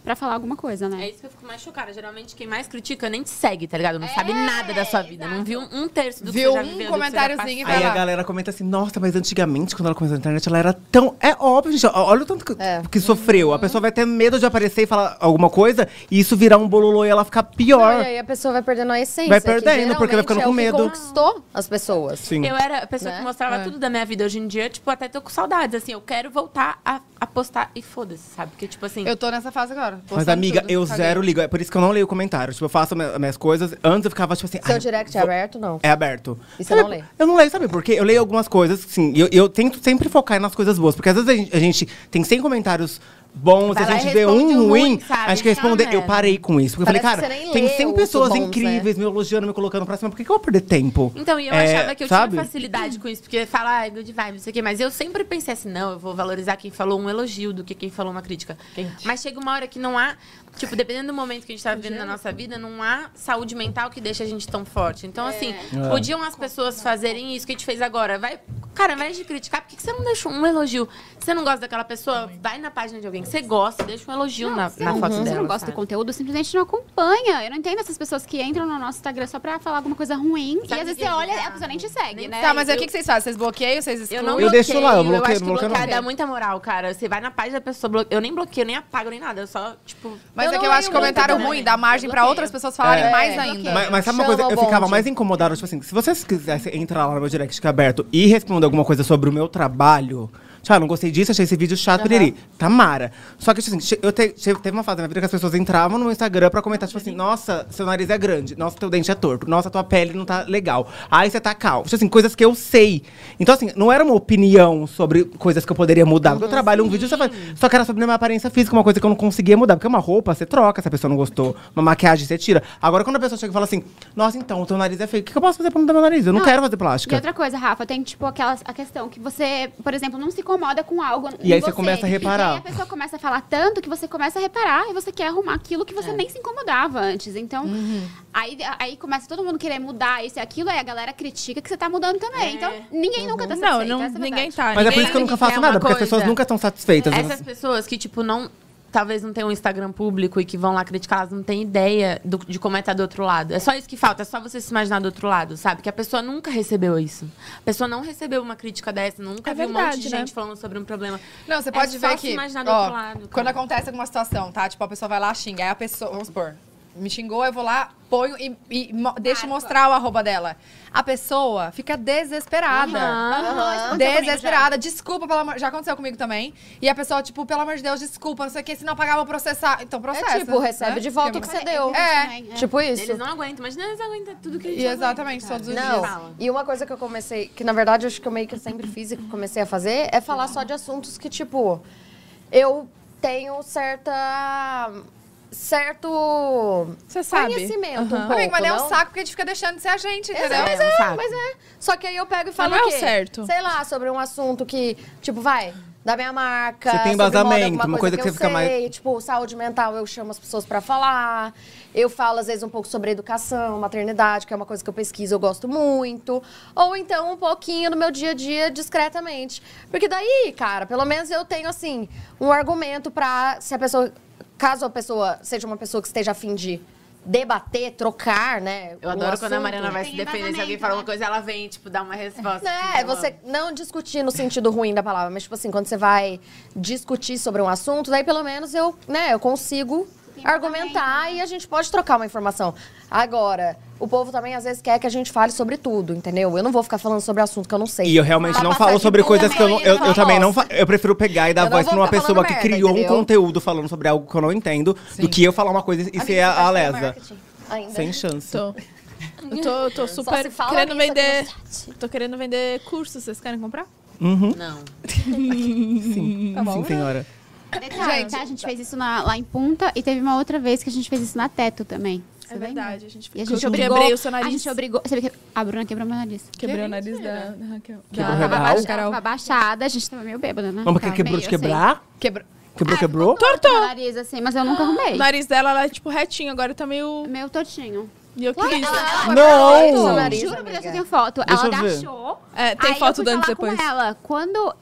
Speaker 7: pra falar alguma coisa,
Speaker 4: É
Speaker 7: né?
Speaker 4: isso que eu fico mais chocada. Geralmente, quem mais critica nem te segue, tá ligado? Não sabe nada da sua vida. Não viu um terço do
Speaker 1: Viu
Speaker 4: que você já
Speaker 1: um
Speaker 4: viveu, do que você já
Speaker 1: comentáriozinho e
Speaker 4: passou.
Speaker 1: vai
Speaker 6: Aí a
Speaker 1: lá.
Speaker 6: galera comenta assim, nossa, mas antigamente, quando ela começou na internet, ela era tão. É óbvio, gente. ó, Olha o tanto que,
Speaker 1: É.
Speaker 6: que sofreu.
Speaker 1: Uhum.
Speaker 6: A pessoa vai ter medo de aparecer e falar alguma coisa e isso virar um bololô e ela ficar pior.
Speaker 5: Não, e aí a pessoa vai perdendo a essência.
Speaker 6: Vai
Speaker 5: que
Speaker 6: perdendo, porque vai ficando
Speaker 5: geralmente
Speaker 6: com
Speaker 5: é o que
Speaker 6: medo.
Speaker 5: conquistou as pessoas.
Speaker 6: Sim.
Speaker 4: né? É. Eu era a pessoa que mostrava tudo da minha vida. Hoje em dia, tipo, até tô com saudades. Assim, eu assim. quero voltar a
Speaker 8: apostar e foda-se, sabe? Porque, tipo assim.
Speaker 1: Eu tô nessa fase agora.
Speaker 6: Mas,
Speaker 1: postando
Speaker 6: amiga,
Speaker 1: tudo, Tá
Speaker 6: eu
Speaker 1: caguei.
Speaker 6: zero ligo. É por isso que eu não leio comentário. Tipo, eu faço minha- minhas coisas. Antes eu ficava, tipo assim.
Speaker 5: Seu
Speaker 6: ai,
Speaker 5: direct é
Speaker 6: vou-
Speaker 5: aberto, não?
Speaker 6: É aberto.
Speaker 5: E você não
Speaker 6: Sabe-
Speaker 5: lê?
Speaker 6: Eu não leio, sabe por quê? Eu leio algumas coisas, sim. E eu, eu tento sempre focar nas coisas boas. Porque às vezes a gente, a gente tem 100 comentários bons,
Speaker 8: Vai
Speaker 6: a
Speaker 8: lá e
Speaker 6: gente vê
Speaker 8: responde
Speaker 6: um
Speaker 8: um
Speaker 6: ruim,
Speaker 8: ruim, sabe?
Speaker 6: acho que responder.
Speaker 8: Aquela
Speaker 6: Eu
Speaker 8: merda.
Speaker 6: parei com isso. Porque eu
Speaker 8: Parece
Speaker 6: falei,
Speaker 8: que
Speaker 6: cara,
Speaker 8: você nem
Speaker 6: tem
Speaker 8: lê
Speaker 6: 100
Speaker 8: os
Speaker 6: pessoas
Speaker 8: bons, né?
Speaker 6: incríveis me elogiando, me colocando pra cima. Por que que eu vou perder tempo?
Speaker 8: Então, e eu
Speaker 6: É,
Speaker 8: achava que eu
Speaker 6: sabe?
Speaker 8: tinha facilidade com isso, porque fala, ai, good vibe, não sei o quê. Mas eu sempre pensei assim, não, eu vou valorizar quem falou um elogio do que quem falou uma crítica. Mas chega uma hora que não há, tipo, dependendo do momento que a gente tá vivendo na nossa vida, não há saúde mental que deixa a gente tão forte. Então, assim,
Speaker 4: É.
Speaker 8: podiam as pessoas fazerem isso que a gente fez agora. Vai, cara, ao invés de criticar, por que que você não deixa um elogio? Você não gosta daquela pessoa? Vai na página de alguém que você gosta, deixa um elogio
Speaker 7: Não,
Speaker 8: na,
Speaker 7: se
Speaker 8: na
Speaker 7: não-
Speaker 8: foto
Speaker 7: se
Speaker 8: dela.
Speaker 7: não gosta do conteúdo, simplesmente não acompanha. Eu não entendo essas pessoas que entram no nosso Instagram só pra falar alguma coisa ruim. e às vezes você olha, a pessoa nem te segue, né?
Speaker 1: Tá, mas aí
Speaker 7: Eu-
Speaker 1: o que, que vocês fazem? Vocês bloqueiam? Vocês excluem?
Speaker 8: Eu não
Speaker 6: Eu deixo lá,
Speaker 8: bloqueio,
Speaker 6: eu bloqueio,
Speaker 8: acho que
Speaker 6: bloqueio não.
Speaker 8: bloquear dá muita moral, cara. Você vai na página da pessoa, bloque... eu nem bloqueio, nem apago, nem nada. Eu só, tipo...
Speaker 1: Mas é que eu acho que comentário ruim dá margem pra outras pessoas falarem
Speaker 8: É.
Speaker 1: mais
Speaker 8: É,
Speaker 1: ainda.
Speaker 6: Mas, mas sabe uma coisa? Eu ficava mais incomodada, tipo assim, se vocês quisessem entrar lá no meu direct que é aberto e responder alguma coisa sobre o meu trabalho. Tipo, ah, não gostei disso, achei esse vídeo chato, piriri. Tamara. Só que, tipo assim, che- eu te- che- teve uma fase da minha vida que as pessoas entravam no meu Instagram pra comentar, tipo assim, nossa, seu nariz é grande, nossa, teu dente é torto, nossa, tua pele não tá legal, aí você tá calvo. Tipo assim, coisas que eu sei. Então, assim, não era uma opinião sobre coisas que eu poderia mudar.
Speaker 5: Ah,
Speaker 6: Porque eu trabalho um vídeo, você faz, só que era sobre minha aparência física, uma coisa que eu não conseguia mudar. Porque é uma roupa, você troca, se a pessoa não gostou. Uma maquiagem, você tira. Agora, quando a pessoa chega e fala assim, nossa, então, o teu nariz é feio. O que que eu posso fazer pra mudar meu nariz? Eu não,
Speaker 7: Não,
Speaker 6: quero fazer
Speaker 7: E
Speaker 6: plástica.
Speaker 7: outra coisa, Rafa, tem tipo aquelas, a questão que você, por exemplo, não se incomoda com algo.
Speaker 6: E
Speaker 7: em
Speaker 6: aí você começa a reparar.
Speaker 7: E aí a pessoa começa a falar tanto que você começa a reparar e você quer arrumar aquilo que você nem se incomodava antes. Então, aí, aí começa todo mundo querer mudar isso e aquilo, aí a galera critica que você tá mudando também.
Speaker 2: É.
Speaker 7: Então, ninguém nunca tá satisfeito.
Speaker 2: não,
Speaker 7: essa a
Speaker 2: ninguém
Speaker 7: verdade.
Speaker 2: tá.
Speaker 6: Mas é por isso que eu nunca
Speaker 8: sabe o que
Speaker 6: faço
Speaker 8: é uma
Speaker 6: nada, porque as
Speaker 8: coisa.
Speaker 6: pessoas nunca estão satisfeitas. Eu não-
Speaker 8: Essas pessoas que, tipo, não... Talvez não tenham um Instagram público e que vão lá criticar, elas não têm ideia do- de como é estar do outro lado. É só isso que falta, é só você se imaginar do outro lado, sabe? Que a pessoa nunca recebeu isso. A pessoa não recebeu uma crítica dessa, nunca
Speaker 2: É
Speaker 8: viu um monte
Speaker 2: verdade,
Speaker 8: de
Speaker 2: né?
Speaker 8: gente falando sobre um problema.
Speaker 1: Não, você
Speaker 8: É
Speaker 1: pode
Speaker 8: só
Speaker 1: ver
Speaker 8: se
Speaker 1: que.
Speaker 8: imaginar do
Speaker 1: ó,
Speaker 8: outro lado, tá? cara.
Speaker 1: quando acontece alguma situação, tá? Tipo, a pessoa vai lá, xinga. Aí a pessoa, vamos supor, me xingou, eu vou lá, ponho e, e mo- deixo mostrar o arroba dela. A pessoa fica desesperada.
Speaker 7: Aham, isso aconteceu
Speaker 1: Desesperada. Desculpa, pelo amor. Já aconteceu comigo também. E a pessoa, tipo, pelo amor de Deus, desculpa, não sei o que, se não pagar, eu vou processar. Então
Speaker 6: um
Speaker 1: processa.
Speaker 5: É tipo, recebe
Speaker 1: né?
Speaker 5: de volta
Speaker 1: Porque-
Speaker 5: o que você deu.
Speaker 1: É.
Speaker 5: Tipo isso.
Speaker 8: Eles não aguentam, imagina eles aguentam tudo que a gente
Speaker 1: E exatamente, todos os
Speaker 5: Não,
Speaker 1: dias.
Speaker 5: e uma coisa que eu comecei, que na verdade eu acho que eu meio que sempre fiz e que comecei a fazer, é falar só de assuntos que, tipo, eu tenho certa. certo.
Speaker 2: Você sabe.
Speaker 5: Conhecimento. Um
Speaker 2: Aham.
Speaker 5: pouco,
Speaker 1: Amigo, mas é um
Speaker 5: não?
Speaker 1: saco porque a gente fica deixando de ser a gente, entendeu?
Speaker 5: Exato, Mas
Speaker 8: É, um
Speaker 5: é,
Speaker 8: saco.
Speaker 5: mas é. Só que aí eu pego e falo
Speaker 2: não é
Speaker 5: o
Speaker 2: o
Speaker 5: quê?
Speaker 2: certo.
Speaker 5: Sei lá, sobre um assunto que, tipo, vai, da minha marca.
Speaker 6: Você tem
Speaker 5: sobre moda,
Speaker 6: embasamento,
Speaker 5: alguma
Speaker 6: uma coisa que
Speaker 5: eu
Speaker 6: você fica
Speaker 5: sei, Tipo, saúde mental, eu chamo as pessoas pra falar. Eu falo, às vezes, um pouco sobre educação, maternidade, que é uma coisa que eu pesquiso, eu gosto muito. Ou então, um pouquinho no meu dia a dia, discretamente. Porque daí, cara, pelo menos eu tenho, assim, um argumento pra se a pessoa. Caso a pessoa seja uma pessoa que esteja afim de debater, trocar, né?
Speaker 8: Eu
Speaker 5: um
Speaker 8: adoro quando a
Speaker 5: assunto.
Speaker 8: Mariana vai se defender. Se alguém fala uma coisa, ela vem, tipo, dar uma resposta.
Speaker 5: É, você não discutir no sentido ruim da palavra, mas tipo assim, quando você vai discutir sobre um assunto, daí pelo menos eu, né, eu consigo
Speaker 9: um
Speaker 5: argumentar
Speaker 9: né?
Speaker 5: e a gente pode trocar uma informação. Agora, o povo também às vezes quer que a gente fale sobre tudo, entendeu? Eu não vou ficar falando sobre assunto que eu não sei.
Speaker 6: E eu realmente
Speaker 5: Pra
Speaker 6: não
Speaker 5: passar
Speaker 6: falo
Speaker 5: de
Speaker 6: sobre
Speaker 5: boa
Speaker 6: coisas que eu não.
Speaker 5: também,
Speaker 6: Eu, eu
Speaker 5: falar,
Speaker 6: também não
Speaker 5: nossa,
Speaker 6: fa- Eu prefiro pegar e
Speaker 5: Eu
Speaker 6: dar
Speaker 5: não
Speaker 6: voz
Speaker 5: vou
Speaker 6: pra uma
Speaker 5: ficar
Speaker 6: pessoa
Speaker 5: falando
Speaker 6: que
Speaker 5: merda,
Speaker 6: criou
Speaker 5: entendeu?
Speaker 6: um conteúdo falando sobre algo que eu não entendo, do que eu falar uma coisa e ser a, a lesa.
Speaker 5: ainda.
Speaker 6: Sem chance.
Speaker 2: Tô. tá Eu tô, eu tô
Speaker 5: Só
Speaker 2: super
Speaker 5: se fala
Speaker 2: querendo
Speaker 5: nisso aqui
Speaker 2: vender. Tô querendo vender cursos, vocês querem comprar?
Speaker 6: Uhum.
Speaker 8: Não.
Speaker 6: Sim,
Speaker 2: Tá bom.
Speaker 6: sim, senhora.
Speaker 7: Detalhe, tá? A gente fez isso na- lá em Punta e teve uma outra vez que a gente fez isso na Teto também.
Speaker 2: É
Speaker 7: Você lembra?
Speaker 2: verdade, a gente
Speaker 7: E a
Speaker 2: ficou-
Speaker 7: gente
Speaker 2: eu
Speaker 7: obrigou.
Speaker 2: quebrei o seu nariz.
Speaker 7: A gente obrigou. Você vê que a Bruna quebrou meu nariz.
Speaker 2: Quebrei o nariz da, da Raquel.
Speaker 6: Quebrou
Speaker 7: Ela
Speaker 6: o
Speaker 7: tava,
Speaker 6: Tipo, real?
Speaker 7: abaixada, ela tava abaixada, a gente tava meio bêbada, né?
Speaker 6: Mas porque
Speaker 7: Tava
Speaker 6: quebrou
Speaker 7: meio,
Speaker 6: de
Speaker 7: eu sei.
Speaker 6: quebrar?
Speaker 1: Quebrou.
Speaker 6: Quebrou, quebrou?
Speaker 7: Tortou. Meu nariz, assim, mas eu nunca arrumei.
Speaker 2: O nariz dela, ela é tipo retinho, agora tá meio.
Speaker 7: Meu tortinho.
Speaker 2: E eu queria.
Speaker 6: Não!
Speaker 7: Juro por Deus que eu tenho foto.
Speaker 6: Deixa eu
Speaker 7: ela
Speaker 6: ver.
Speaker 7: agachou.
Speaker 2: É, tem
Speaker 7: aí
Speaker 2: foto
Speaker 7: eu fui
Speaker 2: do antes e
Speaker 7: falar com
Speaker 2: depois.
Speaker 7: ela. Quando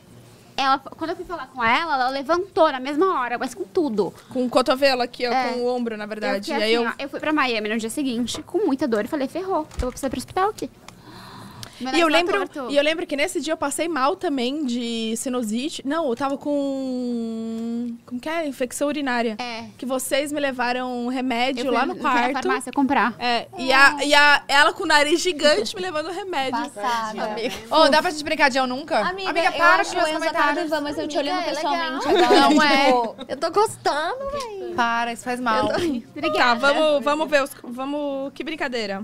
Speaker 7: ela. Quando eu fui falar com ela, ela levantou na mesma hora, mas com tudo.
Speaker 2: Com o cotovelo aqui, ó,
Speaker 7: É.
Speaker 2: com o ombro, na
Speaker 7: Eu,
Speaker 2: verdade.
Speaker 7: fiquei
Speaker 2: E aí
Speaker 7: assim,
Speaker 2: eu.
Speaker 7: ó, eu fui pra Miami no dia seguinte com muita dor e falei, ferrou, eu vou precisar ir pro hospital aqui. Meu
Speaker 2: E eu,
Speaker 7: nariz tá
Speaker 2: lembro,
Speaker 7: torto.
Speaker 2: e eu lembro que nesse dia eu passei mal também de sinusite. Não, eu tava com. Como que é? Infecção urinária.
Speaker 7: É.
Speaker 2: Que vocês me levaram um remédio
Speaker 7: Eu fui
Speaker 2: lá no
Speaker 7: na- fui na
Speaker 2: quarto.
Speaker 7: farmácia comprar.
Speaker 2: É, e, a, e a, ela com o nariz gigante me levando um remédio.
Speaker 9: Passada.
Speaker 1: Amiga. Ô, dá pra gente brincar de eu nunca?
Speaker 9: Amiga,
Speaker 1: Amiga,
Speaker 9: eu
Speaker 1: para
Speaker 9: acho
Speaker 1: com meus
Speaker 9: o Enzo
Speaker 1: comentários.
Speaker 9: até do Ivan, mas eu te olhando
Speaker 1: Amiga, é
Speaker 9: pessoalmente
Speaker 1: legal.
Speaker 9: agora,
Speaker 1: Não é.
Speaker 9: tipo,
Speaker 5: Eu tô gostando, velho.
Speaker 1: Para, isso faz mal.
Speaker 2: Tá, vamos, vamos ver os. Vamos. Que brincadeira.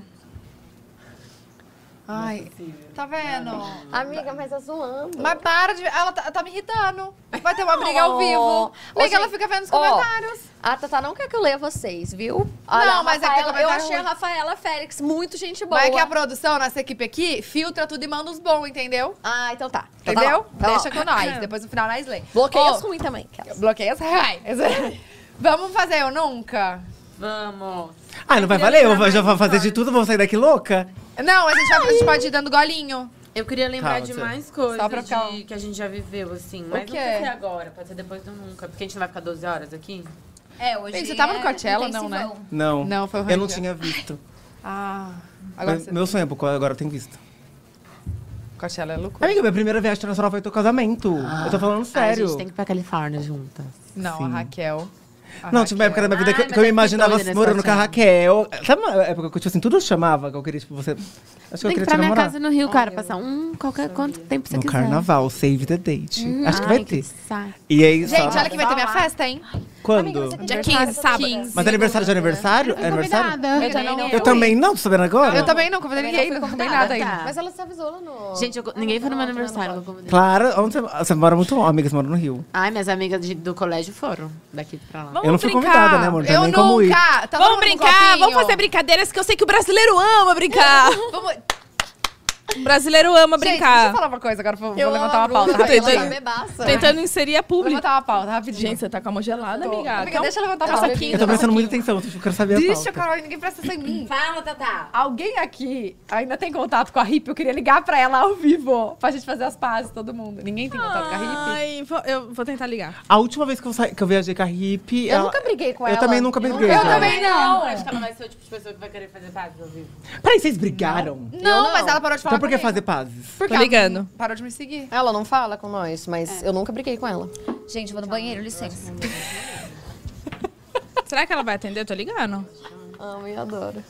Speaker 1: Ai, tá vendo?
Speaker 5: Amiga, mas tá zoando.
Speaker 1: Mas para de. Ela tá, tá me irritando. Vai ter uma briga ao vivo.
Speaker 5: Oh.
Speaker 1: Amiga,
Speaker 5: Ô,
Speaker 1: ela
Speaker 5: gente,
Speaker 1: fica vendo os
Speaker 5: ó,
Speaker 1: comentários.
Speaker 5: a Tata não quer que eu leia vocês, viu?
Speaker 1: Não, mas é que tem
Speaker 5: Rafaela, eu
Speaker 1: comentário
Speaker 5: achei a
Speaker 1: ruim.
Speaker 5: Rafaela Félix muito gente boa.
Speaker 1: Mas é que a produção, nossa equipe aqui, filtra tudo e manda os bons, entendeu?
Speaker 5: Ah, então tá. Então tá
Speaker 1: Entendeu?
Speaker 5: bom, tá
Speaker 1: Deixa
Speaker 5: bom.
Speaker 1: com nós. Depois no final nós lê.
Speaker 5: Bloqueia
Speaker 1: Ó,
Speaker 5: os ruins também. aquelas.
Speaker 1: Bloqueia as raias. Vamos fazer eu nunca?
Speaker 8: Vamos.
Speaker 6: Ah, não vai valer? Eu vou- já vou fazer de tudo, vou sair daqui louca?
Speaker 1: Não, a gente, vai, a gente pode ir dando golinho.
Speaker 8: Eu queria lembrar
Speaker 6: Tá,
Speaker 8: de
Speaker 6: você.
Speaker 8: mais coisas
Speaker 1: Só pra ficar-
Speaker 8: de- que a gente já viveu, assim. Mas
Speaker 1: quê?
Speaker 8: não precisa ser agora, pode ser depois do nunca. Porque a gente não vai ficar 12 horas aqui.
Speaker 9: É, hoje
Speaker 1: Gente, você tava no
Speaker 9: é
Speaker 1: Coachella, não, né?
Speaker 9: intensivão.
Speaker 6: Não.
Speaker 1: Não, foi o
Speaker 6: Eu não
Speaker 1: Ranger.
Speaker 6: tinha visto.
Speaker 1: Ah, agora
Speaker 6: Mas
Speaker 1: você...
Speaker 6: Meu sonho é Bocó, agora eu tenho visto.
Speaker 1: Coachella é loucura.
Speaker 6: Amiga, minha primeira viagem internacional foi teu casamento. eu tô falando sério.
Speaker 4: A gente tem que ir pra Califórnia juntas.
Speaker 1: Não, a
Speaker 6: Sim.
Speaker 1: Raquel. a
Speaker 6: Não, tipo, tive uma época da minha vida
Speaker 4: Ai,
Speaker 6: que, eu-
Speaker 4: mas
Speaker 6: que eu me
Speaker 4: deve ter
Speaker 6: imaginava
Speaker 4: doida nesse
Speaker 6: morando com a Raquel. Sabe uma época que eu, tipo assim, tudo eu chamava que eu queria, tipo, você. Acho que eu
Speaker 4: Tem que ir
Speaker 6: queria
Speaker 4: pra
Speaker 6: te
Speaker 4: minha
Speaker 6: namorar.
Speaker 4: casa no Rio, cara. Passar um, qualquer quanto tempo você
Speaker 6: No
Speaker 4: quiser.
Speaker 6: carnaval, save the date. Acho que vai
Speaker 4: Ai,
Speaker 6: ter.
Speaker 4: saco.
Speaker 6: E aí,
Speaker 1: Gente,
Speaker 6: só-
Speaker 1: olha que vai ter minha festa, hein?
Speaker 6: Quando?
Speaker 1: Dia 15, sábado. 15.
Speaker 6: Mas é aniversário de aniversário? É aniversário?
Speaker 7: Nada.
Speaker 1: Eu também não.
Speaker 6: Eu também não, tô sabendo agora?
Speaker 1: Eu também não convidei ninguém, não convidei nada ainda.
Speaker 5: Mas ela se avisou lá no...
Speaker 4: Gente, eu- ninguém foi no meu aniversário. que eu convidei.
Speaker 6: Claro, onde você, você mora muito longe, amigas moram no Rio.
Speaker 4: Ai, minhas amigas de- do colégio foram daqui pra lá.
Speaker 6: eu não fui convidada, né, amor? Não tinha
Speaker 1: Eu
Speaker 6: nem
Speaker 1: nunca!
Speaker 6: como ir.
Speaker 1: Tá todo
Speaker 2: vamos
Speaker 1: mundo com
Speaker 2: brincar,
Speaker 1: copinho?
Speaker 2: vamos fazer brincadeiras que eu sei que o brasileiro ama brincar.
Speaker 1: Vamos...
Speaker 2: o brasileiro ama
Speaker 1: Gente, deixa eu
Speaker 2: brincar.
Speaker 1: falar uma coisa agora, vou, vou
Speaker 5: Eu amo
Speaker 1: levantar
Speaker 5: a
Speaker 1: uma pauta.
Speaker 5: Bruna,
Speaker 1: rapidinho.
Speaker 5: ela tá bebaça.
Speaker 2: Tentando inserir a
Speaker 1: Vou
Speaker 2: público.
Speaker 1: levantar uma pauta, rapidinho.
Speaker 2: Gente, você tá com a mão gelada,
Speaker 1: Tô.
Speaker 2: amiga. então tá
Speaker 1: Amiga, deixa eu levantar a
Speaker 2: calma
Speaker 1: pauta.
Speaker 2: aqui,
Speaker 6: Eu tô
Speaker 2: calma
Speaker 6: prestando
Speaker 2: aqui.
Speaker 6: muita atenção, eu quero saber a
Speaker 1: Deixa,
Speaker 6: pauta.
Speaker 1: Carol, ninguém presta atenção em mim.
Speaker 9: Fala, Tatá.
Speaker 1: Alguém aqui ainda tem contato com a Hip? Eu queria ligar pra ela ao vivo, pra gente fazer as pazes, todo mundo. Ninguém tem contato com a Hip?
Speaker 2: Ai, vou- eu vou tentar ligar.
Speaker 6: A última vez que eu, saí, que eu viajei com a Hippie...
Speaker 5: Eu nunca briguei com
Speaker 6: Eu
Speaker 5: ela.
Speaker 6: também nunca briguei.
Speaker 1: Eu
Speaker 6: com ela.
Speaker 1: também não.
Speaker 8: acho que ela vai ser o tipo de pessoa que vai querer fazer parte ao vivo.
Speaker 6: Peraí, vocês brigaram?
Speaker 1: Não, mas ela parou de falar
Speaker 6: Então por que
Speaker 1: comigo.
Speaker 6: fazer pazes?
Speaker 1: Porque
Speaker 2: Tô ligando.
Speaker 1: ela parou de me seguir.
Speaker 5: Ela não fala com nós, mas eu nunca briguei com ela.
Speaker 9: Gente, vou no banheiro, licença.
Speaker 2: Será que ela vai atender? Eu tô ligando.
Speaker 5: Amo e adoro.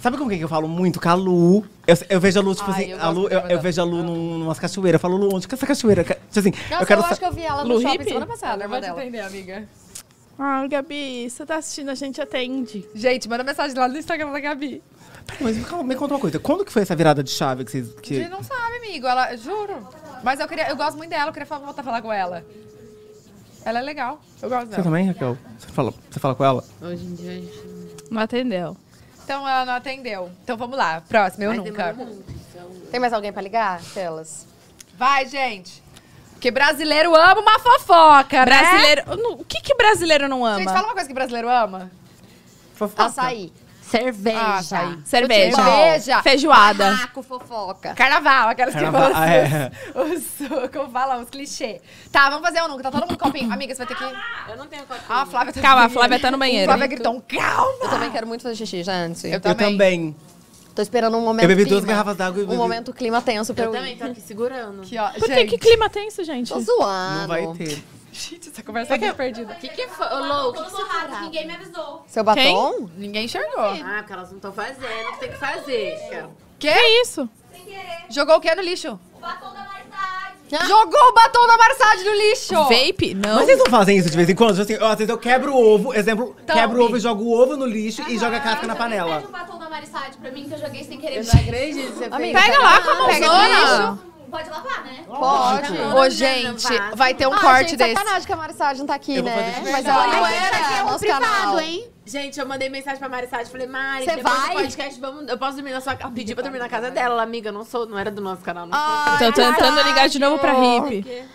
Speaker 6: Sabe com quem que eu falo muito? Com a Lu. Eu, eu vejo a Lu, tipo
Speaker 1: Ai,
Speaker 6: assim,
Speaker 1: eu
Speaker 6: a Lu,
Speaker 1: gosto
Speaker 6: eu,
Speaker 1: dela.
Speaker 6: eu vejo a Lu num, numas cachoeiras. Eu falo, Lu, onde que é essa cachoeira? Tipo assim,
Speaker 5: Nossa,
Speaker 6: eu quero
Speaker 5: acho
Speaker 6: sa-
Speaker 5: que eu vi ela no
Speaker 2: Lu
Speaker 5: shopping
Speaker 2: Hippie?
Speaker 1: Tá
Speaker 5: semana passada, a irmã dela.
Speaker 1: entender, amiga.
Speaker 2: Ah, Gabi, você tá assistindo, a gente atende.
Speaker 1: Gente, manda mensagem lá no Instagram da Gabi.
Speaker 6: Mas me, calma, me conta uma coisa, quando que foi essa virada de chave que vocês...
Speaker 1: A
Speaker 6: Que...
Speaker 1: gente não sabe, amigo. Ela, juro. Mas eu queria, eu gosto muito dela, eu queria falar- voltar a falar com ela. Ela é legal. Eu gosto
Speaker 6: Você
Speaker 1: dela.
Speaker 6: também, Raquel? Você fala, você fala com ela?
Speaker 8: Hoje em dia a gente não
Speaker 2: Não atendeu.
Speaker 1: Então ela não atendeu. Então vamos lá. Próximo, eu nunca.
Speaker 5: Tem mais alguém pra ligar? Telas.
Speaker 1: Vai, gente. Porque brasileiro ama uma fofoca, né?
Speaker 2: Brasileiro. não- O que que brasileiro não ama?
Speaker 1: Gente, fala uma coisa que brasileiro ama.
Speaker 5: Açaí.
Speaker 4: Cerveja.
Speaker 1: Ah, açaí.
Speaker 2: Cerveja.
Speaker 1: Cerveja.
Speaker 2: Feijoada.
Speaker 5: tá Taco, fofoca.
Speaker 1: Carnaval, aquelas
Speaker 6: Carnaval, ah, é.
Speaker 1: que vão. Os, os, como fala, os clichês. Tá, vamos fazer um nunca. Tá todo mundo com copinho. Amiga, você vai ter que.
Speaker 8: Eu não tenho
Speaker 1: Ah, a Flávia tá
Speaker 2: Calma,
Speaker 1: no
Speaker 2: a Flávia tá no banheiro.
Speaker 1: A Flávia gritou um calma.
Speaker 5: Eu também quero muito fazer xixi, gente.
Speaker 1: Eu
Speaker 6: Eu
Speaker 1: também.
Speaker 6: também.
Speaker 5: Tô esperando um momento
Speaker 6: Eu bebi
Speaker 5: clima.
Speaker 6: duas garrafas d'água e
Speaker 5: Um
Speaker 6: bebi-
Speaker 5: momento clima tenso pra eu,
Speaker 8: Eu
Speaker 5: ir.
Speaker 8: também tô aqui segurando.
Speaker 1: Aqui, ó.
Speaker 2: Por que,
Speaker 1: gente,
Speaker 2: que clima tenso, gente?
Speaker 5: Tô zoando.
Speaker 6: Não vai ter.
Speaker 1: gente, essa conversa é muito perdida.
Speaker 8: O que que foi? Ô, Lou, o que que você
Speaker 9: Ninguém me avisou.
Speaker 5: Seu batom?
Speaker 1: Ninguém enxergou.
Speaker 8: Ah, porque elas não estão fazendo o que tem que fazer.
Speaker 1: Que?
Speaker 2: isso?
Speaker 9: Sem querer.
Speaker 1: Jogou o que no lixo?
Speaker 9: O batom da Marisade.
Speaker 1: Jogou o batom da Marsad no lixo!
Speaker 2: Vape? Não.
Speaker 6: Mas vocês não fazem isso de vez em quando? Tipo Assim, ó, às vezes eu quebro o ovo, exemplo, quebro o ovo e jogo o ovo no lixo e jogo a casca na panela.
Speaker 9: Pega um batom da Marisade pra mim que eu joguei sem querer.
Speaker 8: acredito, você
Speaker 5: Amiga,
Speaker 1: Pega lá com a
Speaker 5: pega
Speaker 1: mãozona!
Speaker 9: Pode lavar, né?
Speaker 8: Tá
Speaker 5: Pode.
Speaker 1: Ô, gente, vai ter um
Speaker 5: Ah,
Speaker 1: corte
Speaker 5: gente,
Speaker 1: desse.
Speaker 5: sacanagem que a Marissade não tá aqui,
Speaker 6: Eu vou
Speaker 5: né?
Speaker 6: fazer xixi.
Speaker 5: Mas ela não
Speaker 7: Olha, isso aqui
Speaker 5: era.
Speaker 7: é um
Speaker 5: Nosso
Speaker 7: privado,
Speaker 5: canal.
Speaker 7: hein?
Speaker 8: Gente, eu mandei mensagem pra Marisade, falei, Mari,
Speaker 5: Você
Speaker 8: depois
Speaker 5: vai?
Speaker 8: do podcast, vamos, eu posso dormir na sua casa. Pedi pra dormir na casa dela, ela, amiga, eu não sou, não era do nosso canal, não.
Speaker 2: Tô tentando ligar de novo pra Hip.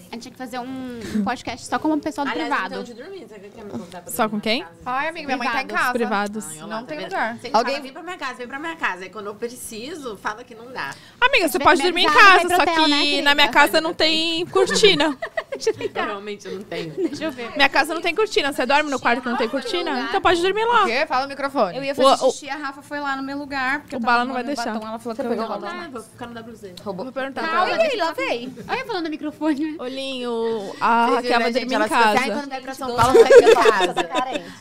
Speaker 7: A gente tinha que fazer um podcast só com o pessoal do
Speaker 8: Aliás,
Speaker 7: privado.
Speaker 8: então de dormir, você quer me convidar pra
Speaker 2: Só
Speaker 8: dormir
Speaker 2: com
Speaker 8: na
Speaker 2: quem?
Speaker 8: casa?
Speaker 1: Ai, amiga, minha mãe tá em
Speaker 7: Privados,
Speaker 1: casa.
Speaker 2: privados.
Speaker 8: Ai, olha lá,
Speaker 1: Não
Speaker 8: tá
Speaker 1: tem
Speaker 8: vendo?
Speaker 1: lugar.
Speaker 8: Você Alguém...
Speaker 5: Alguém-
Speaker 8: fala, vem pra minha casa, vem pra minha casa. Aí quando eu preciso, fala que não dá.
Speaker 2: Amiga, você
Speaker 7: tiver
Speaker 2: pode
Speaker 7: que me
Speaker 2: dormir em
Speaker 7: avisar,
Speaker 2: casa,
Speaker 7: vai pro
Speaker 2: só
Speaker 7: hotel, né,
Speaker 2: que
Speaker 7: querida?
Speaker 2: na minha casa não tem cortina.
Speaker 7: Deixa eu tentar.
Speaker 8: Normalmente eu não tenho. Ah,
Speaker 7: Deixa eu ver.
Speaker 2: Minha casa não tem cortina. Você dorme no quarto que não tem cortina? Então pode dormir lá.
Speaker 1: O quê? Fala o microfone.
Speaker 12: Eu ia fazer
Speaker 2: O- o-
Speaker 12: xixi, a Rafa foi lá no meu lugar. Porque
Speaker 2: O
Speaker 12: eu tava
Speaker 2: Bala não vai
Speaker 12: tomando
Speaker 2: deixar.
Speaker 12: Batom, ela falou
Speaker 2: Você
Speaker 12: que eu
Speaker 2: pegou
Speaker 12: não
Speaker 2: o batom?
Speaker 12: batom.
Speaker 8: Ah, vou ficar no da bluseira.
Speaker 2: Vou perguntar pra
Speaker 7: Calma,
Speaker 2: ela.
Speaker 7: deixa eu lavei. Olha eu falando no microfone. né?
Speaker 2: Olhinho, a
Speaker 9: Vocês
Speaker 2: Raquel
Speaker 9: viram,
Speaker 2: Ah, vai
Speaker 9: né,
Speaker 2: dormir
Speaker 9: gente?
Speaker 2: em
Speaker 9: Ela ficou assim,
Speaker 2: casa.
Speaker 9: "Ai, quando vai pra São
Speaker 1: Tô-
Speaker 9: Paulo, sai de casa.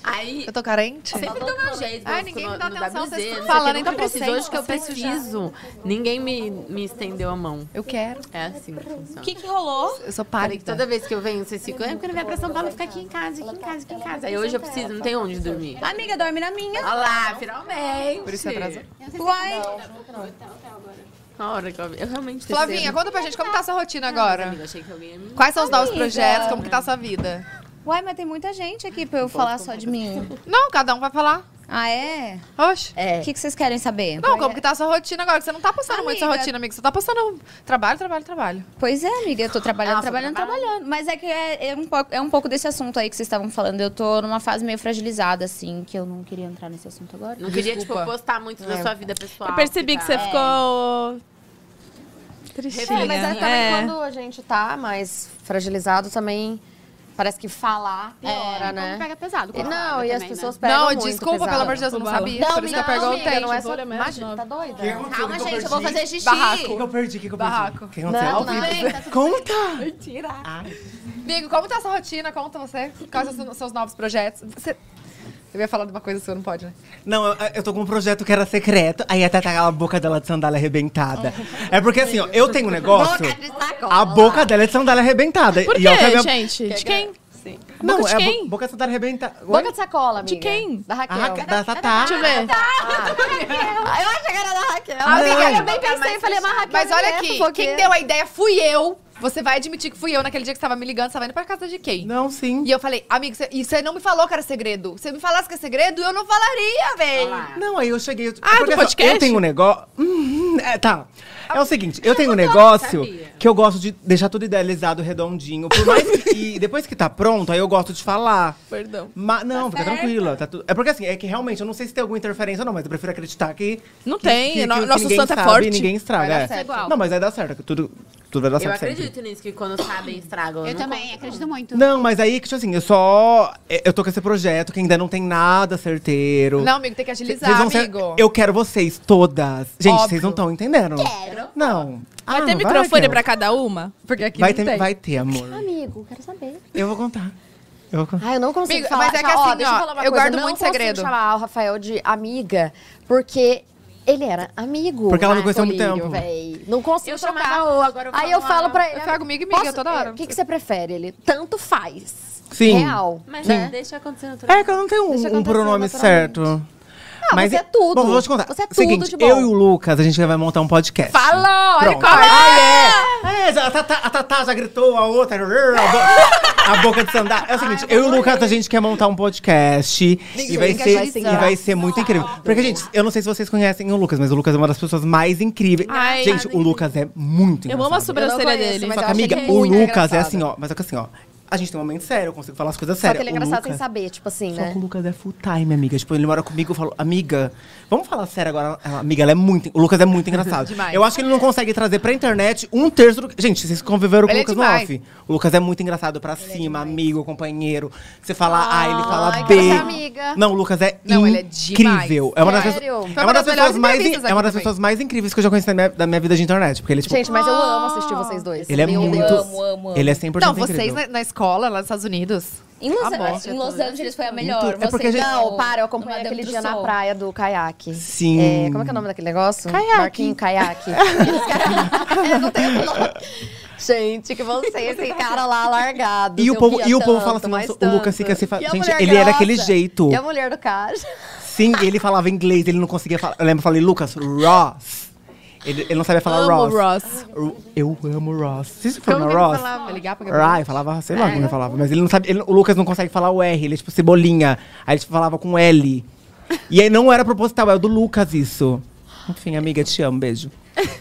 Speaker 9: Aí,
Speaker 1: Eu tô carente?
Speaker 8: Sempre dou meu jeito.
Speaker 1: Ai,
Speaker 8: eu
Speaker 1: ninguém
Speaker 8: fico
Speaker 1: me dá
Speaker 8: no- no
Speaker 1: atenção, vocês
Speaker 8: WZ,
Speaker 1: ficam
Speaker 8: não sei o
Speaker 1: falando,
Speaker 8: quê,
Speaker 1: hein,
Speaker 8: nunca
Speaker 1: tá
Speaker 8: fiz
Speaker 1: presente,
Speaker 8: hoje que eu
Speaker 1: vocês já.
Speaker 8: preciso.
Speaker 4: Ninguém me, me estendeu a mão.
Speaker 1: Eu quero.
Speaker 4: É assim que funciona.
Speaker 12: O que que rolou?
Speaker 1: Eu sou
Speaker 4: Falei que
Speaker 1: pálida.
Speaker 4: toda vez que eu venho, vocês ficam, é porque não vai pra São Paulo ficar aqui em casa, aqui em casa, aqui em casa. Aí hoje eu preciso, não tem onde dormir.
Speaker 12: Amiga, dorme na minha.
Speaker 4: Olha lá, finalmente.
Speaker 1: Por isso atrasou.
Speaker 12: Uai.
Speaker 4: Na hora que eu... eu realmente tô
Speaker 1: Flavinha, conta pra gente como tá a sua rotina
Speaker 4: cedo.
Speaker 1: agora.
Speaker 4: Amiga, achei que alguém ia me...
Speaker 1: Quais são os novos
Speaker 12: Amiga.
Speaker 1: projetos? Como que tá a sua vida?
Speaker 12: Uai, mas tem muita gente aqui pra eu falar só de mim.
Speaker 1: Não, cada um vai falar.
Speaker 12: Ah, é?
Speaker 1: Oxe.
Speaker 12: O que, que vocês querem saber?
Speaker 1: Não, como que tá a sua rotina agora? Que você não tá postando muito sua
Speaker 12: Amiga.
Speaker 1: rotina, amigo. Você tá postando trabalho, trabalho, trabalho.
Speaker 12: Pois é, amiga, eu tô trabalhando,
Speaker 4: Ela só
Speaker 12: trabalhando,
Speaker 4: trabalha.
Speaker 12: trabalhando. Mas é que é, é um pouco, é um pouco desse assunto aí que vocês estavam falando. Eu tô numa fase meio fragilizada, assim, que eu não queria entrar nesse assunto agora.
Speaker 4: Não queria, tipo,
Speaker 1: Desculpa.
Speaker 4: postar muito da sua vida pessoal.
Speaker 2: Eu percebi que você
Speaker 4: tá-
Speaker 2: ficou. Tristinha.
Speaker 5: É, mas é também
Speaker 2: É.
Speaker 5: quando a gente tá mais fragilizado, também parece que falar piora,
Speaker 7: É,
Speaker 5: né?
Speaker 7: como pega pesado.
Speaker 5: E
Speaker 7: quando
Speaker 5: não,
Speaker 7: fala
Speaker 5: e as
Speaker 7: também, né?
Speaker 5: pessoas pegam
Speaker 1: Não,
Speaker 5: muito
Speaker 1: desculpa,
Speaker 5: pesado.
Speaker 1: pelo amor de Deus, eu não
Speaker 2: Bala.
Speaker 1: sabia.
Speaker 5: Não,
Speaker 1: Por isso que eu
Speaker 5: não,
Speaker 1: perguntei.
Speaker 5: amiga, não é só...
Speaker 2: Bora mesmo,
Speaker 5: Imagina, tá
Speaker 6: O que
Speaker 5: doida?
Speaker 6: aconteceu?
Speaker 12: Calma,
Speaker 6: O que
Speaker 12: gente,
Speaker 6: perdi?
Speaker 12: eu vou fazer xixi.
Speaker 6: O que que eu perdi? O que que eu perdi?
Speaker 1: Barraco.
Speaker 6: O que aconteceu?
Speaker 5: Não,
Speaker 6: Ao
Speaker 2: tá
Speaker 5: nada.
Speaker 6: vivo. Conta!
Speaker 1: Amigo, como tá a sua rotina? Conta você. Quais são os seus novos projetos? Você... Eu ia falar de uma coisa sua, não pode, né?
Speaker 6: Não, eu, eu tô com um projeto que era secreto, aí até tá aquela boca dela de sandália arrebentada.
Speaker 2: Oh.
Speaker 6: É porque assim, ó, eu tenho um negócio. A boca dela é de sandália arrebentada.
Speaker 2: Por
Speaker 6: e eu
Speaker 2: quê,
Speaker 6: tenho a minha-
Speaker 2: gente? De quem?
Speaker 6: Não,
Speaker 2: Boca de
Speaker 6: é a
Speaker 2: quem?
Speaker 6: bo- boca de sandália arrebentada. Oi?
Speaker 5: Boca de sacola, amiga.
Speaker 2: De quem?
Speaker 5: Da
Speaker 6: A
Speaker 5: Raquel.
Speaker 6: Raquel- da Tatá.
Speaker 2: Deixa eu ver.
Speaker 5: Ah, eu acho que era da Raquel.
Speaker 1: Amiga,
Speaker 5: tá, eu bem pensei, eu falei, mas a Raquel
Speaker 1: Mas olha
Speaker 5: é
Speaker 1: aqui, quem
Speaker 5: fofoqueira.
Speaker 1: deu a ideia fui eu. Você vai admitir que fui eu naquele dia que você tava me ligando, você tava indo pra casa de quem?
Speaker 6: Não, sim.
Speaker 1: E eu falei, amigo, você- e você não me falou que era segredo. Se você me falasse que é segredo, eu não falaria, velho.
Speaker 6: Não, aí eu cheguei.
Speaker 2: Ah,
Speaker 6: porque,
Speaker 2: do
Speaker 6: assim, ó,
Speaker 2: podcast?
Speaker 6: Eu tenho um negócio. tá. É o seguinte, eu tenho um negócio
Speaker 8: sabia.
Speaker 6: que eu gosto de deixar tudo idealizado, redondinho. Por mais que. E depois que tá pronto, aí eu gosto de falar.
Speaker 2: Perdão.
Speaker 6: Mas, não, fica tranquila. Tá tudo... É porque assim, é que realmente, eu não sei se tem alguma interferência ou não, mas eu prefiro acreditar que.
Speaker 2: Não
Speaker 6: que-
Speaker 2: tem,
Speaker 6: que-
Speaker 2: no-
Speaker 6: que
Speaker 2: nosso
Speaker 6: ninguém
Speaker 2: santo é
Speaker 6: sabe e
Speaker 2: forte.
Speaker 6: Ninguém estraga.
Speaker 1: Vai dar
Speaker 6: é.
Speaker 1: certo.
Speaker 7: Igual.
Speaker 6: Não, mas vai dar certo, que tudo, tudo vai dar
Speaker 4: Eu
Speaker 6: certo. sempre.
Speaker 4: acredito nisso, que quando né? sabem, estragam.
Speaker 7: Eu
Speaker 4: não
Speaker 7: também, acredito muito.
Speaker 6: Não, mas aí, que tipo assim, eu só. Eu tô com esse projeto que ainda não tem nada certeiro.
Speaker 1: Não, amigo, tem que
Speaker 6: Vocês
Speaker 1: agilizar,
Speaker 6: vão ser-
Speaker 1: amigo.
Speaker 6: Eu quero vocês todas. Gente,
Speaker 1: Óbvio.
Speaker 6: vocês não estão entendendo. Quero. Não.
Speaker 2: Vai
Speaker 6: Ah,
Speaker 2: ter
Speaker 6: não
Speaker 2: microfone
Speaker 6: Raquel.
Speaker 2: pra cada uma? Porque aqui
Speaker 6: vai
Speaker 2: não
Speaker 6: ter,
Speaker 2: tem.
Speaker 6: vai ter, amor.
Speaker 5: Amigo, quero saber.
Speaker 6: Eu vou contar. Eu vou contar.
Speaker 5: Ah, eu não consigo
Speaker 1: Amiga,
Speaker 5: falar.
Speaker 1: mas é que
Speaker 5: Ó,
Speaker 1: assim,
Speaker 5: deixa
Speaker 1: ó,
Speaker 5: eu, falar uma
Speaker 1: eu
Speaker 5: coisa.
Speaker 1: guardo
Speaker 5: não
Speaker 1: muito
Speaker 5: consigo
Speaker 1: segredo.
Speaker 5: chamar o Rafael de amiga, porque ele era amigo.
Speaker 6: Porque ela me
Speaker 5: Marco
Speaker 6: conheceu há muito
Speaker 5: Lírio,
Speaker 6: tempo.
Speaker 5: véi. Não consigo
Speaker 4: Eu
Speaker 5: trocar.
Speaker 4: chamava o, agora eu
Speaker 5: Aí eu
Speaker 4: falo
Speaker 5: falo pra ele.
Speaker 1: Eu falo comigo e miga
Speaker 5: "Posso- é,
Speaker 1: toda hora."
Speaker 5: O que, que você prefere? Ele, tanto faz.
Speaker 6: Sim.
Speaker 5: Real.
Speaker 4: Mas
Speaker 1: é.
Speaker 5: né?
Speaker 4: deixa acontecer naturalmente.
Speaker 6: É que eu não tenho
Speaker 5: Deixa
Speaker 6: um, um
Speaker 5: acontecer
Speaker 6: pronome
Speaker 5: naturalmente.
Speaker 6: certo.
Speaker 5: Ah, você é tudo.
Speaker 6: Bom, vou te contar.
Speaker 5: Você é tudo
Speaker 6: Seguinte,
Speaker 5: de bom.
Speaker 6: eu e o Lucas, a gente vai montar um podcast.
Speaker 1: Falou! Olha
Speaker 6: Pronto.
Speaker 1: qual é!
Speaker 6: É, a Tatá, a Tatá já gritou, a outra. A, bo- a boca de sandália. É o seguinte, eu e o Lucas, a gente quer montar um podcast. E vai,
Speaker 5: que
Speaker 6: ser,
Speaker 5: vai ser
Speaker 6: e vai ser muito incrível. Porque, gente, eu não sei se vocês conhecem o Lucas, mas o Lucas é uma das pessoas mais incríveis.
Speaker 2: Ai,
Speaker 6: gente, o Lucas é muito
Speaker 2: Eu
Speaker 6: engraçado.
Speaker 2: amo a
Speaker 5: Eu não
Speaker 2: sobrancelha
Speaker 5: conheço,
Speaker 2: dele.
Speaker 5: mas
Speaker 6: Só
Speaker 5: eu
Speaker 6: que,
Speaker 5: achei
Speaker 6: amiga,
Speaker 5: que ele é
Speaker 6: o
Speaker 5: muito
Speaker 6: Lucas é
Speaker 5: engraçado.
Speaker 6: assim, ó. Mas só que assim, ó. A gente tem um momento sério, eu consigo falar as coisas
Speaker 5: Só
Speaker 6: sérias.
Speaker 5: que ele é
Speaker 6: O
Speaker 5: engraçado
Speaker 6: Lucas-
Speaker 5: sem saber, tipo assim,
Speaker 6: só
Speaker 5: né?
Speaker 6: que o Lucas é full time, amiga. Tipo, ele mora comigo, eu falo, amiga, vamos falar sério agora. Ela, amiga, ela é muito. O Lucas é muito engraçado.
Speaker 1: Demais.
Speaker 6: Eu acho que ele não consegue trazer pra internet um terço do. Gente, vocês conviveram com o
Speaker 1: Ele é
Speaker 6: Lucas no
Speaker 1: demais.
Speaker 6: off. O Lucas é muito engraçado pra cima, amigo, companheiro. Você fala A, ele fala
Speaker 5: Ai,
Speaker 6: B.
Speaker 5: quero ser amiga.
Speaker 6: Não, o Lucas é
Speaker 1: Não, ele é
Speaker 6: incrível.
Speaker 1: demais.
Speaker 6: é uma das,
Speaker 5: Sério?
Speaker 6: pessoas-
Speaker 5: Foi
Speaker 1: uma
Speaker 6: é
Speaker 1: das
Speaker 6: uma das pessoas
Speaker 1: melhores
Speaker 6: mais,
Speaker 1: entrevistas
Speaker 6: é uma das
Speaker 1: aqui também.
Speaker 6: pessoas mais incríveis que eu já conheci da minha, da minha vida de internet. Porque ele é tipo.
Speaker 5: Gente, mas eu amo assistir vocês dois.
Speaker 6: ele é
Speaker 5: eu
Speaker 6: muito.
Speaker 5: Amo, amo, amo.
Speaker 6: Ele é 100%
Speaker 1: Não,
Speaker 6: incrível.
Speaker 1: vocês na, na escola, lá nos Estados Unidos.
Speaker 12: Em Los,
Speaker 1: Ah, bom.
Speaker 12: em Los Angeles foi a melhor.
Speaker 6: tudo. É porque a gente-
Speaker 5: Não, para, eu acompanhei
Speaker 12: Madame
Speaker 5: aquele
Speaker 12: do
Speaker 5: dia na
Speaker 12: Sol.
Speaker 5: praia do caiaque.
Speaker 6: Sim.
Speaker 5: É, como é que é o nome daquele negócio? Caiaque. Barquinho caiaque. é, não tem outro nome. Gente, que vão ser esse cara lá largado.
Speaker 6: E o,
Speaker 5: Eu
Speaker 6: povo,
Speaker 5: ria
Speaker 6: e o povo
Speaker 5: tanto,
Speaker 6: fala assim,
Speaker 5: mas
Speaker 6: nossa, o
Speaker 5: tanto.
Speaker 6: Lucas fica assim, fala,
Speaker 5: E a
Speaker 6: gente,
Speaker 5: mulher
Speaker 6: ele era
Speaker 5: grossa.
Speaker 6: aquele jeito.
Speaker 5: E a mulher do cara.
Speaker 6: Sim, ele falava inglês, ele não conseguia falar. Eu lembro, eu falei, Lucas, Ross. Ele, ele não sabia falar
Speaker 2: Amo
Speaker 6: Ross.
Speaker 2: Ross.
Speaker 6: Ro- Eu amo Ross. Vocês
Speaker 4: Como
Speaker 6: falam
Speaker 4: que É. ele
Speaker 6: Ross?
Speaker 4: falava?
Speaker 1: Vai ligar pra Gabriela?
Speaker 6: Ah, ele falava, sei lá como ele falava. Mas ele não sabe, ele- o Lucas não consegue falar o R, ele é tipo cebolinha. Aí ele tipo, falava com L. E aí não era proposital, é o do Lucas isso. Enfim, amiga, te amo, beijo.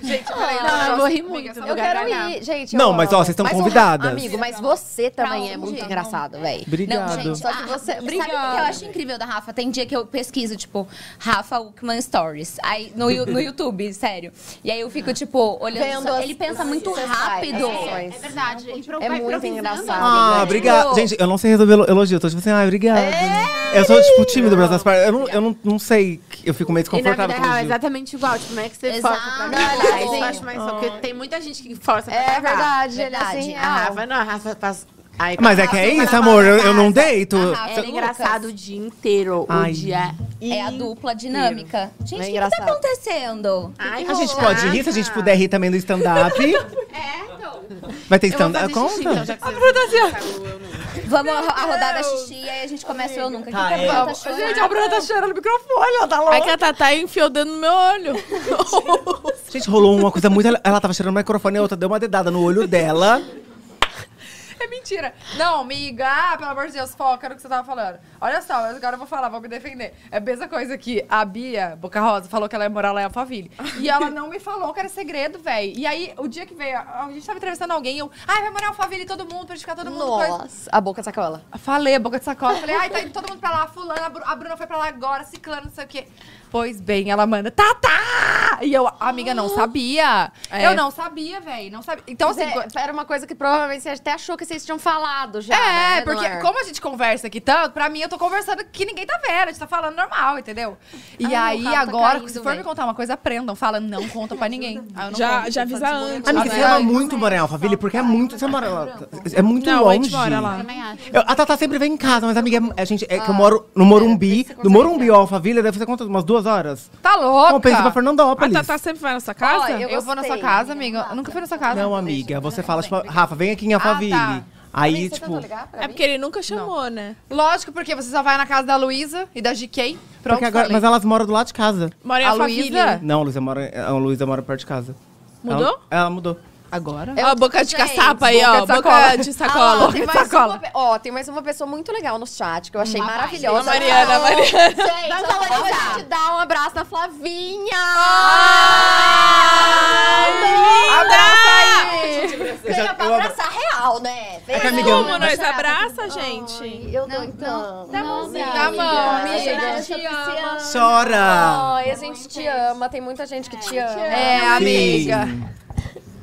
Speaker 1: Gente,
Speaker 5: peraí,
Speaker 6: não, eu
Speaker 5: eu
Speaker 6: vou rir
Speaker 5: muito. Eu
Speaker 6: não vou
Speaker 5: quero
Speaker 6: gargalhar.
Speaker 5: ir, gente.
Speaker 6: Não,
Speaker 5: eu
Speaker 6: mas,
Speaker 5: amo.
Speaker 6: ó, vocês estão
Speaker 5: Mas, ô,
Speaker 6: convidadas.
Speaker 5: Amigo, mas você também é muito engraçado, velho.
Speaker 6: Obrigado.
Speaker 5: Não, gente, só que
Speaker 12: Ah,
Speaker 5: você...
Speaker 12: Sabe o que eu acho incrível da Rafa? Tem dia que eu pesquiso, tipo, Rafa Uckman Stories. Aí, no, Yu- no YouTube, sério. E aí eu fico, tipo, olhando.
Speaker 5: Vendo
Speaker 12: só-
Speaker 5: as-
Speaker 12: ele pensa muito
Speaker 5: as- as-
Speaker 12: rápido.
Speaker 5: as-
Speaker 7: É verdade. Impro-
Speaker 5: É
Speaker 7: vai
Speaker 5: muito
Speaker 7: improvisando.
Speaker 5: engraçado.
Speaker 6: Ah,
Speaker 5: velho.
Speaker 6: obrigado. Gente, eu não sei resolver elo- elogio. Eu tô tipo assim, ah, obrigado.
Speaker 4: É.
Speaker 6: Eu sou, tipo, tímido pra essas partes. Eu, não, eu não, não sei. Eu fico meio
Speaker 4: E na vida
Speaker 6: desconfortável com
Speaker 4: real é
Speaker 6: elogio.
Speaker 4: exatamente igual. Tipo, como é que você
Speaker 12: Exato.
Speaker 4: força pra
Speaker 12: Não,
Speaker 4: gravar?
Speaker 12: não,
Speaker 4: Isso eu
Speaker 12: não.
Speaker 4: acho mais só, porque tem muita gente que força pra
Speaker 5: É
Speaker 4: gravar.
Speaker 5: verdade, ele é assim,
Speaker 4: A
Speaker 5: real.
Speaker 4: Rafa Ah, não, a Rafa faz... Aí,
Speaker 6: Mas é que é isso, amor. Eu, eu não deito.
Speaker 4: Ela
Speaker 6: Cê-
Speaker 4: é engraçado o dia inteiro.
Speaker 6: Ai.
Speaker 4: O dia...
Speaker 12: É a dupla dinâmica. Gente, o que, que tá
Speaker 5: engraçado.
Speaker 12: acontecendo?
Speaker 4: Ai,
Speaker 6: A gente pode rir, se a gente puder rir também do stand-up. Vai ter
Speaker 4: Eu vou
Speaker 6: stand-up. Ah,
Speaker 4: fazer xixi, então,
Speaker 6: Conta.
Speaker 4: já que você...
Speaker 12: Vamos a, a rodada xixi e aí a gente começa o Eu Nunca.
Speaker 6: Tá,
Speaker 12: que que
Speaker 6: é.
Speaker 12: a Bruna tá chorando?
Speaker 10: Bruna tá cheirando o microfone, ela tá
Speaker 2: Ai, que a Tatá enfiou o dedo no meu olho.
Speaker 6: Gente, rolou uma coisa muito. Ela ela tava cheirando o microfone e a outra deu uma dedada no olho dela.
Speaker 1: É mentira. Não, amiga, ah, pelo amor de Deus, foca no que você tava falando. Olha só, mas agora eu vou falar, vou me defender. É a mesma coisa que a Bia, Boca Rosa, falou que ela ia morar lá em Alphaville. E ela não me falou que era segredo, velho. E aí, o dia que veio, a a gente tava entrevistando alguém, eu... Ai, vai morar em Alphaville todo mundo, pra gente ficar todo mundo... coisa."
Speaker 5: Nossa, a boca de sacola.
Speaker 1: Falei, a boca de sacola. Falei, ai, tá indo todo mundo pra lá, fulana, a Bru- a Bruna foi pra lá agora, ciclano, não sei o quê. Pois bem, ela manda, tá, tá! E eu, amiga,
Speaker 5: Ah.
Speaker 1: não sabia.
Speaker 2: É.
Speaker 1: Eu não sabia, velho, não sabia. Então, assim...
Speaker 5: Mas é- era uma coisa que provavelmente você até achou que vocês tinham falado já.
Speaker 1: É,
Speaker 5: né,
Speaker 1: porque
Speaker 5: Leonor?
Speaker 1: como a gente conversa aqui tanto, pra mim eu tô conversando que ninguém tá vendo, a gente tá falando normal, entendeu? E
Speaker 5: Ah,
Speaker 1: aí
Speaker 5: não, o carro tá
Speaker 1: agora,
Speaker 5: caindo,
Speaker 1: se for me
Speaker 5: véio.
Speaker 1: contar uma coisa, aprendam. Fala, não conta pra ninguém. Ah, eu não
Speaker 2: Já-
Speaker 1: conto,
Speaker 2: já
Speaker 1: eu falo
Speaker 2: avisa
Speaker 1: assim,
Speaker 2: antes,
Speaker 1: "Olha,
Speaker 6: Amiga,
Speaker 1: olha,
Speaker 6: você ama muito morar em Alphaville, porque é muito. Você mora lá. É muito longe.
Speaker 7: Também acho.
Speaker 6: Eu- a Tata sempre vem em casa, mas amiga, é- a gente, é que eu moro no Morumbi. Do Morumbi ao Alphaville deve ser quanto? Umas duas horas?
Speaker 1: Tá louca?
Speaker 6: Compensa pra
Speaker 2: A
Speaker 6: Fernandópolis.
Speaker 2: Tatá sempre vai na sua casa?
Speaker 5: Olha, eu
Speaker 1: Eu, vou na sua
Speaker 5: gostei,
Speaker 1: casa, amiga. Eu nunca fui na sua casa.
Speaker 6: Não, amiga, você fala, tipo, Rafa, vem aqui em Alphaville.
Speaker 1: Ah, tá.
Speaker 6: Aí,
Speaker 5: Amiga, você
Speaker 6: tipo.
Speaker 5: tentou ligar pra
Speaker 2: É
Speaker 5: mim?
Speaker 2: porque ele nunca chamou, né?
Speaker 1: Lógico, porque você só vai na casa da Luísa e da GK. Pronto,
Speaker 6: Porque agora,
Speaker 1: falei.
Speaker 6: mas elas moram do lado de casa.
Speaker 2: Mora em
Speaker 1: A
Speaker 2: Alphaville.
Speaker 1: Luísa?
Speaker 6: Não, a Luísa mora, a Luísa mora perto de casa.
Speaker 2: Mudou?
Speaker 6: Ela, ela mudou.
Speaker 1: Agora?
Speaker 2: Ó, a boca de
Speaker 12: Gente,
Speaker 2: caçapa aí,
Speaker 1: boca
Speaker 2: ó.
Speaker 1: de sacola.
Speaker 2: Boca de sacola.
Speaker 5: Tem mais uma pe- Ó, tem mais uma pessoa muito legal no chat que eu achei maravilhosa.
Speaker 2: A Mariana, a Mariana.
Speaker 5: Gente, a Mariana te dá um abraço na Flavinha!
Speaker 6: Eu já- eu abra-
Speaker 5: Abraçar real, né?
Speaker 6: É que, amiga, eu-
Speaker 2: Como nós abraça, gente?
Speaker 5: Eu não, então.
Speaker 7: Dá mãozinha.
Speaker 1: Tá bom, amiga.
Speaker 5: A gente te ama.
Speaker 6: Chora!
Speaker 5: Ai, a gente te ama. Tem muita gente que te ama.
Speaker 1: É, amiga.
Speaker 6: Sim.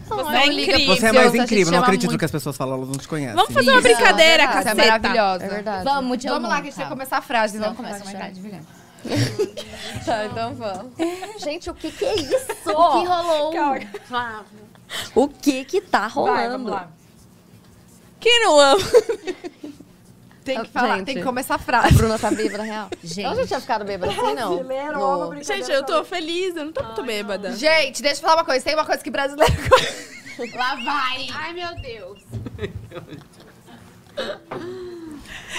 Speaker 2: Você é incrível.
Speaker 6: Você é
Speaker 1: Ansiosa,
Speaker 6: mais
Speaker 1: a gente
Speaker 6: incrível, não
Speaker 1: ama
Speaker 6: acredito
Speaker 1: muito.
Speaker 6: no que as pessoas falam, elas não te conhecem.
Speaker 2: Vamos fazer uma
Speaker 1: Isso,
Speaker 2: brincadeira,
Speaker 1: é verdade. Você é
Speaker 2: caceta.
Speaker 1: maravilhosa.
Speaker 5: É verdade.
Speaker 12: Vamos, te
Speaker 1: Vamos
Speaker 12: amo.
Speaker 1: lá, que a gente vai começar a frase. Não, começa mais tarde.
Speaker 5: Tá, então vamos. Gente, o que que é isso?
Speaker 9: O que rolou?
Speaker 5: O que que tá
Speaker 1: Vai, vamos
Speaker 5: rolando?
Speaker 1: lá.
Speaker 2: Quem não ama?
Speaker 1: Tem que
Speaker 5: Ah,
Speaker 1: falar,
Speaker 5: gente.
Speaker 1: tem que começar a
Speaker 5: a
Speaker 1: frase.
Speaker 5: Bruna tá bêbada, real. Eu já tinha ficado bêbada assim, não. No-
Speaker 2: Gente, eu tô feliz, eu não tô muito bêbada.
Speaker 1: Gente, deixa eu falar uma coisa. Tem uma coisa que brasileiro.
Speaker 12: Lá vai.
Speaker 7: Ai, meu Deus.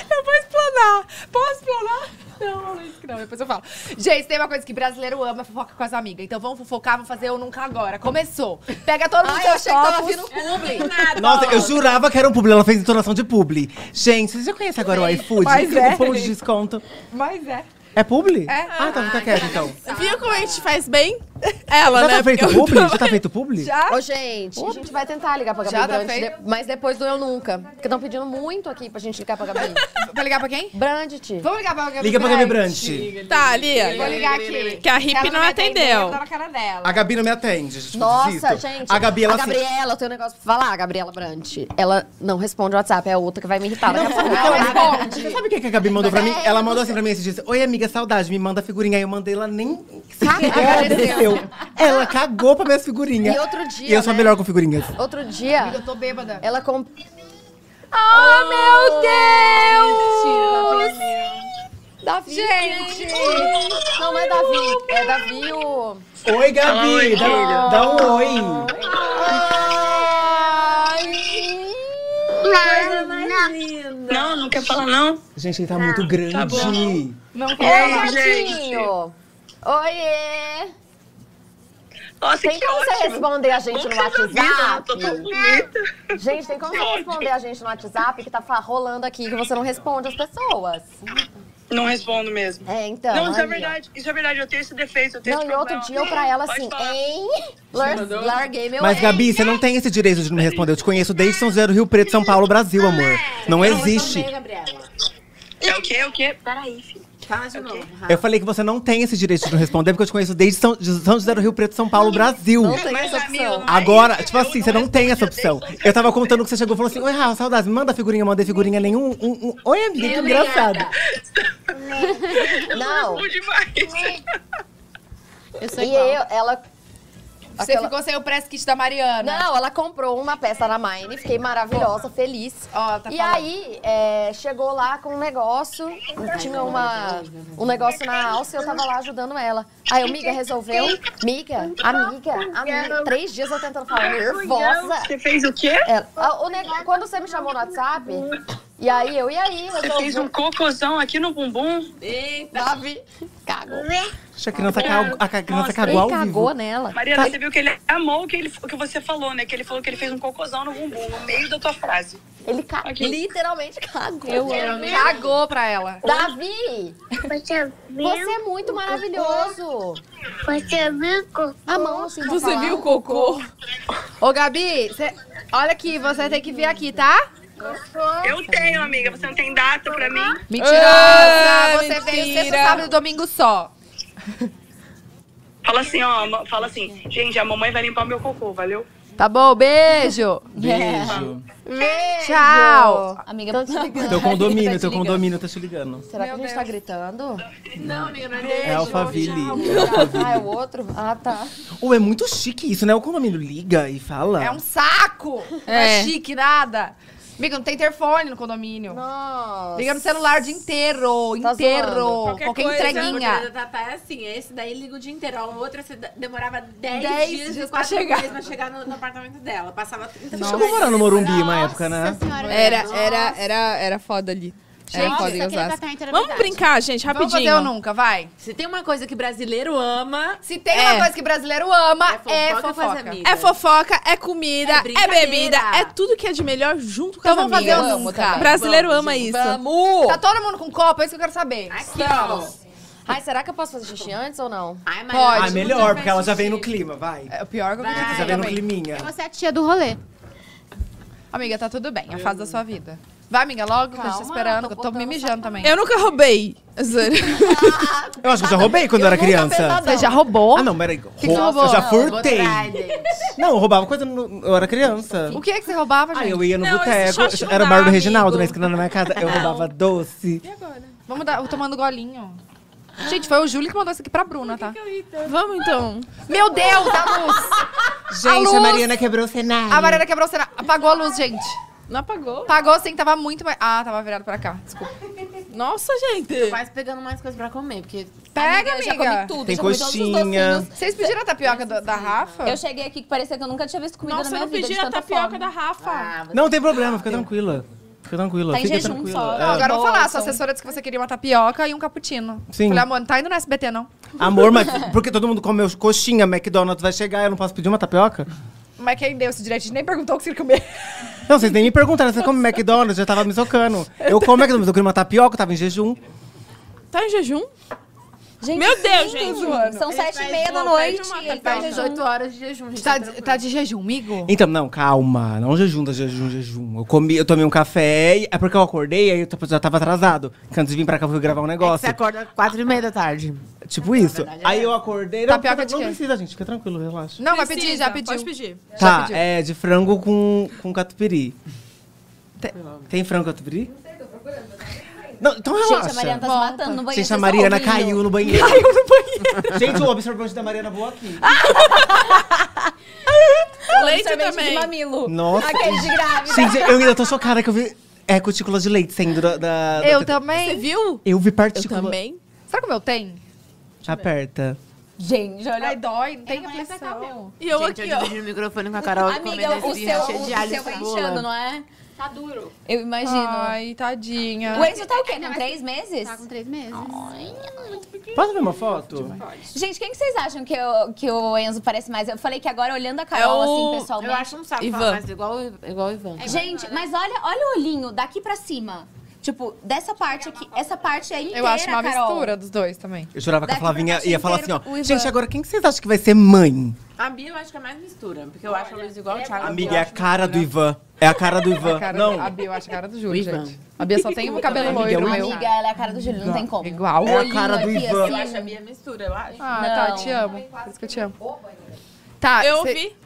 Speaker 1: Eu vou explanar. Posso explanar? Não, Luiz, que não. Depois eu falo. Gente, tem uma coisa que brasileiro ama, é fofoca com as amigas. Então vamos fofocar, vamos fazer eu nunca agora. Começou. Pega todo mundo
Speaker 5: Ai,
Speaker 1: que
Speaker 5: eu
Speaker 1: eu achei
Speaker 5: achei que
Speaker 1: que
Speaker 5: tava
Speaker 1: tava vindo publi.
Speaker 6: Nossa, eu jurava que era um publi, ela fez entonação de publi. Gente, vocês já conhecem agora o iFood?
Speaker 1: Mas
Speaker 6: Tem
Speaker 1: é.
Speaker 6: cupom de desconto.
Speaker 1: Mas é.
Speaker 6: É publi?
Speaker 1: É.
Speaker 6: Ah, tá, fica quieto então.
Speaker 2: Viu como a gente faz bem? Ela,
Speaker 6: Já
Speaker 2: né?
Speaker 6: tá feito
Speaker 2: Porque eu
Speaker 6: publi? Já
Speaker 2: tô-
Speaker 6: tá feito publi?
Speaker 1: Já?
Speaker 5: Ô, gente, a gente vai tentar ligar pra Gabi
Speaker 1: Já tá
Speaker 5: Brandi,
Speaker 1: feito?
Speaker 5: de- mas depois do Eu Nunca. Porque estão pedindo muito aqui pra gente ligar pra Gabi.
Speaker 1: Vai ligar pra quem?
Speaker 5: Brandt.
Speaker 1: Vamos ligar pra Gabi
Speaker 6: Liga pra Gabi
Speaker 1: Brandt.
Speaker 6: Brandt.
Speaker 2: Tá,
Speaker 1: Vou
Speaker 2: Lia.
Speaker 1: ligar aqui.
Speaker 2: Que a hippie
Speaker 1: Ela
Speaker 2: não
Speaker 1: me
Speaker 2: atendeu.
Speaker 1: Eu vou dar na cara dela.
Speaker 6: A Gabi não me atende, gente.
Speaker 5: Nossa,
Speaker 6: desisto.
Speaker 5: gente.
Speaker 6: A Gabi, ela
Speaker 5: a
Speaker 6: assim-
Speaker 5: Gabriela, eu tenho um negócio pra falar, a Gabriela Brandt. Ela não responde o WhatsApp, é a outra que vai me irritar. daqui a pouco.
Speaker 6: Ela me- Você sabe o que que a Gabi mandou pra mim? Ela mandou assim pra mim esses dias. Oi, amiga, saudade, me manda figurinha. Aí eu mandei, ela nem sequer agradeceu. Ela cagou pra minhas figurinhas.
Speaker 5: E outro dia,
Speaker 6: E eu sou a
Speaker 5: né?
Speaker 6: melhor com figurinhas.
Speaker 5: Outro dia,
Speaker 1: Eu tô bêbada.
Speaker 5: ela comprou.
Speaker 1: Oh, meu Deus!
Speaker 5: Davi.
Speaker 1: Gente!
Speaker 5: Não, não é Davi. É Davi o.
Speaker 6: Oi, Gabi! dá, dá um oi!
Speaker 16: Não, não quer falar não?
Speaker 6: Gente, ele tá muito grande.
Speaker 16: Ei,
Speaker 5: Oi,
Speaker 16: gente.
Speaker 5: gatinho! Oiê!
Speaker 16: Nossa,
Speaker 5: Tem
Speaker 16: que
Speaker 5: como você
Speaker 16: ótimo.
Speaker 5: responder a gente
Speaker 16: Bom que
Speaker 5: no
Speaker 16: vocês
Speaker 9: Ah,
Speaker 16: ouviram, eu tô tão
Speaker 5: WhatsApp?
Speaker 16: bonita.
Speaker 5: Gente, tem como você responder a gente no WhatsApp que tá fa- rolando aqui que você não responde as pessoas?
Speaker 16: Não respondo mesmo.
Speaker 5: É, então.
Speaker 9: Tá
Speaker 16: não, isso é
Speaker 5: aí, ó.
Speaker 16: verdade. Isso é verdade. Eu tenho esse defeito. Eu tenho
Speaker 5: Não,
Speaker 16: esse
Speaker 5: e outro
Speaker 16: problema.
Speaker 5: dia eu pra ela
Speaker 16: Pode
Speaker 5: assim,
Speaker 9: é,
Speaker 16: falar.
Speaker 5: hein?
Speaker 16: Você mandou?
Speaker 5: Larguei meu
Speaker 6: Mas,
Speaker 5: hein?
Speaker 6: Gabi, você não tem esse direito de não me responder. Eu te conheço desde São José do Rio Preto, São Paulo, Brasil, amor. Não existe.
Speaker 16: É o quê? É o quê? Peraí, filho. É Fala de novo.
Speaker 6: Eu falei que você não tem esse direito de não responder, porque eu te conheço desde São, de São José do Rio Preto, São Paulo, Brasil.
Speaker 16: Não tem essa opção.
Speaker 6: Agora, tipo assim, você não tem essa opção. Eu tava contando que você chegou e falou assim: Oi, Rafa, saudades, me manda figurinha, eu mandei figurinha nenhum. Um, um. Oi, amiga, que engraçado.
Speaker 5: Não. é.
Speaker 7: Eu
Speaker 5: e eu, ela.
Speaker 1: Você ficou sem o press kit da Mariana.
Speaker 5: Não, ela comprou uma peça na Mine, fiquei maravilhosa, feliz.
Speaker 1: tá
Speaker 5: e
Speaker 1: falando.
Speaker 5: aí, é, chegou lá com um negócio, tinha uma, um negócio na alça e eu tava lá ajudando ela. Aí eu, miga, resolveu. Miga, amiga, amiga. Três dias eu tentando falar, nervosa.
Speaker 16: Você fez o quê?
Speaker 5: Ela, ah, o neg- Quando você me chamou no WhatsApp, e aí eu, e aí?
Speaker 16: Você
Speaker 5: resolveu?"
Speaker 16: fez um cocôzão aqui no bumbum.
Speaker 5: Eita. Davi, cagou.
Speaker 6: Acho que a criança cagou, a criança cagou ao
Speaker 5: ele
Speaker 6: vivo.
Speaker 5: cagou né? nela.
Speaker 16: Mariana, você viu que ele amou o que, ele, o que você falou, né? Que ele falou que ele fez um cocôzão no bumbum, no meio da tua frase.
Speaker 5: Ele cagou. Literalmente cagou.
Speaker 16: Eu amo.
Speaker 1: Cagou pra ela.
Speaker 5: Davi! Você, é muito maravilhoso! Você viu A mão assim pra falar.
Speaker 1: cocô? Ô, Gabi, cê- olha aqui, você tem que vir aqui, tá?
Speaker 16: Eu tenho, amiga. Você não tem data pra mim?
Speaker 1: Mentirosa!
Speaker 16: Ah,
Speaker 1: você veio sexta,
Speaker 16: mentira.
Speaker 1: sábado e domingo só.
Speaker 16: Fala assim, ó. ma- Fala assim, gente, a mamãe vai limpar meu cocô, valeu?
Speaker 1: Tá bom, beijo.
Speaker 6: Beijo.
Speaker 1: Tchau.
Speaker 5: Amiga, tô te ligando.
Speaker 6: Teu condomínio, teu condomínio tá te ligando.
Speaker 5: Será que a gente tá gritando?
Speaker 8: Não, amiga, não
Speaker 6: É Alphaville.
Speaker 5: Ah,
Speaker 6: É
Speaker 5: é o
Speaker 6: Alphaville.
Speaker 5: outro? Ah, tá.
Speaker 6: Ou é muito chique isso, né? O condomínio liga e fala.
Speaker 1: É um saco! Não é
Speaker 6: É.
Speaker 1: chique, nada. Amiga, não tem interfone no condomínio.
Speaker 5: Nossa.
Speaker 1: Liga no celular o dia inteiro, inteiro. Qualquer,
Speaker 8: coisa,
Speaker 1: entreguinha.
Speaker 8: o da Tatá é assim, esse daí liga o dia inteiro. A outra você da- demorava
Speaker 1: Dez
Speaker 8: 10 dias,
Speaker 1: dias
Speaker 8: dias
Speaker 1: pra
Speaker 8: pra
Speaker 1: chegar.
Speaker 8: chegar, dias pra chegar no, no apartamento dela. Passava 30
Speaker 6: Você chegou a morar no Morumbi uma época, né?
Speaker 2: Era, era, era, era foda ali.
Speaker 8: Gente,
Speaker 2: era foda em
Speaker 8: aquele
Speaker 1: tá
Speaker 7: tá
Speaker 2: Osasco.
Speaker 8: tratamento era
Speaker 2: Vamos
Speaker 8: verdade.
Speaker 2: brincar, gente, rapidinho.
Speaker 1: Vamos fazer um ou nunca, vai.
Speaker 8: Se tem uma coisa que brasileiro ama...
Speaker 1: Se tem uma coisa que brasileiro ama, é
Speaker 8: fofoca com as
Speaker 1: fofoca.
Speaker 8: amigas.
Speaker 2: É fofoca, é comida,
Speaker 1: É
Speaker 2: é,
Speaker 1: brincadeira.
Speaker 2: bebida, é tudo que é de melhor junto com
Speaker 1: Então
Speaker 2: as
Speaker 1: vamos fazer
Speaker 2: amigas.
Speaker 1: ou nunca.
Speaker 2: Brasileiro
Speaker 1: Vamos,
Speaker 2: ama
Speaker 1: gente,
Speaker 2: isso.
Speaker 1: Vamos! Tá todo mundo com copo? É isso que eu quero saber. Aqui,
Speaker 5: Ai, será que eu posso fazer xixi antes ou não?
Speaker 8: Ai,
Speaker 1: mas Pode.
Speaker 6: Ah, melhor, porque ela já vem no clima, vai.
Speaker 1: É o pior que eu
Speaker 6: Já
Speaker 1: acredito
Speaker 6: vem no
Speaker 1: também.
Speaker 6: climinha.
Speaker 7: Você é a tia do rolê.
Speaker 1: Amiga, tá tudo bem. É a fase da sua vida. Vai, amiga, logo, que eu tô te esperando, que eu tô me mijando também.
Speaker 2: Eu nunca roubei. Zoeira.
Speaker 6: Eu acho que eu já roubei quando eu, era criança.
Speaker 1: Você já roubou?
Speaker 6: Ah, não, peraí.
Speaker 1: que você
Speaker 6: Roubou,
Speaker 1: roubou?
Speaker 6: eu já
Speaker 1: Não,
Speaker 6: furtei. Não, eu roubava coisa. no- Eu era criança.
Speaker 1: O que é que você roubava, gente?
Speaker 6: Aí Ah, eu ia no
Speaker 1: Não, esse
Speaker 6: boteco.
Speaker 1: shot não
Speaker 6: Era o
Speaker 1: dá,
Speaker 6: bar do
Speaker 1: amigo.
Speaker 6: Reginaldo, na esquina da minha casa. Eu roubava doce.
Speaker 1: Vamos dar, eu tomando golinho. Gente, foi o Júlio que mandou isso aqui pra Bruna, tá?
Speaker 2: Vamos então.
Speaker 1: Meu Deus, a luz! a, luz!
Speaker 6: quebrou o cenário.
Speaker 1: A Mariana quebrou o cenário. Apagou a luz, gente.
Speaker 2: Não apagou?
Speaker 1: Apagou sim, tava muito mais. Ah, tava virado pra cá. Desculpa.
Speaker 2: Nossa,
Speaker 8: Tô
Speaker 2: gente.
Speaker 8: quase pegando mais coisa pra comer, porque...
Speaker 1: Pega,
Speaker 8: eu já
Speaker 1: amiga.
Speaker 8: comi tudo,
Speaker 6: Tem
Speaker 8: já comi todos os
Speaker 6: coxinha.
Speaker 8: docinhos.
Speaker 1: Vocês pediram a tapioca da, da Rafa?
Speaker 9: Eu cheguei aqui que parecia que eu nunca tinha visto comida
Speaker 2: Nossa,
Speaker 9: na
Speaker 2: eu
Speaker 9: minha
Speaker 2: não
Speaker 9: vida.
Speaker 2: pedi
Speaker 9: de
Speaker 2: a
Speaker 9: tanta
Speaker 2: tapioca
Speaker 9: fome.
Speaker 2: da Rafa.
Speaker 6: Não tem problema, fica tranquila. Fica tranquila.
Speaker 9: Tá em
Speaker 6: fica
Speaker 9: jejum
Speaker 6: tranquila.
Speaker 9: só.
Speaker 6: É.
Speaker 1: Não, agora eu vou
Speaker 9: Boa,
Speaker 1: falar. Sua
Speaker 9: então.
Speaker 1: assessora disse que você queria uma tapioca e um cappuccino.
Speaker 6: Sim.
Speaker 1: Falei, amor, não tá indo no SBT, não.
Speaker 6: Amor, mas porque todo mundo comeu coxinha, McDonald's vai chegar, eu não posso pedir uma tapioca?
Speaker 1: Mas quem deu esse direito? A gente nem perguntou o que você queria comer.
Speaker 6: Não, vocês nem me perguntaram, você come McDonald's, já tava me socando. Eu como McDonald's, eu queria uma tapioca, eu tava em jejum.
Speaker 2: Tá em jejum?
Speaker 9: Gente,
Speaker 2: Meu Deus,
Speaker 9: sim,
Speaker 2: gente.
Speaker 9: São sete e
Speaker 16: um,
Speaker 9: meia da
Speaker 8: Pô, pede
Speaker 9: noite.
Speaker 8: uma tapioca.
Speaker 9: ele tá de
Speaker 8: Faz 18 horas de jejum, gente.
Speaker 1: Tá,
Speaker 8: tá tranquilo.
Speaker 1: tá de jejum, amigo?
Speaker 6: Então, não, calma, não jejum da jejum, jejum. Eu comi, eu tomei um café, e- é porque eu acordei, aí eu t- já tava atrasado. Que antes de vir pra cá, eu fui gravar um negócio.
Speaker 3: Você acorda às quatro e meia da tarde.
Speaker 6: Tipo isso.
Speaker 9: é.
Speaker 6: Aí eu acordei, não,
Speaker 1: Tapioca
Speaker 6: não,
Speaker 1: de
Speaker 6: não
Speaker 1: quê?
Speaker 6: precisa, gente, fica tranquilo, relaxa.
Speaker 1: Não, vai
Speaker 2: Precisa,
Speaker 1: pedir, já pediu.
Speaker 2: Pode pedir.
Speaker 1: Já
Speaker 6: Tá,
Speaker 1: pediu.
Speaker 6: é de frango com, com catupiry. Tem, tem frango com catupiry? Não, então relaxa.
Speaker 9: Gente, a Mariana tá se matando no banheiro.
Speaker 6: Gente, a
Speaker 9: vocês
Speaker 6: Mariana
Speaker 9: estão ouvindo?
Speaker 6: caiu no banheiro. Caiu no banheiro. Gente, o absorvente da Mariana voou aqui.
Speaker 9: Ah,
Speaker 2: Leite
Speaker 9: Sorvete de
Speaker 2: também.
Speaker 9: mamilo.
Speaker 6: Nossa.
Speaker 9: Aquele de grávida.
Speaker 6: Gente, eu ainda tô chocada que eu vi é, cutículas de leite saindo da... da- da-
Speaker 1: Eu
Speaker 2: Você
Speaker 1: também.
Speaker 2: viu?
Speaker 6: Eu vi
Speaker 2: Eu
Speaker 6: partícula.
Speaker 2: também.
Speaker 1: Será que o meu tem?
Speaker 6: Aperta.
Speaker 9: Gente, já olhou.
Speaker 1: Ai, dói, não tem aflição.
Speaker 2: E eu
Speaker 3: Gente,
Speaker 2: aqui,
Speaker 3: eu
Speaker 2: ó.
Speaker 3: dividi o microfone com a Carol e
Speaker 9: Amiga,
Speaker 3: comendo
Speaker 9: o
Speaker 3: esse
Speaker 9: seu,
Speaker 3: recheio
Speaker 9: o
Speaker 3: de alho e
Speaker 9: seu vai inchando,
Speaker 3: cebola.
Speaker 9: não é?
Speaker 8: Tá duro.
Speaker 9: Eu imagino.
Speaker 1: Ai, tadinha.
Speaker 9: O Enzo
Speaker 16: É,
Speaker 9: tá o quê? Com três meses?
Speaker 7: Tá com três meses.
Speaker 6: Posso ver uma foto?
Speaker 9: Gente, quem que vocês acham que, eu, que o Enzo parece mais? Eu falei que agora olhando a
Speaker 2: É
Speaker 9: Carol,
Speaker 2: o-
Speaker 9: assim, pessoalmente.
Speaker 8: Eu acho um saco
Speaker 2: Ivan.
Speaker 8: falar, mas igual, igual o Ivan.
Speaker 9: Gente, mas olha, olha o olhinho daqui pra cima. Tipo, dessa parte aqui, essa parte é inteira,
Speaker 1: Eu acho uma
Speaker 9: Carol.
Speaker 1: mistura dos dois também.
Speaker 6: Eu jurava que a
Speaker 9: Daqui
Speaker 6: Flavinha
Speaker 9: pra
Speaker 6: ia
Speaker 9: baixo
Speaker 6: falar assim,
Speaker 9: inteiro,
Speaker 6: ó.
Speaker 9: o Ivan.
Speaker 6: Gente, agora quem que vocês acham que vai ser mãe?
Speaker 8: A Bia eu acho que é mais mistura, porque eu acho a Luísa igual o
Speaker 4: né?
Speaker 8: Thiago.
Speaker 6: Amiga, é a cara do Ivan. É a cara do Ivan.
Speaker 1: A cara
Speaker 6: Não.
Speaker 1: do- a Bia, eu acho a cara do Júlio,
Speaker 6: Ivan.
Speaker 1: gente. A Bia só tem o cabelo
Speaker 6: Amiga,
Speaker 1: loiro,
Speaker 6: o
Speaker 1: meu.
Speaker 9: Amiga, ela é a cara do Júlio, não tem como.
Speaker 1: Igual.
Speaker 6: É a cara do
Speaker 9: Olhinho aqui,
Speaker 6: Ivan.
Speaker 8: Eu
Speaker 9: assim.
Speaker 8: acho a Bia mistura, eu acho.
Speaker 1: Ah,
Speaker 9: Não.
Speaker 1: tá, te amo. Por isso que eu te amo. Tá,
Speaker 2: Eu
Speaker 1: cê-
Speaker 2: ouvi.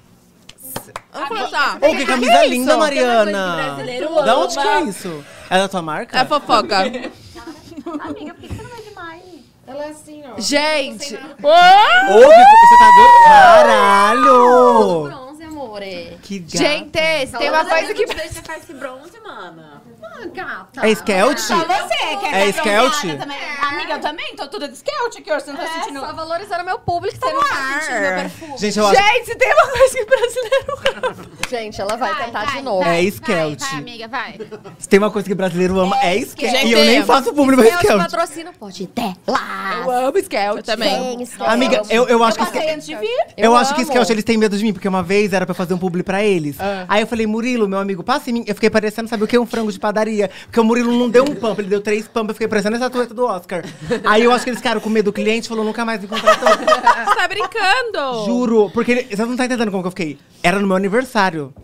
Speaker 1: Vamos
Speaker 2: lá.
Speaker 6: Ô, que camisa linda,
Speaker 8: coisa
Speaker 6: Mariana!
Speaker 8: de brasileiro,
Speaker 6: Da
Speaker 8: eu
Speaker 6: onde que é isso? É da tua marca?
Speaker 2: É fofoca.
Speaker 9: Amiga, por que você não vai demais?
Speaker 5: Ela é assim, ó.
Speaker 1: Gente!
Speaker 6: Ô, Vico, você tá vendo? Caralho!
Speaker 5: Bronze, amor. é.
Speaker 6: Que gata.
Speaker 1: Gente, se tem uma coisa que.
Speaker 8: Você faz esse bronze, mana.
Speaker 5: Ah, gata.
Speaker 6: É Skelt?
Speaker 9: Só você, quer
Speaker 6: É
Speaker 9: é
Speaker 6: Skelt?
Speaker 9: também. Amiga, eu também tô toda de Skelt aqui, hoje, você não tá
Speaker 5: É,
Speaker 9: sentindo...
Speaker 5: só valorizando meu público que tá
Speaker 9: Você
Speaker 5: no
Speaker 9: não tá sentindo meu
Speaker 5: ar.
Speaker 9: perfume.
Speaker 6: Gente, eu acho...
Speaker 1: Gente, se tem uma coisa que brasileiro.
Speaker 5: Gente, ela vai, tentar tá de novo.
Speaker 6: vai. É
Speaker 7: Vai,
Speaker 6: Skelt.
Speaker 7: vai, amiga, vai.
Speaker 6: Se tem uma coisa que brasileiro ama, é Skelt. E
Speaker 2: Gente,
Speaker 6: eu nem faço público é pra
Speaker 5: Skelt
Speaker 6: Skelt.
Speaker 5: patrocina, pode ir até lá.
Speaker 1: Eu amo Skelt.
Speaker 2: Eu também.
Speaker 5: Vem, Skelt.
Speaker 6: Amiga, eu, eu acho que...
Speaker 9: Passei
Speaker 6: Skelt-
Speaker 9: antes de vir.
Speaker 6: Eu, acho que
Speaker 1: amo.
Speaker 6: Skelt, eles têm medo de mim, porque uma vez era pra fazer um publi pra eles.
Speaker 1: Ah.
Speaker 6: Aí eu falei, Murilo, meu amigo, passa em mim. Eu fiquei parecendo, sabe o que? Um frango de padaria. Porque o Murilo não deu um pump, ele deu três pumps. Eu fiquei parecendo a estatueta do Oscar. Aí eu acho que eles ficaram com medo do cliente, falou, nunca mais me contratou.
Speaker 2: Você tá brincando.
Speaker 6: Juro, porque ele, você não tá entendendo como que eu fiquei. Era no meu aniversário.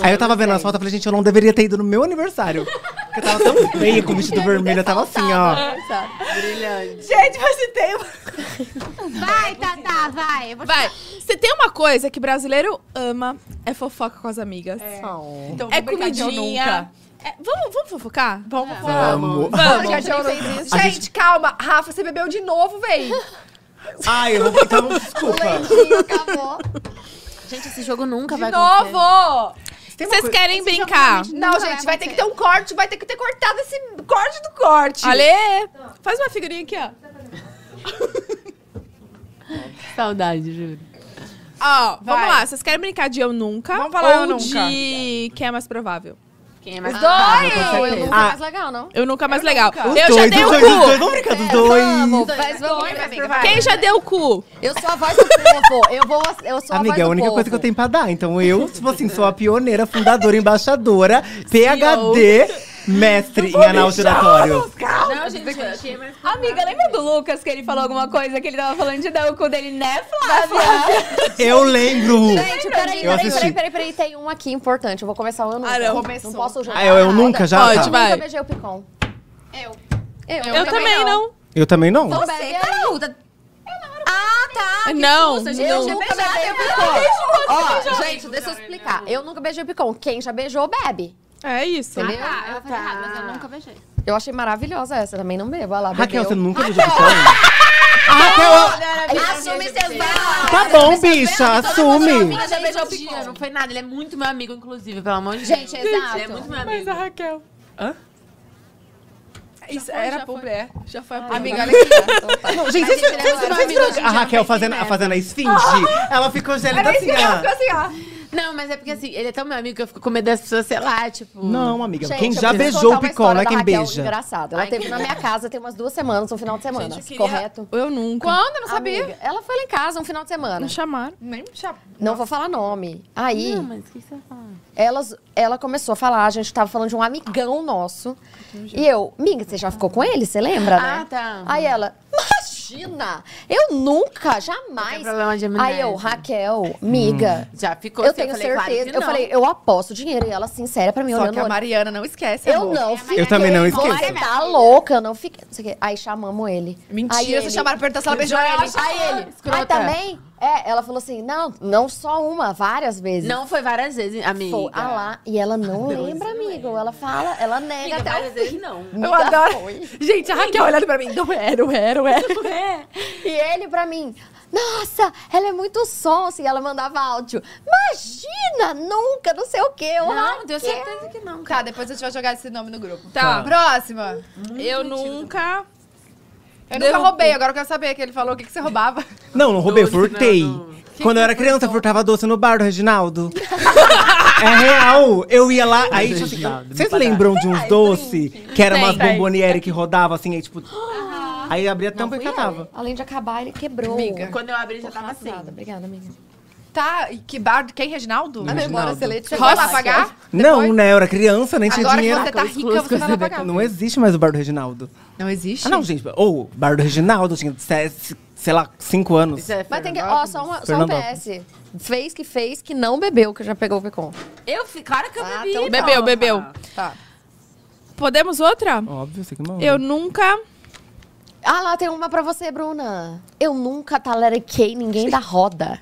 Speaker 6: Aí eu tava vendo as fotos e falei, gente, eu não deveria ter ido no meu aniversário. Porque eu tava tão feia com o vestido vermelho, eu tava assim, ó.
Speaker 1: Gente, mas se tem uma.
Speaker 7: Vai, Tatá, vai. Eu vou te
Speaker 2: Vai. Se tem uma coisa que brasileiro ama, é fofoca com as amigas.
Speaker 1: Então,
Speaker 2: É
Speaker 1: vou brincar de eu
Speaker 2: comidinha. É- vamos, vamos fofocar?
Speaker 1: Vamos, vamos.
Speaker 6: Amo.
Speaker 2: Vamos.
Speaker 1: Gente, É. gente, calma. Rafa, você bebeu de novo, véi.
Speaker 6: Ai, eu vou botar um desculpa.
Speaker 5: acabou.
Speaker 4: Gente, esse jogo nunca
Speaker 1: De
Speaker 4: vai acontecer.
Speaker 1: novo!
Speaker 2: Vocês querem brincar?
Speaker 1: Não,
Speaker 7: Nunca
Speaker 1: gente,
Speaker 7: vai
Speaker 1: vai ter que ter um corte, vai ter que ter cortado esse corte do corte.
Speaker 2: Alê, faz uma figurinha aqui, ó.
Speaker 4: Saudade, juro.
Speaker 2: Ó, vamos
Speaker 1: Vai.
Speaker 2: lá. Vocês querem brincar de eu nunca?
Speaker 1: Vamos falar
Speaker 2: ou
Speaker 1: eu nunca.
Speaker 2: de quem é mais provável?
Speaker 8: Quem é mais...
Speaker 5: Não, eu
Speaker 1: Dois!
Speaker 5: não sou
Speaker 6: Ah.
Speaker 5: mais legal, não.
Speaker 2: Eu nunca é mais legal.
Speaker 1: nunca.
Speaker 2: Eu já
Speaker 6: dois,
Speaker 2: dei
Speaker 6: os
Speaker 2: o
Speaker 6: dois, os dois,
Speaker 2: cu.
Speaker 6: vamos brincar dos dois.
Speaker 5: Vamos, mas vamos,
Speaker 1: Vai,
Speaker 5: amiga.
Speaker 1: vai.
Speaker 2: Quem já deu o cu?
Speaker 5: Eu sou a voz do povo. Eu, vou, eu sou a voz
Speaker 6: Amiga,
Speaker 5: do
Speaker 6: é a única
Speaker 5: povo.
Speaker 6: coisa que eu tenho pra dar. Então eu, tipo assim, sou a pioneira, fundadora, embaixadora, PHD, mestre em anal giratório.
Speaker 8: Não, gente, quem é mais...
Speaker 9: Amiga, lembra do Lucas que ele falou alguma coisa que ele tava falando de dar o cu dele, né, Flávia?
Speaker 6: Eu lembro.
Speaker 5: Gente, peraí,
Speaker 6: Eu
Speaker 5: peraí,
Speaker 6: assisti.
Speaker 5: peraí, peraí, peraí, tem um aqui importante. Eu vou começar o eu nunca.
Speaker 2: Ah, não.
Speaker 5: Não posso jogar.
Speaker 6: Ah, eu, eu
Speaker 5: nada.
Speaker 6: nunca já?
Speaker 2: Pode,
Speaker 6: tá.
Speaker 2: vai.
Speaker 5: Eu nunca beijei o picom.
Speaker 7: Eu.
Speaker 5: Eu,
Speaker 2: Eu, também não.
Speaker 6: Eu também não.
Speaker 9: Você, Carol. tá- Ah, tá.
Speaker 2: Não,
Speaker 9: Você
Speaker 2: não.
Speaker 9: já
Speaker 5: Nunca beijei o picom. Ó, gente, deixa eu explicar. Eu nunca beijei o picom. Quem já beijou, bebe.
Speaker 2: É isso.
Speaker 5: Entendeu?
Speaker 7: Ah, eu falei errado, mas eu nunca beijei.
Speaker 5: Eu achei maravilhosa essa. Também não bebo. Olha lá,
Speaker 6: Raquel, você
Speaker 5: bebeu.
Speaker 6: nunca beijou o Raquel,
Speaker 9: Assume seus barros.
Speaker 6: tá bom, bicha, assume.
Speaker 9: Amiga, já beijou o picô.
Speaker 8: um Não foi nada, ele é muito meu amigo, inclusive, pelo amor de Deus.
Speaker 9: Gente,
Speaker 8: Ele é
Speaker 9: exato.
Speaker 8: muito meu amigo.
Speaker 2: a Raquel. Ah,
Speaker 1: Isso era publi, é.
Speaker 2: Já foi a
Speaker 1: Amiga, olha aqui.
Speaker 6: Não, gente, vocês, vocês, vocês, viram a Raquel fazendo, a- fazendo a esfinge? Ela ficou gelada
Speaker 1: Era isso
Speaker 6: assim,
Speaker 1: que
Speaker 2: é?
Speaker 1: ela ficou
Speaker 6: ó.
Speaker 1: assim, ó.
Speaker 4: Não, mas é porque assim, ele é tão meu amigo que eu fico com medo das pessoas, sei lá, tipo.
Speaker 6: Não, amiga,
Speaker 5: Gente,
Speaker 6: quem
Speaker 5: eu
Speaker 6: já
Speaker 5: preciso
Speaker 6: beijou
Speaker 5: contar
Speaker 6: o
Speaker 5: uma
Speaker 6: picol, não é
Speaker 5: história da
Speaker 6: quem
Speaker 5: Raquel
Speaker 6: beija.
Speaker 5: Engraçada. Ela teve na minha casa tem umas duas semanas, um final de semana, correto?
Speaker 2: Eu nunca. É.
Speaker 5: Quando? Eu não sabia. ela foi lá em casa um final de semana.
Speaker 2: Não chamaram.
Speaker 1: Nem chapa.
Speaker 5: Não vou falar nome. Aí,
Speaker 4: Não, mas o que você tá falando?
Speaker 5: elas, ela começou a falar, a gente tava falando de um amigão nosso. E eu, miga, você já ficou com ele? Você lembra, né?
Speaker 4: Ah, tá.
Speaker 5: Aí ela, imagina! Eu nunca, jamais.
Speaker 4: Tem problema de amnésia.
Speaker 5: Aí eu, Raquel, miga.
Speaker 4: Já ficou
Speaker 5: Eu
Speaker 4: assim,
Speaker 5: tenho
Speaker 4: falei,
Speaker 5: certeza.
Speaker 4: claro que
Speaker 5: eu
Speaker 4: não.
Speaker 5: falei, eu aposto dinheiro. E ela, sincera, pra mim,
Speaker 1: Só
Speaker 5: olhando
Speaker 1: que
Speaker 5: no
Speaker 1: a é
Speaker 5: olho.
Speaker 1: Mariana não esquece.
Speaker 5: Eu
Speaker 1: amor.
Speaker 5: não fiquei.
Speaker 6: também não esqueço.
Speaker 5: Você tá louca, eu não fiquei. não sei o quê. Aí chamamos ele.
Speaker 1: Mentira,
Speaker 5: Aí
Speaker 1: vocês
Speaker 5: ele-
Speaker 1: chamaram pra perguntar se ela beijou ele.
Speaker 5: Aí ele. Aí
Speaker 4: tá
Speaker 5: também? É, ela falou assim: não, não só uma, várias vezes.
Speaker 4: Não foi várias vezes, amiga.
Speaker 5: Foi, ah lá. E ela não lembra, amigo. Ela fala, ela nega
Speaker 8: Amiga,
Speaker 5: até.
Speaker 8: várias vezes não.
Speaker 1: Eu adoro. Gente, a Raquel olhando pra mim. Não é. era, não era, não era.
Speaker 5: É. E ele pra mim, nossa, ela é muito sonsa. E ela mandava áudio. Imagina, nunca, não sei o quê. Eu,
Speaker 8: Não,
Speaker 5: ah,
Speaker 8: tenho
Speaker 5: quê?
Speaker 8: certeza que não.
Speaker 1: Tá, depois a gente vai jogar esse nome no grupo.
Speaker 2: Tá.
Speaker 1: Próxima.
Speaker 2: Eu nunca.
Speaker 1: Eu
Speaker 2: Derrubou.
Speaker 1: nunca roubei, agora eu quero saber que ele falou o que, que você roubava.
Speaker 6: Não, não roubei, eu
Speaker 8: Doce,
Speaker 6: furtei.
Speaker 8: não, não.
Speaker 6: Quando eu era criança, eu furtava doce no bar do Reginaldo. é real. Eu ia lá, aí, tipo assim,
Speaker 3: Reginaldo,
Speaker 6: vocês
Speaker 3: me parece.
Speaker 6: lembram
Speaker 1: Ah,
Speaker 6: de uns doces? Que era
Speaker 2: Tem,
Speaker 6: umas
Speaker 2: tem.
Speaker 6: bomboniere que rodava assim, aí tipo...
Speaker 1: Ah.
Speaker 6: Aí abria a tampa e catava.
Speaker 5: Além de acabar, ele quebrou.
Speaker 1: Amiga.
Speaker 8: Quando eu abri, já tava assim.
Speaker 5: Obrigada, amiga.
Speaker 1: Tá, e que bar? Quem, Reginaldo?
Speaker 6: A memória Reginaldo. seletiva.
Speaker 1: Rola
Speaker 6: Nossa.
Speaker 1: pagar?
Speaker 6: Não, né? Eu era criança, nem tinha
Speaker 1: Agora que
Speaker 6: dinheiro.
Speaker 1: você tá rica, você vai lá pagar.
Speaker 6: Não existe mais o bar do Reginaldo.
Speaker 1: Não existe?
Speaker 6: Ah, não, gente. Ou o bar do Reginaldo, eu tinha, se- sei lá, cinco anos.
Speaker 8: é.
Speaker 5: Mas tem que. Ó, só, uma, só um
Speaker 6: Fernandópolis.
Speaker 5: PS. Fez que fez, que não bebeu, que já pegou o Picon.
Speaker 12: Eu, fi- claro que eu
Speaker 4: Ah,
Speaker 12: bebi.
Speaker 5: então
Speaker 2: Bebeu,
Speaker 5: toma.
Speaker 2: bebeu.
Speaker 5: Tá.
Speaker 2: Podemos outra?
Speaker 6: Óbvio, sei que não.
Speaker 2: Eu nunca.
Speaker 5: Ah, lá tem uma pra você, Bruna. Eu nunca talariquei ninguém da roda.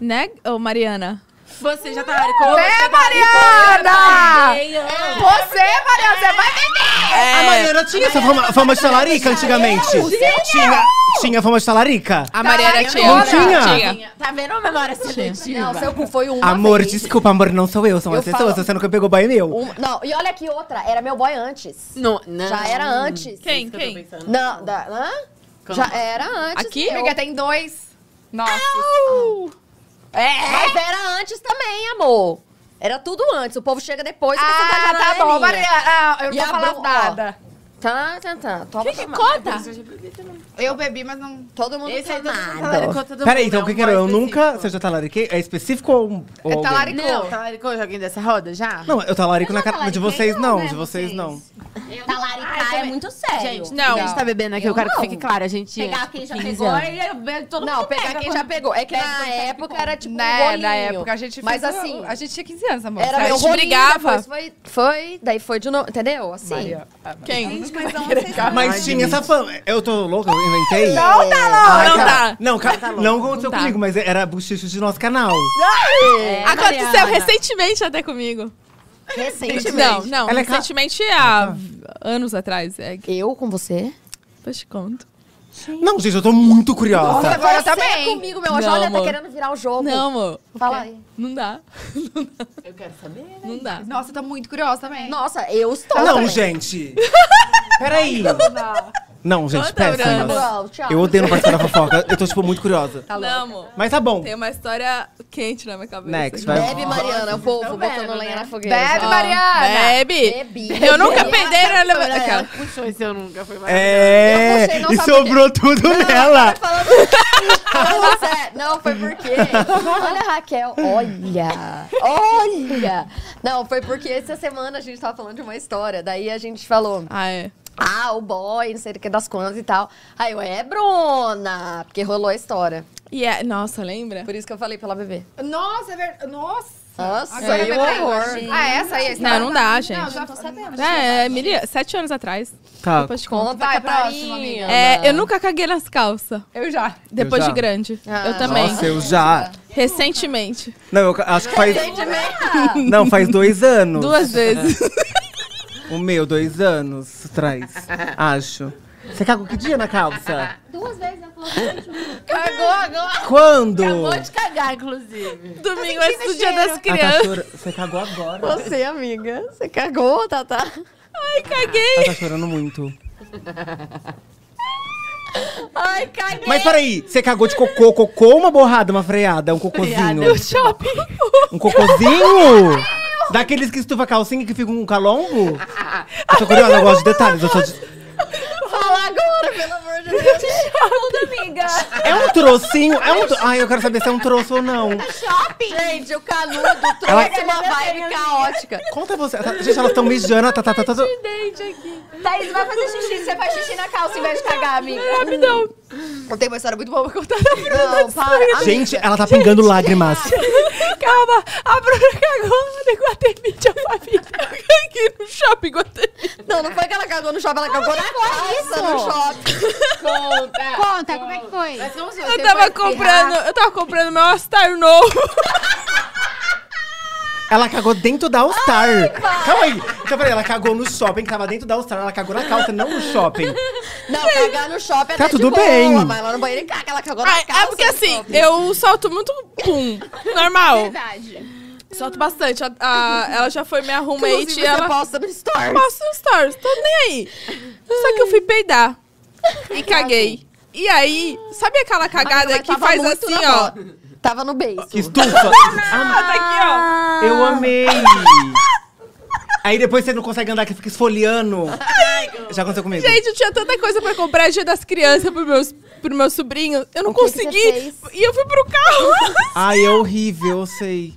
Speaker 2: Né, ô Mariana?
Speaker 8: Você tá? já tá com
Speaker 2: Né,
Speaker 1: Mariana? Você, Mariana, você vai beber!
Speaker 6: A
Speaker 8: É.
Speaker 6: Mariana tinha essa fama, fama de talarica antigamente.
Speaker 8: Tinha.
Speaker 6: Tinha, tinha fama de talarica.
Speaker 8: A Mariana tinha.
Speaker 6: Não tinha?
Speaker 8: Tá vendo a memória seletiva?
Speaker 5: Não, seu cu foi um.
Speaker 6: Amor, desculpa, amor, não sou eu, são
Speaker 5: Eu
Speaker 6: as pessoas.
Speaker 5: falo-
Speaker 6: Você nunca pegou banho meu.
Speaker 5: Um- não, e olha aqui outra. Era meu boy antes.
Speaker 4: Não,
Speaker 5: Já era antes.
Speaker 2: Quem, quem?
Speaker 5: Não, da, hã?
Speaker 2: Como?
Speaker 5: Já era antes.
Speaker 2: Aqui?
Speaker 5: Eu-
Speaker 2: Porque
Speaker 1: tem dois. Nossa.
Speaker 5: É. Mas era antes também, amor. Era tudo antes. O povo chega depois. que você
Speaker 1: Ah,
Speaker 5: tá,
Speaker 1: tá bom, Mariana. Ah, eu não
Speaker 5: E
Speaker 1: vou falar
Speaker 5: abriu, ó.
Speaker 1: nada.
Speaker 5: Tá, tá, tá. Toma,
Speaker 1: Que que
Speaker 5: toma.
Speaker 1: conta? Eu bebi, mas não...
Speaker 5: Todo mundo
Speaker 1: Esse aí tá todo mundo
Speaker 5: tomado.
Speaker 6: Peraí, então o que que era? Eu nunca. Você já talariquei? É específico ou. um- ou
Speaker 1: é
Speaker 6: alguém?
Speaker 4: Não, talaricou de alguém dessa roda já?
Speaker 6: Não, eu talarico na cara. mas De
Speaker 4: talariquei
Speaker 6: vocês não,
Speaker 4: não, né,
Speaker 6: de vocês não.
Speaker 12: Talaricar é muito sério.
Speaker 4: Gente, não. A gente tá bebendo aqui, eu, quero que fique claro. A gente.
Speaker 12: Pegar quem já pegou e eu bebo todo mundo
Speaker 5: Não,
Speaker 12: que
Speaker 5: pegar
Speaker 12: pega.
Speaker 5: quem já pegou. É que
Speaker 12: Pega
Speaker 5: na
Speaker 12: quem já
Speaker 5: época
Speaker 12: pegou.
Speaker 5: era tipo um
Speaker 1: Né,
Speaker 5: rolinho.
Speaker 1: na época a gente
Speaker 5: Mas
Speaker 1: fez o-
Speaker 5: assim...
Speaker 1: A gente tinha 15 anos, amor.
Speaker 5: Era
Speaker 1: a
Speaker 5: meu
Speaker 1: gente
Speaker 5: rolinho,
Speaker 1: brigava.
Speaker 5: depois Foi, foi, daí foi de novo, entendeu? Assim.
Speaker 1: Maria,
Speaker 2: Quem?
Speaker 6: Mas tinha essa fama. Eu tô louca, eu inventei.
Speaker 1: Não tá louca.
Speaker 6: Ai,
Speaker 1: Não
Speaker 6: cara,
Speaker 1: tá.
Speaker 6: Não, cara, não aconteceu
Speaker 2: Não tá.
Speaker 6: comigo, mas era bochicho de nosso canal.
Speaker 2: É, Aconteceu
Speaker 6: Mariana.
Speaker 2: recentemente até comigo.
Speaker 5: Recentemente?
Speaker 2: Não, não.
Speaker 5: Ela é ca-
Speaker 2: recentemente há anos atrás. É.
Speaker 5: Eu com você?
Speaker 2: Depois te conto.
Speaker 6: Não, gente, eu tô muito curiosa.
Speaker 2: Nossa, agora
Speaker 5: Você é
Speaker 2: também.
Speaker 5: comigo, meu anjo.
Speaker 2: Não,
Speaker 5: Olha, tá
Speaker 2: amor.
Speaker 5: querendo virar o jogo.
Speaker 2: Não, amor.
Speaker 5: Fala aí.
Speaker 2: Não dá.
Speaker 8: Eu quero saber.
Speaker 2: Não dá.
Speaker 1: Nossa, eu tô muito curiosa também.
Speaker 5: Nossa, eu estou
Speaker 6: Não,
Speaker 5: também.
Speaker 6: gente. Peraí. Não, gente,
Speaker 2: Conta,
Speaker 6: péssimas.
Speaker 2: Bruno. Tchau.
Speaker 6: Eu odeio não participar da fofoca. Eu tô, tipo, muito curiosa.
Speaker 2: não, amor.
Speaker 6: Mas tá bom.
Speaker 2: Tem uma história quente na minha cabeça.
Speaker 6: Next, vai.
Speaker 5: Bebe, Mariana, o povo
Speaker 2: Não
Speaker 5: botando
Speaker 2: bebo,
Speaker 5: lenha
Speaker 2: né?
Speaker 5: na fogueira.
Speaker 2: Bebe,
Speaker 5: Ó,
Speaker 2: Mariana. Bebe. Eu nunca perdi na levada.
Speaker 4: Puxou esse eu nunca, foi
Speaker 5: Eu
Speaker 6: É,
Speaker 5: puxei, não
Speaker 6: e
Speaker 5: sabia.
Speaker 6: sobrou tudo nela.
Speaker 5: Falando sério. Não, foi porque... Olha, Raquel, olha, olha. Não, foi porque essa semana a gente tava falando de uma história. Daí a gente falou...
Speaker 2: Ah, é.
Speaker 5: Ah, o boy, não sei o que das quantas e tal. Aí eu, é, Bruna! Porque rolou a história.
Speaker 2: E é, nossa, lembra?
Speaker 5: Por isso que eu falei pra ela beber.
Speaker 1: Nossa, é verdade. Nossa.
Speaker 5: Nossa,
Speaker 1: É, Agora
Speaker 5: aí
Speaker 1: eu
Speaker 5: o
Speaker 1: lembrei.
Speaker 5: horror.
Speaker 1: Ah, essa aí? Essa
Speaker 2: Não, não dá, gente.
Speaker 1: Não, já tô sabendo.
Speaker 2: É, é mili- sete anos atrás.
Speaker 6: Tá.
Speaker 2: Depois te conto.
Speaker 1: Vai, próxima, amiga.
Speaker 2: É, eu nunca caguei nas calças.
Speaker 1: Eu já.
Speaker 2: Depois
Speaker 6: já.
Speaker 2: de grande.
Speaker 1: Ah.
Speaker 2: Eu também.
Speaker 6: Nossa, eu já.
Speaker 2: Recentemente.
Speaker 6: Não, eu ca- acho que faz.
Speaker 5: é
Speaker 6: Não, faz dois anos.
Speaker 2: Duas vezes.
Speaker 6: O meu, dois anos atrás. Acho. Você cagou que dia na calça?
Speaker 9: Duas vezes ela falou que
Speaker 5: Cagou agora.
Speaker 6: Quando?
Speaker 8: cagar, inclusive.
Speaker 2: Domingo antes do dia das
Speaker 6: Ah, tá
Speaker 2: crianças.
Speaker 6: chora- Você cagou agora.
Speaker 5: Você, amiga. Você cagou, tá, Tatá?
Speaker 2: Ai,
Speaker 6: Ela tá
Speaker 2: caguei.
Speaker 6: chorando muito.
Speaker 5: Ai, caguei.
Speaker 6: Mas peraí, você cagou de cocô, cocô ou uma borrada, uma freada? Um cocôzinho?
Speaker 5: é
Speaker 2: No shopping.
Speaker 6: Um cocôzinho? Daqueles que estufa a calcinha e que fica um calombo? Eu tô curiosa, eu gosto de detalhes. eu sou de-
Speaker 5: Fala agora, pelo amor de Deus.
Speaker 12: Tudo, amiga.
Speaker 6: É um trocinho? É um... tro- Ai, eu quero saber se é um troço ou não.
Speaker 5: Gente, o canudo trouxe
Speaker 6: Ela-
Speaker 5: uma vibe caótica.
Speaker 6: Conta você. Tá- Gente, elas tão mijando. Tá, tá, tá, tá, tá.
Speaker 12: Thaís, vai fazer xixi. Você faz xixi na calça em vez de cagar, amiga.
Speaker 2: Rapidão.
Speaker 1: Eu tenho uma história muito boa pra contar.
Speaker 5: Não, para.
Speaker 6: Gente, ela tá pingando lágrimas. Ah, tá.
Speaker 2: Calma. A Bruna cagou no Guatemi de Alphaville. Aqui no shopping Guatemi.
Speaker 5: Não, não foi que ela cagou no shopping, ela cagou na calça no shopping.
Speaker 8: Conta.
Speaker 7: Conta, como é que foi?
Speaker 2: Eu tava comprando, eu tava comprando meu All-Star novo.
Speaker 6: Ela cagou dentro da All-Star. Calma aí. Então, peraí, ela cagou no shopping, que tava dentro da All-Star. Ela cagou na calça, não no shopping.
Speaker 5: Não, cagar no shopping é
Speaker 6: Tá
Speaker 5: até de
Speaker 6: tudo
Speaker 5: boa,
Speaker 6: bem.
Speaker 5: Mas lá no banheiro e caga, ela cagou na
Speaker 2: Ai,
Speaker 5: calça.
Speaker 2: é porque
Speaker 5: no
Speaker 2: assim,
Speaker 5: shopping.
Speaker 2: eu solto muito pum. Normal.
Speaker 7: Verdade.
Speaker 2: Solto bastante. A- a- ela já foi minha roommate
Speaker 5: Inclusive,
Speaker 2: e
Speaker 5: você
Speaker 2: ela.
Speaker 5: posta no stories.
Speaker 2: Posso no stories, tô nem aí. Só que eu fui peidar. E caguei. E aí, sabe aquela cagada
Speaker 5: Mas
Speaker 2: que
Speaker 5: tava
Speaker 2: faz
Speaker 5: muito
Speaker 2: assim,
Speaker 5: na
Speaker 2: ó?
Speaker 5: moda. Tava no beijo.
Speaker 6: Que estufa.
Speaker 2: Ah, tá aqui,
Speaker 6: Eu amei. Aí depois você não consegue andar, que fica esfoliando. Já aconteceu comigo.
Speaker 2: ó. Gente, eu tinha tanta coisa pra comprar dia das crianças pros meus pro meu sobrinho, eu não
Speaker 6: O que que você
Speaker 2: consegui.
Speaker 6: fez?
Speaker 2: e eu fui pro carro.
Speaker 6: Ai, é horrível, eu sei.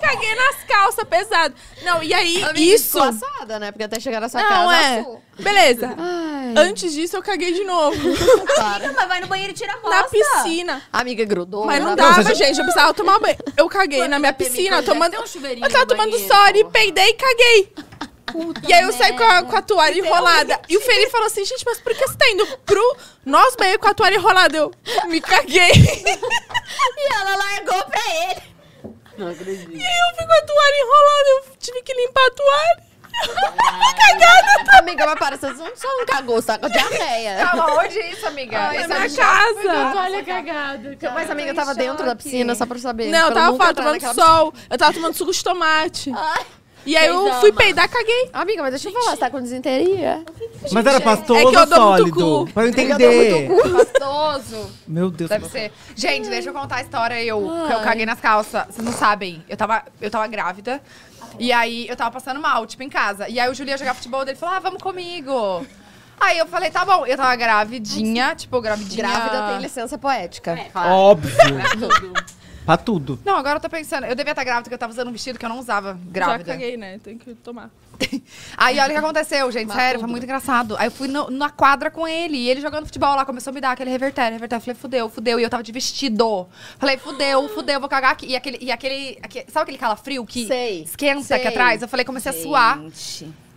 Speaker 2: Caguei nas calças, pesado. Não, e aí,
Speaker 5: Amiga,
Speaker 2: isso.
Speaker 5: ficou assada, né? Porque até chegar na sua
Speaker 2: não,
Speaker 5: casa,
Speaker 2: é.
Speaker 5: assou.
Speaker 2: Beleza. Antes disso, eu caguei de novo.
Speaker 12: Amiga, mas vai no banheiro e tira a bosta.
Speaker 2: Na piscina.
Speaker 5: Amiga, grudou.
Speaker 2: Mas não
Speaker 5: né?
Speaker 2: dava, gente. Eu precisava tomar banho. Eu caguei na minha piscina, tomando. Eu um tava tomando sol e peidei e caguei. e aí eu saí com a, com a toalha enrolada. E o Felipe falou assim, gente, mas por que você tá indo pro nosso banheiro com a toalha enrolada? Eu me caguei. e
Speaker 12: ela largou pra ele.
Speaker 4: Não acredito.
Speaker 2: E aí eu fui com a toalha enrolada, eu tive que limpar a toalha. Cagada!
Speaker 5: Amiga, mas para, vocês não só não cagou, você tá com diarreia.
Speaker 1: Calma, onde é isso, amiga?
Speaker 5: Ai,
Speaker 1: Isso
Speaker 5: na
Speaker 2: Tá
Speaker 1: é
Speaker 5: casa.
Speaker 1: Foi na tua
Speaker 5: Olha
Speaker 2: cagada.
Speaker 5: Mas, amiga, eu tava dentro da piscina, só pra saber.
Speaker 2: Não, eu
Speaker 5: pra
Speaker 2: tava
Speaker 5: nunca
Speaker 2: fora,
Speaker 5: entrar
Speaker 2: tomando
Speaker 5: naquela
Speaker 2: sol. Eu tava tomando suco de tomate. e aí eu
Speaker 5: Pois
Speaker 2: fui
Speaker 5: ama.
Speaker 2: peidar, caguei.
Speaker 5: Amiga, mas deixa eu falar, você tá com desinteria?
Speaker 6: Mas era pastoso
Speaker 2: É que eu
Speaker 6: ou
Speaker 2: dou muito
Speaker 6: sólido?
Speaker 2: cu.
Speaker 6: Pra eu
Speaker 2: É que eu dou
Speaker 6: entender.
Speaker 1: Gostoso.
Speaker 6: Meu Deus.
Speaker 1: Deve ser. Gente, deixa eu contar a história. Eu, eu caguei nas calças. Vocês não sabem. Eu tava, eu tava grávida. E aí eu tava passando mal, tipo, em casa. E aí o Julia ia jogar futebol dele falou: Ah, vamos comigo. Aí eu falei, tá bom, eu tava gravidinha, tipo, gravidinha.
Speaker 5: Grávida tem licença poética.
Speaker 6: Óbvio. pra tudo.
Speaker 1: Não, agora eu tô pensando, eu devia estar grávida, porque eu tava usando um vestido que eu não usava
Speaker 2: Já
Speaker 1: grávida.
Speaker 2: caguei, né? Tem que tomar.
Speaker 1: Aí olha o que aconteceu, gente. Sério, foi muito engraçado. Aí eu fui no- na quadra com ele, e ele jogando futebol lá, começou a me dar aquele revertério, revertério. Eu Falei, fudeu, fudeu. E eu tava de vestido. Falei, fudeu, fudeu, vou cagar aqui. E aquele. E aquele, aque- sabe aquele calafrio que esquenta aqui
Speaker 12: sei.
Speaker 1: atrás? Eu falei, comecei a suar.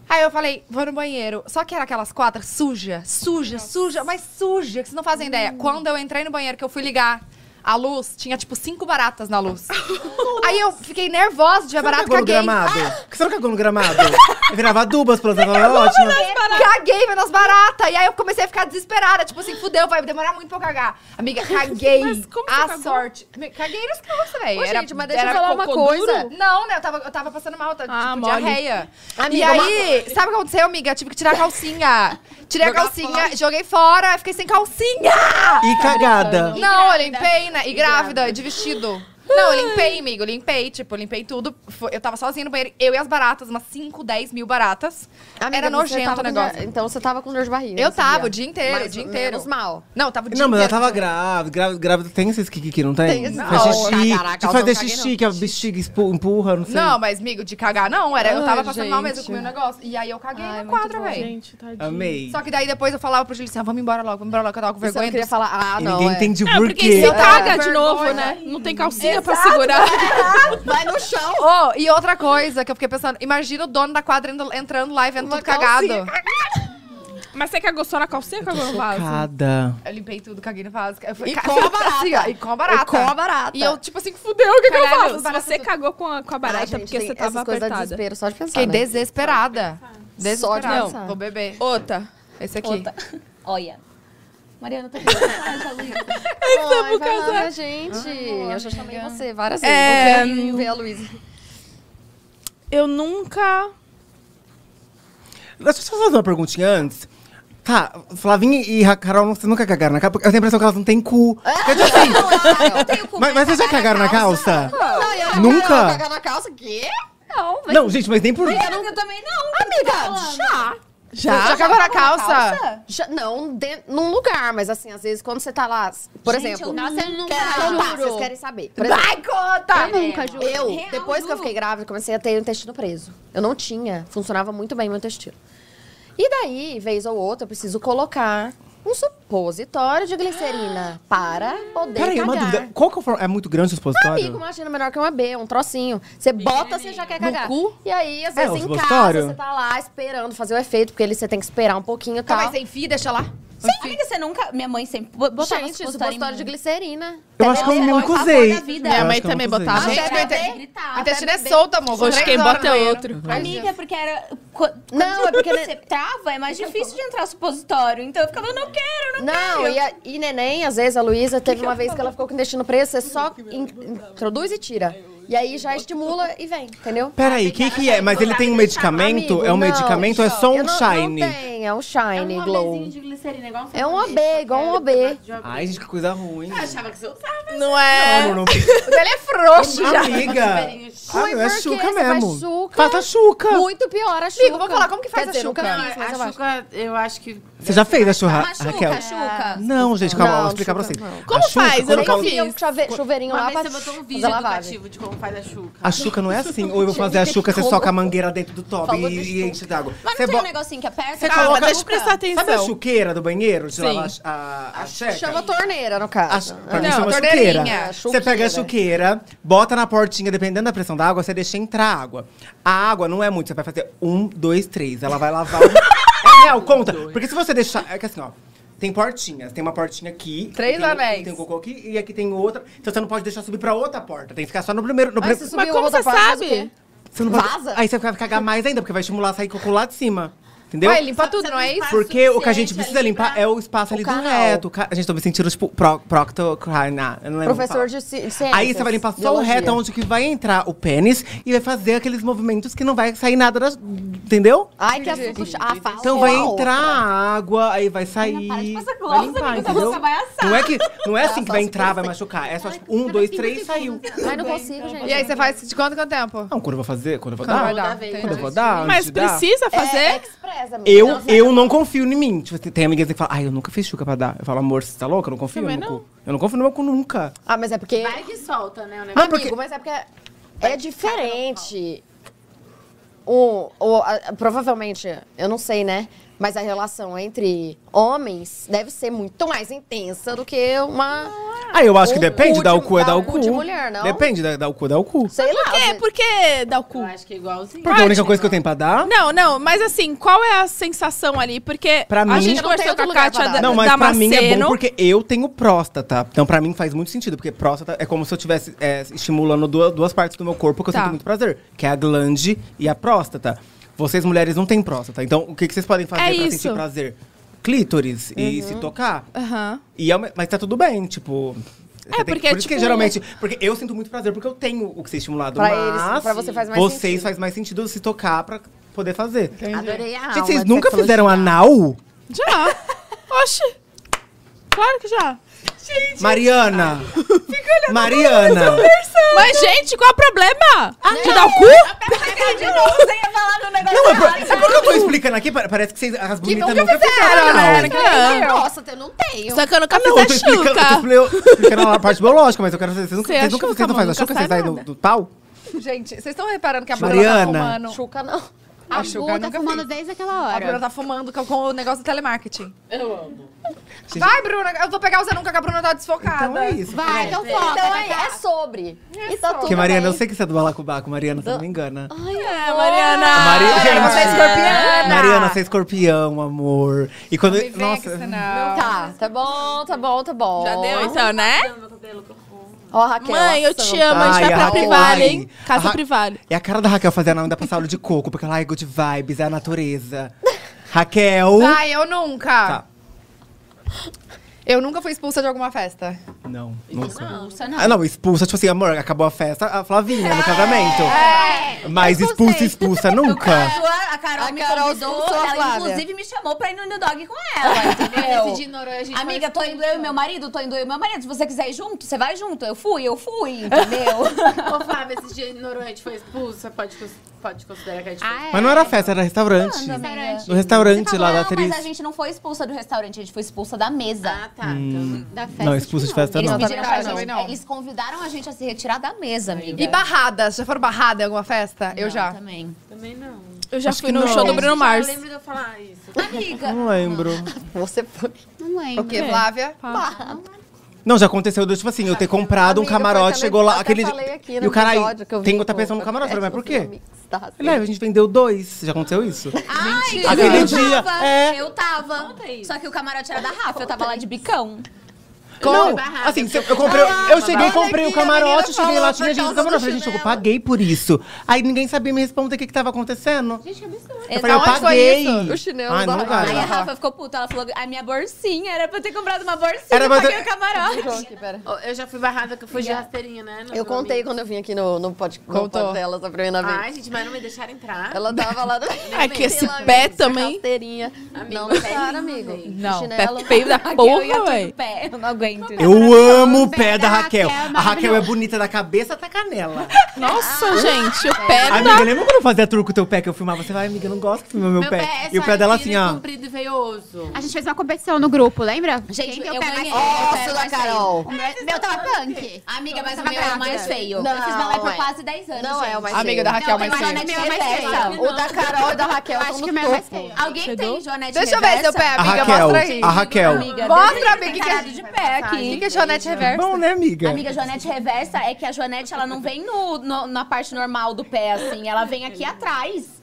Speaker 1: Aí eu falei, vou no banheiro. Só que era aquelas quadras suja, suja, suja, mas suja, que vocês não fazem
Speaker 12: Hum.
Speaker 1: ideia. Quando eu entrei no banheiro, que eu fui ligar a luz, tinha tipo cinco baratas na luz. Aí eu fiquei nervosa de ver
Speaker 6: Você não
Speaker 1: barata,
Speaker 6: cagou no
Speaker 1: caguei.
Speaker 6: gramado?
Speaker 2: Ah!
Speaker 6: Por que você não cagou no gramado? Eu virava adubas pra você, tava ótimo.
Speaker 1: Caguei nas baratas. E aí eu comecei a ficar desesperada. Tipo assim, fudeu, vai demorar muito pra eu cagar. Amiga, caguei.
Speaker 12: Mas como você
Speaker 1: a
Speaker 12: cagou?
Speaker 1: sorte. Me- Caguei nas calças, velho.
Speaker 5: Ô,
Speaker 1: Era-
Speaker 5: gente, mas deixa eu
Speaker 1: era
Speaker 5: falar uma
Speaker 1: cocô duro?
Speaker 5: coisa.
Speaker 1: Não, né? Eu tava, eu tava passando mal, tava,
Speaker 2: Ah,
Speaker 1: tipo,
Speaker 2: mole.
Speaker 1: diarreia.
Speaker 2: Amiga,
Speaker 1: e aí,
Speaker 2: uma-
Speaker 1: sabe o que aconteceu, amiga? Tive que tirar a calcinha. Tirei a
Speaker 2: Jogar
Speaker 1: calcinha, joguei fora, fiquei sem calcinha.
Speaker 6: E
Speaker 2: Tá
Speaker 6: cagada.
Speaker 1: Não, eu limpei, né? E grávida, de vestido. Não, eu limpei, amigo, eu limpei, tipo, eu limpei tudo. Foi- Eu tava sozinha no banheiro, eu e as baratas, umas 5, 10 mil baratas.
Speaker 5: Amiga,
Speaker 1: Era
Speaker 5: você
Speaker 1: nojento
Speaker 5: tava
Speaker 1: o
Speaker 5: com
Speaker 1: negócio.
Speaker 5: dor- Então você tava com dor de barriga.
Speaker 1: Eu
Speaker 5: esse dia.
Speaker 1: tava o dia inteiro,
Speaker 5: Mais
Speaker 1: o dia
Speaker 5: ou
Speaker 1: inteiro.
Speaker 5: menos mal.
Speaker 1: Não, tava o dia
Speaker 6: Não, mas ela
Speaker 1: inteiro.
Speaker 6: tava grávida. Grávida, grávida tem esses kikiki, que não tem?
Speaker 1: Tem,
Speaker 6: Faz
Speaker 1: não,
Speaker 6: xixi.
Speaker 1: caraca,
Speaker 6: Tipo,
Speaker 1: eu
Speaker 6: fazer
Speaker 1: não caguei,
Speaker 6: xixi, que a bexiga expu- empurra, não sei.
Speaker 1: Não, mas, amigo, de cagar não, era. eu tava
Speaker 5: Ai,
Speaker 1: passando mal
Speaker 5: gente.
Speaker 1: mesmo com o meu negócio. E aí eu caguei
Speaker 5: Ai,
Speaker 1: no
Speaker 5: muito
Speaker 1: quadro,
Speaker 5: bom.
Speaker 1: velho.
Speaker 2: Gente, tá
Speaker 6: É,
Speaker 2: tadinho.
Speaker 6: Amei.
Speaker 1: Só que daí depois eu falava pro Júlio assim: ah, vamos embora logo, vamos embora logo, que eu tava com
Speaker 5: Você não
Speaker 1: vergonha.
Speaker 5: queria falar, ah,
Speaker 6: E
Speaker 5: não.
Speaker 6: ninguém
Speaker 5: é.
Speaker 6: entende o
Speaker 2: É, porque
Speaker 6: porquê.
Speaker 2: se caga de
Speaker 1: vergonha.
Speaker 2: novo, né? Não tem calcinha pra
Speaker 1: Exato.
Speaker 2: segurar.
Speaker 5: Vai no chão.
Speaker 1: Oh, e outra coisa que eu fiquei pensando: imagina o dono da quadra indo- entrando lá e vendo tudo
Speaker 2: calcinha.
Speaker 1: cagado.
Speaker 2: Mas você cagou só na calcinha ou cagou no vaso?
Speaker 6: Cada.
Speaker 1: Eu limpei tudo, caguei no vaso. Eu fui-
Speaker 2: E com a barata.
Speaker 1: Assim, ó, e com a barata.
Speaker 2: E com a barata.
Speaker 1: E eu, tipo assim, fudeu, o que, que eu
Speaker 2: Caralho,
Speaker 1: faço?
Speaker 2: se você cagou com a, com a barata
Speaker 5: Ai, gente,
Speaker 2: porque
Speaker 5: tem
Speaker 2: você tava
Speaker 5: essas coisas dá
Speaker 2: apertada.
Speaker 5: desespero, só de pensar,
Speaker 1: Fiquei
Speaker 5: né?
Speaker 1: desesperada.
Speaker 5: Só de
Speaker 1: Desesperada.
Speaker 5: pensar.
Speaker 1: Não, vou beber.
Speaker 2: Outra.
Speaker 1: Esse aqui.
Speaker 12: Outra. Olha. Mariana, tá vendo?
Speaker 2: pro
Speaker 5: Ai, vai lá,
Speaker 2: casar.
Speaker 5: né,
Speaker 1: Ah,
Speaker 5: gente. eu já chamei você várias vezes.
Speaker 2: É,
Speaker 5: Eu quero ver a Luísa.
Speaker 2: Eu nunca...
Speaker 6: Deixa eu só fazer uma perguntinha antes. Tá, Flavinha e a Carol, vocês nunca cagaram na calça? Porque eu tenho a impressão que elas não têm cu. Eu digo assim, mas, mas vocês já cagaram na calça?
Speaker 5: Não, eu
Speaker 6: Nunca?
Speaker 5: quero cagar na calça, quê? Não,
Speaker 6: Não, gente, mas nem por...
Speaker 12: Eu também não.
Speaker 5: Amiga, já.
Speaker 1: Tá
Speaker 5: Tá
Speaker 1: Já? Já cagou na calça?
Speaker 5: Já- não, de, num lugar, mas assim, às vezes quando você tá lá, por
Speaker 12: Gente,
Speaker 5: exemplo.
Speaker 12: eu
Speaker 7: Nossa, eu nunca,
Speaker 5: Quero
Speaker 7: juro.
Speaker 5: contar, vocês querem saber. Por exemplo,
Speaker 1: Vai,
Speaker 6: Tá.
Speaker 1: conta!
Speaker 7: Eu nunca, juro.
Speaker 5: Eu,
Speaker 12: Real,
Speaker 5: depois que eu
Speaker 12: juro.
Speaker 5: fiquei grávida, comecei a ter o intestino preso. Eu não tinha, funcionava muito bem meu intestino. E daí, vez ou outra, eu preciso colocar um supositório de glicerina para poder
Speaker 6: Peraí,
Speaker 5: cagar.
Speaker 6: uma dúvida. Qual que é o formato? É muito grande o expositório?
Speaker 5: Amigo, imagina menor que uma B, um trocinho. Você bota, você já quer
Speaker 6: No
Speaker 5: cagar.
Speaker 6: cu?
Speaker 5: E aí, às
Speaker 6: É,
Speaker 5: vezes,
Speaker 6: o
Speaker 5: em casa,
Speaker 6: supositório?
Speaker 5: você tá lá esperando fazer o efeito, porque ele, você tem que esperar um pouquinho e
Speaker 1: Tá,
Speaker 5: tal.
Speaker 1: mas sem fio, deixa lá.
Speaker 12: Sim, amiga, você nunca. Minha mãe sempre bo- botava
Speaker 5: Gente,
Speaker 12: supositório
Speaker 5: supositório
Speaker 12: em
Speaker 5: de
Speaker 12: mim.
Speaker 5: glicerina.
Speaker 6: Eu acho que eu
Speaker 12: Ela é
Speaker 6: nunca
Speaker 12: a
Speaker 6: usei.
Speaker 12: avó da vida.
Speaker 6: Eu
Speaker 2: Minha
Speaker 6: acho
Speaker 2: mãe
Speaker 6: que eu
Speaker 2: também
Speaker 6: nunca usei.
Speaker 2: botava.
Speaker 1: Gente, meu inte-
Speaker 12: gritar.
Speaker 1: meu intestino é solto, amor. Vou
Speaker 2: Hoje
Speaker 1: três
Speaker 2: quem
Speaker 1: horas
Speaker 2: bota
Speaker 1: no
Speaker 2: é
Speaker 1: banheiro.
Speaker 2: outro.
Speaker 12: Amiga, porque era. co-
Speaker 5: Não, é porque-
Speaker 12: você trava, é mais difícil de entrar supositório. Então eu ficava, eu não quero, eu não,
Speaker 5: Não,
Speaker 12: quero.
Speaker 5: e, a- e neném, às vezes, a Luísa, teve uma vez que ela ficou com o intestino preso, você só in- introduz e tira. E aí já estimula e vem, entendeu?
Speaker 6: Peraí, o que que é? Mas ele tem um medicamento?
Speaker 5: Amigo,
Speaker 6: é um
Speaker 5: não,
Speaker 6: medicamento? ou É só
Speaker 5: eu
Speaker 6: um
Speaker 5: não-
Speaker 6: shine?
Speaker 5: Não tem. Shine, é um Shine
Speaker 8: um
Speaker 5: Glow.
Speaker 8: OBzinho de glicerina, igual
Speaker 5: É um OB, igual um OB.
Speaker 6: Ai, gente, que coisa ruim.
Speaker 8: Eu achava que você usava.
Speaker 6: Não é. Não, amor, não.
Speaker 5: Ele é frouxo já.
Speaker 6: Amiga.
Speaker 5: por quê?
Speaker 6: Ah, meu, é chuca
Speaker 5: Você faz
Speaker 6: mesmo. tá
Speaker 5: chuca?
Speaker 6: Faça chuca.
Speaker 5: Muito pior a chuca.
Speaker 1: Amigo, vamos falar como que faz
Speaker 5: Quer
Speaker 1: a
Speaker 5: dizer,
Speaker 1: chuca?
Speaker 5: nunca
Speaker 1: Não,
Speaker 5: fiz,
Speaker 1: a
Speaker 5: mas eu acho.
Speaker 3: eu acho que.
Speaker 6: Você já fez a churra,
Speaker 3: Mas chuca,
Speaker 6: Raquel?
Speaker 3: chuca.
Speaker 6: Não, gente, calma,
Speaker 3: Não,
Speaker 6: eu vou explicar pra
Speaker 3: chuca,
Speaker 6: vocês.
Speaker 3: não.
Speaker 6: A chuca, quando eu colo-
Speaker 5: um chave- chuveirinho
Speaker 3: Uma
Speaker 5: lá
Speaker 3: vez
Speaker 5: pra
Speaker 3: você botou um
Speaker 5: fazer
Speaker 3: vídeo
Speaker 5: a lavagem.
Speaker 3: educativo de como faz a chuca.
Speaker 6: A chuca não é assim. Ou eu vou fazer a
Speaker 3: Gente,
Speaker 6: chuca, você
Speaker 3: como?
Speaker 6: soca a mangueira dentro do top
Speaker 3: Falou de
Speaker 6: e
Speaker 3: chuca.
Speaker 6: enche d'água.
Speaker 9: Mas
Speaker 6: Você
Speaker 9: não tem um
Speaker 6: bo-
Speaker 9: negocinho que aperta?
Speaker 6: Você
Speaker 9: Ah,
Speaker 6: coloca
Speaker 9: mas
Speaker 6: a chuca. Sabe a chuqueira do banheiro? De
Speaker 9: Sim.
Speaker 6: lavar a, a, a checa?
Speaker 5: Chama torneira, no caso.
Speaker 6: Pra mim chama chuqueira. Você pega a chuqueira, bota na portinha, dependendo da pressão da água, você deixa entrar água. A água não é muito, você vai fazer um, dois, três. Ela vai lavar o. é real, conta. Porque se você deixar. É que assim, ó. Tem portinhas. Tem uma portinha aqui.
Speaker 1: Três
Speaker 6: tem,
Speaker 1: anéis.
Speaker 6: Tem um cocô aqui e aqui tem outra. Então você não pode deixar subir pra outra porta. Tem que ficar só no primeiro. No
Speaker 1: Mas
Speaker 6: prim-
Speaker 1: se subir Mas como
Speaker 4: tá
Speaker 1: outra você porta, faz o sabe? quê?
Speaker 6: Você não pode-
Speaker 1: Vaza?
Speaker 6: Aí você vai cagar mais ainda, porque vai estimular a sair cocô lá de cima. Entendeu?
Speaker 1: Vai, limpa tudo, não é isso?
Speaker 6: Porque o que a gente precisa limpar é o espaço ali do
Speaker 1: canal.
Speaker 6: reto. Ca- A gente tá me sentindo, tipo, pro, procto... Ai, não, eu não lembro
Speaker 5: Professor
Speaker 6: como
Speaker 5: de
Speaker 6: fala.
Speaker 5: ci- ciências.
Speaker 6: Aí você vai limpar só o
Speaker 5: biologia.
Speaker 6: reto é um onde que vai entrar o pênis e vai fazer aqueles movimentos que não vai sair nada das... Entendeu?
Speaker 5: Ai, que assunto chato. Ah,
Speaker 6: Então vai entrar a água, aí vai sair, vai limpar, entendeu? Não é, que, não
Speaker 5: Tá,
Speaker 6: é assim que vai entrar, vai machucar. É só tipo, um, dois, três, saiu.
Speaker 1: Ai, não consigo, gente. E aí, você faz de quanto em quanto tempo?
Speaker 6: Não, quando eu vou fazer, quando eu vou
Speaker 1: Quando
Speaker 6: dar.
Speaker 1: vai dar,
Speaker 6: Quando eu
Speaker 1: entendi.
Speaker 6: vou dar,
Speaker 1: Mas
Speaker 6: antes de dar.
Speaker 1: precisa fazer?
Speaker 5: É, expressa, amiga.
Speaker 6: Eu, eu não confio em mim. Tipo, tem- tem amigas que falam, ai, eu nunca fiz chuca pra dar. Eu falo, amor, você tá louca? Eu não confio no
Speaker 5: Também
Speaker 6: meu
Speaker 5: não.
Speaker 6: cu. Eu não confio no meu cu nunca.
Speaker 5: Ah, mas é porque...
Speaker 8: Vai que solta, né? O
Speaker 5: Amigo,
Speaker 8: negócio.
Speaker 5: mas é porque é diferente. O, o, a- provavelmente, eu não sei, né? Mas a relação entre homens deve ser muito mais intensa do que uma.
Speaker 6: Ah, eu acho que
Speaker 5: um
Speaker 6: depende,
Speaker 5: cu
Speaker 6: dar o
Speaker 5: de-
Speaker 6: cu é dar o
Speaker 5: cu
Speaker 6: cu.
Speaker 5: de mulher, não?
Speaker 6: Depende, dar dar o cu é dar o cu.
Speaker 5: Sei lá.
Speaker 2: Por que dá o cu? Eu
Speaker 8: acho que é igualzinho.
Speaker 6: Porque a única coisa que eu tenho pra dar.
Speaker 2: Não, não, mas assim, qual é a sensação ali? Porque
Speaker 6: Pra mim,
Speaker 2: a gente conversou com a Kátia da,
Speaker 6: Não, mas
Speaker 5: Tá
Speaker 6: pra mim é
Speaker 2: Damasceno.
Speaker 6: bom porque eu tenho próstata. Então pra mim faz muito sentido, porque próstata é como se eu estivesse é, estimulando duas, duas partes do meu corpo que eu
Speaker 2: Tá.
Speaker 6: sinto muito prazer, que é a glande e a próstata. Vocês mulheres não têm próstata, então o que, que vocês podem fazer
Speaker 2: É
Speaker 6: pra
Speaker 2: isso.
Speaker 6: sentir prazer? Clítoris
Speaker 5: Uhum.
Speaker 6: e se tocar.
Speaker 2: Aham.
Speaker 6: E é uma- mas tá tudo bem, tipo. você tem que-
Speaker 2: porque,
Speaker 6: por isso que
Speaker 2: tipo,
Speaker 6: geralmente. Porque eu sinto muito prazer, porque eu tenho o que ser estimulado.
Speaker 5: Pra
Speaker 6: mas
Speaker 5: eles- pra você faz mais
Speaker 6: vocês
Speaker 5: sentido.
Speaker 6: faz mais sentido se tocar pra poder fazer.
Speaker 5: Adorei a
Speaker 6: Gente,
Speaker 5: aula
Speaker 6: vocês
Speaker 5: de
Speaker 6: nunca
Speaker 5: sexologia.
Speaker 6: fizeram anal?
Speaker 2: Já. Oxi. Claro que já.
Speaker 6: Mariana! Mariana!
Speaker 2: Mas, gente, qual é o problema? De dar o cu?
Speaker 8: De novo, você ia falar no negócio
Speaker 6: Não, é por-
Speaker 8: errado.
Speaker 6: é porque eu tô explicando aqui, pa- parece que vocês, as bonitas
Speaker 8: nunca
Speaker 6: nunca
Speaker 8: fizeram,
Speaker 6: fizeram
Speaker 8: né?
Speaker 6: anal.
Speaker 8: Que nem eu.
Speaker 9: Nossa, eu não tenho.
Speaker 2: Só que eu nunca
Speaker 6: Não, eu tô
Speaker 2: fiz a
Speaker 6: explicando, eu
Speaker 2: chuca.
Speaker 6: tô expli- explicando a parte biológica, mas eu quero saber. Vocês nunca,
Speaker 2: Sei a
Speaker 6: vocês nunca,
Speaker 2: chuca,
Speaker 6: vocês não
Speaker 2: amor,
Speaker 6: fazem a
Speaker 2: nunca
Speaker 6: chuca,
Speaker 2: sai
Speaker 6: vocês saem no,
Speaker 2: nada.
Speaker 6: do pau?
Speaker 1: Gente, vocês estão reparando que a Bruna tá
Speaker 6: Mariana.
Speaker 1: fumando.
Speaker 5: Chuca não.
Speaker 1: A tá
Speaker 7: A
Speaker 1: Chuca
Speaker 7: Buda
Speaker 1: nunca
Speaker 7: fumando
Speaker 1: fez.
Speaker 7: desde aquela hora.
Speaker 1: A Bruna tá fumando com, com o negócio do telemarketing.
Speaker 8: Eu amo.
Speaker 1: Vai, Bruna, eu vou pegar você nunca, que a Bruna tá desfocada.
Speaker 6: Então é isso.
Speaker 7: Vai, então foca.
Speaker 5: Então é,
Speaker 7: Cacá.
Speaker 5: é sobre. E tá tudo
Speaker 6: Porque, Mariana, eu
Speaker 5: bem.
Speaker 6: sei que você é do balacobaco, Mariana, se eu não me engana.
Speaker 2: É, Mariana.
Speaker 6: Mari-
Speaker 1: Mariana,
Speaker 6: Gente,
Speaker 1: você é escorpiana.
Speaker 6: Mariana, você é escorpião, amor. E quando.
Speaker 1: Não me vem com
Speaker 6: Nossa.
Speaker 1: isso, não.
Speaker 5: Tá, tá bom, tá bom, tá bom.
Speaker 2: Já deu, então, né?
Speaker 5: Ó, Raquel.
Speaker 2: Mãe, eu te
Speaker 5: ação.
Speaker 2: amo. A gente vai
Speaker 6: Ai, a
Speaker 2: pra
Speaker 6: Raquel,
Speaker 2: privada,
Speaker 6: ai.
Speaker 2: hein? Casa
Speaker 6: A Ra-
Speaker 2: privada.
Speaker 6: É a cara da Raquel fazer a nome da passada de coco, porque ela é good vibes, é a natureza. Raquel.
Speaker 1: Vai, eu nunca.
Speaker 6: Tá.
Speaker 1: Eu nunca fui expulsa de alguma
Speaker 8: É.
Speaker 1: festa.
Speaker 6: Não, nunca.
Speaker 9: Não, isso não.
Speaker 6: Ah, não, expulsa, tipo assim, amor, acabou a festa, a Flavinha no casamento. Mas expulsa, expulsa
Speaker 9: A,
Speaker 6: nunca.
Speaker 9: Joa- a Carol
Speaker 5: A
Speaker 9: me
Speaker 5: Carol
Speaker 9: convidou,
Speaker 5: expulsou a
Speaker 9: ela
Speaker 5: Flávia.
Speaker 9: inclusive me chamou pra ir no New Dog com ela, entendeu?
Speaker 10: Esse de Noronha, a gente
Speaker 9: Amiga, tô
Speaker 10: foi
Speaker 9: indo eu e meu marido, tô indo eu e meu marido. Se você quiser ir junto, você vai junto. Eu fui, eu fui, entendeu?
Speaker 8: Ô, Flávia, esse dia em Noronha a gente foi expulsa. Pode, cons- pode considerar que a gente foi.
Speaker 7: Ah, é.
Speaker 6: Mas não era festa, era restaurante.
Speaker 7: Restaurante.
Speaker 6: No restaurante
Speaker 9: Você
Speaker 6: lá da
Speaker 9: falou, "Não,
Speaker 6: atriz.
Speaker 9: Mas a gente não foi expulsa do restaurante, a gente foi expulsa da mesa.
Speaker 8: Ah, tá. Então,
Speaker 7: Da festa.
Speaker 6: Não, expulsa de festa
Speaker 9: Eles
Speaker 6: não.
Speaker 9: pediram pra
Speaker 1: Não,
Speaker 9: gente.
Speaker 1: não.
Speaker 9: Eles convidaram a gente a se retirar da mesa, amiga.
Speaker 1: E barradas? Já foram barrada em alguma festa? eu já.
Speaker 9: Também.
Speaker 8: também não.
Speaker 2: Eu já
Speaker 6: Acho
Speaker 2: fui
Speaker 6: que
Speaker 2: no
Speaker 6: não.
Speaker 2: show do
Speaker 6: Gente,
Speaker 2: Bruno
Speaker 8: Eu
Speaker 2: Mars.
Speaker 8: lembro de eu falar isso.
Speaker 9: Amiga,
Speaker 6: Não lembro.
Speaker 5: Você foi.
Speaker 7: Não lembro.
Speaker 1: O quê, Flávia?
Speaker 6: Não, já aconteceu, do tipo assim, eu ter comprado um
Speaker 5: Amiga, foi
Speaker 6: camarote,
Speaker 5: também-
Speaker 6: chegou lá,
Speaker 5: até
Speaker 6: aquele.
Speaker 5: falei aqui no
Speaker 6: e o cara aí,
Speaker 5: episódio que eu
Speaker 6: tem
Speaker 5: vim
Speaker 6: outra
Speaker 5: com-
Speaker 6: pessoa no
Speaker 5: com
Speaker 6: camarote, mas por
Speaker 5: Pérolas
Speaker 6: quê?
Speaker 5: Mixtas.
Speaker 6: Ele, "Ah, a gente vendeu dois. Já aconteceu isso?
Speaker 9: Mentira.
Speaker 6: Aquele
Speaker 9: eu
Speaker 6: dia,
Speaker 9: Tava,
Speaker 6: é.
Speaker 9: Eu tava. Só que o camarote era da Rafa, eu tava lá de bicão.
Speaker 6: Com,
Speaker 8: Não, barraca,
Speaker 6: assim, se eu,
Speaker 8: porque-
Speaker 6: eu comprei.
Speaker 8: Ah,
Speaker 6: eu cheguei
Speaker 8: olha
Speaker 6: e comprei
Speaker 8: aqui,
Speaker 6: o
Speaker 8: a
Speaker 6: camarote,
Speaker 8: menina
Speaker 6: cheguei lá,
Speaker 8: falou
Speaker 6: tinha
Speaker 8: da
Speaker 6: gente do
Speaker 8: calça
Speaker 6: camarote.
Speaker 8: do
Speaker 6: Falei, gente, eu
Speaker 8: chinelo.
Speaker 6: paguei por isso. Aí ninguém sabia me responder o que, que tava acontecendo.
Speaker 17: Gente, que absurdo.
Speaker 6: Eu falei, eu
Speaker 17: Aonde foi
Speaker 6: paguei.
Speaker 17: isso?
Speaker 6: O chinelo Ai, da não Rafa. vale.
Speaker 17: Aí a Rafa ficou puta. Ela falou, a minha bolsinha, era pra eu ter comprado uma bolsinha
Speaker 5: Era pra
Speaker 17: pra
Speaker 5: ter-
Speaker 17: ter... o camarote.
Speaker 8: Eu já fui barrada que eu fui de
Speaker 5: Obrigada.
Speaker 8: rasteirinha, né? no
Speaker 5: Eu
Speaker 8: meu
Speaker 5: contei
Speaker 8: amigo.
Speaker 5: quando eu vim aqui no, no pod- no
Speaker 8: Contou.
Speaker 5: pod delas a primeira vez.
Speaker 8: Ai, gente, mas não me deixaram entrar.
Speaker 5: Ela tava lá no...
Speaker 2: É que esse pé também.
Speaker 5: Rasteirinha. Não, não para, amigo.
Speaker 2: Não, pé
Speaker 5: Chinelo.
Speaker 2: feio da porra,
Speaker 17: Tudo
Speaker 2: velho.
Speaker 17: pé, eu não aguento.
Speaker 6: Eu amo o pé da Raquel. A Raquel é bonita da cabeça até a canela.
Speaker 2: Nossa, gente, o pé
Speaker 6: Amiga, lembra quando eu fazia truco com o teu pé que eu filmava? Você vai, amiga, eu não gosto que filma meu,
Speaker 7: Meu
Speaker 6: pé.
Speaker 7: pé é
Speaker 6: E o
Speaker 7: só
Speaker 6: pé dela assim,
Speaker 7: aquele
Speaker 6: ó.
Speaker 8: Comprido e veioso.
Speaker 7: A gente fez uma competição no grupo, lembra?
Speaker 17: Gente,
Speaker 7: tem o
Speaker 17: eu
Speaker 7: pé mais
Speaker 17: ganhei. eu
Speaker 7: feio?
Speaker 5: Nossa,
Speaker 17: quero
Speaker 5: da
Speaker 17: mais
Speaker 5: Carol.
Speaker 17: feio. O meu- Meu tava punk.
Speaker 9: Amiga, mas o
Speaker 17: Tava
Speaker 9: meu é o mais
Speaker 17: grávida.
Speaker 9: feio.
Speaker 17: Eu
Speaker 9: eu
Speaker 17: fiz
Speaker 9: fiz
Speaker 17: balé
Speaker 9: balé é
Speaker 17: por
Speaker 9: quase 10 anos.
Speaker 5: Não é o mais
Speaker 9: Amiga
Speaker 5: feio.
Speaker 9: da Raquel,
Speaker 5: Não,
Speaker 9: mais
Speaker 5: eu acho
Speaker 9: feio.
Speaker 5: que o
Speaker 9: Meu é
Speaker 5: meu
Speaker 9: mais
Speaker 5: é
Speaker 9: feio.
Speaker 5: essa. O da Carol e da Raquel
Speaker 7: Eu
Speaker 5: estão
Speaker 7: acho
Speaker 5: no
Speaker 7: que o meu é mais
Speaker 5: topo.
Speaker 7: feio.
Speaker 9: Alguém tem Joanete
Speaker 1: Deixa eu ver
Speaker 9: reversa?
Speaker 1: seu pé,
Speaker 6: A
Speaker 1: amiga.
Speaker 6: Raquel,
Speaker 1: Mostra aí.
Speaker 6: a Raquel.
Speaker 9: Amiga,
Speaker 1: Mostra,
Speaker 9: desenho
Speaker 1: amiga, o que,
Speaker 9: caralho
Speaker 1: que,
Speaker 9: de pé
Speaker 1: que,
Speaker 9: aqui.
Speaker 1: que é Joanete Reversa?
Speaker 6: Bom, né, amiga?
Speaker 9: Amiga, Joanete reversa é que a Joanete, ela não vem no, no- na parte normal do pé, assim. Ela vem aqui atrás.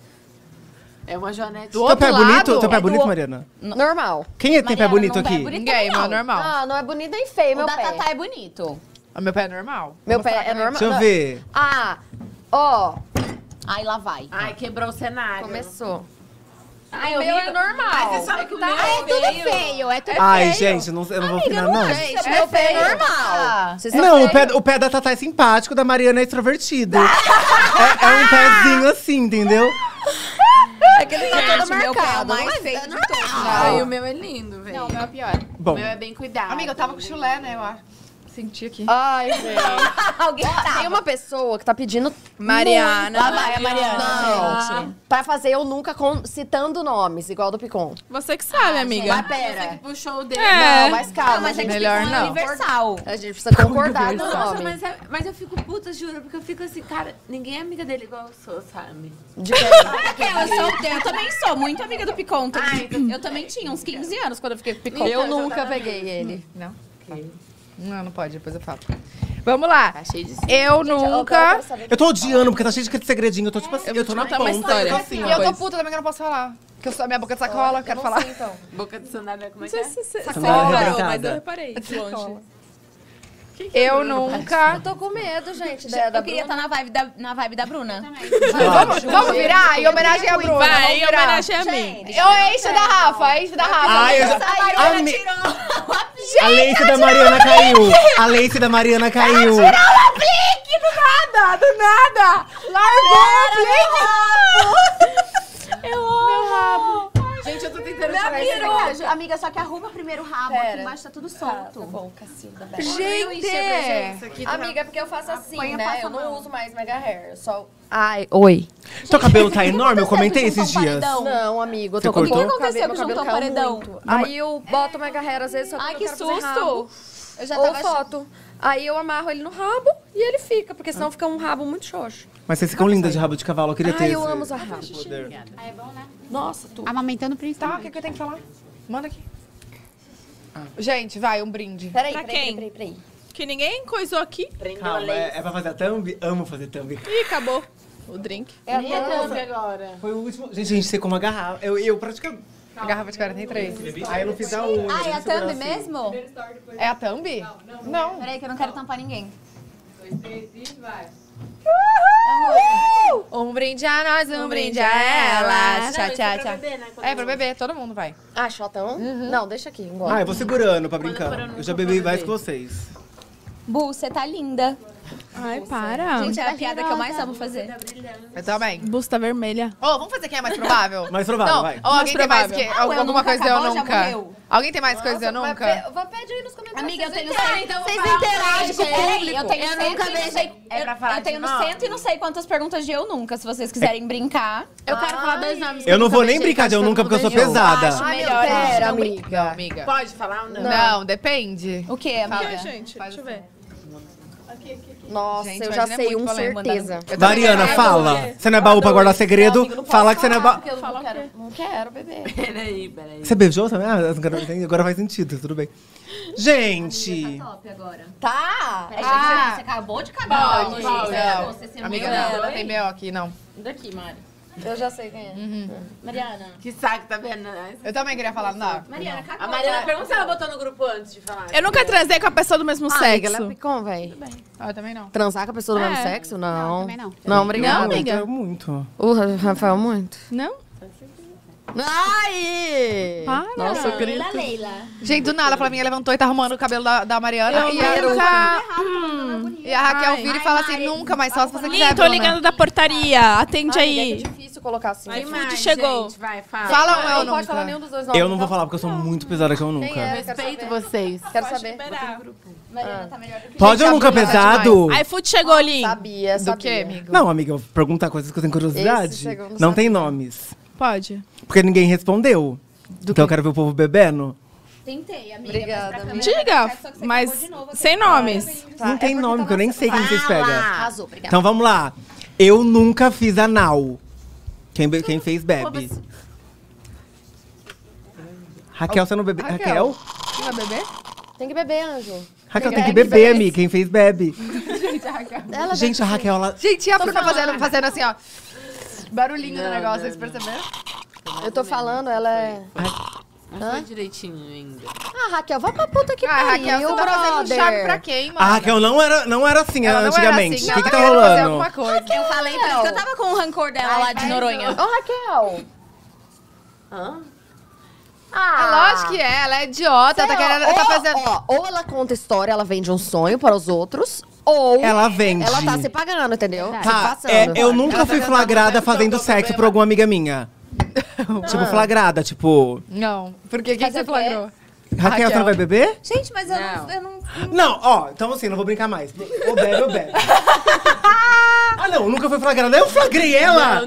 Speaker 8: É uma joanete.
Speaker 6: teu pé é
Speaker 1: outro
Speaker 6: bonito?
Speaker 1: lado?
Speaker 6: Teu pé é
Speaker 1: É do
Speaker 6: bonito,
Speaker 1: o-
Speaker 6: Mariana?
Speaker 5: Normal.
Speaker 6: Quem é que tem pé
Speaker 9: Mariana,
Speaker 6: bonito
Speaker 9: não pé
Speaker 6: aqui?
Speaker 9: bonito.
Speaker 1: Ninguém, mano, normal.
Speaker 5: Ah, não é bonito nem feio,
Speaker 9: O
Speaker 5: meu
Speaker 9: da
Speaker 5: pé.
Speaker 9: Tatá é bonito.
Speaker 1: Ah, Meu pé é normal.
Speaker 5: Meu
Speaker 1: Vou
Speaker 5: pé
Speaker 1: mostrar pra
Speaker 5: é normal.
Speaker 6: Deixa eu
Speaker 5: Não.
Speaker 6: ver.
Speaker 5: Ah, ó,
Speaker 9: Ai, lá vai.
Speaker 8: Ai, quebrou o cenário.
Speaker 5: começou.
Speaker 9: Ai,
Speaker 17: O meu é normal.
Speaker 8: Mas você sabe que o meu
Speaker 17: Ah, é
Speaker 8: é
Speaker 17: tudo
Speaker 8: feio.
Speaker 17: feio. É tudo
Speaker 6: Ai,
Speaker 17: feio.
Speaker 6: gente, não- eu não vou opinar, não.
Speaker 5: Gente, meu pé é
Speaker 1: Ah.
Speaker 5: normal. Vocês são
Speaker 6: Não, o pé,
Speaker 5: feios.
Speaker 6: o pé da Tatá é simpático, o da Mariana é extrovertido. é, é um pezinho assim, entendeu?
Speaker 5: É que ele tá
Speaker 17: meu
Speaker 5: todo
Speaker 17: pé é o
Speaker 5: marcado.
Speaker 17: mais
Speaker 5: mas é
Speaker 17: feio de
Speaker 5: normal.
Speaker 8: Ai, o meu é lindo, velho.
Speaker 7: Não, o
Speaker 8: O
Speaker 7: meu é pior.
Speaker 6: Bom,
Speaker 8: meu é bem cuidado.
Speaker 1: Amiga, eu tava com chulé, né, eu acho. Senti aqui.
Speaker 5: Ai, gente.
Speaker 17: Alguém
Speaker 5: Tem
Speaker 17: tá.
Speaker 5: uma pessoa que tá pedindo
Speaker 2: Mariana.
Speaker 17: Lá vai a Mariana,
Speaker 5: Não.
Speaker 17: gente.
Speaker 5: pra fazer eu nunca con- citando nomes, igual do Picon.
Speaker 2: Você que sabe, amiga.
Speaker 5: Mas pera.
Speaker 8: Puxou o dedo.
Speaker 2: É.
Speaker 5: Não, mas calma.
Speaker 9: Não, mas a gente
Speaker 2: Melhor
Speaker 9: pensou no
Speaker 2: não.
Speaker 9: universal.
Speaker 5: A gente precisa concordar no
Speaker 8: Nossa,
Speaker 5: nome.
Speaker 8: mas, é- mas eu fico puta, juro, porque eu fico assim, cara, ninguém é amiga dele igual eu sou, sabe?
Speaker 5: De quem?
Speaker 9: Raquel, eu, sou, eu também sou muito amiga do Picon. também. Eu também tinha uns 15 anos quando eu fiquei com o Picon.
Speaker 5: Eu nunca peguei ele.
Speaker 1: Não? Não, não pode, depois eu falo. Vamos lá.
Speaker 8: Achei de
Speaker 1: Eu
Speaker 5: Agora eu
Speaker 1: nunca.
Speaker 5: quero saber
Speaker 6: eu tô odiando, porque tá cheio de segredinho. Eu tô tipo assim, eu tô na
Speaker 2: contar
Speaker 6: ponta.
Speaker 2: uma história.
Speaker 6: Eu tô assim,
Speaker 1: E
Speaker 6: ó.
Speaker 1: eu tô
Speaker 2: Pois.
Speaker 1: puta também que eu não posso falar. Que eu sou a minha boca de sacola, eu tá? quero falar.
Speaker 8: Boca de sandália, como é que é?
Speaker 6: Sandália
Speaker 2: mas eu
Speaker 6: arrebentada.
Speaker 2: reparei de longe.
Speaker 1: Eu nunca.
Speaker 5: tô com medo, gente, da, da
Speaker 9: Eu queria estar na vibe da, na vibe da Bruna.
Speaker 1: Vamos, vamos virar? Em homenagem à Bruna.
Speaker 2: Vai,
Speaker 1: vamos
Speaker 2: em
Speaker 1: virar.
Speaker 2: homenagem a mim.
Speaker 1: Eu encho da Rafa, encho da Rafa.
Speaker 6: Ai, eu já...
Speaker 9: A
Speaker 6: Ami-
Speaker 9: Mariana tirou a
Speaker 6: A lace da Mariana caiu! A lace da Mariana caiu!
Speaker 8: Gente, eu tô tentando tirar esse
Speaker 9: peru. Amiga, só que arruma primeiro o rabo. Aqui
Speaker 5: Pera.
Speaker 9: embaixo tá tudo solto.
Speaker 1: Gente!
Speaker 8: aqui.
Speaker 5: Amiga, é porque eu faço assim,
Speaker 9: Põe a
Speaker 5: né?
Speaker 9: passa
Speaker 5: Eu
Speaker 9: a
Speaker 5: não
Speaker 9: mão.
Speaker 5: uso mais Mega Hair, eu só... Ai, oi.
Speaker 6: Teu cabelo tá enorme, eu comentei esses dias.
Speaker 5: Não, é. amigo, eu
Speaker 6: Você
Speaker 5: tô com
Speaker 6: cortou?
Speaker 5: meu
Speaker 9: O que aconteceu
Speaker 5: cabelo,
Speaker 9: que
Speaker 5: meu
Speaker 9: juntou
Speaker 5: cabelo caiu
Speaker 9: um paredão?
Speaker 5: muito. Aí eu boto o Mega Hair às vezes, só que
Speaker 9: Ai,
Speaker 5: eu
Speaker 9: que
Speaker 5: quero fazer
Speaker 9: susto.
Speaker 5: rabo.
Speaker 9: Eu já
Speaker 5: Ou
Speaker 9: tava...
Speaker 5: foto. Aí eu amarro ele no rabo e ele fica, porque senão fica um rabo muito xoxo.
Speaker 6: Mas vocês ficam lindas de rabo de cavalo, eu queria ter
Speaker 5: Ai, eu
Speaker 6: esse
Speaker 5: amo usar rabo.
Speaker 6: poder.
Speaker 5: Nossa, tu.
Speaker 1: Tá,
Speaker 7: Amamentando
Speaker 1: o que,
Speaker 7: principalmente.
Speaker 1: que eu tenho que falar? Manda aqui. Gente, vai, um brinde.
Speaker 5: Peraí,
Speaker 2: Pra
Speaker 5: peraí, peraí,
Speaker 2: quem?
Speaker 5: peraí, peraí.
Speaker 2: Que ninguém coisou aqui.
Speaker 6: Calma, é, é pra fazer a thumb? Amo fazer thumb.
Speaker 2: Ih, acabou o drink.
Speaker 5: É
Speaker 8: E a thumb agora?
Speaker 6: Foi o último. Gente, a gente secou uma garrafa. Eu, eu praticamente.
Speaker 1: A garrafa de 43.
Speaker 6: Aí eu não fiz a unha.
Speaker 9: Ah, é
Speaker 6: deixa
Speaker 9: a
Speaker 6: eu segurar
Speaker 9: thumb
Speaker 6: assim.
Speaker 9: mesmo?
Speaker 1: É a thumb? Não.
Speaker 9: Peraí que eu não quero tampar ninguém.
Speaker 1: Um brinde a nós, um, brinde a ela. Tchau, tchau, tchau. É pra beber, todo mundo vai.
Speaker 5: Ah, chotão? Não, deixa aqui, engole.
Speaker 6: Ah, eu vou segurando pra
Speaker 8: for, eu
Speaker 6: brincar.
Speaker 8: nunca
Speaker 6: Eu já
Speaker 8: vou
Speaker 6: bebi
Speaker 8: beber.
Speaker 6: mais que vocês.
Speaker 9: Bu, você tá linda.
Speaker 2: Ai, para.
Speaker 9: Gente, é a piada que eu mais amo fazer.
Speaker 1: Eu também.
Speaker 2: Busta vermelha.
Speaker 1: Ô, vamos fazer quem é mais provável?
Speaker 6: Mais provável,
Speaker 1: Não,
Speaker 6: vai.
Speaker 1: Ou alguém tem mais
Speaker 2: provável.
Speaker 1: que,
Speaker 9: Ah, o eu
Speaker 1: alguma
Speaker 9: nunca
Speaker 1: coisa eu
Speaker 9: acabou, já
Speaker 1: nunca.
Speaker 9: morreu.
Speaker 1: Alguém tem mais coisa eu nunca?
Speaker 5: Ah, Vou pedir aí nos comentários.
Speaker 9: Amiga, eu
Speaker 5: vocês
Speaker 9: tenho
Speaker 5: interagem.
Speaker 9: cem, então
Speaker 5: Vocês
Speaker 9: vou falar.
Speaker 5: interagem com o
Speaker 9: Peraí,
Speaker 5: público.
Speaker 9: Eu tenho eu nunca vejo.
Speaker 8: É pra falar
Speaker 9: eu tenho
Speaker 8: de nome?
Speaker 9: cento e não sei quantas perguntas de eu nunca. Se vocês quiserem brincar.
Speaker 17: Eu quero falar dois nomes. que
Speaker 6: Eu não vou
Speaker 17: sabia
Speaker 6: nem
Speaker 17: se
Speaker 6: brincar de eu
Speaker 17: todo
Speaker 6: nunca, porque eu sou
Speaker 17: mundo beijou.
Speaker 6: pesada.
Speaker 5: Ai, meu,
Speaker 1: Melhor,
Speaker 5: pera,
Speaker 1: não
Speaker 5: amiga.
Speaker 1: Não, amiga.
Speaker 8: Pode falar ou não?
Speaker 1: Não, depende.
Speaker 9: O quê,
Speaker 2: Por
Speaker 9: amiga?
Speaker 2: que, gente? Deixa eu ver.
Speaker 5: Nossa,
Speaker 1: Gente,
Speaker 5: eu já
Speaker 1: imagina, é
Speaker 5: sei
Speaker 1: muito
Speaker 5: um
Speaker 1: polêmico,
Speaker 5: certeza.
Speaker 1: mandaram- Eu também
Speaker 6: Mariana,
Speaker 1: quero.
Speaker 6: fala. Você não é baú pra guardar segredo? Fala que você não é baú.
Speaker 9: Eu não quero.
Speaker 5: Não quero beber.
Speaker 8: Peraí, peraí.
Speaker 6: Você beijou também? Ah, agora agora faz sentido, tudo bem. Gente,
Speaker 9: Top agora.
Speaker 5: Tá.
Speaker 9: É, gente, Você acabou de cagar.
Speaker 1: Não,
Speaker 9: Não,
Speaker 1: não.
Speaker 9: Você se
Speaker 1: Amiga,
Speaker 9: mudou.
Speaker 1: não, não tem B.O. aqui, não.
Speaker 8: Daqui, Mari.
Speaker 5: Eu já sei quem é.
Speaker 8: Mariana.
Speaker 1: Que saco, tá vendo? Eu também queria falar, não. Mariana,
Speaker 8: A Mariana pergunta se ela botou no grupo antes de falar.
Speaker 2: Eu nunca transei com a pessoa do mesmo
Speaker 5: Ah,
Speaker 2: sexo.
Speaker 5: amiga, ela é picom, véi.
Speaker 1: Ah, eu também não.
Speaker 5: Transar com a pessoa do
Speaker 2: É.
Speaker 5: mesmo sexo? Não.
Speaker 2: também não.
Speaker 5: Não, obrigada.
Speaker 2: Não, amiga?
Speaker 6: Eu muito.
Speaker 5: O Ra- Rafael, muito.
Speaker 2: Não?
Speaker 5: Ai!
Speaker 1: Para.
Speaker 5: Nossa, eu queria.
Speaker 1: Gente, do nada, a Flavinha levantou e tá arrumando o cabelo da, da Mariana.
Speaker 2: Eu
Speaker 1: e, a,
Speaker 2: nunca-
Speaker 1: e a Raquel
Speaker 2: Ai.
Speaker 1: vira e fala assim, nunca, mas só se você
Speaker 2: Ih,
Speaker 1: quiser,
Speaker 2: tô
Speaker 1: Bruna.
Speaker 2: ligando da portaria. Atende aí.
Speaker 5: É difícil colocar assim.
Speaker 2: iFood chegou.
Speaker 8: vai, fala.
Speaker 1: Fala um eu
Speaker 5: Não pode
Speaker 1: nunca.
Speaker 5: falar nenhum dos dois nomes.
Speaker 6: tá. Eu não vou falar porque eu sou muito pesada que então. eu nunca.
Speaker 5: Respeito
Speaker 4: vocês.
Speaker 5: Quero saber.
Speaker 8: Mariana
Speaker 9: Ah.
Speaker 8: tá melhor do que
Speaker 6: Pode ou nunca pesado?
Speaker 2: iFood chegou, Lin.
Speaker 5: Sabia, sabia.
Speaker 1: Do que, amigo?
Speaker 6: Não, amiga, eu vou perguntar coisas que eu tenho
Speaker 5: Esse
Speaker 6: curiosidade.
Speaker 5: segundo
Speaker 6: Não
Speaker 5: sabe.
Speaker 6: tem nomes.
Speaker 2: Pode.
Speaker 6: Porque ninguém respondeu. então eu quero ver o povo bebendo.
Speaker 8: Tentei, amiga.
Speaker 5: Obrigada. amiga.
Speaker 2: Diga, mas sem nomes.
Speaker 6: não tem nome, que eu nem sei quem vocês pegam.
Speaker 8: Arrasou, obrigada.
Speaker 6: Então vamos lá. Eu nunca fiz anal. Quem, be- quem fez bebe. Raquel, você não bebe. Raquel?
Speaker 1: Você vai beber?
Speaker 5: Tem que beber, anjo.
Speaker 6: Raquel
Speaker 5: Quem
Speaker 6: tem que
Speaker 5: bebe,
Speaker 6: beber,
Speaker 5: bebe. é
Speaker 6: amiga. Quem fez bebe.
Speaker 5: Ela
Speaker 6: Gente, a Raquel, ela.
Speaker 1: Gente, e a Bruna fazendo, fazendo assim, ó. Barulhinho do negócio, vocês perceberam?
Speaker 5: Eu tô falando, ela é.
Speaker 8: Não foi direitinho ainda.
Speaker 5: Ah, Raquel, vai pra puta que
Speaker 1: Ah,
Speaker 5: pariu,
Speaker 1: Raquel, você tá fazendo
Speaker 5: brother.
Speaker 1: chave pra quem, mano?
Speaker 6: A Raquel não era, não era assim
Speaker 1: Ela não era
Speaker 6: Ah, antigamente.
Speaker 1: assim,
Speaker 6: o que, que
Speaker 1: ela
Speaker 6: tá
Speaker 1: querendo fazer
Speaker 6: rolando?
Speaker 1: alguma coisa.
Speaker 9: Eu falei pra ela que eu tava com o rancor dela lá de Noronha.
Speaker 5: Ô, Raquel.
Speaker 8: Hã?
Speaker 1: Ah, lógico que é, ela é idiota, tá
Speaker 5: Sei, ó,
Speaker 1: querendo,
Speaker 5: ó,
Speaker 1: tá fazendo...
Speaker 5: ó, ou ela conta história, ela vende um sonho para os outros, ou
Speaker 6: Ela vende.
Speaker 5: ela tá se pagando, entendeu? Se
Speaker 6: Tá,
Speaker 5: passando.
Speaker 6: é, eu nunca
Speaker 8: Ela
Speaker 6: fui
Speaker 8: tá
Speaker 6: flagrada
Speaker 8: tentando
Speaker 6: fazendo
Speaker 8: resolver o
Speaker 6: sexo
Speaker 8: problema.
Speaker 6: por alguma amiga minha. tipo, flagrada, tipo.
Speaker 1: Não, porque quem você
Speaker 9: Fazer o quê?
Speaker 1: flagrou?
Speaker 6: Raquel, você não vai beber?
Speaker 9: Gente, mas eu não. Eu não...
Speaker 6: Não, ó, então assim, não vou brincar mais. Ou bebe, ou bebe. ah, não, nunca fui flagrada. Eu flagrei ela!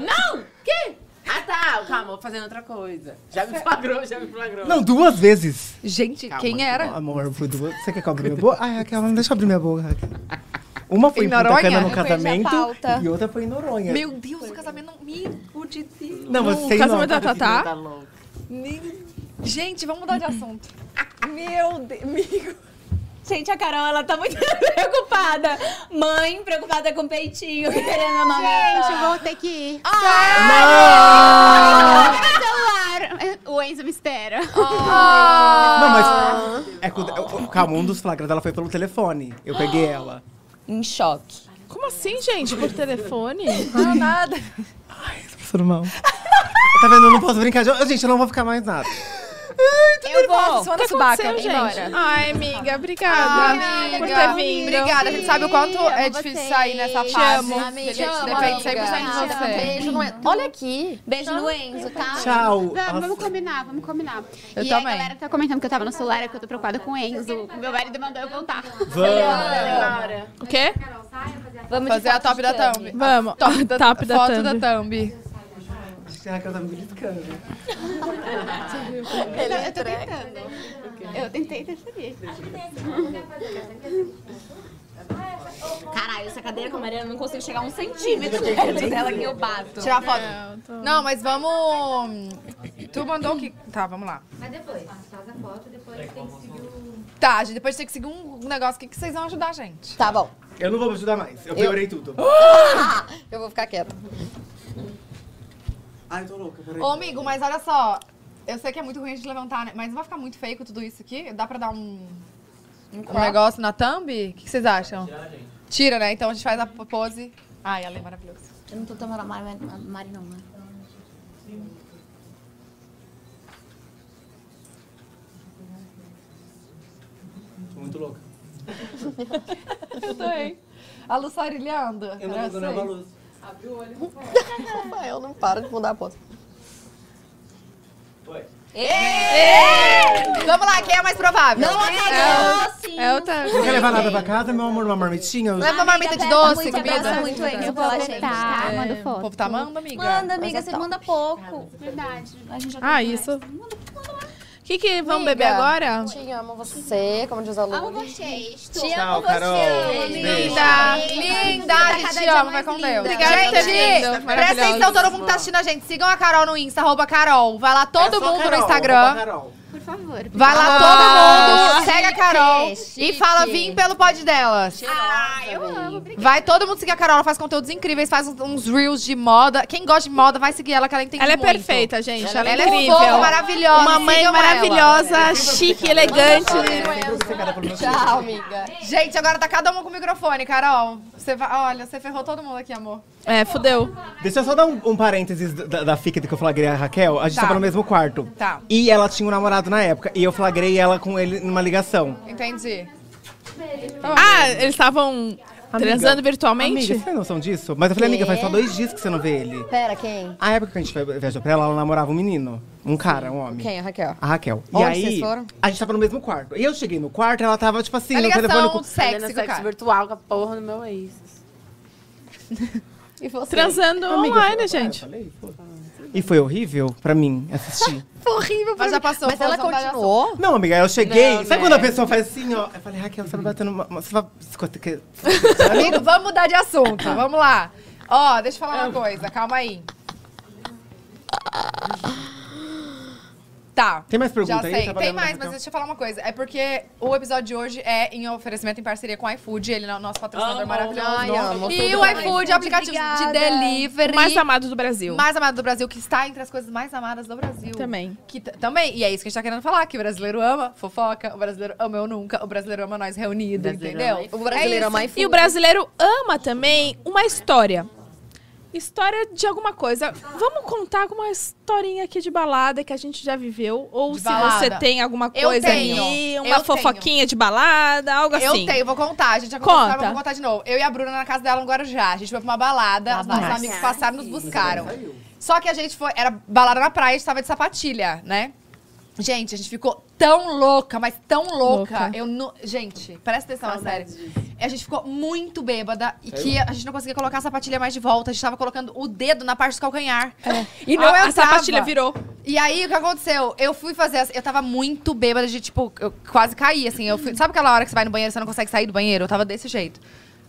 Speaker 8: Não, não! Que? Ah, tá. Calma, vou fazendo outra coisa. Já me flagrou, já me flagrou.
Speaker 6: Não, duas vezes.
Speaker 1: Gente, quem
Speaker 6: Ó,
Speaker 1: era?
Speaker 6: Amor, foi duas. Você quer que eu abra minha boca? Ai, Raquel, não deixa eu abrir minha boca, Raquel. Uma foi
Speaker 1: Em
Speaker 6: em Punta
Speaker 1: Noronha?
Speaker 6: Cana
Speaker 1: Eu
Speaker 6: no
Speaker 1: perdi
Speaker 9: a
Speaker 6: casamento
Speaker 9: pauta.
Speaker 6: e outra foi em Noronha.
Speaker 1: Meu Deus, o casamento não... Meu de Deus.
Speaker 6: Não, mas
Speaker 2: No
Speaker 6: sem
Speaker 2: casamento da
Speaker 6: nome.
Speaker 2: Tatá?
Speaker 8: Tá louco.
Speaker 1: Nem- Gente, vamos mudar de assunto. Meu Deus, amigo.
Speaker 9: Gente, a Carol, ela tá muito preocupada. Mãe preocupada com peitinho, querendo amamentar.
Speaker 7: Gente, eu vou ter que ir.
Speaker 6: Não!
Speaker 7: Meu celular! O Enzo me espera.
Speaker 6: Não, mas.
Speaker 1: Ah.
Speaker 6: É que o- o- calma, um dos flagrados ela foi pelo telefone. Eu peguei
Speaker 1: Ah.
Speaker 6: ela.
Speaker 9: Em choque.
Speaker 2: Como assim, gente? Por telefone?
Speaker 1: Não, nada.
Speaker 6: Tô passando mal. tá vendo? Eu não posso brincar de. Ô, Gente, eu não vou ficar mais nada.
Speaker 1: Eu vou. Suando subaca,
Speaker 2: aconteceu,
Speaker 1: embora.
Speaker 2: Tá Ai, amiga, obrigada por ter vindo.
Speaker 1: Ah, Obrigada, a gente sabe o quanto é
Speaker 7: Amo
Speaker 1: difícil
Speaker 7: vocês.
Speaker 1: sair nessa
Speaker 7: Te
Speaker 1: fase.
Speaker 7: amo.
Speaker 1: Depende
Speaker 7: Te amo,
Speaker 1: 100%
Speaker 7: amiga.
Speaker 1: de
Speaker 7: Te amo.
Speaker 1: você.
Speaker 5: Beijo, não é- Olha aqui. Então,
Speaker 9: Beijo no Enzo,
Speaker 1: Ah,
Speaker 9: tá?
Speaker 6: Tchau.
Speaker 7: Vamos,
Speaker 6: Nossa.
Speaker 7: vamos combinar, vamos combinar.
Speaker 1: Eu
Speaker 7: e
Speaker 1: também.
Speaker 7: a galera tá comentando que eu tava no celular, que eu tô preocupada com o Enzo. O meu marido mandou eu voltar.
Speaker 2: O quê?
Speaker 9: Vamos de
Speaker 1: Fazer a
Speaker 9: foto
Speaker 1: top
Speaker 9: de
Speaker 1: da
Speaker 9: câmera.
Speaker 1: thumb.
Speaker 2: Vamos.
Speaker 1: Top da,
Speaker 2: Top da
Speaker 1: foto
Speaker 2: thumb.
Speaker 1: da thumb.
Speaker 6: Será que ela tá me beliscando?
Speaker 7: eu tô tentando. Eu tentei defender.
Speaker 9: Caralho, essa cadeira com a Mariana, eu não consigo chegar um centímetro perto dela que eu bato.
Speaker 1: Tirar a foto. Não, mas vamos. Tu mandou o que. Tá, vamos lá. Mas depois, faz a foto, depois tem que seguir o. Tá, gente, depois tem que seguir um negócio aqui que vocês vão ajudar a gente.
Speaker 5: Tá bom,
Speaker 6: Eu não vou me ajudar mais. Eu piorei tudo.
Speaker 5: eu vou ficar quieta.
Speaker 6: Ai, tô louca, peraí.
Speaker 1: Ô, amigo, mas olha só. Eu sei que é muito ruim a gente levantar, né? Mas não vai ficar muito feio com tudo isso aqui? Dá pra dar um. Um negócio na thumb? O que que vocês acham? Tira, né? Então a gente faz a pose. Ai, ela é maravilhosa.
Speaker 9: Eu não tô tomando mari, mari, mari não, né?
Speaker 6: Tô muito louca.
Speaker 1: Eu também. A tá luz farilhando.
Speaker 6: Tá
Speaker 1: assim.
Speaker 6: luz.
Speaker 5: Rafael, não para de mudar a ponta.
Speaker 6: Oi.
Speaker 1: Vamos lá, quem é mais provável? Não,
Speaker 9: Doce!
Speaker 2: É outra.
Speaker 6: Não quer levar nada pra casa, meu amor? Uma marmitinha? um
Speaker 1: Leva uma marmita de doce, comida.
Speaker 9: muito
Speaker 7: Eu
Speaker 9: Enzo
Speaker 7: vou
Speaker 9: pela gente.
Speaker 7: voltar, manda
Speaker 1: O
Speaker 7: foto.
Speaker 1: povo tá amando, amiga?
Speaker 9: Manda, amiga, você manda pouco.
Speaker 7: Verdade.
Speaker 9: A gente já
Speaker 2: Ah, isso. O que que vamos beber
Speaker 5: Amiga.
Speaker 2: agora?
Speaker 5: Te amo você, como diz a Lu.
Speaker 9: vocês.
Speaker 6: Tchau, um Carol. Beijo.
Speaker 1: Linda, linda, a gente te ama, vai com Deus.
Speaker 2: Obrigada por ter
Speaker 1: gente,
Speaker 2: vindo,
Speaker 1: presta
Speaker 2: maravilhosa.
Speaker 1: atenção, todo mundo que tá assistindo a gente. Sigam a Carol no Insta, arroba Carol. Vai lá todo mundo no Instagram.
Speaker 6: Carol.
Speaker 7: favor.
Speaker 18: Vai
Speaker 2: Ah.
Speaker 18: lá todo mundo, segue a Carol e
Speaker 7: chique.
Speaker 18: fala vim pelo pod dela.
Speaker 7: Ah, eu amo. obrigada.
Speaker 1: Vai todo mundo seguir a Carol, ela faz conteúdos incríveis, faz uns, uns reels de moda. Quem gosta de moda vai seguir ela, que ela entende
Speaker 2: Ela é
Speaker 1: muito.
Speaker 2: perfeita, gente, ela é
Speaker 1: Ela
Speaker 2: incrível.
Speaker 1: é fofa, maravilhosa.
Speaker 2: Uma mãe
Speaker 1: sigam ela.
Speaker 2: maravilhosa, chique, elegante.
Speaker 1: Tchau, amiga. Gente, agora tá cada uma com o microfone, Carol. Você vai... Olha, você ferrou todo mundo aqui, amor.
Speaker 2: É, fudeu.
Speaker 6: Deixa eu só dar um, um parênteses da, da fica que eu flagrei a Raquel. A gente
Speaker 1: Tá.
Speaker 6: tava no mesmo quarto.
Speaker 1: Tá.
Speaker 6: E ela tinha um namorado na época. E eu flagrei ela com ele numa ligação.
Speaker 1: Entendi.
Speaker 2: Ah, eles estavam transando virtualmente?
Speaker 6: Amiga, você tem noção disso? Mas eu falei, amiga, faz
Speaker 5: É.
Speaker 6: só dois dias que você não vê ele.
Speaker 5: Pera, quem?
Speaker 6: A época que a gente foi- viajou pra ela, ela namorava um menino. Um cara, um homem.
Speaker 5: Quem? A Raquel?
Speaker 6: A Raquel.
Speaker 5: Onde
Speaker 6: e aí,
Speaker 5: vocês foram?
Speaker 6: a gente tava no mesmo quarto. E eu cheguei no quarto, ela tava, tipo assim,
Speaker 5: É
Speaker 6: no
Speaker 5: ligação,
Speaker 6: telefone com...
Speaker 5: sexy
Speaker 8: Fazendo
Speaker 5: com o
Speaker 8: sexo
Speaker 5: cara.
Speaker 8: virtual com a porra do meu ex.
Speaker 5: E você?
Speaker 2: Transando
Speaker 6: Amiga, "Ah,
Speaker 2: online, gente.
Speaker 6: E foi horrível pra mim assistir.
Speaker 5: horrível pra
Speaker 1: Mas já passou.
Speaker 5: Mas ela continuou?
Speaker 6: Não, amiga, eu cheguei.
Speaker 5: Não,
Speaker 6: sabe
Speaker 5: né?
Speaker 6: quando a pessoa faz assim, ó? Eu falei, Raquel, você vai bater numa. Você vai. escuta que-
Speaker 1: Amigo, vamos mudar de assunto. Vamos lá. Ó, deixa eu falar uma coisa. Calma aí. Tá.
Speaker 6: Tem mais pergunta
Speaker 1: Já
Speaker 6: aí?
Speaker 1: sei.
Speaker 6: Tá
Speaker 1: Tem
Speaker 6: valendo,
Speaker 1: mais,
Speaker 6: Raquel?
Speaker 1: mas deixa eu falar uma coisa. É porque o episódio de hoje é em oferecimento em parceria com o iFood. Ele é o nosso patrocinador
Speaker 2: Amo.
Speaker 1: maravilhoso.
Speaker 2: Ai, amo.
Speaker 1: E
Speaker 2: Tudo
Speaker 1: o
Speaker 2: bom.
Speaker 1: iFood, aplicativo de
Speaker 2: obrigada.
Speaker 1: delivery.
Speaker 2: Mais amado do Brasil.
Speaker 1: Mais amado do Brasil, que está entre as coisas mais amadas do Brasil.
Speaker 2: Também.
Speaker 1: Que t- também. E é isso que a gente tá querendo falar: que o brasileiro ama fofoca, o brasileiro ama eu nunca, o brasileiro ama nós reunidos, entendeu? É isso.
Speaker 2: E o brasileiro ama também uma história. História de alguma coisa. Vamos contar alguma historinha aqui de balada que a gente já viveu? Ou
Speaker 1: De
Speaker 2: se
Speaker 1: balada.
Speaker 2: você tem alguma
Speaker 1: Eu
Speaker 2: coisa
Speaker 1: tenho.
Speaker 2: ali,
Speaker 1: Eu
Speaker 2: uma
Speaker 1: tenho.
Speaker 2: fofoquinha de balada, algo
Speaker 1: Eu
Speaker 2: assim.
Speaker 1: tenho, vou contar. A gente já contou essa história,
Speaker 2: Conta.
Speaker 1: mas vou contar de novo. Eu e a Bruna na casa dela no Guarujá. A gente foi pra uma balada, os nossos
Speaker 2: vai.
Speaker 1: amigos passaram e nos buscaram. Só que a gente foi. Era balada na praia, a gente tava de sapatilha, né? Gente, a gente ficou tão louca, mas tão louca.
Speaker 2: Louca.
Speaker 1: Eu não. Gente, presta atenção, é sério. A gente ficou muito bêbada e que a gente não conseguia colocar a sapatilha mais de volta. A gente tava colocando o dedo na parte do calcanhar.
Speaker 2: É.
Speaker 1: E não
Speaker 2: a, a
Speaker 1: entrava.
Speaker 2: sapatilha virou.
Speaker 1: E aí, o que aconteceu? Eu fui fazer. as- Eu tava muito bêbada de, tipo, eu quase caí, assim. Eu fui- sabe aquela hora que você vai no banheiro e você não consegue sair do banheiro? Eu tava desse jeito.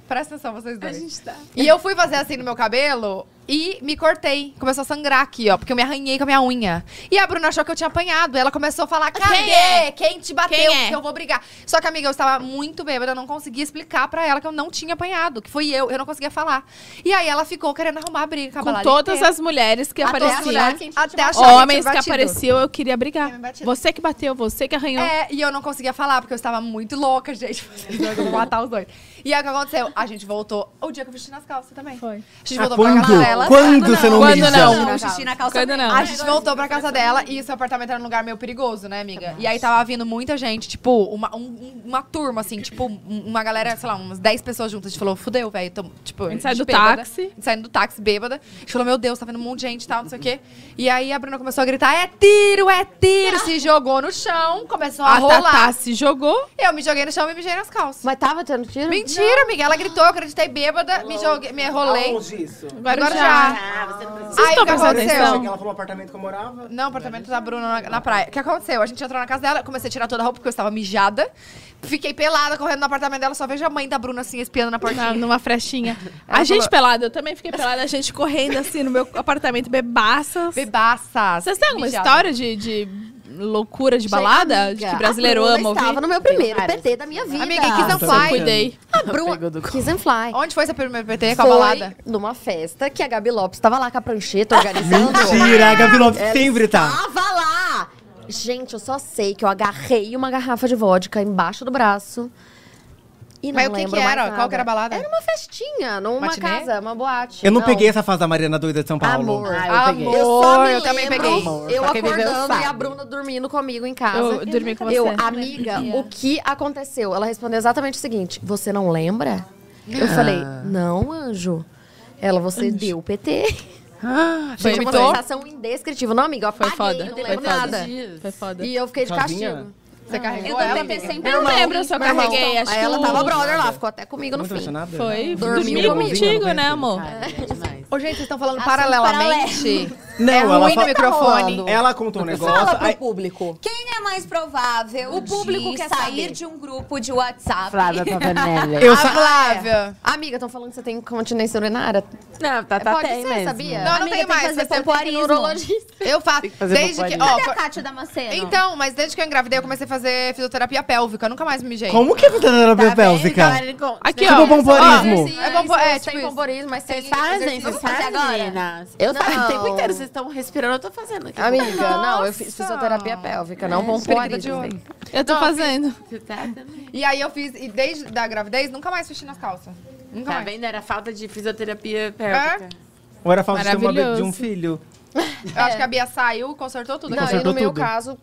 Speaker 1: Presta atenção, vocês dois.
Speaker 2: tá.
Speaker 1: E eu fui fazer assim no meu cabelo e me cortei. Começou a sangrar aqui, ó, porque eu me arranhei com a minha unha. E a Bruna achou que eu tinha apanhado. Ela começou a falar: cadê? Quem,
Speaker 2: é?
Speaker 1: te bateu?
Speaker 2: Quem é?"
Speaker 1: Que eu vou brigar. Só que, amiga, eu estava muito bêbada, eu não conseguia explicar pra ela que eu não tinha apanhado, que foi eu, eu não conseguia falar. E aí ela ficou querendo arrumar a briga com a
Speaker 2: Com
Speaker 1: balada
Speaker 2: todas
Speaker 1: inteira.
Speaker 2: as mulheres que
Speaker 1: Até
Speaker 2: apareciam.
Speaker 1: achar que- até achar que tinha
Speaker 2: Homens que
Speaker 1: batido.
Speaker 2: apareciam, eu queria brigar. Você que bateu, você que arranhou.
Speaker 1: É, e eu não conseguia falar, porque eu estava muito louca, gente. Vocês dois, eu vou matar os dois. E aí, o que aconteceu? A gente voltou. O dia que eu vesti nas calças também. Foi. A gente
Speaker 6: Ah,
Speaker 1: voltou pra casa
Speaker 6: quando?
Speaker 1: dela.
Speaker 6: Quando você não
Speaker 1: Quando
Speaker 6: mija?
Speaker 1: não?
Speaker 6: Não,
Speaker 1: xixi na
Speaker 2: calça Quando não.
Speaker 1: A gente voltou pra casa dela e seu apartamento era um lugar meio perigoso, né, amiga? E aí tava vindo muita gente, tipo, uma, um- uma turma, assim, tipo, um- uma galera, sei lá, umas 10 pessoas juntas. A gente falou, fudeu, velho. tamo- Tipo,
Speaker 2: A gente saiu do
Speaker 1: bêbada.
Speaker 2: táxi.
Speaker 1: A gente saindo do táxi, bêbada. A gente falou, meu Deus, tá vendo um monte de gente e tal, não sei o quê. E aí a Bruna começou a gritar, é tiro, é tiro. Se jogou no chão, começou a,
Speaker 2: A
Speaker 1: rolar.
Speaker 2: Tatá se jogou.
Speaker 1: Eu me joguei no chão e me mijei nas calças.
Speaker 5: Mas tava tendo tiro?
Speaker 1: Mentira, amiga. Ela gritou, eu acreditei bêbada, me joguei, me enrolei.
Speaker 6: Aonde isso?
Speaker 1: Guarujá. Guarujá.
Speaker 6: Ah, você não precisa.
Speaker 1: Vocês Aí, estão o que prestando aconteceu? atenção?
Speaker 6: Ela falou o apartamento que eu morava.
Speaker 1: Não, apartamento da Bruna na, na praia. O que aconteceu? A gente entrou na casa dela, comecei a tirar toda a roupa porque eu estava mijada. Fiquei pelada, correndo no apartamento dela, só vejo a mãe da Bruna assim, espiando na portinha.
Speaker 2: numa frestinha.
Speaker 1: Ela
Speaker 2: a gente
Speaker 1: falou-
Speaker 2: pelada, eu também fiquei pelada, a gente correndo assim no meu apartamento, bebaças.
Speaker 1: Bebaças.
Speaker 2: Vocês têm alguma
Speaker 5: mijada.
Speaker 2: história de, de loucura de balada?
Speaker 5: Amiga,
Speaker 2: de que brasileiro ama
Speaker 5: A Bruna
Speaker 2: ouvir?
Speaker 5: estava no meu primeiro PT da minha vida.
Speaker 1: Amiga, e Kiss and
Speaker 2: Eu também.
Speaker 1: Fly.
Speaker 2: Cuidei.
Speaker 1: A
Speaker 5: Bruna. Kiss and Fly.
Speaker 1: Onde foi seu primeiro PT com a
Speaker 5: Foi
Speaker 1: balada?
Speaker 5: numa festa que a Gabi Lopes tava lá com a prancheta organizando.
Speaker 6: Mentira, a Gabi Lopes
Speaker 5: Ela
Speaker 6: sempre tá.
Speaker 5: Tava lá! Gente, eu só sei que eu agarrei uma garrafa de vodka embaixo do braço. E não
Speaker 1: Mas o que que
Speaker 5: lembro mais
Speaker 1: era?
Speaker 5: nada.
Speaker 1: Qual que era a balada?
Speaker 5: Era uma festinha, numa
Speaker 1: Matinê?
Speaker 5: casa, uma boate.
Speaker 6: Eu não,
Speaker 5: Não.
Speaker 6: peguei essa fase da Mariana doida de São Paulo. Tá
Speaker 5: Amor, Tá
Speaker 1: peguei.
Speaker 5: eu só
Speaker 1: Amor,
Speaker 5: me
Speaker 1: eu também
Speaker 5: lembro
Speaker 1: peguei.
Speaker 5: Eu
Speaker 1: Pra quem viveu,
Speaker 5: acordando e a
Speaker 1: sabe.
Speaker 5: Bruna dormindo comigo em casa.
Speaker 2: Eu dormi com
Speaker 5: Eu,
Speaker 2: você.
Speaker 5: amiga, o que aconteceu? Ela respondeu exatamente o seguinte: Você não lembra? Eu falei, não, anjo. Ela, você deu PT. Foi é uma
Speaker 2: vomitou?
Speaker 5: sensação indescritível. Não, amiga, eu apaguei,
Speaker 2: foda,
Speaker 5: não
Speaker 2: foi
Speaker 5: lembro
Speaker 2: foda.
Speaker 5: nada.
Speaker 2: Foi foda.
Speaker 5: E eu fiquei de
Speaker 2: Sozinha?
Speaker 5: castigo.
Speaker 1: Você carregou
Speaker 5: Ah, eu
Speaker 1: ela,
Speaker 5: Eu
Speaker 1: amiga?
Speaker 5: sempre
Speaker 2: Eu não lembro se eu carreguei, acho
Speaker 5: Aí
Speaker 2: que
Speaker 5: ela
Speaker 2: o-
Speaker 5: tava brother lá, ficou até comigo no
Speaker 6: Muito
Speaker 5: fim.
Speaker 6: apaixonada?
Speaker 2: Foi.
Speaker 5: Dormiu
Speaker 2: Dormi
Speaker 5: comigo. É.
Speaker 2: contigo, né, amor?
Speaker 1: Ô, gente, vocês estão falando
Speaker 5: Assunto
Speaker 1: paralelamente?
Speaker 6: Não,
Speaker 1: é
Speaker 6: ela
Speaker 1: ruim
Speaker 6: fa-
Speaker 1: no microfone.
Speaker 6: Ela contou um negócio.
Speaker 18: Fala pro
Speaker 6: aí-
Speaker 18: público.
Speaker 1: Quem é
Speaker 12: mais provável
Speaker 9: O público
Speaker 12: de
Speaker 9: quer
Speaker 12: sair
Speaker 9: saber.
Speaker 12: de um grupo de WhatsApp?
Speaker 5: Flávia
Speaker 12: Pavanelli.
Speaker 5: Eu
Speaker 12: Eu
Speaker 5: sou
Speaker 12: sou-
Speaker 5: Flávia. Amiga, estão falando que você tem incontinência urinária?
Speaker 4: Não, tá,
Speaker 5: Pode ser, sabia?
Speaker 18: Não, não
Speaker 5: Amiga,
Speaker 18: tenho
Speaker 5: tem que
Speaker 18: mais.
Speaker 5: fazer
Speaker 18: mas eu tenho que ir no
Speaker 5: pompoarismo.
Speaker 18: urologista. Eu faço.
Speaker 5: Tem que fazer
Speaker 18: Desde que.
Speaker 5: pompoarismo.
Speaker 18: Ó,
Speaker 5: Cadê a
Speaker 12: Kátia Damasceno?
Speaker 18: Então, mas desde que eu engravidei, eu comecei a fazer fisioterapia pélvica. Eu nunca mais me mijei.
Speaker 6: Como que é fisioterapia
Speaker 18: Tá vendo,
Speaker 6: pélvica?
Speaker 18: galera? Ele con-
Speaker 6: Aqui,
Speaker 18: Tipo
Speaker 6: ó. pompoarismo.
Speaker 18: É pompo... É, tipo isso.
Speaker 5: pompoarismo, mas
Speaker 18: vocês
Speaker 4: fazem, vocês fazem, Tá meninas. Eu faço o tempo inteiro, vocês estão respirando, eu tô fazendo aqui.
Speaker 5: Amiga, não, eu fiz fisioterapia pélvica, não pompoarismo.
Speaker 2: Eu tô
Speaker 18: Não,
Speaker 2: fazendo.
Speaker 18: E aí eu fiz, e desde da gravidez, nunca mais fui nas calças. Nunca
Speaker 4: Tá
Speaker 18: mais.
Speaker 4: vendo? Era falta de fisioterapia pélvica.
Speaker 6: Ou era falta de ter uma be- de
Speaker 18: Maravilhoso.
Speaker 6: um filho?
Speaker 18: Eu
Speaker 2: É.
Speaker 18: acho que a Bia saiu, consertou tudo.
Speaker 5: Não, e
Speaker 6: Consertou
Speaker 5: no meu
Speaker 6: tudo.
Speaker 5: caso,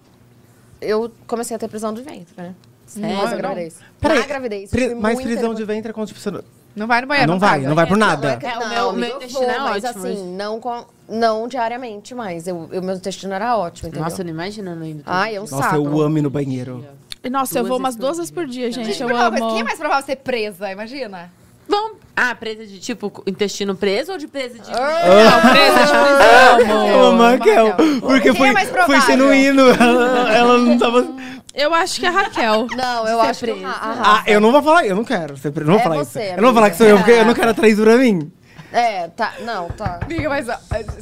Speaker 5: eu comecei a ter prisão de ventre, né?
Speaker 6: Não,
Speaker 5: Mas
Speaker 6: não.
Speaker 5: a gravidez.
Speaker 6: Peraí,
Speaker 5: Na gravidez.
Speaker 6: pri-
Speaker 5: fui
Speaker 6: mas
Speaker 5: muito
Speaker 6: prisão de ventre é quando tipo, você não...
Speaker 18: Não vai no
Speaker 1: É,
Speaker 18: banheiro,
Speaker 6: Não
Speaker 18: não
Speaker 6: vai,
Speaker 18: vai.
Speaker 6: não vai por
Speaker 5: Não,
Speaker 6: nada.
Speaker 5: é que-
Speaker 4: É, o
Speaker 5: não,
Speaker 4: meu-
Speaker 5: amiga,
Speaker 4: meu
Speaker 5: eu vou,
Speaker 4: intestino é
Speaker 5: mas
Speaker 4: ótimo,
Speaker 5: assim, não, com- não diariamente, mas eu, o meu intestino era ótimo, entendeu?
Speaker 4: Nossa, eu não imagino não indo.
Speaker 5: Ai, é um
Speaker 6: Nossa,
Speaker 5: saco.
Speaker 6: eu amo ir no banheiro.
Speaker 2: Nossa, eu vou
Speaker 4: Duas vezes
Speaker 2: umas duas vezes por dia, gente.
Speaker 18: Gente,
Speaker 2: eu
Speaker 18: me fala uma coisa,
Speaker 2: amo.
Speaker 18: quem é mais provável ser presa? Imagina.
Speaker 4: Vamos. Ah, presa de tipo co- intestino preso ou de presa de.
Speaker 18: Não, presa de prisão, amor.
Speaker 6: Ô, Maquel, porque
Speaker 18: Quem
Speaker 6: foi,
Speaker 18: é mais
Speaker 6: foi
Speaker 18: provável?
Speaker 6: genuíno. Ela, ela não tava.
Speaker 2: Eu acho que é a Raquel.
Speaker 5: Não, eu acho que a- a
Speaker 6: Ah,
Speaker 5: Rafa.
Speaker 6: eu não vou falar, eu não quero. ser pre- Eu não vou
Speaker 5: É
Speaker 6: falar
Speaker 5: você,
Speaker 6: isso. Eu não vou
Speaker 5: amiga.
Speaker 6: falar que sou eu, porque eu não quero a traidura mim.
Speaker 5: É, tá, não, tá.
Speaker 18: Amiga, mas ó,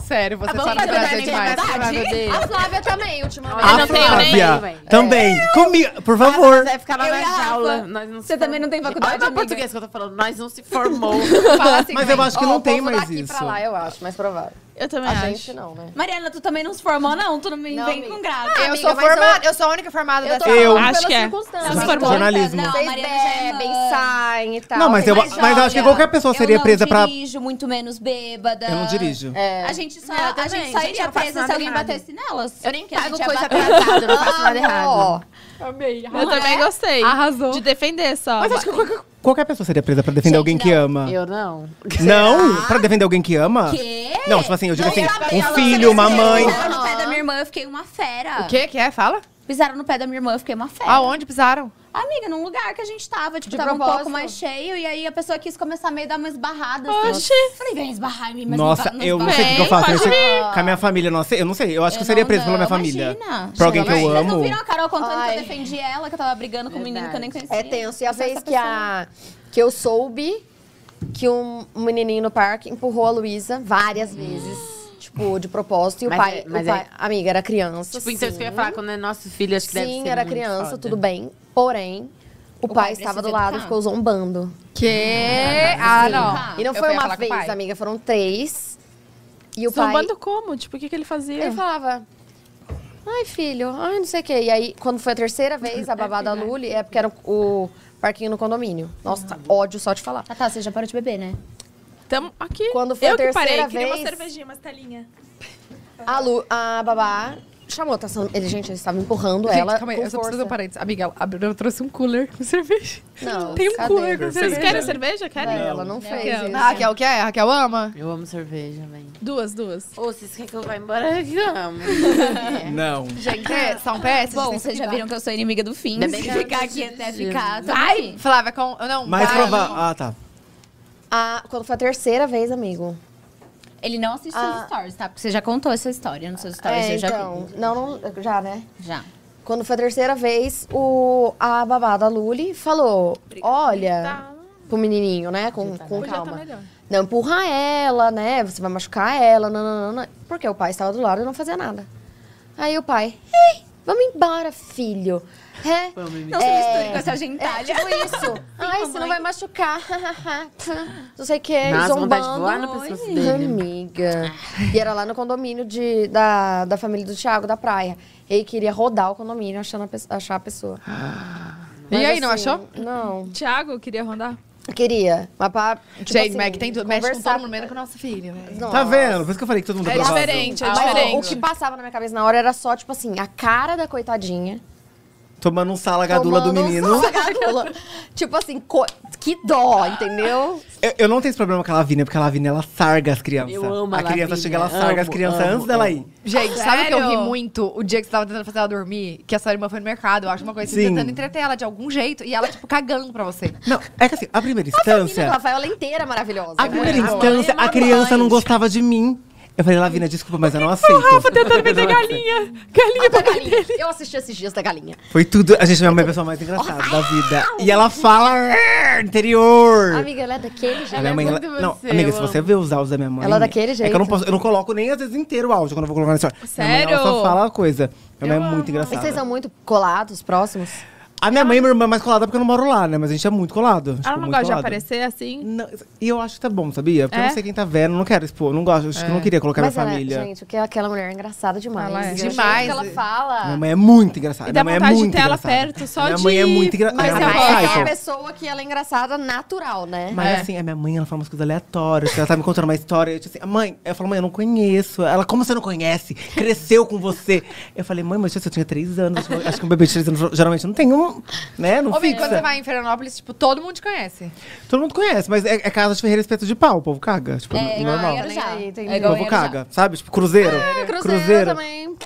Speaker 18: sério, você
Speaker 5: bom,
Speaker 18: só não
Speaker 5: vai dar
Speaker 18: traz demais.
Speaker 5: liberdade?
Speaker 18: Ai, meu Deus.
Speaker 5: A Flávia também, ultimamente.
Speaker 6: a Flávia também. Comigo, por favor.
Speaker 5: é assim,
Speaker 4: Vai ficar lá é, na jaula. Nós não se
Speaker 9: Você também não tem faculdade,
Speaker 4: Olha pra
Speaker 9: amiga.
Speaker 4: português que eu tô falando. Nós não se formou.
Speaker 18: Fala assim,
Speaker 6: Mas eu
Speaker 18: mãe.
Speaker 6: acho que
Speaker 5: Ó,
Speaker 6: não
Speaker 5: o
Speaker 6: tem
Speaker 5: povo
Speaker 6: mais
Speaker 5: daqui
Speaker 6: isso.
Speaker 5: pra lá, eu acho, mais provável.
Speaker 2: Eu também
Speaker 5: A
Speaker 2: acho.
Speaker 5: gente não, né?
Speaker 9: Mariana, tu também não se formou, não? Tu não me
Speaker 5: Não,
Speaker 9: vem
Speaker 5: amiga.
Speaker 9: com graça.
Speaker 18: Ah,
Speaker 1: Ah,
Speaker 18: Eu
Speaker 5: amiga,
Speaker 18: sou
Speaker 5: mas eu-
Speaker 18: formada, eu sou a única formada
Speaker 5: Eu
Speaker 18: dessa.
Speaker 5: tô
Speaker 6: Eu-
Speaker 5: falando
Speaker 2: Acho que
Speaker 5: pelas
Speaker 2: é.
Speaker 5: circunstâncias.
Speaker 2: Se formou.
Speaker 6: Jornalismo.
Speaker 9: Não, a
Speaker 5: Vocês
Speaker 9: Mariana já é
Speaker 5: bebem,
Speaker 9: fã.
Speaker 5: saem e tal.
Speaker 6: Não, mas eu, mas
Speaker 9: Mas
Speaker 6: eu acho que
Speaker 9: olha,
Speaker 6: qualquer pessoa seria
Speaker 9: eu
Speaker 6: presa pra.
Speaker 9: não dirijo, muito menos bêbada.
Speaker 6: Eu não dirijo.
Speaker 5: É.
Speaker 9: A gente só,
Speaker 4: Eu
Speaker 9: a
Speaker 4: também,
Speaker 9: gente só
Speaker 4: gente, eu
Speaker 9: iria
Speaker 4: não faço
Speaker 9: presa se
Speaker 4: nada
Speaker 9: alguém
Speaker 4: errado.
Speaker 9: batesse nelas.
Speaker 4: Eu nem
Speaker 9: Que a
Speaker 4: pago
Speaker 9: gente é Ah,
Speaker 4: coisa
Speaker 9: ia bater.
Speaker 4: atrasada, eu não faço nada
Speaker 5: Ó,
Speaker 4: errado.
Speaker 2: Amei. Eu
Speaker 5: é?
Speaker 2: também gostei. Arrasou. De defender só.
Speaker 6: Mas acho que qualquer, qualquer pessoa seria presa pra defender
Speaker 9: Gente,
Speaker 6: alguém que
Speaker 9: não.
Speaker 6: ama.
Speaker 4: Eu não.
Speaker 6: Não? Pra defender alguém que ama?
Speaker 9: Quê?
Speaker 6: Não, tipo assim, eu digo
Speaker 9: Não,
Speaker 6: assim,
Speaker 9: eu também,
Speaker 6: um
Speaker 9: eu
Speaker 6: filho, uma
Speaker 9: também.
Speaker 6: mãe.
Speaker 9: Pisaram no pé da minha irmã, eu fiquei uma fera.
Speaker 18: O que que é? Fala.
Speaker 9: Pisaram no pé da minha irmã, eu fiquei uma fera.
Speaker 18: Aonde pisaram?
Speaker 9: Amiga, num lugar que a gente tava, tipo,
Speaker 5: De
Speaker 9: tava um
Speaker 5: propósito.
Speaker 9: pouco mais cheio, e aí a pessoa quis começar meio a dar umas barradas.
Speaker 2: Oxi.
Speaker 9: Falei, vem esbarrar em mim, mas
Speaker 6: Nossa,
Speaker 9: não,
Speaker 6: eu não
Speaker 9: esbarra.
Speaker 6: sei o que que eu
Speaker 2: Vem,
Speaker 6: faço. Eu
Speaker 2: pode
Speaker 6: sei- com a minha família, nossa, eu não sei. Eu acho que eu
Speaker 9: Eu
Speaker 6: seria
Speaker 9: não-
Speaker 6: preso pela minha
Speaker 9: não,
Speaker 6: família.
Speaker 9: imagina.
Speaker 6: Pra alguém que eu
Speaker 9: Vocês não
Speaker 6: amo.
Speaker 9: viram a Carol contando que
Speaker 5: Ai.
Speaker 9: eu defendi ela, que eu tava brigando com um menino que eu nem conhecia?
Speaker 5: É tenso. E a
Speaker 9: Eu sou
Speaker 5: vez
Speaker 9: essa
Speaker 5: que, a, que eu soube que um menininho no parque empurrou a Luísa várias vezes, tipo, de propósito. E o
Speaker 4: Mas
Speaker 5: pai,
Speaker 4: é- mas
Speaker 5: o pai-
Speaker 4: é-
Speaker 5: amiga, era criança.
Speaker 4: Tipo, então isso que eu ia
Speaker 5: sim.
Speaker 4: falar, quando é nosso filho, acho que deve ser
Speaker 5: Sim, era
Speaker 4: muito
Speaker 5: criança,
Speaker 4: foda.
Speaker 5: tudo bem. Porém, o,
Speaker 9: pai
Speaker 5: pai, estava
Speaker 9: precisa
Speaker 5: do lado e
Speaker 9: educar.
Speaker 5: ficou zombando.
Speaker 18: Que? Ah, não.
Speaker 5: E não
Speaker 18: Eu
Speaker 5: foi
Speaker 18: fui
Speaker 5: uma
Speaker 18: falar com o
Speaker 5: vez,
Speaker 18: pai.
Speaker 5: amiga, foram três. E o pai.
Speaker 2: Zombando como? Tipo, o que, que ele fazia?
Speaker 5: Ele falava. Ai, filho, ai, não sei o quê. E aí, quando foi a terceira vez, a babá da Luli, é porque era o parquinho no condomínio. Nossa, ódio só de falar.
Speaker 9: Ah tá, você já parou de beber, né?
Speaker 2: Tamo aqui.
Speaker 5: Quando foi
Speaker 2: eu
Speaker 5: a
Speaker 2: que parei,
Speaker 5: terceira
Speaker 2: queria uma
Speaker 5: vez-
Speaker 2: cervejinha, uma telinha.
Speaker 5: A, Lu, a babá chamou a atenção. Ele, gente, eles estavam empurrando
Speaker 18: Gente,
Speaker 5: ela.
Speaker 18: calma aí,
Speaker 5: com
Speaker 18: eu só
Speaker 5: força.
Speaker 18: preciso fazer um parênteses. Amiga, a Bruna trouxe um cooler com cerveja.
Speaker 5: Não,
Speaker 18: Tem um
Speaker 5: cadê? É,
Speaker 18: cooler com
Speaker 2: Vocês
Speaker 18: cerveja.
Speaker 2: querem cerveja? Querem?
Speaker 5: Ela não fez isso.
Speaker 18: A Ah, Raquel quer? A Raquel ama?
Speaker 4: Eu amo cerveja, velho.
Speaker 2: Duas, duas.
Speaker 4: Ô, vocês querem que eu vá embora? Eu amo.
Speaker 6: Não.
Speaker 18: Gente, é, são PS?
Speaker 9: Bom, vocês já viram que eu sou inimiga do fim.
Speaker 4: Ainda bem
Speaker 9: Se
Speaker 4: que eu
Speaker 9: ficar
Speaker 4: não
Speaker 9: aqui
Speaker 4: decidi.
Speaker 9: até ficar.
Speaker 18: Ai, Flávia, é com... Não,
Speaker 6: Mais
Speaker 18: vai.
Speaker 6: provável. Ah, tá.
Speaker 5: Ah, quando foi a terceira vez, amigo.
Speaker 9: Ele não assistiu
Speaker 5: Ah.
Speaker 9: os stories, tá? Porque você já contou essa história nos seus stories,
Speaker 5: é,
Speaker 9: Tá, eu já
Speaker 5: então. Não, não, já, né?
Speaker 9: vi. Já.
Speaker 5: Quando foi a terceira vez, o, a babá da Luli falou: Olha, pro menininho, né? Com, com
Speaker 2: Hoje já tá
Speaker 5: calma.
Speaker 2: melhor.
Speaker 5: Não empurra ela, né? Você vai machucar ela, nananana. Porque o pai estava do lado e não fazia nada. Aí o pai: Ei, vamos embora, filho. É,
Speaker 9: Não se misture com essa
Speaker 5: é
Speaker 9: gentalha.
Speaker 5: tipo isso. Ai, você não vai machucar. não sei o que,
Speaker 4: Nossa, vontade de
Speaker 5: zombando.
Speaker 4: voar no pescoço
Speaker 5: Oi,
Speaker 4: dele.
Speaker 5: Amiga. E era lá no condomínio de, da, da família do Thiago, da praia. Ele queria rodar o condomínio achando a, pe- achar a pessoa.
Speaker 18: E aí, não
Speaker 5: assim,
Speaker 18: achou?
Speaker 5: Não.
Speaker 2: Tiago, queria rondar?
Speaker 5: Queria. Mas pra, tipo
Speaker 18: Gente,
Speaker 5: assim,
Speaker 18: Mac tem tudo. Mexe com todo
Speaker 5: conversar-
Speaker 18: mundo, menos com o nosso filho. né?
Speaker 5: Nossa.
Speaker 6: Tá vendo? Por isso que eu falei que todo mundo
Speaker 2: É
Speaker 6: tem razão.
Speaker 2: diferente, é
Speaker 5: Mas, ó,
Speaker 2: diferente.
Speaker 5: o que passava na minha cabeça na hora era só, tipo assim, a cara da coitadinha.
Speaker 6: Tomando um salagadula do
Speaker 5: tomando um
Speaker 6: menino.
Speaker 5: salgadula. tipo assim, co- que dó, entendeu?
Speaker 6: Eu, eu não tenho esse problema com a Lavínia, porque a Lavínia, ela sarga as crianças.
Speaker 4: Eu amo a
Speaker 6: A criança
Speaker 4: Lavínia,
Speaker 6: chega, ela sarga as
Speaker 4: amo,
Speaker 6: crianças
Speaker 4: amo,
Speaker 6: antes dela ir.
Speaker 4: amo.
Speaker 18: Gente, sabe o que eu ri
Speaker 2: Sério?
Speaker 18: muito? O dia que você tava tentando fazer ela dormir, que a sua irmã foi no mercado, eu acho uma coisa, você
Speaker 1: assim,
Speaker 6: Sim.
Speaker 18: tentando entreter ela de algum jeito, e ela, tipo, cagando pra você.
Speaker 6: Não, é que assim, a primeira
Speaker 4: Tá
Speaker 5: A família do
Speaker 6: instância...
Speaker 5: Rafael ela é inteira maravilhosa.
Speaker 6: A
Speaker 5: né?
Speaker 6: primeira instância, a criança não gostava de mim. Eu falei, Lavina, desculpa, mas eu não aceito.
Speaker 2: O Rafa tentando vender galinha. Galinha pra galinha.
Speaker 5: Eu assisti esses dias da galinha.
Speaker 6: Foi tudo. A gente é a pessoa mais engraçada da vida. E ela fala "Arr, interior.
Speaker 5: Amiga, ela é daquele
Speaker 6: A
Speaker 5: jeito.
Speaker 6: minha mãe, ela- não, amiga, se você ver os áudios da minha mãe.
Speaker 5: Ela é daquele
Speaker 6: É que
Speaker 5: jeito.
Speaker 6: eu não posso, eu não coloco nem às vezes inteiro o áudio quando eu vou colocar nesse áudio. Minha mãe, ela
Speaker 5: Sério?
Speaker 6: só fala uma coisa. Minha mãe é muito
Speaker 5: E vocês
Speaker 6: engraçada.
Speaker 5: são muito colados, próximos?
Speaker 6: A minha mãe e minha irmã é mais colada porque eu não moro lá, né? Mas a gente é muito colado. tipo,
Speaker 2: Ela não
Speaker 6: muito
Speaker 2: gosta de
Speaker 6: colado.
Speaker 2: aparecer assim?
Speaker 6: Não. E eu acho que tá bom, sabia? Porque eu
Speaker 2: É?
Speaker 6: não sei quem tá vendo, não quero expor, não gosto. Acho que eu não queria colocar
Speaker 5: Mas
Speaker 6: minha
Speaker 5: ela- é
Speaker 6: família.
Speaker 5: Gente, porque aquela mulher é engraçada demais.
Speaker 2: Ela é.
Speaker 5: Eu achei
Speaker 2: Demais.
Speaker 5: que Ela fala.
Speaker 6: Minha mãe é muito engraçada.
Speaker 2: E dá
Speaker 6: minha mãe é
Speaker 2: vontade de
Speaker 6: muito
Speaker 2: ter ela
Speaker 6: engraçada.
Speaker 2: perto só
Speaker 6: minha
Speaker 2: de-
Speaker 6: Mãe é muito engra...
Speaker 2: Mas
Speaker 6: minha
Speaker 2: ela
Speaker 6: mãe
Speaker 2: é
Speaker 6: é
Speaker 5: É uma
Speaker 6: psycho.
Speaker 5: pessoa que ela é engraçada natural, né?
Speaker 6: Mas assim, a minha mãe, ela fala umas coisas aleatórias. Ela tá me contando uma história. Eu disse assim, mãe, eu falo, mãe, eu não conheço. Ela, como você não conhece? Cresceu com você. Eu falei, mãe, mas eu tinha três anos. Acho que um bebê de três anos geralmente não tem um, né? Não
Speaker 1: Ô, Bi,
Speaker 6: fixa.
Speaker 1: quando você vai em Florianópolis, tipo, todo mundo te conhece.
Speaker 6: Todo mundo conhece, mas é, é casa de Ferreira Espeto de Pau. O povo caga. Tipo,
Speaker 1: É, igual
Speaker 6: normal.
Speaker 1: em Guarujá.
Speaker 6: O
Speaker 1: É igual em
Speaker 6: povo
Speaker 1: Guarujá.
Speaker 6: caga, sabe? Tipo, cruzeiro.
Speaker 5: É, cruzeiro, também.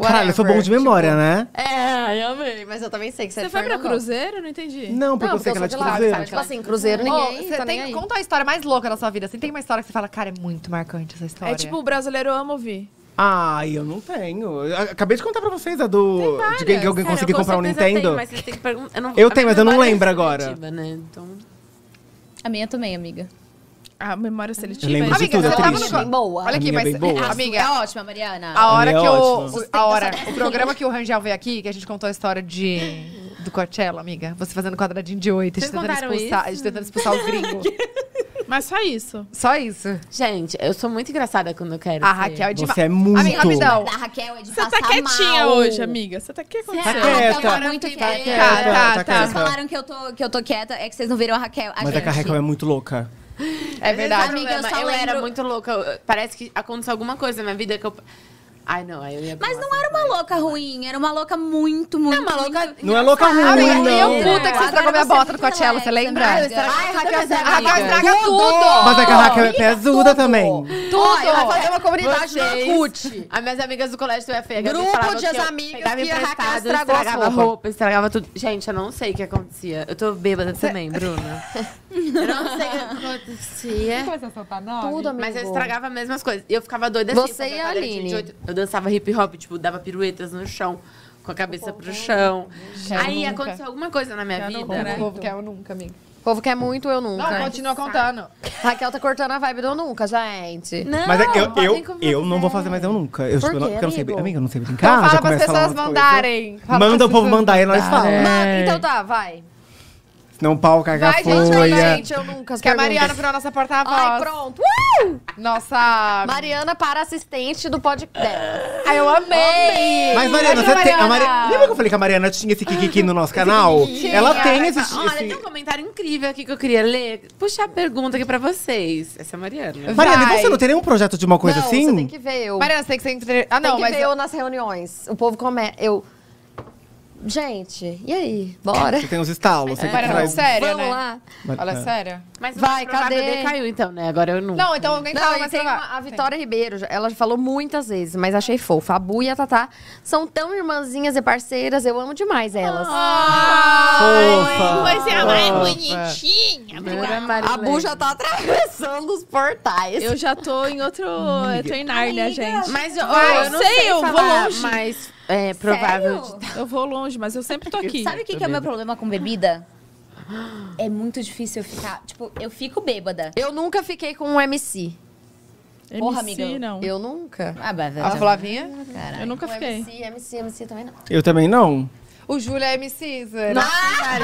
Speaker 6: Caralho, eu sou bom de
Speaker 5: Whatever,
Speaker 6: memória, né?
Speaker 5: É, eu amei, mas eu também sei que você
Speaker 2: Você
Speaker 5: é de
Speaker 2: foi pra
Speaker 5: Fernando.
Speaker 2: cruzeiro? Tipo, Não entendi.
Speaker 6: Não, porque eu sei que ela é de cruzeiro.
Speaker 5: Tipo assim, cruzeiro ninguém
Speaker 1: Você
Speaker 5: tá nem
Speaker 1: tem,
Speaker 5: aí.
Speaker 1: conta a história mais louca da sua vida. Assim, tem uma história que você fala, cara, é muito marcante essa história.
Speaker 2: É tipo, o brasileiro ama ouvir.
Speaker 6: Ai, eu não tenho. Eu acabei de contar pra vocês a do. De quem que alguém
Speaker 8: Cara,
Speaker 6: conseguiu
Speaker 8: eu com
Speaker 6: comprar um
Speaker 8: certeza tenho,
Speaker 6: Nintendo.
Speaker 8: mas vocês têm que pergun- não-
Speaker 6: Eu
Speaker 8: a minha
Speaker 6: tenho, mas eu não
Speaker 8: memória é
Speaker 6: lembro agora.
Speaker 8: seletiva, né? Então,
Speaker 12: A minha também, amiga.
Speaker 2: A memória seletiva.
Speaker 6: lembro de
Speaker 2: Amiga,
Speaker 6: tudo, é
Speaker 2: você
Speaker 6: triste.
Speaker 2: tava no...
Speaker 5: Boa.
Speaker 1: Olha aqui,
Speaker 6: minha é
Speaker 1: mas.
Speaker 6: bem boa.
Speaker 1: Amiga,
Speaker 12: É ótima, Mariana.
Speaker 1: A hora
Speaker 6: minha é
Speaker 1: que
Speaker 6: ótima.
Speaker 1: o. A hora, o programa que o Rangel veio aqui, que a gente contou a história de. Do Coachella, amiga. Você fazendo quadradinho de oito, a gente
Speaker 2: Vocês
Speaker 1: tentando
Speaker 2: contaram
Speaker 1: expulsar,
Speaker 2: isso?
Speaker 1: a gente tentando expulsar os gringos.
Speaker 2: Mas só isso.
Speaker 1: Só isso.
Speaker 4: Gente, eu sou muito engraçada quando eu quero.
Speaker 1: A
Speaker 4: ser.
Speaker 1: Raquel é demais.
Speaker 6: Você é muito.
Speaker 1: Amiga, rapidão.
Speaker 12: A Raquel é de
Speaker 2: Você tá
Speaker 12: passar
Speaker 2: quietinha
Speaker 12: mal.
Speaker 2: hoje, amiga. Você tá que
Speaker 12: Tá
Speaker 2: acontecendo?
Speaker 6: quieta.
Speaker 12: Tá muito
Speaker 1: Tá
Speaker 12: quieta.
Speaker 6: quieta, Tá, tá, tá tá. quieta.
Speaker 12: Vocês falaram que eu, tô, que eu tô quieta, é que vocês não viram a Raquel. A
Speaker 6: Mas
Speaker 12: gente.
Speaker 6: a Raquel é muito louca.
Speaker 1: É verdade.
Speaker 12: Amiga, eu
Speaker 8: Mas
Speaker 12: só
Speaker 8: eu
Speaker 12: lembro...
Speaker 8: era
Speaker 4: muito louca. eu- Parece que aconteceu alguma coisa na minha vida que eu. Ai, não, aí eu ia. assim.
Speaker 12: Mas não era uma louca ruim, era uma louca muito, muito... É uma louca...
Speaker 6: Não é louca ruim,
Speaker 1: Amiga,
Speaker 6: não.
Speaker 1: e eu puta que
Speaker 12: Agora
Speaker 1: você estragou minha
Speaker 12: você é
Speaker 1: bota no
Speaker 12: muito
Speaker 1: Coachella, você
Speaker 12: relaxa,
Speaker 1: lembra?
Speaker 12: amiga.
Speaker 1: Ai,
Speaker 12: Raquel,
Speaker 1: A Raquel estraga tudo!
Speaker 6: Mas é que a Raquel é pesuda também.
Speaker 1: Tudo!
Speaker 5: Vai fazer uma comunidade no
Speaker 4: Vocês-
Speaker 5: Orkut.
Speaker 4: As minhas amigas do colégio também feias.
Speaker 5: Grupo de as amigas que a Raquel estragou as
Speaker 4: estragava
Speaker 5: roupas.
Speaker 4: roupa, estragava tudo. Gente, eu não sei o que acontecia. Eu tô bêbada também, Bruna. eu não sei o que acontecia.
Speaker 5: Tudo, amigo.
Speaker 4: Mas eu estragava as mesmas coisas. E eu ficava doida
Speaker 5: Você
Speaker 4: assim. fazia
Speaker 5: e a
Speaker 4: quadradinho
Speaker 5: Aline.
Speaker 4: de oito. Eu dançava hip hop, tipo, dava piruetas no chão, com a cabeça pro chão.
Speaker 1: Quero
Speaker 4: Aí
Speaker 1: nunca.
Speaker 4: aconteceu alguma coisa na minha vida.
Speaker 1: O povo quer eu nunca, amiga.
Speaker 5: O povo quer muito, eu nunca.
Speaker 1: é Não, continua contando.
Speaker 5: Raquel tá cortando a vibe do eu nunca, gente.
Speaker 4: Não,
Speaker 6: Mas é que eu,
Speaker 4: podem
Speaker 6: eu,
Speaker 4: conversar.
Speaker 6: eu não vou fazer mais eu nunca. Eu,
Speaker 5: Por
Speaker 6: tipo, eu não,
Speaker 5: quê,
Speaker 6: porque eu não sei,
Speaker 5: amigo?
Speaker 6: brin- amiga, eu não sei brincar.
Speaker 1: Então
Speaker 6: Ah, já
Speaker 1: fala pras
Speaker 6: começa a falar
Speaker 1: pessoas
Speaker 6: umas coisas.
Speaker 1: mandarem. Fala
Speaker 6: Manda
Speaker 1: pras
Speaker 6: o povo
Speaker 1: pessoas
Speaker 6: mandar e nós falamos.
Speaker 5: Mano, então tá, vai.
Speaker 1: É.
Speaker 6: Senão o pau caga
Speaker 1: Vai,
Speaker 6: a
Speaker 1: gente, vai,
Speaker 6: folha.
Speaker 5: Gente, eu nunca. as
Speaker 1: Que a
Speaker 5: perguntas.
Speaker 1: Mariana virou nossa porta-voz.
Speaker 5: Ai, pronto. Uh!
Speaker 1: Nossa.
Speaker 5: Mariana para assistente do é. podcast.
Speaker 1: Ai, eu amei.
Speaker 6: Mas, Mariana,
Speaker 1: Olha,
Speaker 6: você tem.
Speaker 1: Mariana.
Speaker 6: A Mari- Lembra que eu falei que a Mariana tinha esse kikiki no nosso canal? Ela tem esse.
Speaker 4: Olha, tem um comentário incrível aqui que eu queria ler. Puxar a pergunta aqui pra vocês. Essa é a Mariana.
Speaker 6: Mariana, e
Speaker 1: Vai.
Speaker 6: você não tem nenhum projeto de uma coisa
Speaker 5: não,
Speaker 6: assim?
Speaker 5: você tem que ver eu.
Speaker 1: Mariana, você tem que ser entre... Ah,
Speaker 5: Tem
Speaker 1: não,
Speaker 5: que
Speaker 1: mas...
Speaker 5: ver eu nas reuniões. O povo come... Eu... Gente, e aí? Bora?
Speaker 6: Você tem uns estalos. Você
Speaker 1: Mariana, é
Speaker 6: traz-
Speaker 1: séria,
Speaker 5: Vamos
Speaker 1: né?
Speaker 5: lá.
Speaker 6: Mas-
Speaker 1: Ela é
Speaker 6: é.
Speaker 1: séria.
Speaker 4: Mas
Speaker 5: Vai,
Speaker 4: o mais provável
Speaker 5: cadê?
Speaker 4: decaiu então, né? Agora eu não.
Speaker 1: Não, então alguém
Speaker 5: Não,
Speaker 1: fala,
Speaker 5: e
Speaker 1: mas
Speaker 5: tem
Speaker 1: vai.
Speaker 5: uma- a Vitória Ribeiro, já- ela já falou muitas vezes, mas achei fofa. A Bu e a Tatá são tão irmãzinhas e parceiras, eu amo demais elas.
Speaker 6: Fofa.
Speaker 2: Mas é a mais
Speaker 6: Fofa.
Speaker 2: bonitinha.
Speaker 5: a Bu já tá atravessando os portais.
Speaker 2: Eu já tô em outro. Eu tô em Nárnia, gente.
Speaker 4: Mas eu,
Speaker 2: Vai,
Speaker 4: eu não
Speaker 2: sei,
Speaker 4: sei,
Speaker 2: eu vou
Speaker 5: Tá,
Speaker 4: falar,
Speaker 2: longe.
Speaker 4: Mas é provável de
Speaker 2: Eu vou longe, mas eu sempre tô aqui.
Speaker 12: Sabe o que, que é o meu problema com bebida? É muito difícil eu ficar... Tipo, eu fico bêbada.
Speaker 5: Eu nunca fiquei com um MC.
Speaker 2: MC,
Speaker 12: Porra, amiga.
Speaker 2: não. Eu,
Speaker 5: Eu nunca.
Speaker 12: Ah, bah,
Speaker 1: A Flavinha?
Speaker 2: nunca
Speaker 5: Um
Speaker 2: fiquei.
Speaker 5: MC, MC, MC também não.
Speaker 6: Eu também não.
Speaker 1: O Júlio é MC, Zé.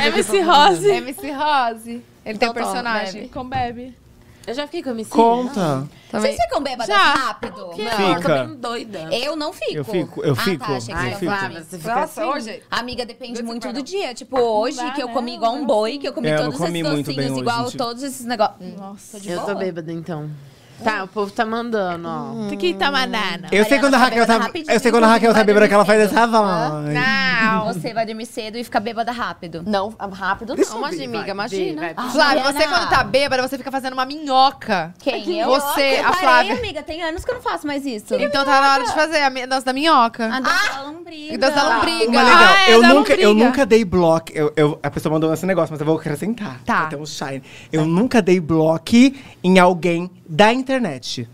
Speaker 2: MC Rose.
Speaker 1: MC Rose. Ele tem um personagem.
Speaker 2: Com bebe.
Speaker 4: Eu já fiquei com MC.
Speaker 6: Conta.
Speaker 5: Também.
Speaker 12: Vocês ficam bêbadas
Speaker 2: Já.
Speaker 12: rápido?
Speaker 4: Não, eu tô
Speaker 6: Fica.
Speaker 4: bem doida.
Speaker 12: Eu não fico.
Speaker 6: Eu fico, eu
Speaker 12: ah,
Speaker 6: fico,
Speaker 12: Tá, achei que
Speaker 6: eu
Speaker 12: você
Speaker 6: fico.
Speaker 12: ia falar.
Speaker 4: Flávia, você fica
Speaker 1: Nossa, hoje...
Speaker 12: Amiga, depende muito do dia. Tipo, hoje que eu comi igual um boi, que eu comi
Speaker 6: É, eu não
Speaker 12: todos
Speaker 6: comi
Speaker 12: esses
Speaker 6: muito bem
Speaker 12: docinhos,
Speaker 6: hoje,
Speaker 12: igual
Speaker 6: gente.
Speaker 12: todos esses negócios. Nossa, de
Speaker 4: Eu
Speaker 12: boa.
Speaker 4: tô bêbada então.
Speaker 5: Hum.
Speaker 4: Tá, o povo tá mandando, ó.
Speaker 2: Tem que ir banana.
Speaker 6: Eu
Speaker 12: Mariana
Speaker 6: sei quando a
Speaker 12: tá
Speaker 6: Raquel
Speaker 12: bêbada
Speaker 6: tá.
Speaker 12: rapidinho,
Speaker 6: Eu sei quando a Raquel tá
Speaker 12: inclusive,
Speaker 6: bêbada que ela faz
Speaker 12: vai
Speaker 6: essa voz.
Speaker 1: Não.
Speaker 12: Você vai dormir cedo e fica bêbada rápido.
Speaker 5: Não, rápido não, imagina, amiga, imagina.
Speaker 4: Vai,
Speaker 9: Ah,
Speaker 4: vai.
Speaker 1: Flávia,
Speaker 12: Mariana.
Speaker 1: você quando tá bêbada, você fica fazendo uma minhoca.
Speaker 12: Quem? Eu?
Speaker 1: Você,
Speaker 12: eu
Speaker 1: a
Speaker 12: parei,
Speaker 1: Flávia.
Speaker 12: amiga. Tem anos que eu não faço mais isso.
Speaker 1: Então tá na hora de fazer a mi- dança da minhoca.
Speaker 9: Ah,
Speaker 12: A dança da
Speaker 9: um
Speaker 12: lombriga.
Speaker 1: E dança da lombriga.
Speaker 6: Uma legal.
Speaker 2: Ah, é,
Speaker 6: eu,
Speaker 2: da
Speaker 6: nunca, eu
Speaker 2: lombriga.
Speaker 6: nunca dei bloco. Eu, eu- a pessoa mandou esse negócio, mas eu vou acrescentar.
Speaker 1: Tá.
Speaker 6: Até um shine. Eu nunca dei bloco em alguém da internet.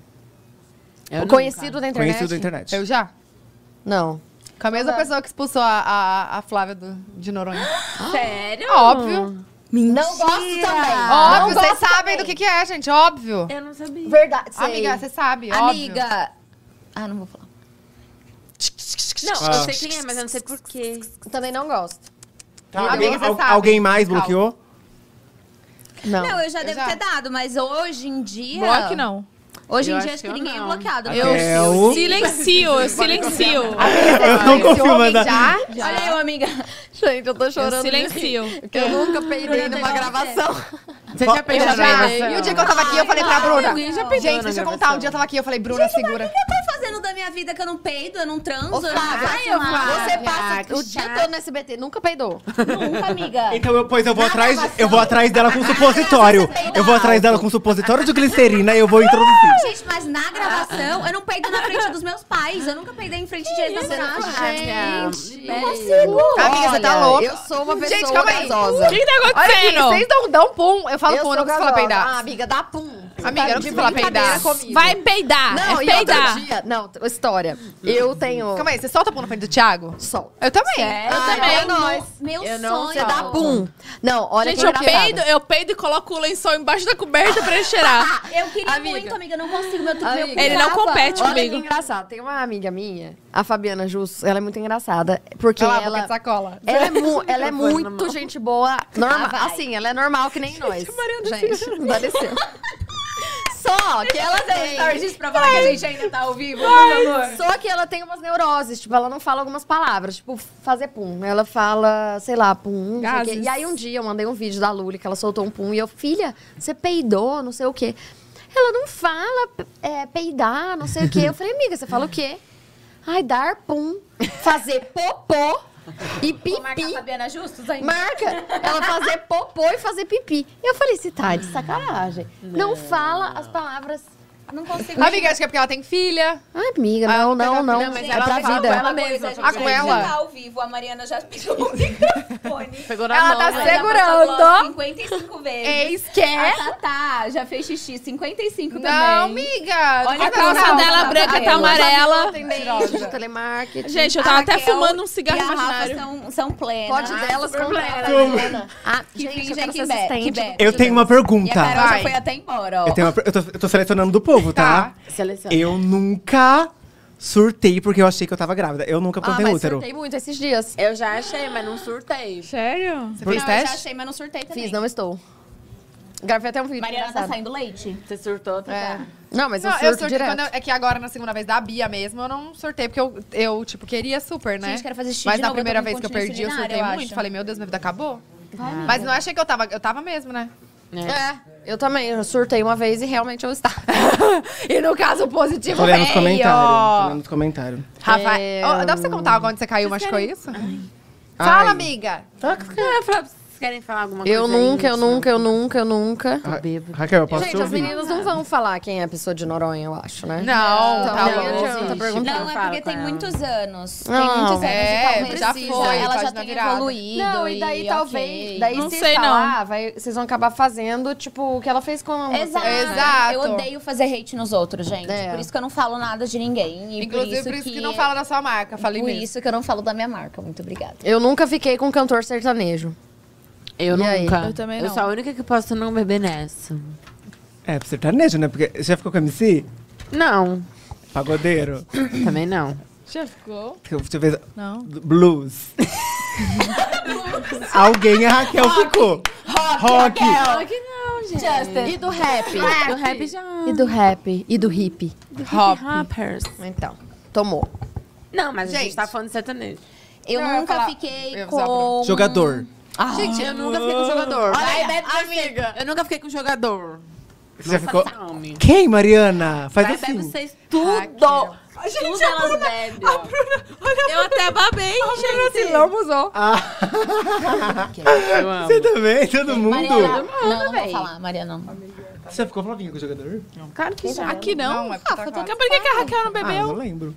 Speaker 5: Eu Conhecido nunca. da internet?
Speaker 6: Conhecido da internet.
Speaker 1: Eu já?
Speaker 5: Não.
Speaker 1: Com a mesma pessoa que expulsou a, a, a Flávia do, de Noronha.
Speaker 9: Sério?
Speaker 1: Óbvio.
Speaker 9: Mentira.
Speaker 1: Não gosto também. Óbvio,
Speaker 9: Não
Speaker 1: vocês
Speaker 9: gosto
Speaker 1: sabem
Speaker 9: também.
Speaker 1: do que, que é, gente. Óbvio.
Speaker 9: Eu não sabia.
Speaker 1: Verdade, sei. Amiga, você sabe,
Speaker 9: Amiga.
Speaker 1: óbvio.
Speaker 9: Ah, não vou falar.
Speaker 4: Não,
Speaker 6: Ah.
Speaker 4: eu sei quem é, mas eu não sei porquê.
Speaker 5: Também não gosto.
Speaker 6: Tá,
Speaker 5: Amiga,
Speaker 6: alguém,
Speaker 5: você
Speaker 6: al-
Speaker 5: sabe.
Speaker 6: alguém mais
Speaker 5: Calma.
Speaker 6: bloqueou?
Speaker 5: Não.
Speaker 9: Não, eu já devo ter dado, mas hoje em dia.
Speaker 2: Bloque não.
Speaker 9: Hoje
Speaker 2: Eu
Speaker 9: em
Speaker 2: acho
Speaker 9: dia acho
Speaker 2: que
Speaker 9: que ninguém é
Speaker 2: não.
Speaker 9: bloqueado.
Speaker 2: Eu
Speaker 6: Raquel.
Speaker 2: silencio, eu silencio.
Speaker 6: Eu não confio mais na-
Speaker 9: Olha eu, amiga.
Speaker 5: Gente, eu tô
Speaker 2: Eu
Speaker 5: chorando. de rir,
Speaker 2: silencio.
Speaker 5: Porque eu nunca peidei numa gravação.
Speaker 4: Você já
Speaker 1: Eu
Speaker 4: perdeu a
Speaker 1: já.
Speaker 4: gravação?
Speaker 1: E o dia que eu tava aqui, eu falei pra
Speaker 9: Ai,
Speaker 1: Bruna.
Speaker 9: eu já peidei
Speaker 1: Gente,
Speaker 9: na
Speaker 1: deixa eu
Speaker 9: gravação.
Speaker 1: contar. Um dia eu tava aqui, eu falei, Bruna, segura.
Speaker 9: O que eu tô fazendo da minha vida que eu não peido, eu não transo? eu não
Speaker 5: Flávia,
Speaker 9: faço nada?
Speaker 5: Você passa o dia todo no SBT, nunca peidou.
Speaker 9: Nunca, amiga.
Speaker 6: Então, eu, pois eu vou atrás. Eu vou atrás dela com supositório. Eu vou atrás dela com supositório de glicerina e eu vou introduzir.
Speaker 9: Gente, mas na gravação, eu não peido na frente dos meus pais. Eu nunca peidei em frente de eles.
Speaker 5: Gente,
Speaker 9: não consigo.
Speaker 5: Amiga, você tá
Speaker 1: Olha,
Speaker 5: louca.
Speaker 1: eu
Speaker 5: sou uma
Speaker 1: Gente, calma aí.
Speaker 5: O que tá
Speaker 1: Olha aqui,
Speaker 2: acontecendo?
Speaker 1: vocês dão, dão um pum, eu falo
Speaker 5: Eu
Speaker 1: pum, eu
Speaker 5: sou
Speaker 1: não preciso falar
Speaker 5: gasosa.
Speaker 1: peidar.
Speaker 5: Ah, amiga, dá pum. Tá
Speaker 1: Amiga, eu não preciso falar peidar.
Speaker 2: Vai peidar.
Speaker 5: Não,
Speaker 2: é
Speaker 5: e outro
Speaker 2: peidar.
Speaker 5: dia... Não, t- história. Eu tenho...
Speaker 1: Calma aí, você solta pum na frente do Thiago?
Speaker 5: Solto.
Speaker 1: Eu também.
Speaker 5: Ah,
Speaker 2: também.
Speaker 5: então é nóis.
Speaker 9: Meu
Speaker 5: Eu não,
Speaker 9: sonho.
Speaker 5: você dá pum. Não, olha
Speaker 2: Gente,
Speaker 5: que
Speaker 2: eu
Speaker 5: engraçado.
Speaker 2: peido, eu peido e coloco o lençol embaixo da coberta pra ele cheirar.
Speaker 9: Eu queria
Speaker 2: Amiga.
Speaker 9: muito, amiga. Eu não consigo. Meu, meu
Speaker 5: Amiga.
Speaker 2: Ele não compete
Speaker 5: Olha
Speaker 2: comigo.
Speaker 5: que engraçado. Tem uma amiga minha, a Fabiana Jus, ela é muito engraçada. Porque
Speaker 1: Olha lá, boca
Speaker 5: ela.
Speaker 9: tá
Speaker 1: de sacola.
Speaker 5: Ela é, mu- ela é
Speaker 1: Microfone na
Speaker 5: muito gente boa.
Speaker 9: Ah,
Speaker 5: Normal. assim, ela é normal que nem nós. Gente, dá desceu. Só que ela tem.
Speaker 9: disso pra falar que a gente ainda tá ao vivo, por favor.
Speaker 5: Só que ela tem umas neuroses, tipo, ela não fala algumas palavras, tipo, fazer pum. Ela fala, sei lá, pum, não sei o quê.
Speaker 2: Gases.
Speaker 5: E aí um dia eu mandei um vídeo da Luli que ela soltou um pum e eu, filha, você peidou, não sei o quê. Ela não fala é, peidar, não sei o quê. Eu falei, amiga, você fala o quê? Ai, dar pum, fazer popô e
Speaker 9: Vou marcar é a
Speaker 5: pipi.
Speaker 9: Fabiana Justus ainda.
Speaker 5: Marca ela fazer popô e fazer pipi. Eu falei, você tá de sacanagem. Não, fala as palavras.
Speaker 9: Não consigo.
Speaker 1: Amiga, acho que é porque ela tem filha.
Speaker 5: Ai, amiga,
Speaker 1: Ah,
Speaker 5: não, não, não.
Speaker 1: mas
Speaker 5: é
Speaker 1: ela
Speaker 5: pra
Speaker 1: fala
Speaker 5: vida.
Speaker 1: com ela
Speaker 9: Coisa, gente,
Speaker 1: Ah,
Speaker 9: a
Speaker 1: com
Speaker 9: gente
Speaker 1: ela?
Speaker 9: já tá ao vivo. A Mariana já pegou o microfone.
Speaker 4: Pegou na
Speaker 1: Ela
Speaker 4: mão.
Speaker 1: tá
Speaker 4: né?
Speaker 9: Ela já
Speaker 1: Segurando.
Speaker 9: passou gloss 55 vezes.
Speaker 1: Eis que é.
Speaker 9: A Tatá já fez xixi 55
Speaker 1: Não,
Speaker 9: também.
Speaker 1: amiga.
Speaker 9: Olha
Speaker 1: não tá
Speaker 9: a calça
Speaker 1: legal.
Speaker 2: dela
Speaker 1: Não,
Speaker 2: branca,
Speaker 1: tá
Speaker 2: tá
Speaker 1: legal.
Speaker 2: amarela.
Speaker 5: Atendente do telemarketing.
Speaker 2: Gente, eu tava
Speaker 9: A
Speaker 2: até
Speaker 9: Raquel
Speaker 2: fumando um cigarro
Speaker 9: e a Rafa tá-
Speaker 2: imaginário.
Speaker 9: São, são plenas.
Speaker 5: Pode
Speaker 1: um
Speaker 5: delas com
Speaker 6: Como?
Speaker 5: Ah,
Speaker 9: Que
Speaker 5: gente, eu
Speaker 9: fingem
Speaker 5: quero
Speaker 9: que
Speaker 5: ser
Speaker 9: be- que
Speaker 5: assistente.
Speaker 9: be-
Speaker 6: Eu tenho uma
Speaker 9: E a Carol
Speaker 6: pergunta.
Speaker 9: já foi até embora, ó.
Speaker 6: Eu, tenho uma per- eu tô, eu tô selecionando do povo, tá?
Speaker 4: Seleciona.
Speaker 6: Eu nunca surtei porque eu achei que eu tava grávida. Eu nunca plantei
Speaker 1: um
Speaker 6: útero.
Speaker 5: Ah, surtei muito esses dias.
Speaker 4: Eu já achei, mas não surtei.
Speaker 2: Sério?
Speaker 1: Você fez
Speaker 9: Não, eu já
Speaker 1: teste?
Speaker 9: achei, mas não surtei também.
Speaker 5: Fiz, não estou. Gravei até um vídeo
Speaker 9: Mariana tá
Speaker 5: engraçado.
Speaker 9: saindo leite.
Speaker 4: Você surtou, tá?
Speaker 1: É.
Speaker 5: Não, mas eu
Speaker 1: Não,
Speaker 5: surto
Speaker 1: eu sortei
Speaker 5: direto.
Speaker 1: quando eu- É que agora, na segunda vez da Bia mesmo, eu não sortei, porque eu, eu tipo, queria super, né?
Speaker 9: Gente, quero fazer xixi
Speaker 1: Mas
Speaker 9: de
Speaker 1: na
Speaker 9: novo, eu tô
Speaker 1: primeira
Speaker 9: com
Speaker 1: vez que eu
Speaker 9: incontinência
Speaker 1: perdi, eu
Speaker 9: urinária,
Speaker 1: surtei
Speaker 9: eu
Speaker 1: muito.
Speaker 9: acho.
Speaker 1: Falei, meu Deus, minha vida acabou.
Speaker 9: Vai, amiga.
Speaker 1: Mas não achei que eu tava. Eu tava mesmo, né?
Speaker 5: É, eu também. Eu surtei uma vez e realmente eu estava. e no caso positivo
Speaker 6: Tô lendo os
Speaker 5: veio.
Speaker 6: comentários. Tô lendo os comentários.
Speaker 1: Rafa,
Speaker 5: É,
Speaker 1: ó, dá pra você contar onde você caiu, machucou isso? Fala, amiga!
Speaker 4: É, pra- Vocês querem falar alguma coisa?
Speaker 5: Eu nunca, eu
Speaker 4: aí?
Speaker 5: nunca, eu nunca, eu nunca.
Speaker 6: Ra-
Speaker 4: bêbado.
Speaker 6: Raquel, eu Ah, posso
Speaker 5: Gente,
Speaker 6: te
Speaker 5: as
Speaker 6: ouvir.
Speaker 5: meninas não vão falar quem é a pessoa de Noronha, eu acho, né?
Speaker 1: Não,
Speaker 5: Então,
Speaker 1: tá
Speaker 5: nem
Speaker 1: louco.
Speaker 5: adianta
Speaker 4: Gente,
Speaker 5: perguntar.
Speaker 9: Não,
Speaker 4: Eu
Speaker 9: é
Speaker 4: falo
Speaker 9: porque
Speaker 4: com
Speaker 9: tem
Speaker 4: ela.
Speaker 9: muitos anos.
Speaker 5: Não.
Speaker 9: tem muitos anos
Speaker 1: É,
Speaker 9: e talvez
Speaker 1: já
Speaker 9: precisa.
Speaker 1: foi,
Speaker 9: Ela
Speaker 1: pode
Speaker 9: já
Speaker 1: dar
Speaker 9: tenha
Speaker 1: virada.
Speaker 9: evoluído.
Speaker 5: Não, e daí
Speaker 9: ok.
Speaker 5: talvez. Daí
Speaker 2: Não
Speaker 5: se
Speaker 2: sei, não.
Speaker 5: falar, vai- vocês vão acabar fazendo, tipo, o que ela fez com a moça.
Speaker 9: Exato.
Speaker 1: Exato.
Speaker 9: Eu odeio fazer hate nos outros, gente.
Speaker 5: É.
Speaker 9: Por isso que eu não falo nada de ninguém. E
Speaker 1: Inclusive,
Speaker 9: por isso que,
Speaker 1: não fala da sua marca. Falei
Speaker 9: Por
Speaker 1: mesmo.
Speaker 9: isso que eu não falo da minha marca. Muito obrigada.
Speaker 5: Eu nunca fiquei com um cantor sertanejo.
Speaker 4: Eu
Speaker 5: E aí?
Speaker 4: nunca.
Speaker 2: Eu também
Speaker 4: Eu
Speaker 2: não.
Speaker 4: sou a única que posso não beber nessa.
Speaker 6: É, pro sertanejo, né? Porque você já ficou com MC?
Speaker 4: Não.
Speaker 6: Pagodeiro.
Speaker 4: Também não.
Speaker 2: Já ficou?
Speaker 6: Deixa eu ver.
Speaker 2: Não.
Speaker 6: Blues. Alguém a Raquel ficou. Rock.
Speaker 5: E do rap?
Speaker 4: Do rap já.
Speaker 5: E do rap? E do hip?
Speaker 1: Hop.
Speaker 4: Rappers.
Speaker 5: Então, tomou.
Speaker 4: Não, mas a gente
Speaker 1: Gente.
Speaker 4: tá falando de sertanejo.
Speaker 9: Eu
Speaker 1: Não, eu ia
Speaker 9: nunca
Speaker 1: falar- eu
Speaker 9: fiquei
Speaker 1: ia usar a Bruna.
Speaker 9: com.
Speaker 6: Jogador.
Speaker 4: Gente, eu nunca fiquei com jogador.
Speaker 5: Ai, bebe amiga.
Speaker 4: Eu nunca fiquei com jogador.
Speaker 6: Você já ficou.
Speaker 4: Nome.
Speaker 6: Quem, Mariana? Faz
Speaker 4: Vai, bebe
Speaker 6: assim.
Speaker 4: vocês tudo. tudo elas bebem. ó.
Speaker 2: Eu até babei,
Speaker 4: assim,
Speaker 2: gente.
Speaker 1: usou.
Speaker 4: Eu amo.
Speaker 6: Ah. Você também? Todo
Speaker 9: Mariana,
Speaker 5: Ah,
Speaker 6: mundo?
Speaker 9: não, não vou falar, Mariana. não.
Speaker 6: Você já ficou Flavinha com o jogador?
Speaker 4: Claro que já.
Speaker 2: Aqui não.
Speaker 1: Não, é porque tá
Speaker 2: Rafa,
Speaker 1: quase
Speaker 2: por que, que a Raquel não
Speaker 6: Ah, não
Speaker 2: bebeu?
Speaker 6: lembro.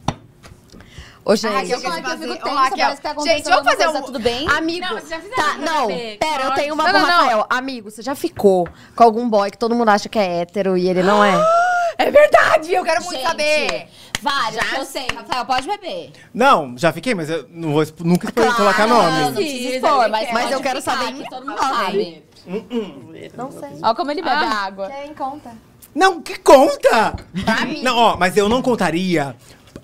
Speaker 5: Ô,
Speaker 9: Ai,
Speaker 5: gente.
Speaker 9: eu falar que eu fico
Speaker 1: fazer-
Speaker 9: tensa,
Speaker 1: Olá, Raquel.
Speaker 9: parece que tá acontecendo
Speaker 1: Gente, vamos
Speaker 9: alguma
Speaker 1: fazer
Speaker 9: coisa,
Speaker 1: um-
Speaker 9: tudo bem?
Speaker 5: Amigo,
Speaker 4: Não, mas já fizeram
Speaker 5: tá,
Speaker 4: pra
Speaker 5: não,
Speaker 4: beber,
Speaker 5: pera, eu
Speaker 4: pode.
Speaker 5: tenho uma
Speaker 1: Não,
Speaker 5: pro
Speaker 1: não, não.
Speaker 5: Rafael. Amigo, você já ficou com algum boy que todo mundo acha que é hétero e ele não é?
Speaker 1: É verdade, eu quero muito
Speaker 9: Gente,
Speaker 1: saber.
Speaker 9: Várias, eu sei. Rafael, pode beber.
Speaker 6: Não, já fiquei, mas eu não vou, expo- nunca expo- colocar
Speaker 9: Não
Speaker 6: nome.
Speaker 5: é
Speaker 9: precisa expor, mas,
Speaker 5: Mas
Speaker 9: pode
Speaker 5: eu quero
Speaker 9: ficar,
Speaker 5: saber
Speaker 9: que
Speaker 5: quem
Speaker 9: todo mundo
Speaker 5: fala.
Speaker 9: sabe.
Speaker 5: Não sei.
Speaker 9: Olha como ele bebe
Speaker 5: Ah,
Speaker 9: a água.
Speaker 5: Quem conta?
Speaker 6: Não, que conta! Não, ó, mas eu não contaria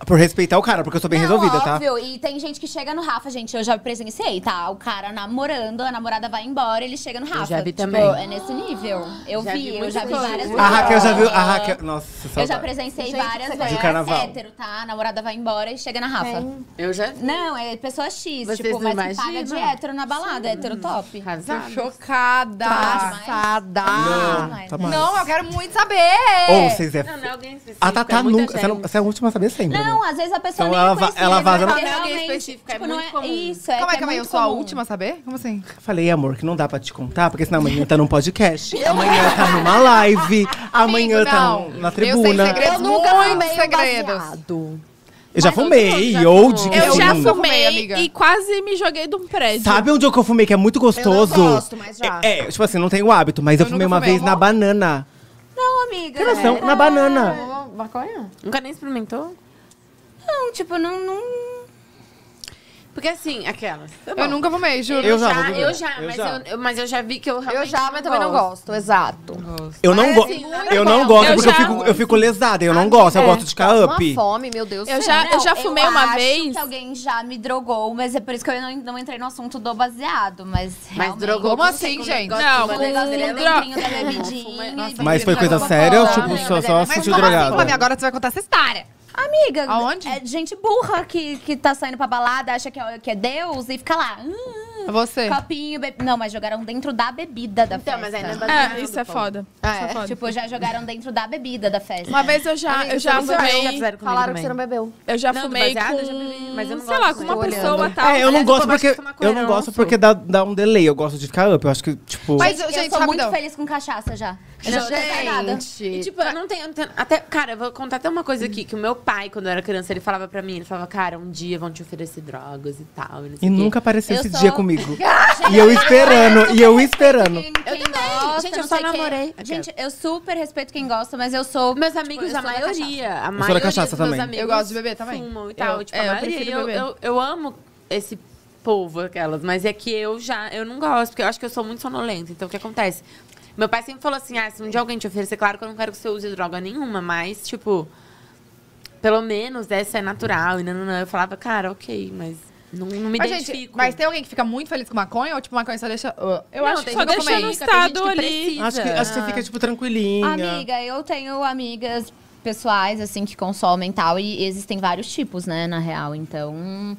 Speaker 6: por respeitar o cara, porque eu sou bem
Speaker 9: Não,
Speaker 6: resolvida, tá?
Speaker 9: É óbvio. E tem gente que chega no Rafa, gente, eu já presenciei, tá? O cara namorando, a namorada vai embora, ele chega no Rafa.
Speaker 4: já vi
Speaker 9: Tipo,
Speaker 4: também.
Speaker 9: É nesse nível. Eu
Speaker 4: Já vi
Speaker 9: vi, eu
Speaker 4: muita
Speaker 9: já vi
Speaker 4: coisa.
Speaker 9: várias
Speaker 6: A Raquel já viu. A
Speaker 9: pessoas.
Speaker 6: Raquel. Nossa,
Speaker 9: É. Eu já
Speaker 6: saudade.
Speaker 9: presenciei
Speaker 5: Gente,
Speaker 9: várias
Speaker 5: você
Speaker 4: é
Speaker 9: vezes.
Speaker 6: De carnaval.
Speaker 9: hétero, tá? A namorada vai embora e chega na Rafa.
Speaker 4: Eu já vi.
Speaker 9: Não, é pessoa X,
Speaker 4: Vocês
Speaker 9: tipo,
Speaker 4: não
Speaker 9: mas que paga de
Speaker 4: imaginam?
Speaker 9: hétero na balada, é hétero top.
Speaker 1: Tô chocada.
Speaker 5: Passada.
Speaker 6: Não, tá mais.
Speaker 1: Tá, Ah, Não, eu quero muito saber.
Speaker 6: Ou vocês é.
Speaker 8: Não, não é alguém específico.
Speaker 6: A Tatá
Speaker 8: é muita
Speaker 6: nunca. Você,
Speaker 8: gente.
Speaker 6: não- você é a última a saber sempre.
Speaker 9: Não,
Speaker 6: né?
Speaker 9: às vezes a
Speaker 6: Então
Speaker 9: pessoa nem
Speaker 6: ela
Speaker 9: é
Speaker 6: va-
Speaker 9: conhecida,
Speaker 6: ela vaza
Speaker 9: né?
Speaker 6: na-
Speaker 9: Porque
Speaker 8: Não é alguém
Speaker 9: realmente,
Speaker 8: específico, é
Speaker 9: tipo, não
Speaker 8: muito comum.
Speaker 9: Isso, é
Speaker 1: Calma aí,
Speaker 9: que é
Speaker 1: calma aí, eu
Speaker 9: muito
Speaker 1: sou a
Speaker 9: comum.
Speaker 1: última a saber? Como assim?
Speaker 6: Falei, amor, que não dá pra te contar, porque senão amanhã tá num podcast, amanhã tá numa live, amanhã
Speaker 1: Amigo,
Speaker 6: tá
Speaker 1: não.
Speaker 6: num- na
Speaker 1: Eu sei
Speaker 6: tribuna.
Speaker 1: segredos,
Speaker 5: Eu nunca
Speaker 1: muitos
Speaker 5: fumei um
Speaker 1: segredos.
Speaker 5: baseado.
Speaker 6: Eu já
Speaker 4: Mas todo
Speaker 6: fumei,
Speaker 4: mundo já
Speaker 6: ou de
Speaker 4: fumou.
Speaker 6: que
Speaker 2: Eu já
Speaker 6: sim.
Speaker 2: fumei
Speaker 1: amiga.
Speaker 2: e quase me joguei de um prédio.
Speaker 6: Sabe onde é que eu fumei que é muito gostoso?
Speaker 5: Eu não gosto, mas já.
Speaker 6: É, é, tipo assim, não tenho hábito, mas eu,
Speaker 1: Eu
Speaker 6: fumei
Speaker 1: nunca
Speaker 6: uma
Speaker 1: fumei.
Speaker 6: vez na banana.
Speaker 9: Não, amiga.
Speaker 6: Tem noção?
Speaker 9: é.
Speaker 6: Na banana.
Speaker 5: Maconha?
Speaker 4: Nunca nem experimentou?
Speaker 9: Não, tipo, não. não...
Speaker 4: Porque assim, aquelas. Tá bom.
Speaker 1: Eu nunca fumei, juro.
Speaker 6: Eu já, vou beber.
Speaker 4: eu já,
Speaker 6: Eu
Speaker 4: mas,
Speaker 6: já.
Speaker 4: Eu, eu- mas eu já vi que eu realmente
Speaker 5: Eu já, mas também não gosto. Exato.
Speaker 6: Eu não, go
Speaker 4: assim, nada
Speaker 6: eu
Speaker 4: bom.
Speaker 6: não gosto,
Speaker 2: Eu
Speaker 6: porque eu
Speaker 2: já-
Speaker 6: fico, eu fico lesada, eu não gosto, eu gosto de ficar
Speaker 5: Uma
Speaker 6: up.
Speaker 5: fome, meu Deus. do
Speaker 2: Eu
Speaker 5: céu.
Speaker 2: já, eu já
Speaker 9: Não,
Speaker 2: fumei uma
Speaker 9: acho
Speaker 2: vez.
Speaker 9: Que alguém já me drogou, mas é por isso que eu não, não entrei no assunto do baseado. Mas, realmente,
Speaker 4: drogou
Speaker 1: Como
Speaker 4: com
Speaker 8: um
Speaker 1: assim,
Speaker 4: seco,
Speaker 1: gente?
Speaker 4: negócio
Speaker 2: Não,
Speaker 4: é de
Speaker 9: O
Speaker 2: com
Speaker 9: negócio dele é
Speaker 2: dro-
Speaker 9: lembrinho da bebidinha. e-
Speaker 6: Mas foi coisa
Speaker 1: Não,
Speaker 6: séria ou
Speaker 1: não,
Speaker 6: tipo,
Speaker 1: não,
Speaker 6: só,
Speaker 9: mas
Speaker 6: só
Speaker 9: é-
Speaker 1: Mas
Speaker 6: sentiu
Speaker 1: como assim, Flamengo?
Speaker 6: drogado?
Speaker 1: Agora você vai contar essa história.
Speaker 9: Amiga,
Speaker 1: Aonde?
Speaker 9: é gente burra que, que tá saindo pra balada, acha que é, que é Deus e fica lá. hum, hum,
Speaker 1: Você.
Speaker 9: Copinho, be... Não, mas jogaram dentro da bebida da festa.
Speaker 4: Então, mas
Speaker 5: Tá.
Speaker 4: ainda é
Speaker 2: É,
Speaker 4: baseado,
Speaker 2: isso é
Speaker 4: pô.
Speaker 2: foda. Isso é foda.
Speaker 9: Tipo, já jogaram dentro da bebida da festa.
Speaker 2: Uma vez eu já,
Speaker 4: Ah,
Speaker 2: eu já
Speaker 4: Amiga, você não
Speaker 2: fumei.
Speaker 5: Falaram
Speaker 4: sabe,
Speaker 5: que
Speaker 4: também.
Speaker 5: você não bebeu.
Speaker 2: Eu já
Speaker 4: Não, do
Speaker 2: fumei
Speaker 4: baseado
Speaker 2: com.
Speaker 4: eu já bebi, mas eu não
Speaker 2: sei
Speaker 4: gosto
Speaker 2: lá, com uma
Speaker 4: disso.
Speaker 2: pessoa
Speaker 5: Olhando.
Speaker 2: tal.
Speaker 6: É, eu não
Speaker 4: Aliás,
Speaker 6: gosto
Speaker 4: eu gosto de
Speaker 6: porque.
Speaker 4: fumar com
Speaker 6: Eu não
Speaker 4: herança.
Speaker 6: gosto porque dá, dá um delay. Eu gosto de ficar up. Eu acho que, tipo.
Speaker 1: Mas,
Speaker 9: Eu
Speaker 1: gente,
Speaker 9: sou
Speaker 1: rapidão.
Speaker 9: muito feliz com cachaça já. Eu já tô retardada.
Speaker 4: E, tipo, eu não tenho, eu não tenho- Até, cara, eu vou contar até uma coisa aqui. Que o meu pai, quando eu era criança, ele falava pra mim. Ele falava, cara, um dia vão te oferecer drogas e tal. não sei
Speaker 6: E
Speaker 4: o quê."
Speaker 6: nunca apareceu
Speaker 9: Eu
Speaker 6: esse
Speaker 9: sou-
Speaker 6: dia comigo. e eu esperando, e eu esperando.
Speaker 9: Quem- quem gosta,
Speaker 4: Gente, eu
Speaker 9: não
Speaker 4: só
Speaker 9: sei quem-
Speaker 4: namorei.
Speaker 9: Gente, eu super respeito quem gosta, mas eu sou.
Speaker 4: Meus amigos,
Speaker 9: eu
Speaker 4: a
Speaker 9: sou da
Speaker 4: maioria. A
Speaker 6: sou da
Speaker 4: maioria
Speaker 6: cachaça
Speaker 4: dos
Speaker 6: também.
Speaker 4: Meus amigos
Speaker 1: Eu gosto de beber também.
Speaker 4: Fumam e tal.
Speaker 2: Eu-
Speaker 4: tipo,
Speaker 2: é,
Speaker 4: a
Speaker 2: eu
Speaker 4: maioria.
Speaker 2: prefiro
Speaker 4: Eu,
Speaker 2: beber.
Speaker 4: eu, eu amo esse povo, aquelas. Mas é que eu já... Eu não gosto, porque eu acho que eu sou muito sonolenta. Então, o que acontece? Meu pai sempre falou assim, ah, se um dia alguém te oferecer, claro que eu não quero que você use droga nenhuma, mas, tipo... Pelo menos essa é natural. E não, não, não. Eu falava, cara, ok, mas não, não me
Speaker 1: Mas, gente,
Speaker 4: identifico.
Speaker 1: mas tem alguém que fica muito feliz com maconha? Ou, tipo, maconha só deixa... Uh,
Speaker 2: Eu
Speaker 4: Não,
Speaker 2: acho que
Speaker 4: tem
Speaker 2: só
Speaker 4: gente
Speaker 2: deixou no
Speaker 4: que fica, tem gente
Speaker 2: estado
Speaker 4: que
Speaker 2: ali.
Speaker 4: precisa.
Speaker 6: Acho que, acho que você fica, tipo, tranquilinha.
Speaker 9: Amiga, eu tenho amigas pessoais, assim, que consomem tal. E existem vários tipos, né, na real. Então,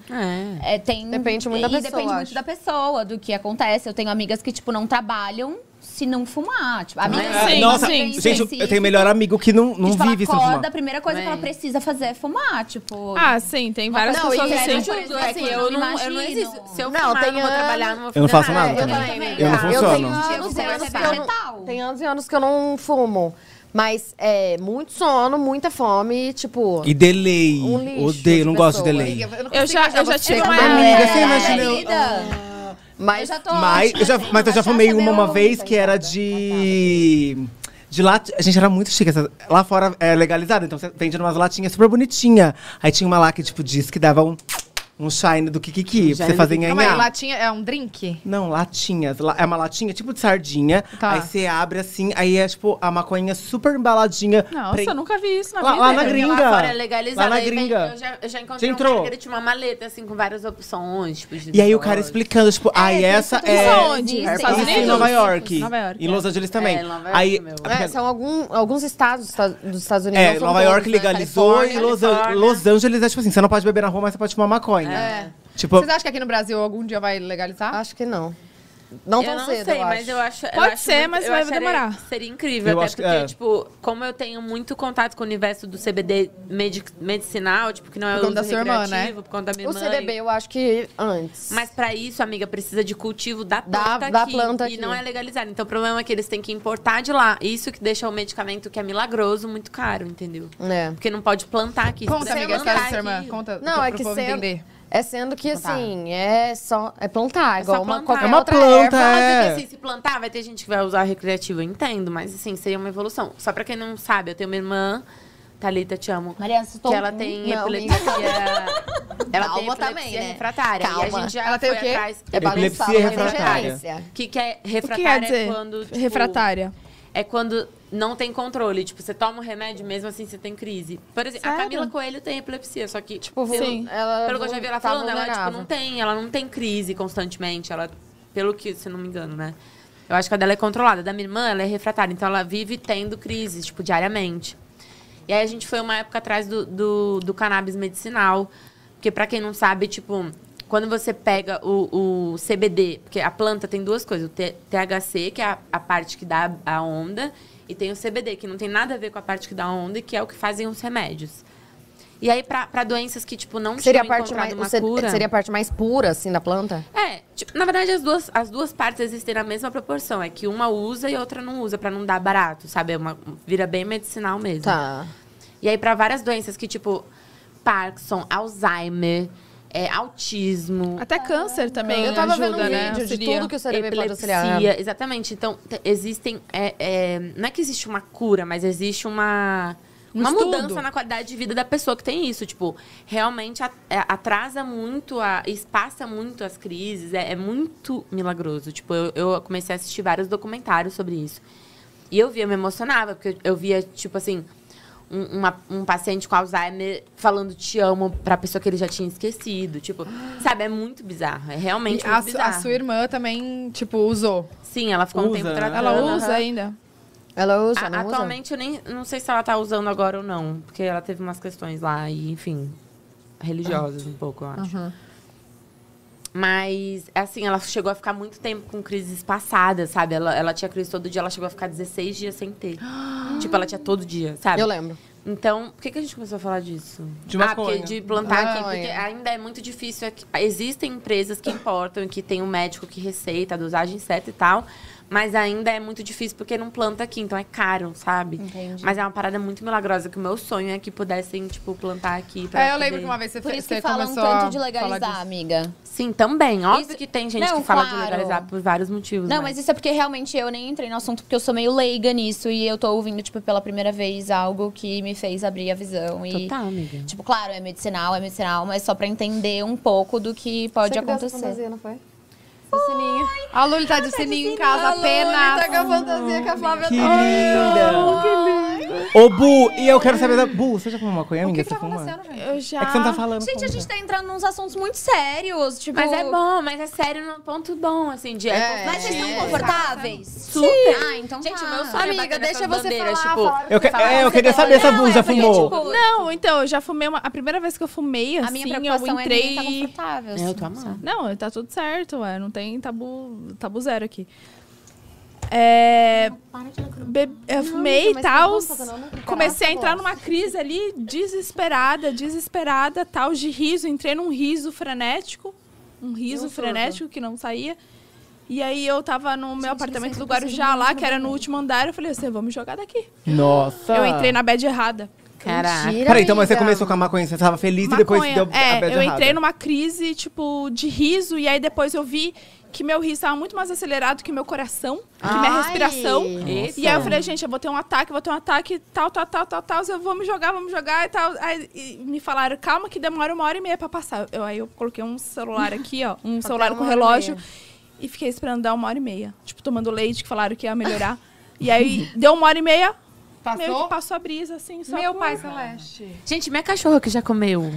Speaker 4: É.
Speaker 9: é, tem...
Speaker 5: Depende muito da
Speaker 9: e
Speaker 5: pessoa,
Speaker 9: depende muito
Speaker 5: acho.
Speaker 9: da pessoa, do que acontece. Eu tenho amigas que, tipo, não trabalham se não fumar. Tipo, amigas...
Speaker 6: Ah,
Speaker 2: Sim,
Speaker 6: Nossa,
Speaker 2: sim,
Speaker 9: sim.
Speaker 6: gente, eu tenho melhor amigo que não, não
Speaker 9: que, tipo,
Speaker 6: vive sem
Speaker 9: ela
Speaker 6: fumar.
Speaker 9: acorda, a primeira coisa que ela
Speaker 4: Bem.
Speaker 9: precisa fazer é fumar, tipo...
Speaker 2: Ah, sim, tem várias
Speaker 5: Não,
Speaker 2: pessoas
Speaker 5: e é
Speaker 2: assim.
Speaker 5: de
Speaker 4: Juro, é que
Speaker 9: assim,
Speaker 4: eu não, eu não
Speaker 9: imagino.
Speaker 4: existo. Se eu
Speaker 5: Não,
Speaker 4: fumar, eu
Speaker 5: tem
Speaker 4: não vou
Speaker 5: anos-
Speaker 4: trabalhar, não vou
Speaker 6: Eu não faço
Speaker 4: nada.
Speaker 6: nada
Speaker 5: eu
Speaker 6: também.
Speaker 5: também.
Speaker 6: Eu não
Speaker 5: Eu
Speaker 6: funciono.
Speaker 5: tenho anos,
Speaker 9: Você
Speaker 5: eu tá
Speaker 9: vai
Speaker 5: não-
Speaker 9: ser metal.
Speaker 5: Tem anos e anos que eu não fumo. Mas é muito sono, muita fome, e, tipo.
Speaker 6: E delay.
Speaker 5: Um lixo
Speaker 6: Odeio,
Speaker 5: de
Speaker 6: não gosto de
Speaker 5: pessoa.
Speaker 6: delay.
Speaker 2: Eu já, eu já tive
Speaker 5: você
Speaker 2: uma.
Speaker 5: com uma
Speaker 6: Amiga,
Speaker 5: É,
Speaker 6: você
Speaker 5: é
Speaker 6: imagina. eu-
Speaker 9: Vida.
Speaker 5: Mas
Speaker 9: Eu já tô
Speaker 6: Mas eu já, mas eu já fumei uma uma vez que era de. De lá, a gente era muito chique. essa- lá fora é legalizado, então você vende umas latinhas super bonitinha. Aí tinha uma lá que, tipo, disse que dava um, um shine do Kikiki pra você fazer
Speaker 1: Calma aí,
Speaker 6: nhanhá.
Speaker 1: latinha é um drink?
Speaker 6: Não, latinhas. la- É uma latinha tipo de sardinha.
Speaker 1: Tá.
Speaker 6: Aí você abre assim, aí é tipo a maconha super embaladinha.
Speaker 2: Nossa, eu nunca vi isso na
Speaker 6: Lá-
Speaker 2: vida.
Speaker 6: lá na
Speaker 4: Porque
Speaker 6: gringa.
Speaker 4: Lá fora é legalizado.
Speaker 6: Lá na
Speaker 4: aí vem-
Speaker 6: gringa.
Speaker 4: Eu já, eu já
Speaker 6: Já
Speaker 4: encontrei um
Speaker 6: entrou.
Speaker 4: cara que ele tinha uma maleta, assim, com várias opções, tipo, de
Speaker 6: E aí o cara
Speaker 4: drogas.
Speaker 6: explicando, tipo, ai, essa
Speaker 9: tudo
Speaker 6: é.
Speaker 9: isso
Speaker 2: onde?
Speaker 9: Isso,
Speaker 2: Estados
Speaker 6: Isso em
Speaker 2: Unidos?
Speaker 6: Nova York.
Speaker 2: Nova York,
Speaker 6: Em Los Angeles também.
Speaker 4: É, Nova York,
Speaker 6: aí,
Speaker 4: meu.
Speaker 6: a-
Speaker 5: É, são algum- alguns estados dos Estados- dos Estados Unidos.
Speaker 6: É,
Speaker 5: não são
Speaker 6: Nova
Speaker 5: todos,
Speaker 6: York
Speaker 5: né?
Speaker 6: legalizou e
Speaker 5: Califórnia.
Speaker 6: Los, An- Los Angeles é tipo assim, você não pode beber na rua, mas você pode fumar maconha. É. Tipo,
Speaker 1: Vocês acham que aqui no Brasil algum dia vai legalizar?
Speaker 5: Acho que não. Não
Speaker 4: eu
Speaker 5: tão
Speaker 4: não
Speaker 5: cedo,
Speaker 4: sei,
Speaker 5: eu acho.
Speaker 4: mas eu acho. eu
Speaker 2: Pode
Speaker 4: acho
Speaker 2: ser, mas
Speaker 4: eu
Speaker 2: vai
Speaker 4: acharia-
Speaker 2: demorar.
Speaker 4: Seria incrível,
Speaker 6: Eu
Speaker 4: até
Speaker 6: acho que-
Speaker 4: porque,
Speaker 6: é.
Speaker 4: tipo, como eu tenho muito contato com o universo do CBD medi- medicinal, tipo, que não é
Speaker 1: Por conta
Speaker 4: uso
Speaker 1: da sua irmã,
Speaker 4: recreativo, por conta da minha
Speaker 5: O
Speaker 4: mãe.
Speaker 5: CDB eu acho que antes.
Speaker 4: Mas pra isso, amiga, precisa de cultivo da
Speaker 5: Da-
Speaker 4: planta
Speaker 5: da
Speaker 4: aqui.
Speaker 5: planta
Speaker 4: E
Speaker 5: aqui.
Speaker 4: não é legalizado. Então o problema é que eles têm que importar de lá. Isso que deixa o medicamento que é milagroso muito caro, entendeu?
Speaker 5: É.
Speaker 4: Porque não pode plantar aqui.
Speaker 1: Conta,
Speaker 4: Precisa
Speaker 1: amiga, a
Speaker 8: é
Speaker 4: plantar
Speaker 1: história da sua irmã.
Speaker 4: aqui.
Speaker 1: Conta
Speaker 5: Não,
Speaker 1: pro
Speaker 5: é que
Speaker 1: povo
Speaker 5: cê-
Speaker 1: entender.
Speaker 5: É sendo que, assim, é só. É plantar, igual uma,
Speaker 4: plantar.
Speaker 5: qualquer
Speaker 4: Tá. É uma
Speaker 5: outra erva.
Speaker 4: planta, Mas é que,
Speaker 8: tipo
Speaker 4: assim, se plantar, vai ter gente que vai usar recreativo, eu entendo. Mas, assim, seria uma evolução. Só pra quem não sabe, eu tenho uma irmã... Thalita, te amo.
Speaker 9: Maria, você
Speaker 4: Que ela tem
Speaker 9: Não,
Speaker 4: epilepsia... Ela tem
Speaker 9: Calma
Speaker 4: epilepsia
Speaker 9: também, né?
Speaker 4: refratária. E
Speaker 9: Calma.
Speaker 4: a gente já
Speaker 9: Ela tem
Speaker 4: foi
Speaker 9: o quê?
Speaker 4: atrás-
Speaker 9: É
Speaker 5: assim,
Speaker 9: Epilepsia balançado, né? refratária.
Speaker 4: O que, que é
Speaker 2: quer
Speaker 4: refratária?
Speaker 2: dizer
Speaker 4: É quando, tipo,
Speaker 2: refratária?
Speaker 4: É quando não tem controle. Tipo, você toma um remédio, mesmo assim você tem crise. Por exemplo, a
Speaker 2: Sério?
Speaker 4: Camila Coelho tem epilepsia, só que... Tipo,
Speaker 2: vul-
Speaker 4: pelo,
Speaker 2: Sim.
Speaker 5: ela
Speaker 4: pelo que eu já vi ela
Speaker 5: tá
Speaker 4: falando, ela tipo,
Speaker 5: vulnerável.
Speaker 4: não tem, ela não tem crise constantemente. Ela, pelo que, se não me engano, né? Eu acho que a dela é controlada. Da minha irmã, ela é refratária. Então, ela vive tendo crises, tipo, diariamente. E aí, a gente foi uma época atrás do, do, do cannabis medicinal. Porque, pra quem não sabe, tipo... Quando você pega o, o CBD... Porque a planta tem duas coisas. O T- THC, que é a, a parte que dá a onda. E tem o CBD, que não tem nada a ver com a parte que dá a onda. E que é o que fazem os remédios. E aí, pra, pra doenças que, tipo, não
Speaker 5: Seria a
Speaker 4: tinham
Speaker 5: parte mais.
Speaker 4: encontrado uma
Speaker 5: o C-
Speaker 4: cura...
Speaker 5: Seria a parte mais pura, assim, da planta?
Speaker 4: É, tipo, na verdade as duas, as duas partes existem na mesma proporção. É que uma usa e a outra não usa pra não dar barato, sabe? É uma, vira bem medicinal mesmo.
Speaker 5: Tá.
Speaker 4: E aí pra várias doenças que tipo Parkinson, Alzheimer, é, autismo.
Speaker 2: Até câncer também
Speaker 5: Eu tava
Speaker 2: ajuda,
Speaker 5: vendo um
Speaker 2: né?
Speaker 5: vídeo de
Speaker 2: Auxilia.
Speaker 5: tudo que o CDB pode
Speaker 4: Epilepsia,
Speaker 5: auxiliar. né?
Speaker 4: exatamente. Então, te- existem. é, é, não é que existe uma cura, mas existe uma.
Speaker 2: Um
Speaker 4: uma
Speaker 2: estudo.
Speaker 4: mudança na qualidade de vida da pessoa que tem isso. Tipo, realmente a- é, atrasa muito, a, espaça muito as crises. É, é muito milagroso. Tipo, eu, eu comecei a assistir vários documentários sobre isso. E eu via, eu me emocionava, porque eu, eu via, tipo assim, um, uma- um paciente com Alzheimer falando te amo pra pessoa que ele já tinha esquecido. Tipo, sabe, é muito bizarro. É realmente
Speaker 1: E
Speaker 4: muito
Speaker 1: a, su- a
Speaker 4: bizarro.
Speaker 1: sua irmã também, tipo, usou.
Speaker 4: Sim, ela ficou um
Speaker 5: né?
Speaker 4: tempo tratando.
Speaker 1: Ela usa
Speaker 4: aham.
Speaker 1: ainda?
Speaker 5: Ela usa,
Speaker 4: A-
Speaker 5: não usa?
Speaker 4: atualmente eu nem não sei se ela tá usando agora ou não, porque ela teve umas questões lá e enfim, religiosas um pouco, eu acho.
Speaker 5: Uhum.
Speaker 4: Mas assim, ela chegou a ficar muito tempo com crises passadas, sabe? Ela, ela tinha crise todo dia, ela chegou a ficar 16 dias sem ter. tipo, ela tinha todo dia, sabe?
Speaker 5: Eu lembro.
Speaker 4: Então, por que, que a gente começou a falar disso?
Speaker 5: De
Speaker 4: ah,
Speaker 5: maconha.
Speaker 4: porque de plantar aqui,
Speaker 5: Maconha.
Speaker 4: porque ainda é muito difícil. aqui. Existem empresas que importam, que tem um médico que receita, a dosagem certa e tal. Mas ainda é muito difícil porque não planta aqui, então é caro, sabe?
Speaker 1: Entendi.
Speaker 4: Mas é uma parada muito milagrosa, que o meu sonho é que pudessem, tipo, plantar aqui. Pra
Speaker 1: É, eu lembro
Speaker 4: poder-
Speaker 1: que uma vez você
Speaker 9: Por
Speaker 1: fe-
Speaker 9: isso que
Speaker 1: você
Speaker 9: falam
Speaker 1: começou
Speaker 9: tanto
Speaker 1: a
Speaker 9: de
Speaker 1: falar disso.
Speaker 9: legalizar, amiga.
Speaker 4: Sim, também. Óbvio
Speaker 9: Isso-
Speaker 4: que tem gente
Speaker 9: Não,
Speaker 4: que fala de
Speaker 9: claro.
Speaker 4: legalizar por vários motivos.
Speaker 9: Não, mas isso é porque realmente eu nem entrei no assunto porque eu sou meio leiga nisso e eu tô ouvindo, tipo, pela primeira vez algo que me fez abrir a visão. E,
Speaker 4: Total, Tá, amiga.
Speaker 9: tipo, claro, é medicinal, é medicinal, mas só pra entender um pouco do que pode
Speaker 5: Você que deu essa
Speaker 9: acontecer.
Speaker 5: fantasia, não foi?
Speaker 1: A Luli tá de sininho em casa,
Speaker 18: A Luli
Speaker 1: apenas.
Speaker 18: tá com a fantasia que a Flávia
Speaker 6: Que
Speaker 18: tá.
Speaker 6: linda! Ô, Bu, e eu quero saber da... Bu, você já fumou maconha, amiga? Você fuma?
Speaker 9: Eu já.
Speaker 6: É que você não tá falando,
Speaker 9: Gente, a
Speaker 6: conta.
Speaker 9: gente tá entrando nos assuntos muito sérios. Tipo...
Speaker 4: Mas é bom, mas é sério num ponto bom, assim, de.
Speaker 9: É, mas vocês
Speaker 4: é.
Speaker 9: estão confortáveis?
Speaker 4: Super.
Speaker 9: Ah, então
Speaker 4: Gente,
Speaker 9: tá.
Speaker 4: o meu sonho é bater nessas bandeiras, tipo,
Speaker 6: Eu, que- é, eu queria saber se a Bu já fumou.
Speaker 2: Não, então, eu já fumei uma... A primeira vez que eu fumei,
Speaker 9: A
Speaker 2: assim,
Speaker 9: minha
Speaker 2: eu
Speaker 9: preocupação é
Speaker 2: entrei...
Speaker 9: ninguém tá confortável.
Speaker 4: É, eu tô amando.
Speaker 2: Não, tá tudo certo, ué. Não tem tabu, tabu zero aqui. É... be- Eu fumei e
Speaker 5: mas
Speaker 2: tal.
Speaker 5: não vamos fazer, não, não.
Speaker 2: Comecei a entrar
Speaker 5: Caraca,
Speaker 2: numa crise ali, desesperada, desesperada, tal, de riso. Entrei num riso frenético. Um riso
Speaker 9: surto.
Speaker 2: frenético que não saía. E aí eu tava no meu apartamento do Guarujá lá, que era no último andar. Eu falei assim, eu vou me jogar daqui.
Speaker 6: Nossa!
Speaker 2: Eu entrei na bad errada.
Speaker 4: Caraca.
Speaker 6: Peraí, então, mas você começou com a maconha, você tava feliz e depois deu a
Speaker 2: é,
Speaker 6: bad
Speaker 2: eu
Speaker 6: errada.
Speaker 2: entrei numa crise, tipo, de riso, e aí depois eu vi que meu riso estava muito mais acelerado que meu coração, que minha
Speaker 5: Ai.
Speaker 2: respiração.
Speaker 5: Nossa.
Speaker 2: E aí eu falei, gente, eu vou ter um ataque, eu vou ter um ataque, tal, tal, tal, tal, tal, eu vou me jogar, vou me jogar e tal. Aí e me falaram, calma que demora uma hora e meia pra passar. Eu, aí eu coloquei um celular aqui, ó, um celular com
Speaker 9: uma hora e
Speaker 2: relógio,
Speaker 9: meia.
Speaker 2: e fiquei esperando dar uma hora e meia. Tipo, tomando leite, que falaram que ia melhorar. e aí deu uma hora e meia, meio que passou a brisa, assim, só
Speaker 1: Meu
Speaker 2: por-
Speaker 1: pai celeste.
Speaker 4: Gente, minha cachorra que já comeu.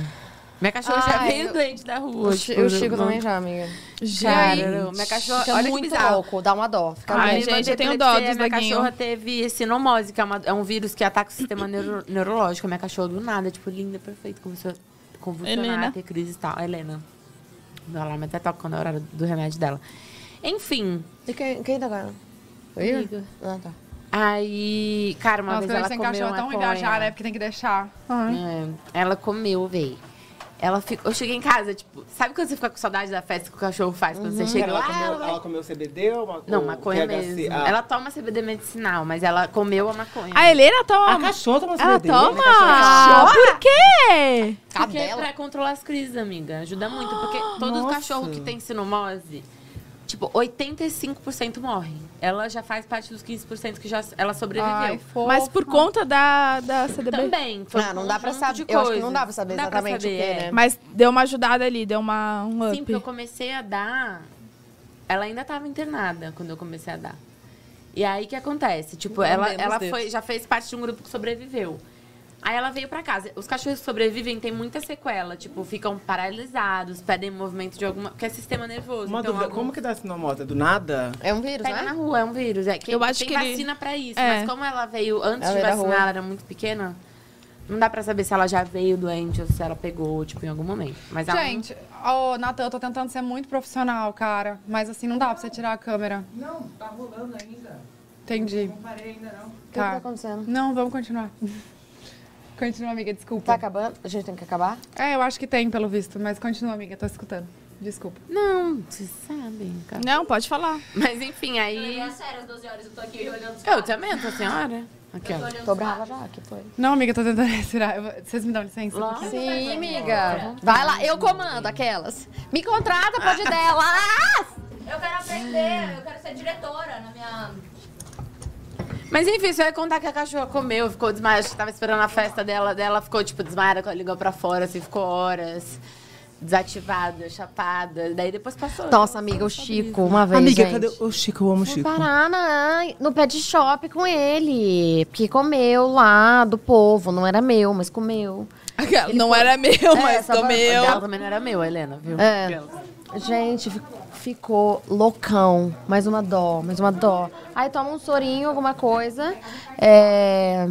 Speaker 4: Minha cachorra já
Speaker 5: Ai,
Speaker 4: veio
Speaker 5: eu-
Speaker 4: doente da rua.
Speaker 5: O, Chi-
Speaker 4: tipo,
Speaker 5: o Chico
Speaker 4: não-
Speaker 5: também já, amiga.
Speaker 4: Já, não, minha cachorra-
Speaker 5: Fica
Speaker 4: olha que
Speaker 5: muito
Speaker 4: bizarro.
Speaker 5: louco, dá uma dó. Fica
Speaker 4: A
Speaker 5: muito-
Speaker 4: minha
Speaker 2: gente,
Speaker 4: irmã
Speaker 2: eu
Speaker 4: tem
Speaker 2: tenho
Speaker 4: epilepsia,
Speaker 2: dó
Speaker 4: Minha
Speaker 2: dos laguinhos.
Speaker 4: cachorra teve sinomose, que é, uma- é um vírus que ataca o sistema neuro- neurológico. A Minha cachorra do nada, tipo, linda, perfeita. Começou a convulsionar,
Speaker 2: Helena.
Speaker 4: ter crise e tal. A Helena. Meu alarme até toca quando é a hora do remédio dela. Enfim.
Speaker 5: E quem, quem tá agora?
Speaker 4: Igor.
Speaker 5: Ah, tá.
Speaker 4: Aí, cara, uma
Speaker 1: Nossa,
Speaker 4: vez
Speaker 1: quando
Speaker 4: ela
Speaker 1: você
Speaker 4: comeu
Speaker 1: encaixou, é tão ruim
Speaker 4: maconha.
Speaker 1: viajar, né? Porque tem que deixar.
Speaker 4: É, ela comeu, véi. Ela ficou. Eu cheguei em casa, tipo, sabe quando você fica com saudade da festa que o cachorro faz quando você chega
Speaker 6: Ela,
Speaker 4: lá?
Speaker 6: comeu,
Speaker 4: Uhum. ela-
Speaker 6: ela comeu CBD ou maconha?
Speaker 4: Não, maconha mesmo. Ela toma CBD medicinal, mas ela comeu a maconha.
Speaker 2: A Helena toma.
Speaker 4: A cachorra toma
Speaker 2: Ela
Speaker 4: CBD, né?
Speaker 2: toma!
Speaker 4: A cachorra-
Speaker 2: Ah, Por quê?
Speaker 4: Porque é pra controlar as crises, amiga. Ajuda muito. Porque
Speaker 5: Ah,
Speaker 4: todo cachorro que tem sinomose, tipo, 85% morre. Ela já faz parte dos 15% que já ela sobreviveu.
Speaker 2: Ai, Mas por conta da, da CDB?
Speaker 4: Também. Foi
Speaker 5: Ah, não dá pra
Speaker 4: um conjunto
Speaker 5: saber-
Speaker 4: de
Speaker 5: eu acho que
Speaker 4: coisas.
Speaker 5: não dá pra saber
Speaker 4: Não dá pra
Speaker 5: exatamente o
Speaker 4: saber,
Speaker 5: quê, né?
Speaker 4: é.
Speaker 2: Mas deu uma ajudada ali, deu uma, um up.
Speaker 4: Sim, porque eu comecei a dar. Ela ainda estava internada quando eu comecei a dar. E aí o que acontece? Tipo,
Speaker 8: Lambendo
Speaker 4: ela,
Speaker 8: os
Speaker 4: ela
Speaker 8: dedos.
Speaker 4: foi, já fez parte de um grupo que sobreviveu. Aí ela veio pra casa. Os cachorros que sobrevivem têm muita sequela. Tipo, ficam paralisados, pedem movimento de alguma. Porque é sistema nervoso.
Speaker 6: Uma
Speaker 4: então,
Speaker 6: dúvida,
Speaker 4: algum-
Speaker 6: como que dá sinomose? Do nada?
Speaker 5: É um vírus,
Speaker 4: Pega na rua, é um vírus. É. que
Speaker 6: Eu acho
Speaker 4: tem
Speaker 6: que ele-
Speaker 4: vacina pra isso.
Speaker 6: É.
Speaker 4: Mas como ela veio antes
Speaker 6: Ela
Speaker 4: de
Speaker 6: veio da
Speaker 4: vacinar,
Speaker 6: rua.
Speaker 4: ela era muito pequena, não dá pra saber se ela já veio doente ou se ela pegou, tipo, em algum momento. Mas ela não
Speaker 1: Gente, ô, Natan, eu tô tentando ser muito profissional, cara. Mas assim, não dá pra você tirar a câmera.
Speaker 10: Não, tá rolando ainda.
Speaker 1: Entendi.
Speaker 10: Não parei ainda, não.
Speaker 5: que tá acontecendo?
Speaker 1: Não, vamos continuar. Continua, amiga, desculpa.
Speaker 5: Tá acabando? A gente tem que acabar?
Speaker 12: tá.
Speaker 1: É, eu acho que tem, pelo visto. Mas continua, amiga, tô escutando. Desculpa.
Speaker 4: Não, vocês sabem, cara.
Speaker 2: Não, pode falar.
Speaker 4: Mas enfim, aí.
Speaker 12: Eu sério às 12 horas, eu tô aqui olhando os
Speaker 4: Eu também, essa senhora. Aqui,
Speaker 12: tô
Speaker 4: ó.
Speaker 12: olhando
Speaker 5: Tô brava já, que foi.
Speaker 1: Não, amiga, tô tentando respirar. Eu vou- Vocês me dão licença?
Speaker 5: Lógico.
Speaker 1: Porque-
Speaker 5: Sim, amiga. Vai lá, eu comando aquelas. Me contrata, pode dela.
Speaker 12: Eu quero aprender, eu quero ser diretora na minha.
Speaker 4: Mas enfim, você vai contar que a cachorra comeu, ficou desmaiada. Tava esperando a festa dela, dela ficou, tipo, desmaiada, com a língua pra fora, assim, ficou horas. Desativada, chapada. Daí depois passou.
Speaker 5: Nossa, amiga, o Chico, uma vez,
Speaker 6: Amiga,
Speaker 5: é, gente.
Speaker 6: cadê o Chico? Eu amo o Chico.
Speaker 5: Parar na, no pet shop com ele. Porque comeu lá do povo. Não era meu, mas comeu.
Speaker 2: Aquela, Não era meu,
Speaker 12: É,
Speaker 2: mas
Speaker 5: essa
Speaker 2: comeu.
Speaker 5: barba-
Speaker 4: também não era meu, Helena, viu?
Speaker 5: É. Gente, fi- ficou loucão. Mais uma dó, mais uma dó. Aí toma um sorinho, alguma coisa. É,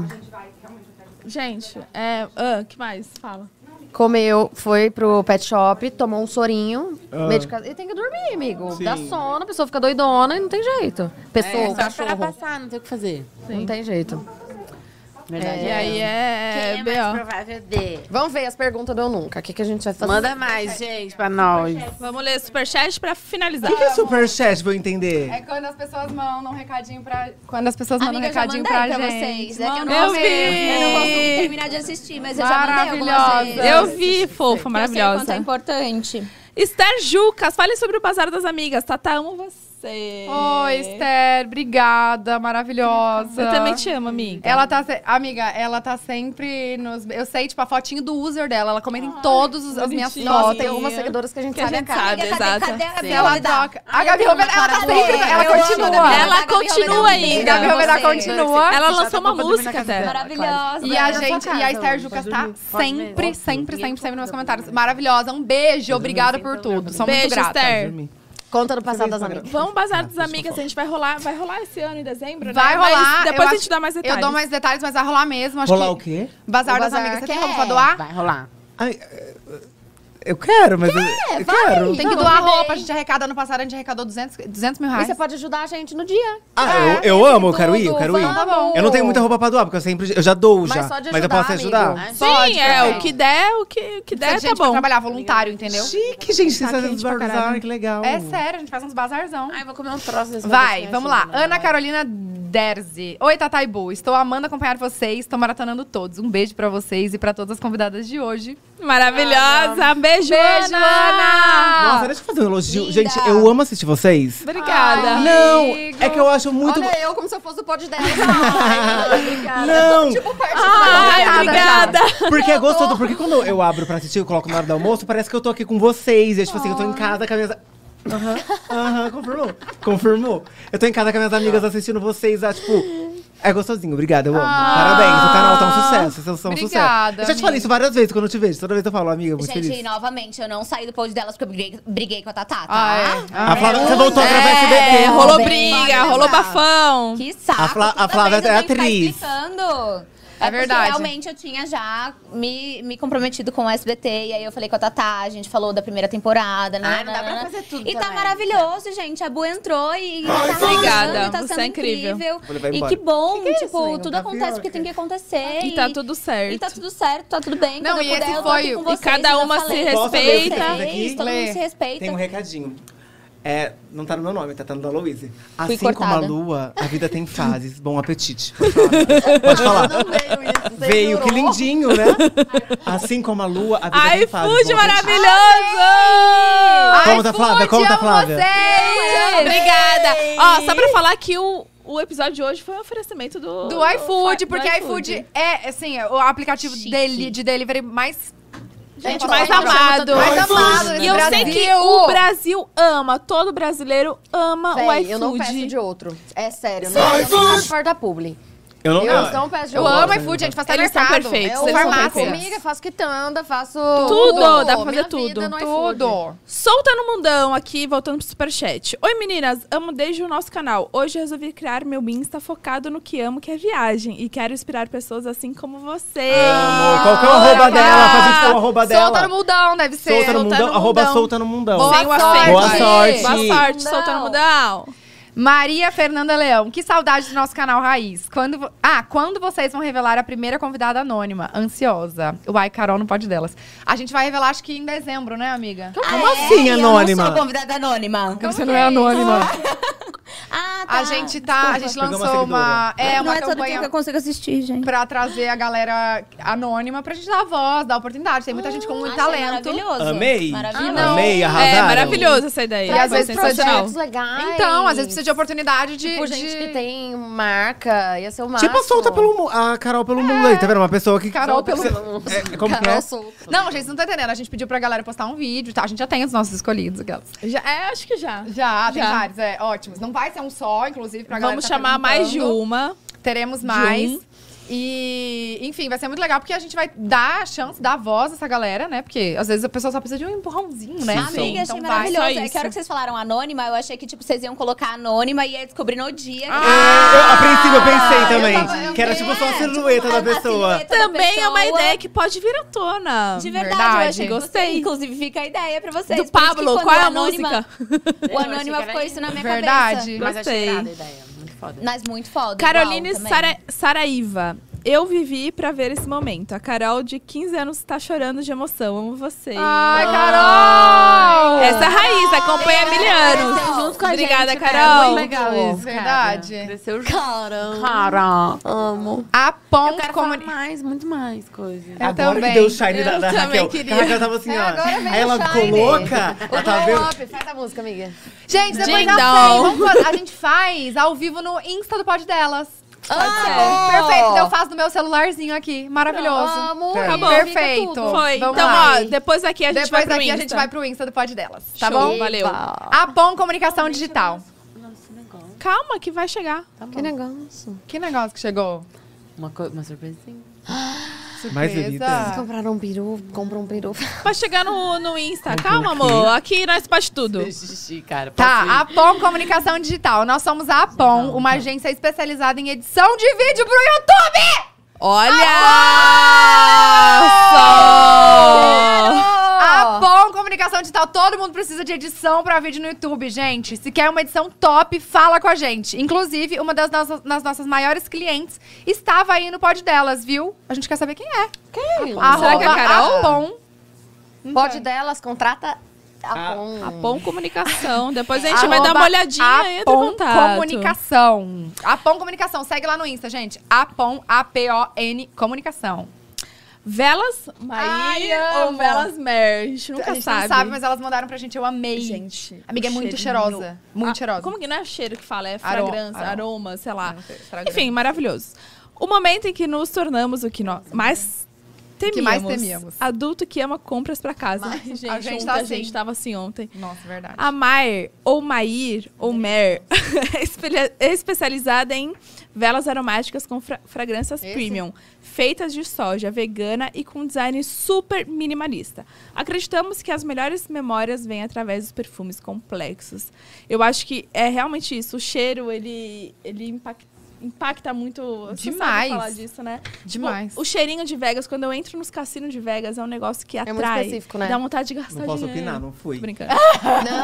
Speaker 2: Gente, é. ah, que mais? Fala.
Speaker 5: comeu, foi pro pet shop, tomou um sorinho.
Speaker 2: Ah.
Speaker 5: medica- E tem que dormir, amigo.
Speaker 4: Sim.
Speaker 5: Dá sono, a pessoa fica doidona e não tem jeito. Pessoa,
Speaker 4: É, só esperar
Speaker 5: cachorro.
Speaker 4: passar, não tem o que fazer.
Speaker 5: Não tem jeito.
Speaker 4: Verdade.
Speaker 5: É. E aí é
Speaker 4: Quem é mais
Speaker 5: B.O..
Speaker 4: provável de...
Speaker 5: Vamos ver as perguntas do Eu Nunca. O que, que a gente vai fazer?
Speaker 4: Manda mais, gente, pra nós.
Speaker 2: Vamos ler superchat pra finalizar.
Speaker 6: O que é superchat, vou entender?
Speaker 1: É quando as pessoas mandam um recadinho pra. Quando as pessoas mandam um
Speaker 12: Amiga, eu já
Speaker 1: recadinho
Speaker 12: mandei
Speaker 1: pra,
Speaker 12: pra
Speaker 1: gente.
Speaker 12: vocês, é que eu não
Speaker 1: Mandam
Speaker 12: consigo- eu não consigo terminar de assistir, mas eu já mandei algumas
Speaker 2: Maravilhosa.
Speaker 12: vezes.
Speaker 2: Eu vi, fofa, maravilhosa.
Speaker 12: quanto é importante.
Speaker 2: Esther Jucas, fale sobre o Bazar das Amigas. Tata, amo você.
Speaker 1: Oi, Esther, obrigada, maravilhosa.
Speaker 2: É. Eu também te amo, amiga.
Speaker 1: Ela tá, se- amiga, ela tá sempre nos. Eu sei, tipo, a fotinho do user dela. Ela comenta em todos os- as minhas fotos.
Speaker 5: bonitinha. Nossa, tem algumas seguidoras que a gente Que a sabe a gente cara. sabe,
Speaker 1: Amiga,
Speaker 5: exato.
Speaker 1: Cadê, cadê
Speaker 5: Sim.
Speaker 1: a Gabi
Speaker 5: Ela
Speaker 1: Roveda?
Speaker 5: troca.
Speaker 1: A Gabi Roveda, ela tá sempre. Ela
Speaker 2: Eu amo
Speaker 1: continua.
Speaker 2: ela. Ela continua ainda.
Speaker 1: A Gabi Roveda
Speaker 2: Você.
Speaker 1: continua.
Speaker 2: Ela lançou uma música até.
Speaker 1: Maravilhosa. E a
Speaker 2: Na sua
Speaker 1: gente, e a
Speaker 2: casa,
Speaker 1: Esther
Speaker 2: amor,
Speaker 1: Jucas
Speaker 2: pode
Speaker 1: tá
Speaker 2: dormir. Pode
Speaker 1: sempre, sempre, sempre, sempre, nos meus comentários. Maravilhosa. Um beijo, obrigada por tudo. Sou muito
Speaker 2: Beijo,
Speaker 1: grata.
Speaker 6: Tá
Speaker 2: Esther.
Speaker 5: Conta do passado das amigas.
Speaker 2: Vamos Bazar das Amigas, a gente vai rolar, vai rolar esse ano em dezembro,
Speaker 1: Vai
Speaker 2: né? Mas
Speaker 1: rolar. eu
Speaker 2: depois a
Speaker 1: acho-
Speaker 2: gente dá mais detalhes.
Speaker 1: Eu dou mais detalhes, mas vai rolar mesmo. Acho
Speaker 6: Rolar o
Speaker 1: que...
Speaker 6: quê?
Speaker 1: Bazar,
Speaker 2: O
Speaker 1: das
Speaker 2: bazar
Speaker 1: Amigas. Você
Speaker 2: que
Speaker 1: tem como pra
Speaker 2: é.
Speaker 1: doar?
Speaker 4: Vai rolar.
Speaker 6: Eu quero, mas eu, eu quero.
Speaker 1: Tem que doar roupa, a gente arrecada. Ano passado a gente arrecadou 200, 200 mil reais.
Speaker 2: é
Speaker 5: E você pode ajudar a gente no dia.
Speaker 6: Ah, eu, eu amo, eu quero ir, eu quero ir.
Speaker 5: vamos. Tá bom.
Speaker 6: Eu não tenho muita roupa pra doar, porque eu sempre eu já dou
Speaker 5: Mas
Speaker 6: já.
Speaker 5: só de
Speaker 6: mas eu
Speaker 5: ajudar,
Speaker 6: posso ajudar?
Speaker 5: amigo.
Speaker 2: Sim,
Speaker 5: Pode,
Speaker 2: é,
Speaker 5: perfeito.
Speaker 2: o que der, o que, o que der,
Speaker 1: gente
Speaker 2: tá
Speaker 1: pra
Speaker 2: bom.
Speaker 1: trabalhar voluntário, entendeu?
Speaker 6: Chique, gente, vocês fazem uns bazar, que legal.
Speaker 1: É sério, a gente faz uns bazarzão.
Speaker 4: Ai, vou comer um troço desse né?
Speaker 1: Vai, vamos lá. Ana Carolina Derzi. Oi, Tata e Bu. Estou amando acompanhar vocês, estou maratonando todos. Um beijo pra vocês e pra todas as convidadas de hoje.
Speaker 2: Maravilhosa, beijo,
Speaker 1: Beijo, Ana!
Speaker 6: Nossa, deixa eu fazer um elogio. Gente, eu amo assistir vocês.
Speaker 2: Obrigada.
Speaker 6: Não, é que eu acho muito.
Speaker 5: Olha eu como se eu fosse o pod dela.
Speaker 6: Não!
Speaker 5: tipo,
Speaker 2: Ai,
Speaker 6: Obrigada,
Speaker 2: obrigada.
Speaker 6: Porque é gostoso, porque quando eu abro pra assistir, eu coloco na hora do almoço, parece que eu tô aqui com vocês. E é tipo assim, eu
Speaker 5: Ah.
Speaker 6: tô em casa com as minhas. Aham, aham, confirmou. Confirmou. Eu tô em casa com as minhas amigas assistindo vocês, ah, tipo. É gostosinho, obrigada, eu amo.
Speaker 5: Ah.
Speaker 6: Parabéns, o canal tá um sucesso, vocês são um sucesso.
Speaker 12: Obrigada,
Speaker 6: Eu já te falei isso várias vezes quando eu te vejo, toda vez eu falo, amiga, muito
Speaker 12: Gente,
Speaker 6: feliz.
Speaker 12: novamente, eu não saí do post delas porque eu briguei, briguei com a Tatá, tá?
Speaker 2: Ah,
Speaker 6: A Flávia, Ah, você voltou pra ver
Speaker 2: É,
Speaker 6: SBT.
Speaker 2: rolou briga, rolou bafão.
Speaker 12: Que saco.
Speaker 6: A Flá- a
Speaker 12: toda
Speaker 6: Flávia
Speaker 12: vez eu
Speaker 6: é
Speaker 12: tenho que ficar
Speaker 6: atriz.
Speaker 12: explicando.
Speaker 1: É
Speaker 12: porque
Speaker 1: verdade.
Speaker 12: Realmente eu tinha já me, me comprometido com o SBT. E aí eu falei com a Tatá, a gente falou da primeira temporada. né?
Speaker 3: Ah, não dá pra fazer tudo
Speaker 12: E tá
Speaker 3: também.
Speaker 12: maravilhoso, gente. A Bu entrou e
Speaker 2: Ai,
Speaker 12: tá
Speaker 2: obrigada.
Speaker 12: arrasando, tá
Speaker 2: Você
Speaker 12: sendo
Speaker 2: é incrível. Ele vai
Speaker 12: E que
Speaker 2: embora.
Speaker 12: bom,
Speaker 2: Que que é
Speaker 12: tipo,
Speaker 2: isso, amigo?
Speaker 12: tudo
Speaker 2: Tá
Speaker 12: acontece porque tem que acontecer.
Speaker 2: E tá tudo certo.
Speaker 12: E tá tudo certo, tá tudo bem.
Speaker 2: Não,
Speaker 12: Quando
Speaker 2: e
Speaker 12: eu puder,
Speaker 2: esse
Speaker 12: eu tô
Speaker 2: foi
Speaker 12: aqui
Speaker 2: o-
Speaker 12: com
Speaker 2: e
Speaker 12: vocês,
Speaker 2: cada
Speaker 12: eu já
Speaker 2: uma se
Speaker 12: falei.
Speaker 6: Posso ler esse texto aqui?
Speaker 12: Todo mundo se respeita.
Speaker 6: Tem um recadinho. É, não tá no meu nome, tá, tá no da Louise. Assim como a
Speaker 12: cortada.
Speaker 6: lua, a vida tem fases. Bom apetite. Pode falar. Pode falar. Veio, que lindinho, né? Assim como a lua, a vida tem fases.
Speaker 2: iFood
Speaker 6: Bom
Speaker 2: maravilhoso!
Speaker 6: Conta, Flávia, conta, Flávia.
Speaker 2: Gente, Obrigada! Ó, só pra falar que o, o episódio de hoje foi um oferecimento do...
Speaker 1: Do iFood,
Speaker 2: do
Speaker 1: porque iFood. é, assim, é o aplicativo deli- de delivery mais...
Speaker 2: Gente,
Speaker 1: Eu
Speaker 2: mais
Speaker 1: falo,
Speaker 2: amado.
Speaker 1: Mais amado
Speaker 2: E eu sei que o Brasil ama, todo brasileiro ama o
Speaker 5: Véi,
Speaker 2: iFood.
Speaker 5: eu não peço de outro. É sério.
Speaker 2: Sim.
Speaker 5: Não, eu não
Speaker 2: iFood!
Speaker 5: faço porta publi.
Speaker 6: Eu um não- é.
Speaker 5: eu não peço de É
Speaker 2: Eu
Speaker 5: outro.
Speaker 2: amo iFood, gente, faço até
Speaker 5: Eles são
Speaker 2: mercado.
Speaker 5: perfeitos,
Speaker 2: Eu
Speaker 5: eles
Speaker 2: faço
Speaker 5: são
Speaker 2: farmácia.
Speaker 5: perfeitos. Comida, faço quitanda, faço...
Speaker 2: Tudo, dá pra fazer
Speaker 5: Minha
Speaker 2: tudo.
Speaker 5: vida no iFood.
Speaker 2: Solta no mundão aqui, voltando pro superchat. Oi meninas, amo desde o nosso canal. Hoje resolvi criar meu Insta focado no que amo, que é viagem. E quero inspirar pessoas assim como vocês.
Speaker 6: Amor, qual que é o arroba dela? Faz a gente falar o arroba dela.
Speaker 2: mundão, deve
Speaker 6: Solta no mundão, arroba solta no mundão.
Speaker 2: Boa Sem o acento.
Speaker 6: Boa sorte.
Speaker 2: Boa sorte, solta no mundão.
Speaker 1: Maria Fernanda Leão, que saudade do nosso canal Raiz. Quando vo- ah, quando vocês vão revelar a primeira convidada anônima? Ansiosa. Uai, Carol não pode delas. A gente vai revelar, acho que em dezembro, né, amiga?
Speaker 6: Como assim,
Speaker 12: É,
Speaker 6: anônima?
Speaker 12: convidada anônima.
Speaker 1: Você não é anônima.
Speaker 12: tá.
Speaker 1: A gente tá, a gente
Speaker 12: Desculpa. Pegou
Speaker 1: lançou
Speaker 12: uma
Speaker 1: uma,
Speaker 12: seguidora.
Speaker 1: é
Speaker 12: Não
Speaker 1: uma
Speaker 12: é todo
Speaker 1: campanha
Speaker 12: dia que eu consigo assistir, gente.
Speaker 1: Pra trazer a galera anônima pra gente dar voz, dar oportunidade. Tem muita gente com
Speaker 9: Ah,
Speaker 1: muito
Speaker 12: achei
Speaker 1: talento.
Speaker 12: maravilhoso.
Speaker 6: Amei.
Speaker 1: Maravilhoso.
Speaker 6: Amei, arrasaram.
Speaker 2: É, maravilhoso essa ideia.
Speaker 1: E às
Speaker 2: Foi
Speaker 1: vezes
Speaker 2: sensacional.
Speaker 1: projetos Então, às vezes precisa de oportunidade de.
Speaker 5: Tipo, gente que tem marca, ia ser o máximo.
Speaker 6: Tipo, solta pelo, mu- a Carol pelo mundo aí, tá vendo? Uma pessoa que...
Speaker 1: Carol pelo
Speaker 6: mundo. É, como que é?
Speaker 1: Não, gente, vocês não tá entendendo. A gente pediu pra galera postar um vídeo, tá? A gente já tem os nossos escolhidos, aquelas.
Speaker 2: Já, é, acho que já.
Speaker 1: Já, tem
Speaker 2: Já.
Speaker 1: vários, é, ótimos. Não vai ser um só, inclusive, pra galera
Speaker 2: Vamos
Speaker 1: tá
Speaker 2: chamar mais de
Speaker 1: perguntando.
Speaker 2: uma.
Speaker 1: Teremos
Speaker 2: De
Speaker 1: mais.
Speaker 2: um.
Speaker 1: E, enfim, vai ser muito legal, porque a gente vai dar a chance, dar voz a essa galera, né? Porque às vezes a pessoa só precisa de um empurrãozinho, né?
Speaker 12: Amiga, achei
Speaker 1: Então vai.
Speaker 12: maravilhoso.
Speaker 1: Só
Speaker 12: É que a hora que
Speaker 1: isso.
Speaker 12: vocês falaram anônima, eu achei que tipo, vocês iam colocar anônima e ia descobrir no dia.
Speaker 6: Ah,
Speaker 12: É,
Speaker 6: É, Eu, a princípio, eu pensei também. que era tipo só a silhueta da pessoa.
Speaker 2: Também é uma
Speaker 12: pessoa.
Speaker 2: ideia que pode vir à tona.
Speaker 12: De verdade, eu achei que
Speaker 2: Gostei.
Speaker 12: você- inclusive, fica a ideia pra vocês.
Speaker 2: Do
Speaker 12: Por isso que
Speaker 2: Pablo,
Speaker 12: quando
Speaker 2: qual é a
Speaker 12: Anônima-
Speaker 2: música?
Speaker 12: O Anônima ficou isso na minha
Speaker 2: Verdade.
Speaker 4: é
Speaker 12: cabeça.
Speaker 2: Gostei.
Speaker 4: né?
Speaker 12: Mas muito foda.
Speaker 2: Caroline
Speaker 12: igual também.
Speaker 2: Sara- Saraiva. Eu vivi pra ver esse momento. A Carol, de 15 anos, tá chorando de emoção. Amo vocês.
Speaker 1: Ai, Carol!
Speaker 2: Essa é a raiz, acompanha mil anos. Obrigada,
Speaker 1: né?
Speaker 2: Carol.
Speaker 1: Verdade.
Speaker 4: Cresceu
Speaker 1: Carol.
Speaker 4: Cara, amo.
Speaker 1: A
Speaker 4: ponto
Speaker 1: quero
Speaker 4: como... mais, muito mais coisas.
Speaker 6: Agora que deu o shine da, da Raquel. A Raquel tava assim, ó. Aí ela ficou louca. Ela tava vendo.
Speaker 5: Faz a música, amiga.
Speaker 1: Gente, depois da
Speaker 5: Ding dong.
Speaker 1: Fei, vamos fazer- a gente faz ao vivo no Insta do Pod Delas.
Speaker 5: Ah,
Speaker 1: bom.
Speaker 5: bom.
Speaker 1: Perfeito, eu faço do meu celularzinho aqui. Maravilhoso.
Speaker 5: Vamos,
Speaker 2: Tá bom.
Speaker 1: Perfeito.
Speaker 2: Foi.
Speaker 1: Vamos
Speaker 2: então,
Speaker 1: lá.
Speaker 2: ó, depois aqui a gente
Speaker 1: Depois
Speaker 2: vai pro
Speaker 1: daqui
Speaker 2: Insta.
Speaker 1: a gente vai pro Insta do Pod Delas. Tá
Speaker 2: Show,
Speaker 1: bom?
Speaker 2: valeu.
Speaker 1: A Bom Comunicação Digital.
Speaker 2: Calma, que vai chegar.
Speaker 5: que negócio.
Speaker 1: Que negócio que chegou?
Speaker 4: Uma, co... uma surpresinha.
Speaker 6: Mais bonita. né?
Speaker 1: Tá.
Speaker 5: Vocês compraram um peru, compram um peru.
Speaker 2: Vai chegar no, no Insta. Calma, amor. Aqui nós faz tudo.
Speaker 4: cara.
Speaker 1: Tá, a POM Comunicação Digital. Nós somos a POM, uma agência especializada em edição de vídeo pro YouTube!
Speaker 2: Olha!
Speaker 1: A POM Comunicação Digital, todo mundo precisa de edição pra vídeo no YouTube, gente. Se quer uma edição top, fala com a gente. Inclusive, uma das nossas, das nossas maiores clientes estava aí no pod delas, viu? A gente quer saber quem é. Quem?
Speaker 2: Será que é a Carol?
Speaker 1: POM.
Speaker 5: Pode delas, contrata
Speaker 6: Ah,
Speaker 5: a
Speaker 2: A
Speaker 1: Ah.
Speaker 5: POM.
Speaker 2: POM Comunicação. Depois a gente vai dar uma olhadinha e entra em
Speaker 1: Apom
Speaker 2: contato.
Speaker 1: Comunicação. Apom Comunicação. Segue lá no Insta, gente. Apom, A-P-O-N Comunicação.
Speaker 2: Velas Maria ou
Speaker 1: amo.
Speaker 2: Velas Merge. Nunca
Speaker 1: a gente
Speaker 2: sabe.
Speaker 1: não sabe, mas elas mandaram pra gente. Eu amei.
Speaker 2: Gente,
Speaker 1: Amiga, é
Speaker 2: o
Speaker 1: muito
Speaker 2: cheirinho.
Speaker 1: cheirosa. Muito
Speaker 2: Ah,
Speaker 1: cheirosa.
Speaker 2: Como que não é cheiro que fala? É
Speaker 1: Aroma,
Speaker 2: fragrância,
Speaker 1: aroma.
Speaker 2: aroma, sei lá.
Speaker 1: fragrância.
Speaker 2: Enfim, maravilhoso. O momento em que nos tornamos o que nós mais temíamos.
Speaker 1: Que mais temíamos.
Speaker 2: Adulto que ama compras pra casa.
Speaker 1: Mas,
Speaker 2: gente,
Speaker 1: a gente
Speaker 2: ontem
Speaker 1: tá
Speaker 2: a gente
Speaker 1: assim.
Speaker 2: tava assim ontem.
Speaker 1: Nossa, é verdade.
Speaker 2: A Mair, ou Mair, ou Mer, é espe- é especializada em velas aromáticas com fra- fragrâncias
Speaker 1: Esse?
Speaker 2: premium, feitas de soja, vegana e com design super minimalista. Acreditamos que as melhores memórias vêm através dos perfumes complexos. Eu acho que é realmente isso. O cheiro, ele, ele impacta impacta muito. você sabe
Speaker 1: Demais.
Speaker 2: falar disso, né?
Speaker 1: Demais.
Speaker 2: Tipo, o cheirinho de Vegas, quando eu entro nos cassinos de Vegas, é um negócio que atrai.
Speaker 1: muito específico, né?
Speaker 2: Dá vontade de gastar
Speaker 6: Não posso
Speaker 2: dinheiro.
Speaker 6: opinar, não fui.
Speaker 2: Brincando.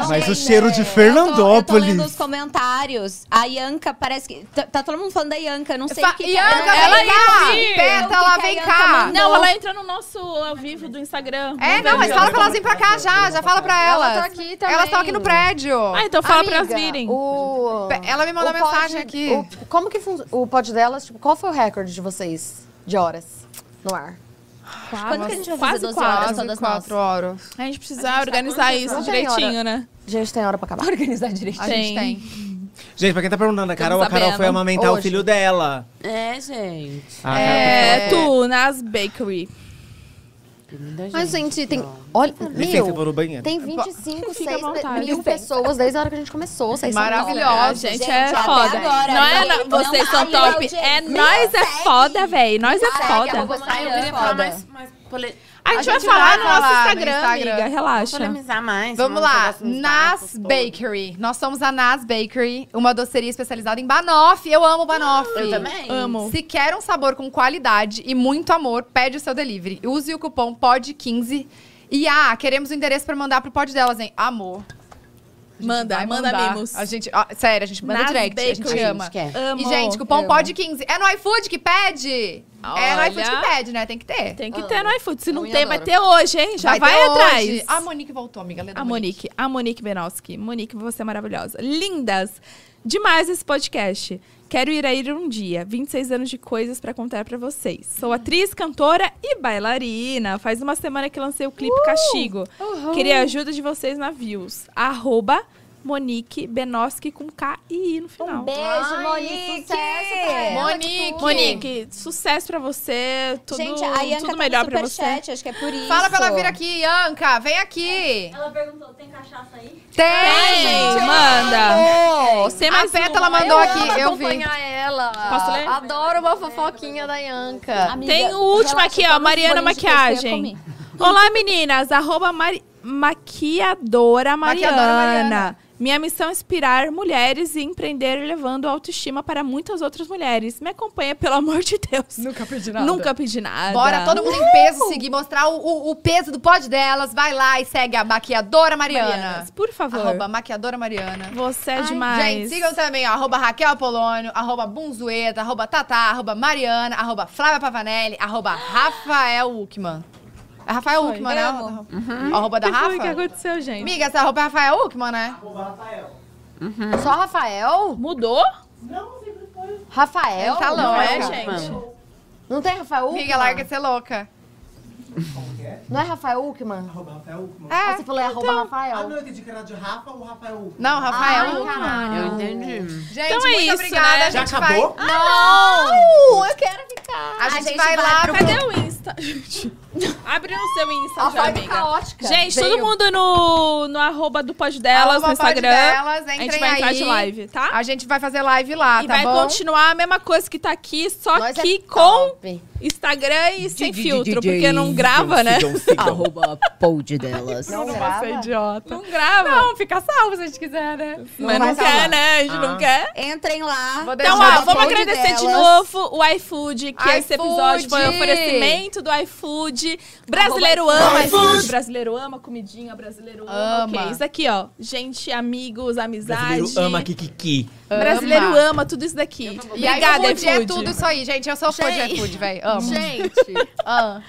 Speaker 6: Mas o cheiro de
Speaker 9: Eu tô lendo os
Speaker 6: Fernandópolis.
Speaker 9: comentários. A Yanka parece que. Tá, tá todo mundo falando da Yanka, eu não sei
Speaker 1: Fa-
Speaker 9: o que.
Speaker 1: Ianca,
Speaker 9: que
Speaker 1: ela ia
Speaker 9: Ianca, Ianca,
Speaker 1: vir. Pétala,
Speaker 9: o que que a
Speaker 1: vem
Speaker 9: Ianca
Speaker 1: cá.
Speaker 9: mandou.
Speaker 2: Não, ela entra no nosso ao vivo do Instagram.
Speaker 1: É, não, mas fala pra elas virem pra cá já, já fala pra elas.
Speaker 2: Elas tão tá aqui também.
Speaker 1: Elas estão aqui no prédio.
Speaker 2: Ah, então fala pra elas virem.
Speaker 5: O...
Speaker 1: Pe- ela me mandou
Speaker 5: o
Speaker 1: mensagem
Speaker 5: pod-
Speaker 1: aqui.
Speaker 5: o- como que fun... o pod delas, tipo, qual foi o recorde de vocês de horas no ar?
Speaker 9: Quando que a gente vai fazer
Speaker 2: Quase
Speaker 9: 12
Speaker 2: quatro,
Speaker 9: horas todas nós?
Speaker 1: Quatro horas.
Speaker 2: A gente precisa
Speaker 1: tá
Speaker 2: organizar isso
Speaker 5: Não tem
Speaker 2: direitinho,
Speaker 5: hora.
Speaker 2: né?
Speaker 5: Gente, tem hora pra acabar.
Speaker 9: Organizar direitinho.
Speaker 1: A gente tem.
Speaker 6: Gente, pra quem tá perguntando, a Carol, a Carol
Speaker 19: sabendo.
Speaker 6: foi amamentar o
Speaker 19: Hoje.
Speaker 6: filho dela. Ah,
Speaker 19: É, gente.
Speaker 6: A
Speaker 2: É, tu, nas bakery.
Speaker 5: Mas, gente, tem. Olha,
Speaker 6: Licença,
Speaker 5: meu,
Speaker 6: eu vou no banheiro.
Speaker 5: tem 25,
Speaker 2: Fica à
Speaker 5: 6
Speaker 2: vontade.
Speaker 5: mil pessoas desde a hora que a gente começou. Vocês são
Speaker 1: Maravilhosa,
Speaker 5: maravilhosas.
Speaker 2: Gente,
Speaker 9: Gente,
Speaker 2: é
Speaker 9: até
Speaker 2: foda.
Speaker 9: agora,
Speaker 2: não é,
Speaker 9: não-
Speaker 2: não- vocês
Speaker 9: não
Speaker 2: são
Speaker 9: vai,
Speaker 2: top.
Speaker 9: não,
Speaker 2: É
Speaker 9: gente,
Speaker 2: nós é
Speaker 9: segue.
Speaker 2: foda, véi. Nós é foda.
Speaker 9: arroba-
Speaker 4: Ah, eu queria falar mais. mais pole-
Speaker 2: A gente vai falar no nosso
Speaker 1: falar no
Speaker 2: Instagram,
Speaker 1: Instagram.
Speaker 2: amiga. Relaxa.
Speaker 4: polemizar mais.
Speaker 1: Vamos lá, Nas Bakery. Nós somos a Nas Bakery, uma doceria especializada em banoffee. Eu amo banoffee.
Speaker 4: Eu também.
Speaker 2: Amo.
Speaker 1: Se quer um sabor com qualidade e muito amor, pede o seu delivery. Use o cupom POD15. E ah, queremos o endereço pra mandar pro pod delas, hein? Amor. A gente
Speaker 2: Manda,
Speaker 1: vai
Speaker 2: manda
Speaker 1: mandar.
Speaker 2: mimos.
Speaker 1: A gente, ó, sério, a gente manda
Speaker 2: Nas
Speaker 1: direct, a
Speaker 2: Bakery.
Speaker 1: gente ama.
Speaker 19: quer.
Speaker 2: Amo.
Speaker 1: E gente, cupom
Speaker 2: Amo.
Speaker 1: POD15. É no iFood que pede? É no
Speaker 2: Olha.
Speaker 1: iFood que pede, né? Tem que ter.
Speaker 2: Tem que ter no iFood. Se não
Speaker 5: Amo e
Speaker 2: tem, vai
Speaker 5: adoro.
Speaker 2: ter hoje, hein? Já vai,
Speaker 1: ter hoje.
Speaker 2: atrás.
Speaker 1: A Monique voltou, amiga. Lê da
Speaker 2: A Monique, a Monique Benoski. Monique, você é maravilhosa. Lindas! Demais esse podcast. Quero ir a ir um dia. 26 anos de coisas pra contar pra vocês.
Speaker 9: Uhum.
Speaker 2: Sou atriz, cantora e bailarina. Faz uma semana que lancei o clipe
Speaker 9: Uh!
Speaker 2: Castigo.
Speaker 9: Uhum.
Speaker 2: Queria a ajuda de vocês na Views. Arroba Monique Benoski com K e I no final.
Speaker 9: Um beijo, Monique.
Speaker 2: é?
Speaker 1: Monique.
Speaker 2: Monique, sucesso pra você. Tudo,
Speaker 9: Gente, a Ianca
Speaker 2: tudo
Speaker 9: tá
Speaker 2: melhor
Speaker 9: no
Speaker 2: pra você.
Speaker 9: superchat, acho que é por isso.
Speaker 1: Fala pra ela vir aqui, Anca. Vem aqui.
Speaker 20: Ela perguntou, tem cachaça aí?
Speaker 1: Tem!
Speaker 2: Gente, manda. Tem
Speaker 1: A
Speaker 2: é mais
Speaker 1: Pétala
Speaker 2: uma.
Speaker 1: mandou aqui,
Speaker 5: Adoro
Speaker 1: eu vi.
Speaker 5: acompanhar ela.
Speaker 2: Posso ler?
Speaker 5: Adoro uma fofoquinha da Yanka.
Speaker 9: Amiga,
Speaker 2: Tem o último
Speaker 9: relaxa,
Speaker 2: aqui,
Speaker 9: tá
Speaker 2: ó,
Speaker 9: nos
Speaker 2: Mariana
Speaker 9: bolinhos de peixe que eu ia
Speaker 2: Maquiagem.
Speaker 9: comer.
Speaker 2: Olá, meninas. Arroba Mari- Maquiadora Mariana.
Speaker 1: Maquiadora Mariana.
Speaker 2: Minha missão é inspirar mulheres e empreender levando autoestima para muitas outras mulheres. Me acompanha, pelo amor de Deus.
Speaker 1: Nunca pedi
Speaker 2: Nunca pedi nada.
Speaker 1: Bora todo mundo em peso
Speaker 2: Uh!
Speaker 1: seguir, mostrar o, o- o peso do pod delas. Vai lá e segue a maquiadora Mariana.
Speaker 2: Marianas, por favor.
Speaker 1: Arroba maquiadora Mariana.
Speaker 2: Você é
Speaker 1: Gente,
Speaker 2: demais.
Speaker 1: sigam também, ó, arroba Raquel Polônio, arroba Bunzueta, arroba Tatá, arroba Mariana, arroba Flávia Pavanelli, arroba Rafael Uckman. É Rafael Uckman, né?
Speaker 9: Amo.
Speaker 1: Uhum. Arroba da
Speaker 2: O que foi que
Speaker 1: Rafa?
Speaker 2: aconteceu, gente?
Speaker 1: Amiga, essa arroba é Rafael Uckman, né?
Speaker 5: Ah, Só Rafael?
Speaker 2: Mudou?
Speaker 5: Rafael?
Speaker 1: Tá
Speaker 5: não,
Speaker 1: louco,
Speaker 2: é,
Speaker 1: é,
Speaker 2: gente.
Speaker 5: Não tem Rafael Uckman?
Speaker 1: Amiga, larga de ser louca.
Speaker 5: Não é Rafael Uckman?
Speaker 6: Arroba Rafael Uckman.
Speaker 5: Ah,
Speaker 1: É.
Speaker 5: você falou é arroba Rafael. Ah,
Speaker 6: eu entendi que era de Rafa ou Rafael Uckman.
Speaker 1: Não, Rafael Uckman.
Speaker 19: Eu entendi.
Speaker 1: Gente,
Speaker 2: Então é
Speaker 1: muito
Speaker 2: isso,
Speaker 1: obrigada.
Speaker 2: né?
Speaker 1: A
Speaker 6: Já
Speaker 1: gente
Speaker 6: acabou?
Speaker 1: Vai...
Speaker 9: Não, eu quero
Speaker 2: Ah,
Speaker 9: ficar.
Speaker 1: A gente, vai, lá pro...
Speaker 2: Cadê o Insta? Gente, abre o seu Insta já, amiga.
Speaker 5: caótica.
Speaker 2: Gente, todo mundo no, no arroba do pod delas,
Speaker 1: Arroba
Speaker 2: no
Speaker 1: pod
Speaker 2: Instagram.
Speaker 1: delas,
Speaker 2: a gente
Speaker 1: entrem
Speaker 2: vai entrar
Speaker 1: aí.
Speaker 2: de live, tá?
Speaker 1: A gente vai fazer live lá,
Speaker 2: e
Speaker 1: tá
Speaker 2: vai
Speaker 1: bom?
Speaker 2: continuar a mesma coisa que tá aqui, só
Speaker 5: Nós é
Speaker 2: que com
Speaker 5: top.
Speaker 2: Instagram e sem filtro, porque não grava, né?
Speaker 19: Arroba pod delas.
Speaker 5: Não grava?
Speaker 2: idiota. Não grava. Não, fica salvo se a gente quiser, né? Mas não,
Speaker 5: vai
Speaker 2: quer, né? A gente
Speaker 5: Ah.
Speaker 2: não quer.
Speaker 9: Entrem lá.
Speaker 1: Vou
Speaker 2: Então,
Speaker 1: deixar
Speaker 2: ó,
Speaker 1: o
Speaker 2: vamos
Speaker 1: pod
Speaker 2: agradecer de
Speaker 9: delas.
Speaker 2: novo o iFood, que
Speaker 1: iFood!
Speaker 2: esse episódio foi um oferecimento do iFood. Brasileiro ama iFood. Brasileiro ama comidinha, brasileiro ama.
Speaker 1: Ama.
Speaker 2: ok? Isso aqui, ó. Gente, amigos, amizade.
Speaker 6: Brasileiro ama Kikiki.
Speaker 2: Brasileiro
Speaker 1: Ama.
Speaker 2: ama tudo isso daqui.
Speaker 1: E aí,
Speaker 2: Obrigada,
Speaker 1: food é
Speaker 2: iFood.
Speaker 1: tudo isso aí, gente. Eu sou fã de iFood, velho. Amo.
Speaker 5: Gente,
Speaker 1: Ah.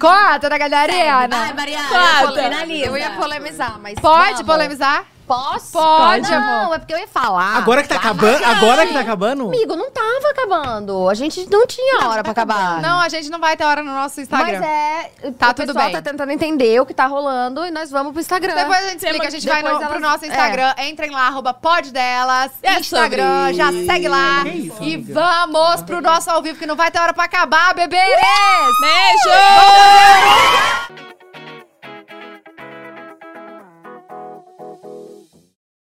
Speaker 1: Corta, né, galera?
Speaker 9: Ai, Mariana,
Speaker 2: Quatro.
Speaker 9: finaliza.
Speaker 5: eu ia polemizar, mas.
Speaker 1: Pode
Speaker 5: vamos.
Speaker 1: polemizar?
Speaker 5: Posso?
Speaker 1: Pode,
Speaker 5: não,
Speaker 1: amor.
Speaker 5: é porque eu ia falar.
Speaker 6: Agora que tá acabando, agora que tá acabando.
Speaker 5: Amigo, não tava acabando. A gente não tinha hora pra acabar.
Speaker 1: Não, a gente não vai ter hora no nosso Instagram.
Speaker 5: Mas é.
Speaker 1: Tá
Speaker 5: o
Speaker 1: tudo
Speaker 5: pessoal
Speaker 1: bem.
Speaker 5: tá tentando entender o que tá rolando e nós vamos pro Instagram.
Speaker 1: Depois a gente explica, a gente vai no, pro nosso Instagram. Entrem lá, arroba pod delas,
Speaker 2: É
Speaker 1: Instagram,
Speaker 2: sobre
Speaker 1: já segue lá.
Speaker 6: Que isso,
Speaker 1: e
Speaker 6: amiga?
Speaker 1: vamos pro nosso ao vivo, que não vai ter hora pra acabar, bebê!
Speaker 2: Beijo!